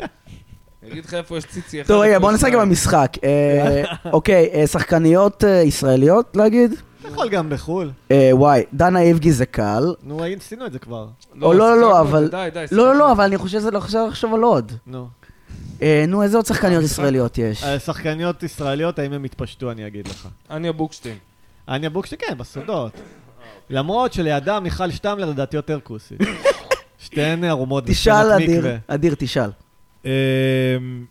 Speaker 1: אני אגיד לך איפה יש ציצי אחד.
Speaker 5: טוב, רגע,
Speaker 1: איפה
Speaker 5: בוא
Speaker 1: יש
Speaker 5: נשחק
Speaker 1: שניים.
Speaker 5: במשחק. אה, אוקיי, אה, שחקניות אה, ישראליות, להגיד?
Speaker 2: אתה יכול גם בחו"ל.
Speaker 5: אה, וואי, דנה איבגי זה קל.
Speaker 2: נו, היינו- עשינו את זה כבר.
Speaker 5: או לא, לא, לא,
Speaker 1: שיחקנו,
Speaker 5: אבל-
Speaker 1: די, די,
Speaker 5: לא, לא,
Speaker 1: שיחקנו.
Speaker 5: לא, אבל אני חושב שזה לא חושב עכשיו על עוד.
Speaker 2: נו.
Speaker 5: אה, נו, איזה עוד שחקניות ישראליות יש?
Speaker 2: אה, שחקניות ישראליות, האם הם התפשטו, אני אגיד לך.
Speaker 1: אניה בוקשטיין.
Speaker 2: אניה בוקשטיין, כן, בסודות. למרות שלידה מיכל שטמלר לדעתי יותר כוסית. שתיהן ערומות
Speaker 5: תשאל,
Speaker 2: בסצנת
Speaker 5: אדיר,
Speaker 2: מקווה.
Speaker 5: אדיר, תשאל.
Speaker 4: אמ,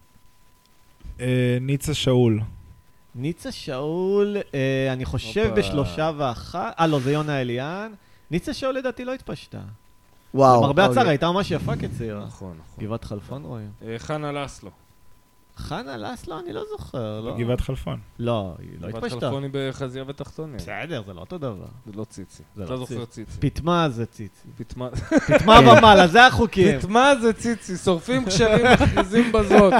Speaker 4: אה, ניצה שאול.
Speaker 2: ניצה שאול, אה, אני חושב
Speaker 1: הופה.
Speaker 2: בשלושה ואחת, אה לא, זה יונה אליאן. ניצה שאול לדעתי לא התפשטה.
Speaker 5: וואו.
Speaker 2: למרבה הצער
Speaker 5: אוקיי.
Speaker 2: הייתה ממש יפה כצעירה.
Speaker 1: נכון, נכון.
Speaker 2: גבעת חלפון רואים.
Speaker 1: אה, חנה לסלו.
Speaker 2: חנה לסלו, אני לא זוכר, לא.
Speaker 4: גבעת חלפון.
Speaker 2: לא, היא לא התפשטה.
Speaker 1: חלפוני בחזייה ותחתוניה.
Speaker 2: בסדר, זה לא אותו דבר.
Speaker 1: זה לא ציצי.
Speaker 2: זה
Speaker 1: אתה
Speaker 2: לא
Speaker 1: זוכר ציצי.
Speaker 2: פיטמה זה ציצי.
Speaker 1: פיטמה
Speaker 2: פיטמה ומעלה, זה החוקים.
Speaker 1: פיטמה זה ציצי, שורפים קשרים, מכריזים בזאת.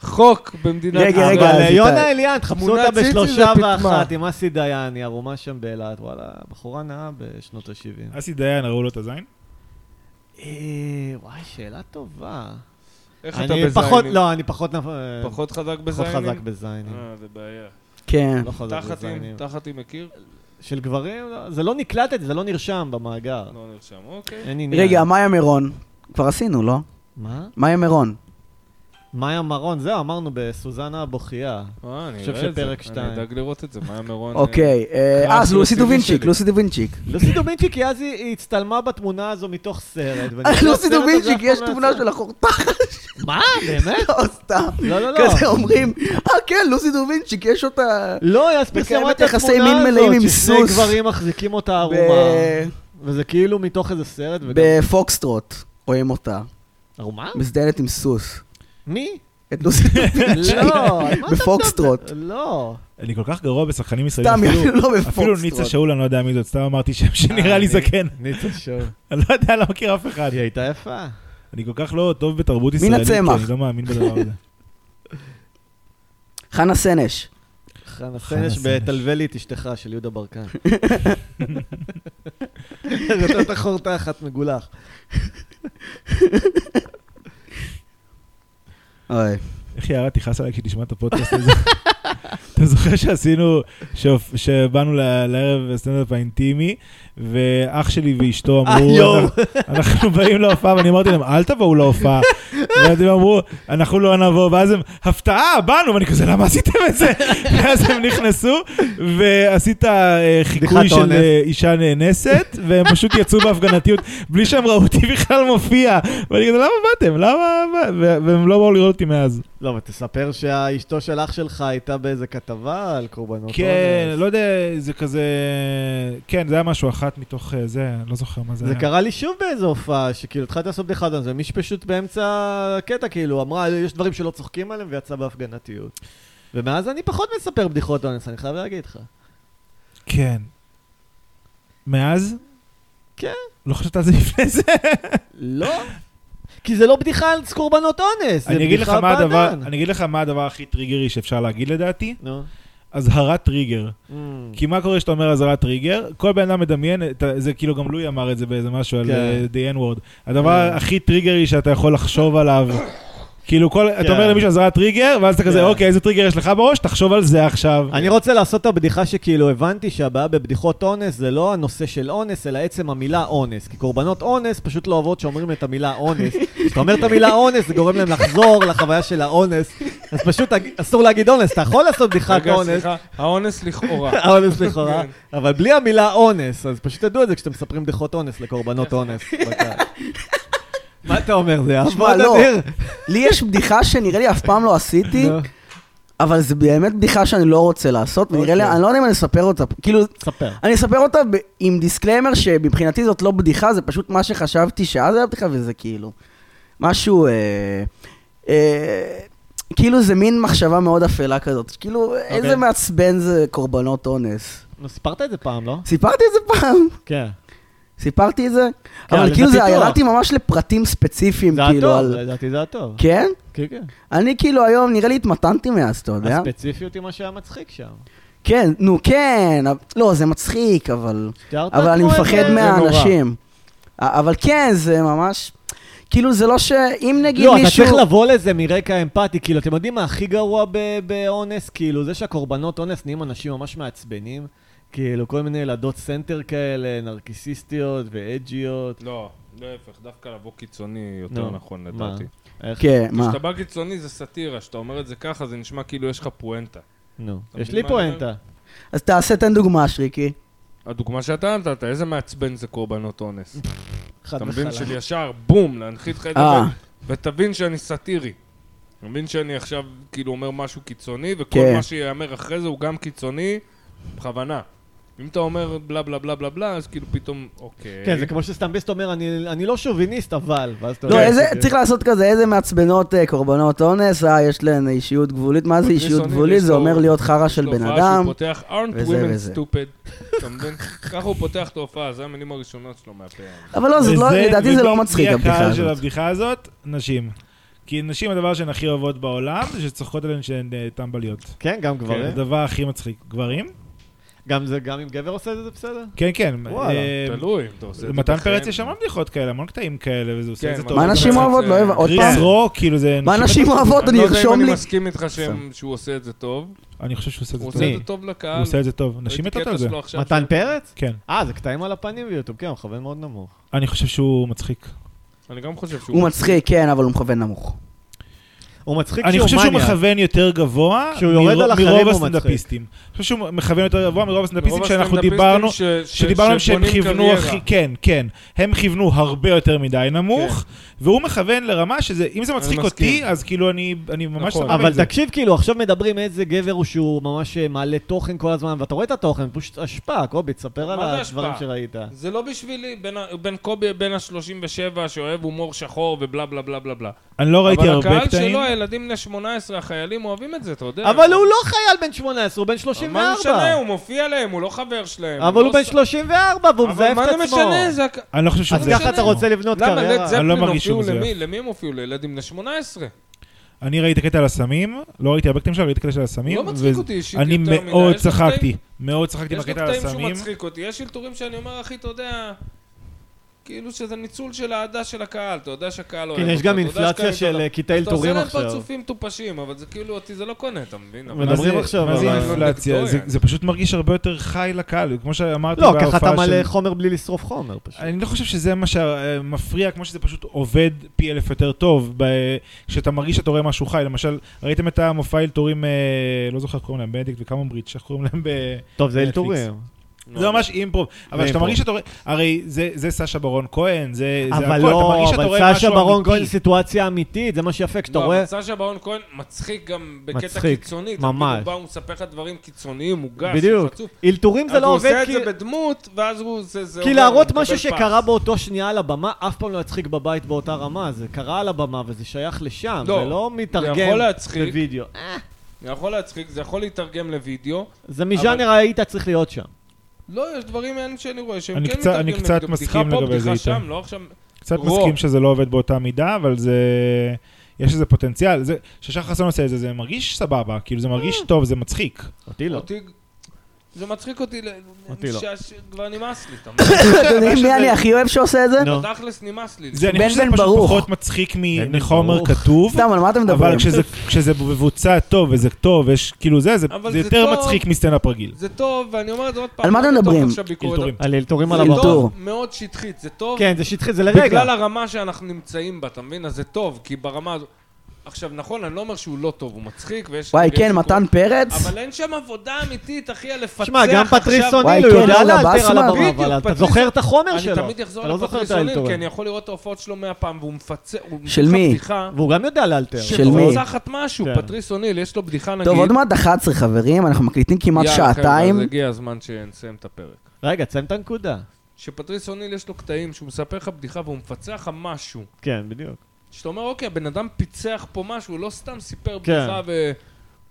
Speaker 1: חוק במדינת
Speaker 5: רגע, רגע,
Speaker 2: אבל
Speaker 5: אז
Speaker 2: אה, יונה אליאן, תחפשו
Speaker 1: תמונת
Speaker 2: אותה
Speaker 1: ציצי
Speaker 2: בשלושה
Speaker 1: זה
Speaker 2: ואחת
Speaker 1: פיטמה.
Speaker 2: עם אסי דיין, היא ערומה שם באילת, וואלה, בחורה נאה בשנות ה-70.
Speaker 4: אסי דיין, ראו לו את הזין?
Speaker 2: אה, וואי, שאלה טובה.
Speaker 1: איך אתה
Speaker 2: אני פחות,
Speaker 1: בזיינים?
Speaker 2: לא, אני פחות נפ- אה,
Speaker 1: פחות חזק
Speaker 2: פחות
Speaker 1: בזיינים?
Speaker 2: חזק בזיינים.
Speaker 1: אה, זה בעיה.
Speaker 5: כן.
Speaker 2: לא חזק בזיינים.
Speaker 1: תחתים, תחתים מכיר?
Speaker 2: של גברים? לא, זה לא נקלט, את זה, זה לא נרשם במאגר.
Speaker 1: לא נרשם, אוקיי.
Speaker 2: אין עניין.
Speaker 5: רגע, אמ- מאיה מירון. כבר עשינו, לא?
Speaker 2: מה?
Speaker 5: מאיה מירון.
Speaker 2: מאיה מרון, זהו, אמרנו בסוזנה הבוכייה.
Speaker 1: אה, אני
Speaker 2: חושב
Speaker 1: אראה את זה.
Speaker 2: שפרק שתיים.
Speaker 1: אני אדאג לראות את זה, מה היה מירון? אה,
Speaker 5: אוקיי. אה, אה,
Speaker 1: קראתי
Speaker 5: אז לוסי
Speaker 1: לסיבי
Speaker 5: דובינצ'יק,
Speaker 1: שלי.
Speaker 5: לוסי דובינצ'יק.
Speaker 2: לוסי דובינצ'יק, כי אז היא- היא הצטלמה בתמונה הזו מתוך סרט.
Speaker 5: אה,
Speaker 2: ונקרא
Speaker 5: לוסי
Speaker 2: הסרט הזה
Speaker 5: דובינצ'יק,
Speaker 2: אף פעם
Speaker 5: יש
Speaker 2: לא
Speaker 5: תמונה
Speaker 2: יצא.
Speaker 5: של החורטה,
Speaker 2: מה, באמת?
Speaker 5: לא סתם.
Speaker 2: לא, לא, לא.
Speaker 5: כזה אומרים, אה, כן, לוסי דובינצ'יק, יש אותה...
Speaker 2: לא, היא אז
Speaker 5: מקיימת
Speaker 2: פרסמה את התמונה
Speaker 5: יחסי מין מלאים עם
Speaker 2: הזאת, ששני
Speaker 5: סוס.
Speaker 2: גברים מחזיקים אותה ערומה, וזה כאילו מתוך איזה סרט, וגם...
Speaker 5: בפוקסטרוט רואים אותה,
Speaker 2: ערומה?
Speaker 5: מזדיינת עם סוס.
Speaker 2: מי?
Speaker 5: את לוסי טוביץ'
Speaker 3: לא, על מה אתה
Speaker 5: בפוקסטרוט.
Speaker 3: מדבר? לא.
Speaker 4: אני כל כך גרוע בשחקנים
Speaker 5: סתם,
Speaker 4: ישראלים. אפילו-
Speaker 5: לא
Speaker 4: אפילו ניצה
Speaker 5: בפוקסטרוט.
Speaker 4: שאול, אני לא יודע מי זאת, סתם אמרתי שם שנראה לי
Speaker 2: אה,
Speaker 4: כן.
Speaker 2: אני-
Speaker 4: זקן.
Speaker 2: ניצה שור.
Speaker 4: אני לא יודע, אני לא מכיר אף אחד.
Speaker 2: היא הייתה יפה.
Speaker 4: אני כל כך לא טוב בתרבות
Speaker 5: מן
Speaker 4: ישראלית, כי
Speaker 5: הצמח.
Speaker 4: אני לא מאמין בדבר הזה.
Speaker 5: חנה סנש.
Speaker 2: חנה
Speaker 4: חנה
Speaker 2: סנש
Speaker 4: סנש.
Speaker 2: ב"תלווה לי את אשתך" של יהודה ברקן. זה יותר תחור תחת מגולח.
Speaker 5: אוי.
Speaker 4: איך יערה תכעס עליי כשתשמע את הפודקאסט הזה? אתה זוכר שעשינו, שהופ- שבאנו ל- לערב הסטנדאפ האינטימי, ואח שלי ואשתו
Speaker 2: אה,
Speaker 4: אמרו,
Speaker 2: יואו.
Speaker 4: "אנחנו- אנחנו באים להופעה, ואני אמרתי להם, אל תבואו להופעה. ואז הם אמרו, אנחנו לא נבוא, ואז הם, הפתעה, באנו, ואני כזה, למה עשיתם את זה? ואז הם נכנסו, ועשית אה, חיקוי
Speaker 2: בדיחת
Speaker 4: של
Speaker 2: אונס.
Speaker 4: אה, אישה נאנסת, והם פשוט יצאו בהפגנתיות, בלי שהם ראו אותי בכלל מופיע. ואני כזה, למה באתם? למה? ו- והם לא באו לראות אותי מאז.
Speaker 2: לא, אבל תספר שהאשתו של אח שלך הייתה באיזה כתבה על קורבנות
Speaker 4: כן,
Speaker 2: אונס.
Speaker 4: לא יודע, זה כזה... כן, זה היה משהו אחת מתוך אה, זה, אני לא זוכר מה זה
Speaker 2: זה
Speaker 4: היה.
Speaker 2: קרה לי שוב באיזו הופעה, שכאילו התחלתי לעשות בדיחה על זה, מישהו פשוט באמצע הקטע, כאילו, אמרה, יש דברים שלא צוחקים עליהם, ויצא בהפגנתיות. ומאז אני פחות מספר בדיחות אונס, אני חייב להגיד לך.
Speaker 4: כן. מאז?
Speaker 2: כן.
Speaker 4: לא חשבת על זה לפני זה?
Speaker 2: לא. כי זה לא בדיחה על קורבנות אונס, זה
Speaker 4: אני אגיד לך
Speaker 2: בדיחה
Speaker 4: מה הדבר-
Speaker 2: בעדן.
Speaker 4: אני אגיד לך מה הדבר הכי טריגרי שאפשר להגיד לדעתי,
Speaker 2: נו.
Speaker 4: אזהרת טריגר.
Speaker 2: Mm.
Speaker 4: כי מה קורה כשאתה אומר אזהרת טריגר? כל בן אדם מדמיין, את ה- זה כאילו גם לואי אמר את זה באיזה משהו על
Speaker 2: כן.
Speaker 4: אה, The N-word. הדבר
Speaker 2: כן.
Speaker 4: הכי טריגרי שאתה יכול לחשוב עליו. כאילו, כל- אתה אומר
Speaker 2: כן.
Speaker 4: למישהו אזהרת טריגר, ואז אתה
Speaker 2: כן.
Speaker 4: כזה, אוקיי, איזה טריגר יש לך בראש? תחשוב על זה עכשיו.
Speaker 2: אני רוצה לעשות את הבדיחה שכאילו הבנתי שהבעיה בבדיחות אונס זה לא הנושא של אונס, אלא עצם המילה אונס. כי קורבנות אונס פשוט לא אוהבות שאומרים את המילה אונס. כשאתה אומר את המילה אונס, זה גורם להם לחזור לחוויה של האונס. אז פשוט אג- אסור להגיד אונס, אתה יכול לעשות בדיחת
Speaker 1: רגע,
Speaker 2: אונס.
Speaker 1: סליחה, האונס לכאורה.
Speaker 2: האונס לכאורה,
Speaker 1: כן.
Speaker 2: אבל בלי המילה אונס, אז פשוט תדעו את זה כשאתם מספרים בדיחות אונס לקורבנות
Speaker 1: כן.
Speaker 2: אונס. בקהל. מה אתה אומר, זה יעבור
Speaker 5: לא.
Speaker 2: אדיר?
Speaker 5: לי יש בדיחה שנראה לי אף פעם לא עשיתי,
Speaker 2: נו,
Speaker 5: אבל זו באמת בדיחה שאני לא רוצה לעשות, ונראה לי,
Speaker 2: אוקיי.
Speaker 5: אני לא יודע אם אני אספר אותה, פה. כאילו,
Speaker 2: ספר.
Speaker 5: אני אספר אותה ב- עם דיסקליימר שמבחינתי זאת לא בדיחה, זה פשוט מה שחשבתי שאז היה בדיחה, וזה כאילו משהו... אה, אה, כאילו זה מין מחשבה מאוד אפלה כזאת, כאילו
Speaker 1: אוקיי.
Speaker 5: איזה מעצבן זה קורבנות אונס.
Speaker 2: נו, סיפרת את זה פעם, לא?
Speaker 5: סיפרתי את זה פעם,
Speaker 2: כן.
Speaker 5: סיפרתי את זה,
Speaker 2: כן,
Speaker 5: אבל
Speaker 2: זה
Speaker 5: כאילו זה,
Speaker 2: פיתוח.
Speaker 5: ירדתי ממש לפרטים ספציפיים,
Speaker 2: זה היה
Speaker 5: כאילו
Speaker 2: טוב,
Speaker 5: על...
Speaker 2: לדעתי זה היה טוב.
Speaker 5: כן?
Speaker 2: כן, כן.
Speaker 5: אני כאילו היום, נראה לי התמתנתי מאז, אתה יודע?
Speaker 2: הספציפיות היא מה שהיה מצחיק שם.
Speaker 5: כן, נו כן, אבל- לא, זה מצחיק, אבל...
Speaker 2: תיארת
Speaker 5: אבל אני
Speaker 2: כמו
Speaker 5: מפחד
Speaker 2: איזה-
Speaker 5: מהאנשים. א- אבל כן, זה ממש... כאילו, זה לא ש... אם נגיד
Speaker 2: לא, אתה
Speaker 5: מישהו...
Speaker 2: צריך לבוא לזה מרקע אמפתי, כאילו, אתם יודעים מה הכי גרוע ב- באונס? כאילו, זה שהקורבנות אונס נהיים אנשים ממש מעצבנים. כאילו, כל מיני ילדות סנטר כאלה, נרקיסיסטיות ואג'יות.
Speaker 1: לא, להפך, דווקא לבוא קיצוני
Speaker 2: נו,
Speaker 1: יותר נכון
Speaker 2: מה?
Speaker 1: לדעתי.
Speaker 2: איך?
Speaker 5: כן, מה?
Speaker 1: כשאתה בא קיצוני זה סאטירה, כשאתה אומר את זה ככה זה נשמע כאילו יש לך פואנטה.
Speaker 2: נו,
Speaker 1: אתה
Speaker 2: יש
Speaker 1: מבין
Speaker 2: לי
Speaker 1: מה אני
Speaker 2: פואנטה.
Speaker 5: אז תעשה, תן דוגמה, שריקי.
Speaker 1: הדוגמה שאתה נתת, איזה מעצבן זה קורבנות אונס.
Speaker 2: חד
Speaker 1: אתה מבין
Speaker 2: וחלק.
Speaker 1: של ישר, בום, להנחית לך את זה,
Speaker 5: אה.
Speaker 1: ו- ותבין שאני סאטירי. אתה מבין שאני עכשיו כאילו אומר משהו קיצוני, וכל
Speaker 5: כן.
Speaker 1: מה שיאמר אחרי זה הוא גם קיצוני, בכוונה. אם אתה אומר בלה בלה בלה בלה בלה, אז כאילו פתאום, אוקיי.
Speaker 2: כן, זה כמו שסטמביסט אומר, "אני- אני לא שוביניסט, אבל... ואז אתה "כן,
Speaker 5: לא,
Speaker 1: אוקיי.
Speaker 2: יודע,
Speaker 5: איזה...
Speaker 2: זה-
Speaker 5: צריך לעשות כזה, איזה מעצבנות אה, קורבנות אונס, אה, יש להן אישיות גבולית. מה זה
Speaker 1: פטריס
Speaker 5: אישיות
Speaker 1: אוניל,
Speaker 5: גבולית?
Speaker 1: יש
Speaker 5: זה
Speaker 1: לו-
Speaker 5: אומר להיות חרא
Speaker 1: יש
Speaker 5: של
Speaker 1: לו
Speaker 5: בן
Speaker 1: הופעה שהוא
Speaker 5: אדם.
Speaker 1: פותח aren't
Speaker 5: וזה וזה.
Speaker 1: women stupid. אתה מבין? ככה הוא פותח את ההופעה, זה המילים הראשונות שלו מהפה.
Speaker 4: אה,
Speaker 5: אבל לא, זה לא-
Speaker 4: וזה-
Speaker 5: לדעתי
Speaker 4: ומי-
Speaker 5: זה לא מצחיק,
Speaker 4: מי
Speaker 5: הבדיחה
Speaker 4: הקהל של
Speaker 5: הזאת.
Speaker 4: הבדיחה הזאת? נשים. כי נשים הדבר שהן הכי אוהבות בעולם, זה שצוחקות עליהן שהן אה, טמבליות.
Speaker 2: כן, גם
Speaker 4: זה
Speaker 2: גברים.
Speaker 4: הדבר הכי מצחיק. גברים?
Speaker 2: גם זה- גם אם גבר עושה את זה, זה בסדר?
Speaker 4: כן, כן.
Speaker 2: וואלה,
Speaker 4: אה,
Speaker 1: תלוי אם אתה עושה את זה. כן,
Speaker 4: מתן
Speaker 1: בחן.
Speaker 4: פרץ יש המון בדיחות כאלה, המון קטעים כאלה, וזה עושה
Speaker 1: כן,
Speaker 4: את זה
Speaker 1: מה-
Speaker 4: טוב.
Speaker 5: מה
Speaker 1: זה
Speaker 5: נשים
Speaker 1: מצחיק,
Speaker 5: אוהבות?
Speaker 1: זה-
Speaker 5: לא אוהב... עוד
Speaker 4: קריס
Speaker 5: פעם.
Speaker 4: רו, כאילו זה...
Speaker 5: מה
Speaker 4: נשים-
Speaker 5: נשים אוהבות?
Speaker 1: אני
Speaker 5: אני
Speaker 1: לא יודע
Speaker 5: ארשום
Speaker 1: אם אני
Speaker 5: לי.
Speaker 1: מסכים איתך שהם- שהוא עושה את זה טוב.
Speaker 4: אני חושב שהוא עושה את
Speaker 1: הוא עושה
Speaker 4: זה טוב. כן.
Speaker 1: את זה טוב לקהל.
Speaker 4: הוא עושה את זה טוב. נשים
Speaker 1: ראיתי
Speaker 4: מתות
Speaker 1: קטע
Speaker 4: על זה.
Speaker 1: שלו לא עכשיו
Speaker 2: מתן
Speaker 1: שהוא-
Speaker 2: פרץ?
Speaker 4: כן.
Speaker 2: אה, זה קטעים על הפנים ביוטיוב, כן, הוא מכוון מאוד נמוך.
Speaker 4: אני חושב שהוא מצחיק.
Speaker 1: אני גם חושב שהוא...
Speaker 5: הוא מצחיק, כן, אבל הוא מכוון נמוך.
Speaker 2: הוא מצחיק
Speaker 4: אני
Speaker 2: שהוא
Speaker 4: חושב שהוא
Speaker 2: מניאק.
Speaker 4: מכוון יותר גבוה
Speaker 2: כשהוא יורד
Speaker 4: מרוב-
Speaker 2: על אחרים
Speaker 4: מרוב
Speaker 2: הוא מצחיק.
Speaker 4: הסטנדאפיסטים. אני חושב שהוא מכוון יותר גבוה מרוב
Speaker 1: רוב
Speaker 4: הסטנדאפיסטים שאנחנו
Speaker 1: הסטנדאפיסטים
Speaker 4: דיברנו.
Speaker 1: ש- ש-
Speaker 4: שדיברנו עליהם שהם
Speaker 1: שבונים
Speaker 4: כיוונו
Speaker 1: קריירה.
Speaker 4: הכי... כן, כן. הם כיוונו הרבה יותר מדי נמוך, והוא מכוון לרמה שזה, אם זה מצחיק
Speaker 1: כן. מסכים.
Speaker 4: אותי, אז כאילו אני אני ממש
Speaker 1: נכון.
Speaker 4: סבבה עם
Speaker 2: אבל
Speaker 4: זה.
Speaker 2: תקשיב, כאילו, עכשיו מדברים איזה גבר הוא שהוא ממש אה, מעלה תוכן כל הזמן, ואתה רואה את התוכן, פשוט השפעה, קובי, תספר
Speaker 1: מה
Speaker 2: על
Speaker 1: זה
Speaker 2: הדברים
Speaker 1: השפעה?
Speaker 2: שראית.
Speaker 1: זה לא בשבילי, בין ה- בין קובי, בין ה-37 שאוהב הומור שחור ובלה בלה בלה בלה בלה.
Speaker 4: אני לא ראיתי הרבה
Speaker 1: אבל הקהל
Speaker 4: קטעים.
Speaker 1: שלו ילדים בני 18, החיילים אוהבים את זה, אתה יודע.
Speaker 2: אבל הוא לא חייל בן 18, הוא בן 34.
Speaker 1: מה משנה, הוא מופיע להם, הוא לא חבר שלהם.
Speaker 2: אבל הוא
Speaker 1: לא
Speaker 2: בן
Speaker 1: ס-
Speaker 2: 34, והוא
Speaker 1: אבל
Speaker 2: מזייף את
Speaker 1: מה
Speaker 2: עצמו.
Speaker 1: זה משנה? זה... הק-
Speaker 4: אני לא חושב שזה...
Speaker 2: אז ככה אתה רוצה לבנות
Speaker 1: למה לד
Speaker 2: קריירה?
Speaker 1: זפלין
Speaker 4: לא מרגיש שהוא
Speaker 1: הופיעו
Speaker 4: מזויף.
Speaker 1: למי? למי הם הופיעו? לילדים בני 18.
Speaker 4: אני ראיתי קטע על הסמים, לא ראיתי הרבה קטעים שלו, ראיתי קטע של
Speaker 1: הוא
Speaker 4: הסמים.
Speaker 1: לא מצחיק
Speaker 4: וזה-
Speaker 1: אותי אישית יותר
Speaker 4: אני
Speaker 1: מדי.
Speaker 4: מאוד
Speaker 1: יש לו קטעים-
Speaker 4: צחקתי, מאוד צחקתי
Speaker 1: יש לו
Speaker 4: בקטע על
Speaker 1: קטעים שהוא
Speaker 4: הסמים.
Speaker 1: מצחיק אותי. יש אלתורים שאני אומר, אחי, אתה יודע... כאילו שזה ניצול של האהדה של הקהל, אתה יודע שהקהל אוהב
Speaker 2: כן, יש
Speaker 1: אותך,
Speaker 2: גם
Speaker 1: אתה יודע
Speaker 2: אינפלציה
Speaker 1: שקהל
Speaker 2: של
Speaker 1: אתה-
Speaker 2: אה, קטעי אלתורים
Speaker 1: אתה עושה להם
Speaker 2: עכשיו.
Speaker 1: פרצופים מטופשים, אבל זה כאילו אותי זה לא קונה, אתה מבין? אבל-
Speaker 2: מדברים
Speaker 4: מה זה-
Speaker 2: עכשיו
Speaker 4: מה זה
Speaker 2: על ה-
Speaker 4: אינפלציה? זה-
Speaker 1: ויקטוריה.
Speaker 4: זה פשוט מרגיש הרבה יותר חי לקהל, כמו שאמרתי
Speaker 2: לא, ככה אתה
Speaker 4: בהופעה
Speaker 2: מלא
Speaker 4: של-
Speaker 2: חומר בלי לשרוף חומר פשוט.
Speaker 4: אני לא חושב שזה מה שמפריע, כמו שזה פשוט עובד פי אלף יותר טוב, ב- כשאתה מרגיש שאתה רואה משהו חי. למשל, ראיתם את המופע אלתורים, אה, לא זוכר איך קוראים להם, בנדיקט וקמברית, שאיך קוראים להם ב...
Speaker 2: טוב, זה
Speaker 4: נטפליקס.
Speaker 2: אלתורים. לא.
Speaker 4: זה ממש אימפרוב. אבל כשאתה
Speaker 2: אימפרוב.
Speaker 4: מרגיש שאתה רואה... הרי זה זה סשה ברון כהן, זה זה
Speaker 2: אבל
Speaker 4: הכל, אתה
Speaker 2: לא,
Speaker 4: מרגיש שאתה רואה
Speaker 2: אבל
Speaker 4: משהו
Speaker 2: סשה ברון
Speaker 4: אמיתי.
Speaker 2: כהן סיטואציה אמיתית, זה מה שיפה, כשאתה
Speaker 1: לא,
Speaker 2: רואה...
Speaker 1: אבל סשה ברון כהן מצחיק גם בקטע
Speaker 2: מצחיק,
Speaker 1: קיצוני. אתה
Speaker 2: ממש.
Speaker 1: כאילו בא, הוא מספר לך דברים קיצוניים, הוא גס, הוא
Speaker 2: בדיוק.
Speaker 1: חצוף.
Speaker 2: אלתורים זה
Speaker 1: אז
Speaker 2: לא
Speaker 1: הוא
Speaker 2: עובד
Speaker 1: עושה את
Speaker 2: כי...
Speaker 1: זה בדמות, ואז הוא... זה- זה
Speaker 2: כי
Speaker 1: עובר,
Speaker 2: להראות
Speaker 1: הוא
Speaker 2: משהו
Speaker 1: מקבל
Speaker 2: שקרה
Speaker 1: פס.
Speaker 2: באותו שנייה על הבמה, אף פעם לא יצחיק בבית באותה רמה. זה קרה על הבמה וזה שייך לשם,
Speaker 1: לא,
Speaker 2: זה לא
Speaker 1: זה
Speaker 2: מתרגם
Speaker 1: יכול להצחיק.
Speaker 2: בווידאו.
Speaker 1: זה יכול להצחיק, זה יכול להתרגם לוידאו.
Speaker 2: זה מז'אנר היית צריך להיות שם.
Speaker 1: לא, יש דברים אין שאני רואה שהם
Speaker 4: אני
Speaker 1: כן
Speaker 4: קצת- אני
Speaker 1: מתרגם
Speaker 4: קצת
Speaker 1: לוידאו.
Speaker 4: מסכים לגבי
Speaker 1: פתיחה
Speaker 4: זה
Speaker 1: פה, פתיחה
Speaker 4: איתו.
Speaker 1: שם, לא עכשיו...
Speaker 4: קצת
Speaker 1: רוע.
Speaker 4: מסכים שזה לא עובד באותה מידה, אבל זה... יש איזה פוטנציאל. זה- כששחר חסון עושה את זה, זה מרגיש סבבה, כאילו זה מרגיש
Speaker 2: אה.
Speaker 4: טוב, זה מצחיק.
Speaker 2: אותי לא.
Speaker 1: אותי... זה מצחיק אותי, ל-
Speaker 2: אותי לא.
Speaker 1: ש- ש- כבר נמאס לי, אתה מבין?
Speaker 5: אתם יודעים מי אני הכי אוהב שעושה את זה?
Speaker 2: נו.
Speaker 1: תכלס נמאס לי.
Speaker 4: זה, אני
Speaker 5: בן
Speaker 4: חושב שזה
Speaker 5: בן
Speaker 4: פשוט
Speaker 5: ברוך.
Speaker 4: פחות מצחיק
Speaker 2: בן בן
Speaker 4: מחומר
Speaker 2: ברוך.
Speaker 4: כתוב,
Speaker 5: סתם, על מה אתם מדברים?
Speaker 4: אבל כשזה- כשזה מבוצע טוב וזה טוב, יש כאילו זה, זה
Speaker 1: אבל
Speaker 4: זה
Speaker 1: זה
Speaker 4: יותר
Speaker 1: טוב.
Speaker 4: מצחיק מסטנדאפ רגיל.
Speaker 1: זה טוב, ואני אומר את זה עוד פעם.
Speaker 5: על מה
Speaker 1: לא
Speaker 5: אתם
Speaker 1: בתור
Speaker 5: מדברים?
Speaker 1: עכשיו ביקורת.
Speaker 4: אלתורים.
Speaker 2: על אלתורים על
Speaker 1: זה
Speaker 5: הבמה.
Speaker 2: הבמה.
Speaker 5: אלתור.
Speaker 1: טוב מאוד שטחית, זה טוב
Speaker 2: כן, זה שטחי, זה לרגע.
Speaker 1: בגלל הרמה שאנחנו נמצאים בה, אתה מבין? אז זה טוב, כי ברמה הזו... עכשיו, נכון, אני לא אומר שהוא לא טוב, הוא מצחיק ויש...
Speaker 5: וואי,
Speaker 1: ויש
Speaker 5: כן,
Speaker 1: לי
Speaker 5: מתן פרץ?
Speaker 1: כל- אבל אין שם עבודה אמיתית, אחי, על לפצח
Speaker 2: שמע, גם
Speaker 1: עכשיו.
Speaker 2: פטריסוני,
Speaker 5: וואי,
Speaker 2: הוא
Speaker 5: כן,
Speaker 2: יודע
Speaker 5: אורנה
Speaker 2: לאלתר על
Speaker 5: בסמן.
Speaker 2: הבמה,
Speaker 1: בדיוק,
Speaker 2: אבל אתה
Speaker 1: פטריס-
Speaker 2: זוכר את החומר
Speaker 1: אני
Speaker 2: שלו.
Speaker 1: תמיד אחזור כן,
Speaker 2: אתה לא זוכר את
Speaker 1: לפטריסונים, כי
Speaker 2: האלתורים.
Speaker 1: אני יכול לראות את ההופעות שלו מאה פעם, והוא מפצח... הוא
Speaker 5: של
Speaker 1: מפצח
Speaker 5: מי?
Speaker 1: בדיחה
Speaker 2: והוא גם יודע לאלתר.
Speaker 5: של מי?
Speaker 1: שמפצחת משהו,
Speaker 2: כן.
Speaker 1: פטריס אוניל, יש לו בדיחה נגיד...
Speaker 5: טוב, עוד מעט 11 חברים, אנחנו מקליטים כמעט
Speaker 1: יאללה,
Speaker 5: שעתיים.
Speaker 1: חבר'ה, אז הגיע הזמן שנסיים את הפרק.
Speaker 2: רגע, תסיים את הנקודה.
Speaker 1: שפטריס אוניל יש לו קטעים שהוא מספר לך בדיחה והוא מפצח לך משהו.
Speaker 2: כן, בדיוק.
Speaker 1: שאתה אומר, אוקיי, הבן אדם פיצח פה משהו, הוא לא סתם סיפר
Speaker 2: כן.
Speaker 1: בדיחה ו...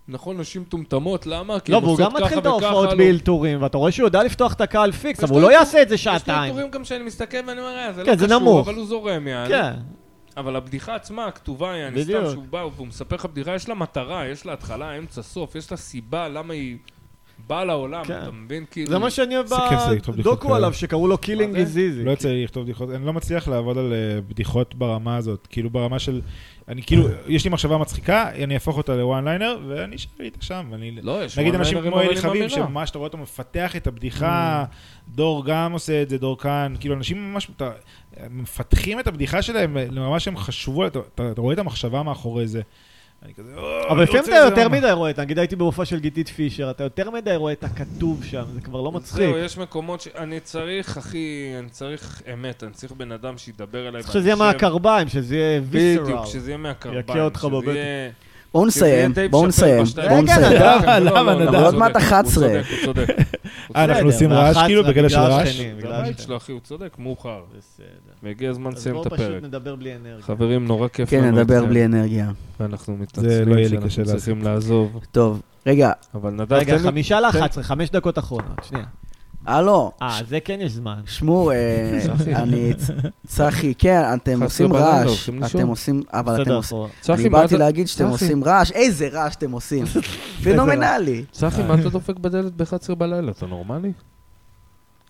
Speaker 1: נכון, נשים מטומטמות, למה? כי
Speaker 2: לא,
Speaker 1: הן
Speaker 2: והוא
Speaker 1: עושות
Speaker 2: גם
Speaker 1: ככה
Speaker 2: מתחיל את
Speaker 1: וככה,
Speaker 2: ההופעות
Speaker 1: לא.
Speaker 2: באלתורים, ואתה רואה שהוא יודע לפתוח את הקהל פיקס,
Speaker 1: יש
Speaker 2: אבל הוא
Speaker 1: לו
Speaker 2: לא יעשה את זה
Speaker 1: יש לי
Speaker 2: שעתיים.
Speaker 1: אלתורים גם שאני מסתכל ואני אומר, אה, זה
Speaker 2: כן,
Speaker 1: לא
Speaker 2: זה
Speaker 1: קשור,
Speaker 2: נמוך.
Speaker 1: אבל הוא זורם, יעני.
Speaker 2: כן,
Speaker 1: אבל הבדיחה עצמה, הכתובה, יעני,
Speaker 2: בדיוק.
Speaker 1: סתם שהוא בא והוא מספר לך בדיחה, יש לה מטרה, יש לה התחלה, אמצע, סוף, יש לה סיבה למה היא באה לעולם,
Speaker 2: כן.
Speaker 1: אתה מבין? כאילו...
Speaker 2: זה מה שאני אוהב
Speaker 4: זה כיף, זה לכתוב בדיחות
Speaker 2: בדוקו
Speaker 4: כאלה.
Speaker 2: עליו, שקראו לו קילינג
Speaker 1: מה
Speaker 2: איז
Speaker 1: זה?
Speaker 2: איזי.
Speaker 4: לא יוצא לי לכתוב בדיחות, אני לא מצליח לעבוד על אה, בדיחות ברמה הזאת, כאילו ברמה של, אני כאילו, יש לי מחשבה מצחיקה, אני אהפוך אותה לוואן ליינר, ואני אשאר איתה שם, ואני...
Speaker 1: לא, יש
Speaker 4: נגיד אנשים
Speaker 1: וואן-ליינרים,
Speaker 4: כמו
Speaker 1: אבל
Speaker 4: אלי
Speaker 1: עם
Speaker 4: חביב,
Speaker 1: אמירה.
Speaker 2: לא
Speaker 4: שממש אתה רואה אותו מפתח את הבדיחה, דור גם עושה את זה, דור כאן, כאילו אנשים ממש אתה- מפתחים את הבדיחה שלהם, ממש הם חשבו, על- אתה- אתה אתה רואה את המחשבה מאחורי זה. אני כזה, "אה, אני
Speaker 2: אבל לפעמים
Speaker 4: רוצה
Speaker 2: אתה
Speaker 4: את זה
Speaker 2: יותר
Speaker 4: למה?"
Speaker 2: מדי רואה, את- נגיד הייתי במופע של גיתית פישר, אתה יותר מדי רואה את הכתוב שם, זה כבר לא מצחיק.
Speaker 1: זהו, יש מקומות ש... אני צריך, אחי, אני צריך אמת, אני צריך בן אדם שידבר אליי.
Speaker 2: צריך שזה יהיה
Speaker 1: ואני אשב-
Speaker 2: מהקרביים, שזה יהיה
Speaker 1: בדיוק,
Speaker 2: ויסרל.
Speaker 1: שזה יהיה מהקרביים.
Speaker 2: יכה אותך
Speaker 1: שזה
Speaker 2: בבטן.
Speaker 1: יהיה-
Speaker 5: בואו
Speaker 1: שזה יהיה
Speaker 5: נסיים,
Speaker 1: דייב
Speaker 5: בואו
Speaker 1: שאפל
Speaker 5: נסיים,
Speaker 1: בשתיים.
Speaker 5: בואו
Speaker 2: רגע,
Speaker 5: נסיים.
Speaker 2: נדב.
Speaker 1: לא, לא,
Speaker 4: למה,
Speaker 1: לא,
Speaker 4: נדב?
Speaker 1: הוא
Speaker 5: עוד מעט
Speaker 1: צודק,
Speaker 5: 11.
Speaker 1: הוא צודק, הוא צודק. הוא
Speaker 4: אה, אנחנו
Speaker 1: צודק.
Speaker 4: עושים רעש, כאילו, בגלל של רעש?
Speaker 1: זה הבית שלו, אחי, הוא צודק, מאוחר.
Speaker 2: בסדר.
Speaker 1: והגיע הזמן
Speaker 2: אז
Speaker 1: לסיים
Speaker 2: בואו
Speaker 1: את
Speaker 2: פשוט
Speaker 1: הפרק.
Speaker 2: נדבר בלי אנרגיה.
Speaker 1: חברים, נורא כיף
Speaker 5: כן,
Speaker 1: לנו
Speaker 5: נדבר
Speaker 1: איתכם,
Speaker 5: בלי אנרגיה.
Speaker 1: ואנחנו
Speaker 4: זה לא יהיה
Speaker 1: מתנצלים
Speaker 4: לי קשה
Speaker 1: שאנחנו צריכים לעזוב.
Speaker 5: טוב, רגע,
Speaker 1: אבל נדב,
Speaker 2: רגע,
Speaker 1: תן לי...
Speaker 2: חמישה לאחת עשרה, חמש דקות אחרונות, שנייה.
Speaker 5: הלו,
Speaker 2: אה, זה כן יש זמן.
Speaker 5: שמעו, אה, אני, צחי, כן, אתם
Speaker 1: אחת
Speaker 5: עושים
Speaker 1: בלילה,
Speaker 5: רעש.
Speaker 1: הולכים לישון.
Speaker 5: אתם עושים, אבל אתם
Speaker 2: בסדר,
Speaker 5: עושים...
Speaker 2: אחורה.
Speaker 5: אני
Speaker 1: צחי, מה
Speaker 5: באתי
Speaker 1: אתה-
Speaker 5: להגיד שאתם
Speaker 1: צחי.
Speaker 5: עושים רעש, איזה רעש אתם עושים. פנומנלי.
Speaker 1: צחי,
Speaker 5: אה.
Speaker 1: מה אתה דופק בדלת ב-11 בלילה? אתה נורמלי? מה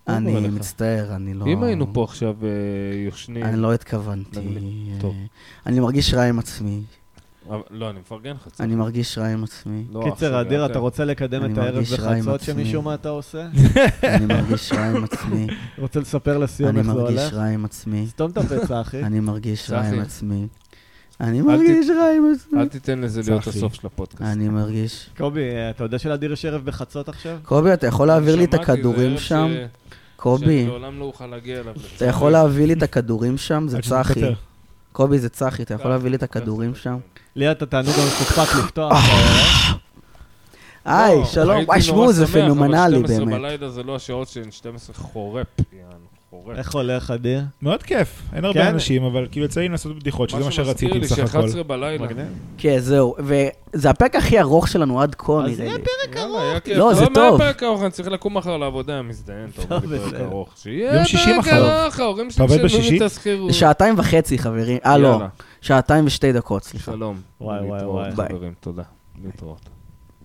Speaker 1: קורה
Speaker 5: אני
Speaker 1: לך?
Speaker 5: מצטער, אני לא...
Speaker 1: אם היינו פה עכשיו אה, יושנים...
Speaker 5: אני לא התכוונתי.
Speaker 1: נגלי.
Speaker 5: אה,
Speaker 1: טוב.
Speaker 5: אני מרגיש רע עם עצמי.
Speaker 1: אבל- לא, אני מפרגן לך. צחי.
Speaker 5: אני מרגיש רע עם עצמי.
Speaker 1: לא, אח
Speaker 2: קיצר,
Speaker 1: שלי,
Speaker 2: אדיר, אתה רוצה לקדם
Speaker 5: אני
Speaker 2: את הערב
Speaker 5: מרגיש רע עם
Speaker 2: בחצות
Speaker 5: עצמי.
Speaker 2: שמישהו מה אתה עושה?
Speaker 5: אני מרגיש רע עם עצמי.
Speaker 2: רוצה לספר לסיום
Speaker 5: אני
Speaker 2: איך זה
Speaker 5: מרגיש
Speaker 2: הולך?
Speaker 5: רע עם עצמי.
Speaker 2: סתום את הפצע, אחי.
Speaker 5: אני מרגיש רע
Speaker 1: צחי.
Speaker 5: עם עצמי. אני מרגיש רע עם עצמי.
Speaker 1: אל תיתן לזה להיות
Speaker 4: צחי.
Speaker 1: הסוף של הפודקאסט.
Speaker 5: אני מרגיש...
Speaker 2: קובי, אתה יודע שלאדיר יש ערב בחצות עכשיו?
Speaker 5: קובי, אתה יכול להעביר לי את
Speaker 1: שמעתי, זה
Speaker 5: הכדורים
Speaker 1: ערב
Speaker 5: שם?
Speaker 1: ש- שאני
Speaker 5: קובי,
Speaker 1: לעולם לא אוכל להגיע אליו.
Speaker 5: אתה יכול להביא לי את הכדורים שם? זה
Speaker 4: עד שזה
Speaker 5: צחי.
Speaker 4: מתקצר.
Speaker 5: קובי, זה צחי, אתה יכול להביא לי את הכדורים שם?
Speaker 1: לא,
Speaker 2: ליאת, אתה תענוג המפוקפק לפתוח. אתה רואה?
Speaker 5: היי,
Speaker 1: לא,
Speaker 5: שלום.
Speaker 1: הייתי
Speaker 5: וואי,
Speaker 1: נורא
Speaker 5: שמעו, זה
Speaker 1: שמח, אבל
Speaker 5: פנומנלי
Speaker 1: 12
Speaker 5: באמת.
Speaker 1: בלילה זה לא השעות שהן 12 חורפ, יענו,
Speaker 4: קורה.
Speaker 2: איך הולך, אדיר?
Speaker 4: מאוד כיף, אין הרבה
Speaker 2: כן.
Speaker 4: אנשים, אבל כאילו יצא לי לנסות בדיחות, שזה מה שרציתי בסך
Speaker 1: משהו
Speaker 4: הכל.
Speaker 1: מזכיר לי ש-11 בלילה.
Speaker 2: מגניב.
Speaker 3: כן, זהו. וזה הפרק הכי ארוך שלנו עד כה,
Speaker 2: אז
Speaker 3: נראה
Speaker 2: יהיה
Speaker 3: לי.
Speaker 2: פרק ארוך.
Speaker 1: יאללה, היה כיף.
Speaker 3: לא, זה
Speaker 1: מה
Speaker 3: טוב.
Speaker 1: הפרק הארוך? אני צריך לקום מחר לעבודה, מזדיין, אתה עובד לי פרק
Speaker 2: בסדר.
Speaker 1: ארוך. שיהיה
Speaker 4: יום שישי
Speaker 1: פרק
Speaker 4: מחר.
Speaker 1: ארוך, ההורים שלי
Speaker 4: אתה עובד
Speaker 1: משלמים לי
Speaker 4: בשישי?
Speaker 1: את השכירות.
Speaker 3: שעתיים וחצי, חברים. אה, לא.
Speaker 1: יאללה,
Speaker 3: שעתיים ושתי דקות, סליחה.
Speaker 1: שלום.
Speaker 2: וואי, וואי,
Speaker 1: להתראות,
Speaker 2: וואי.
Speaker 3: ביי.
Speaker 1: חברים, תודה. להתראות.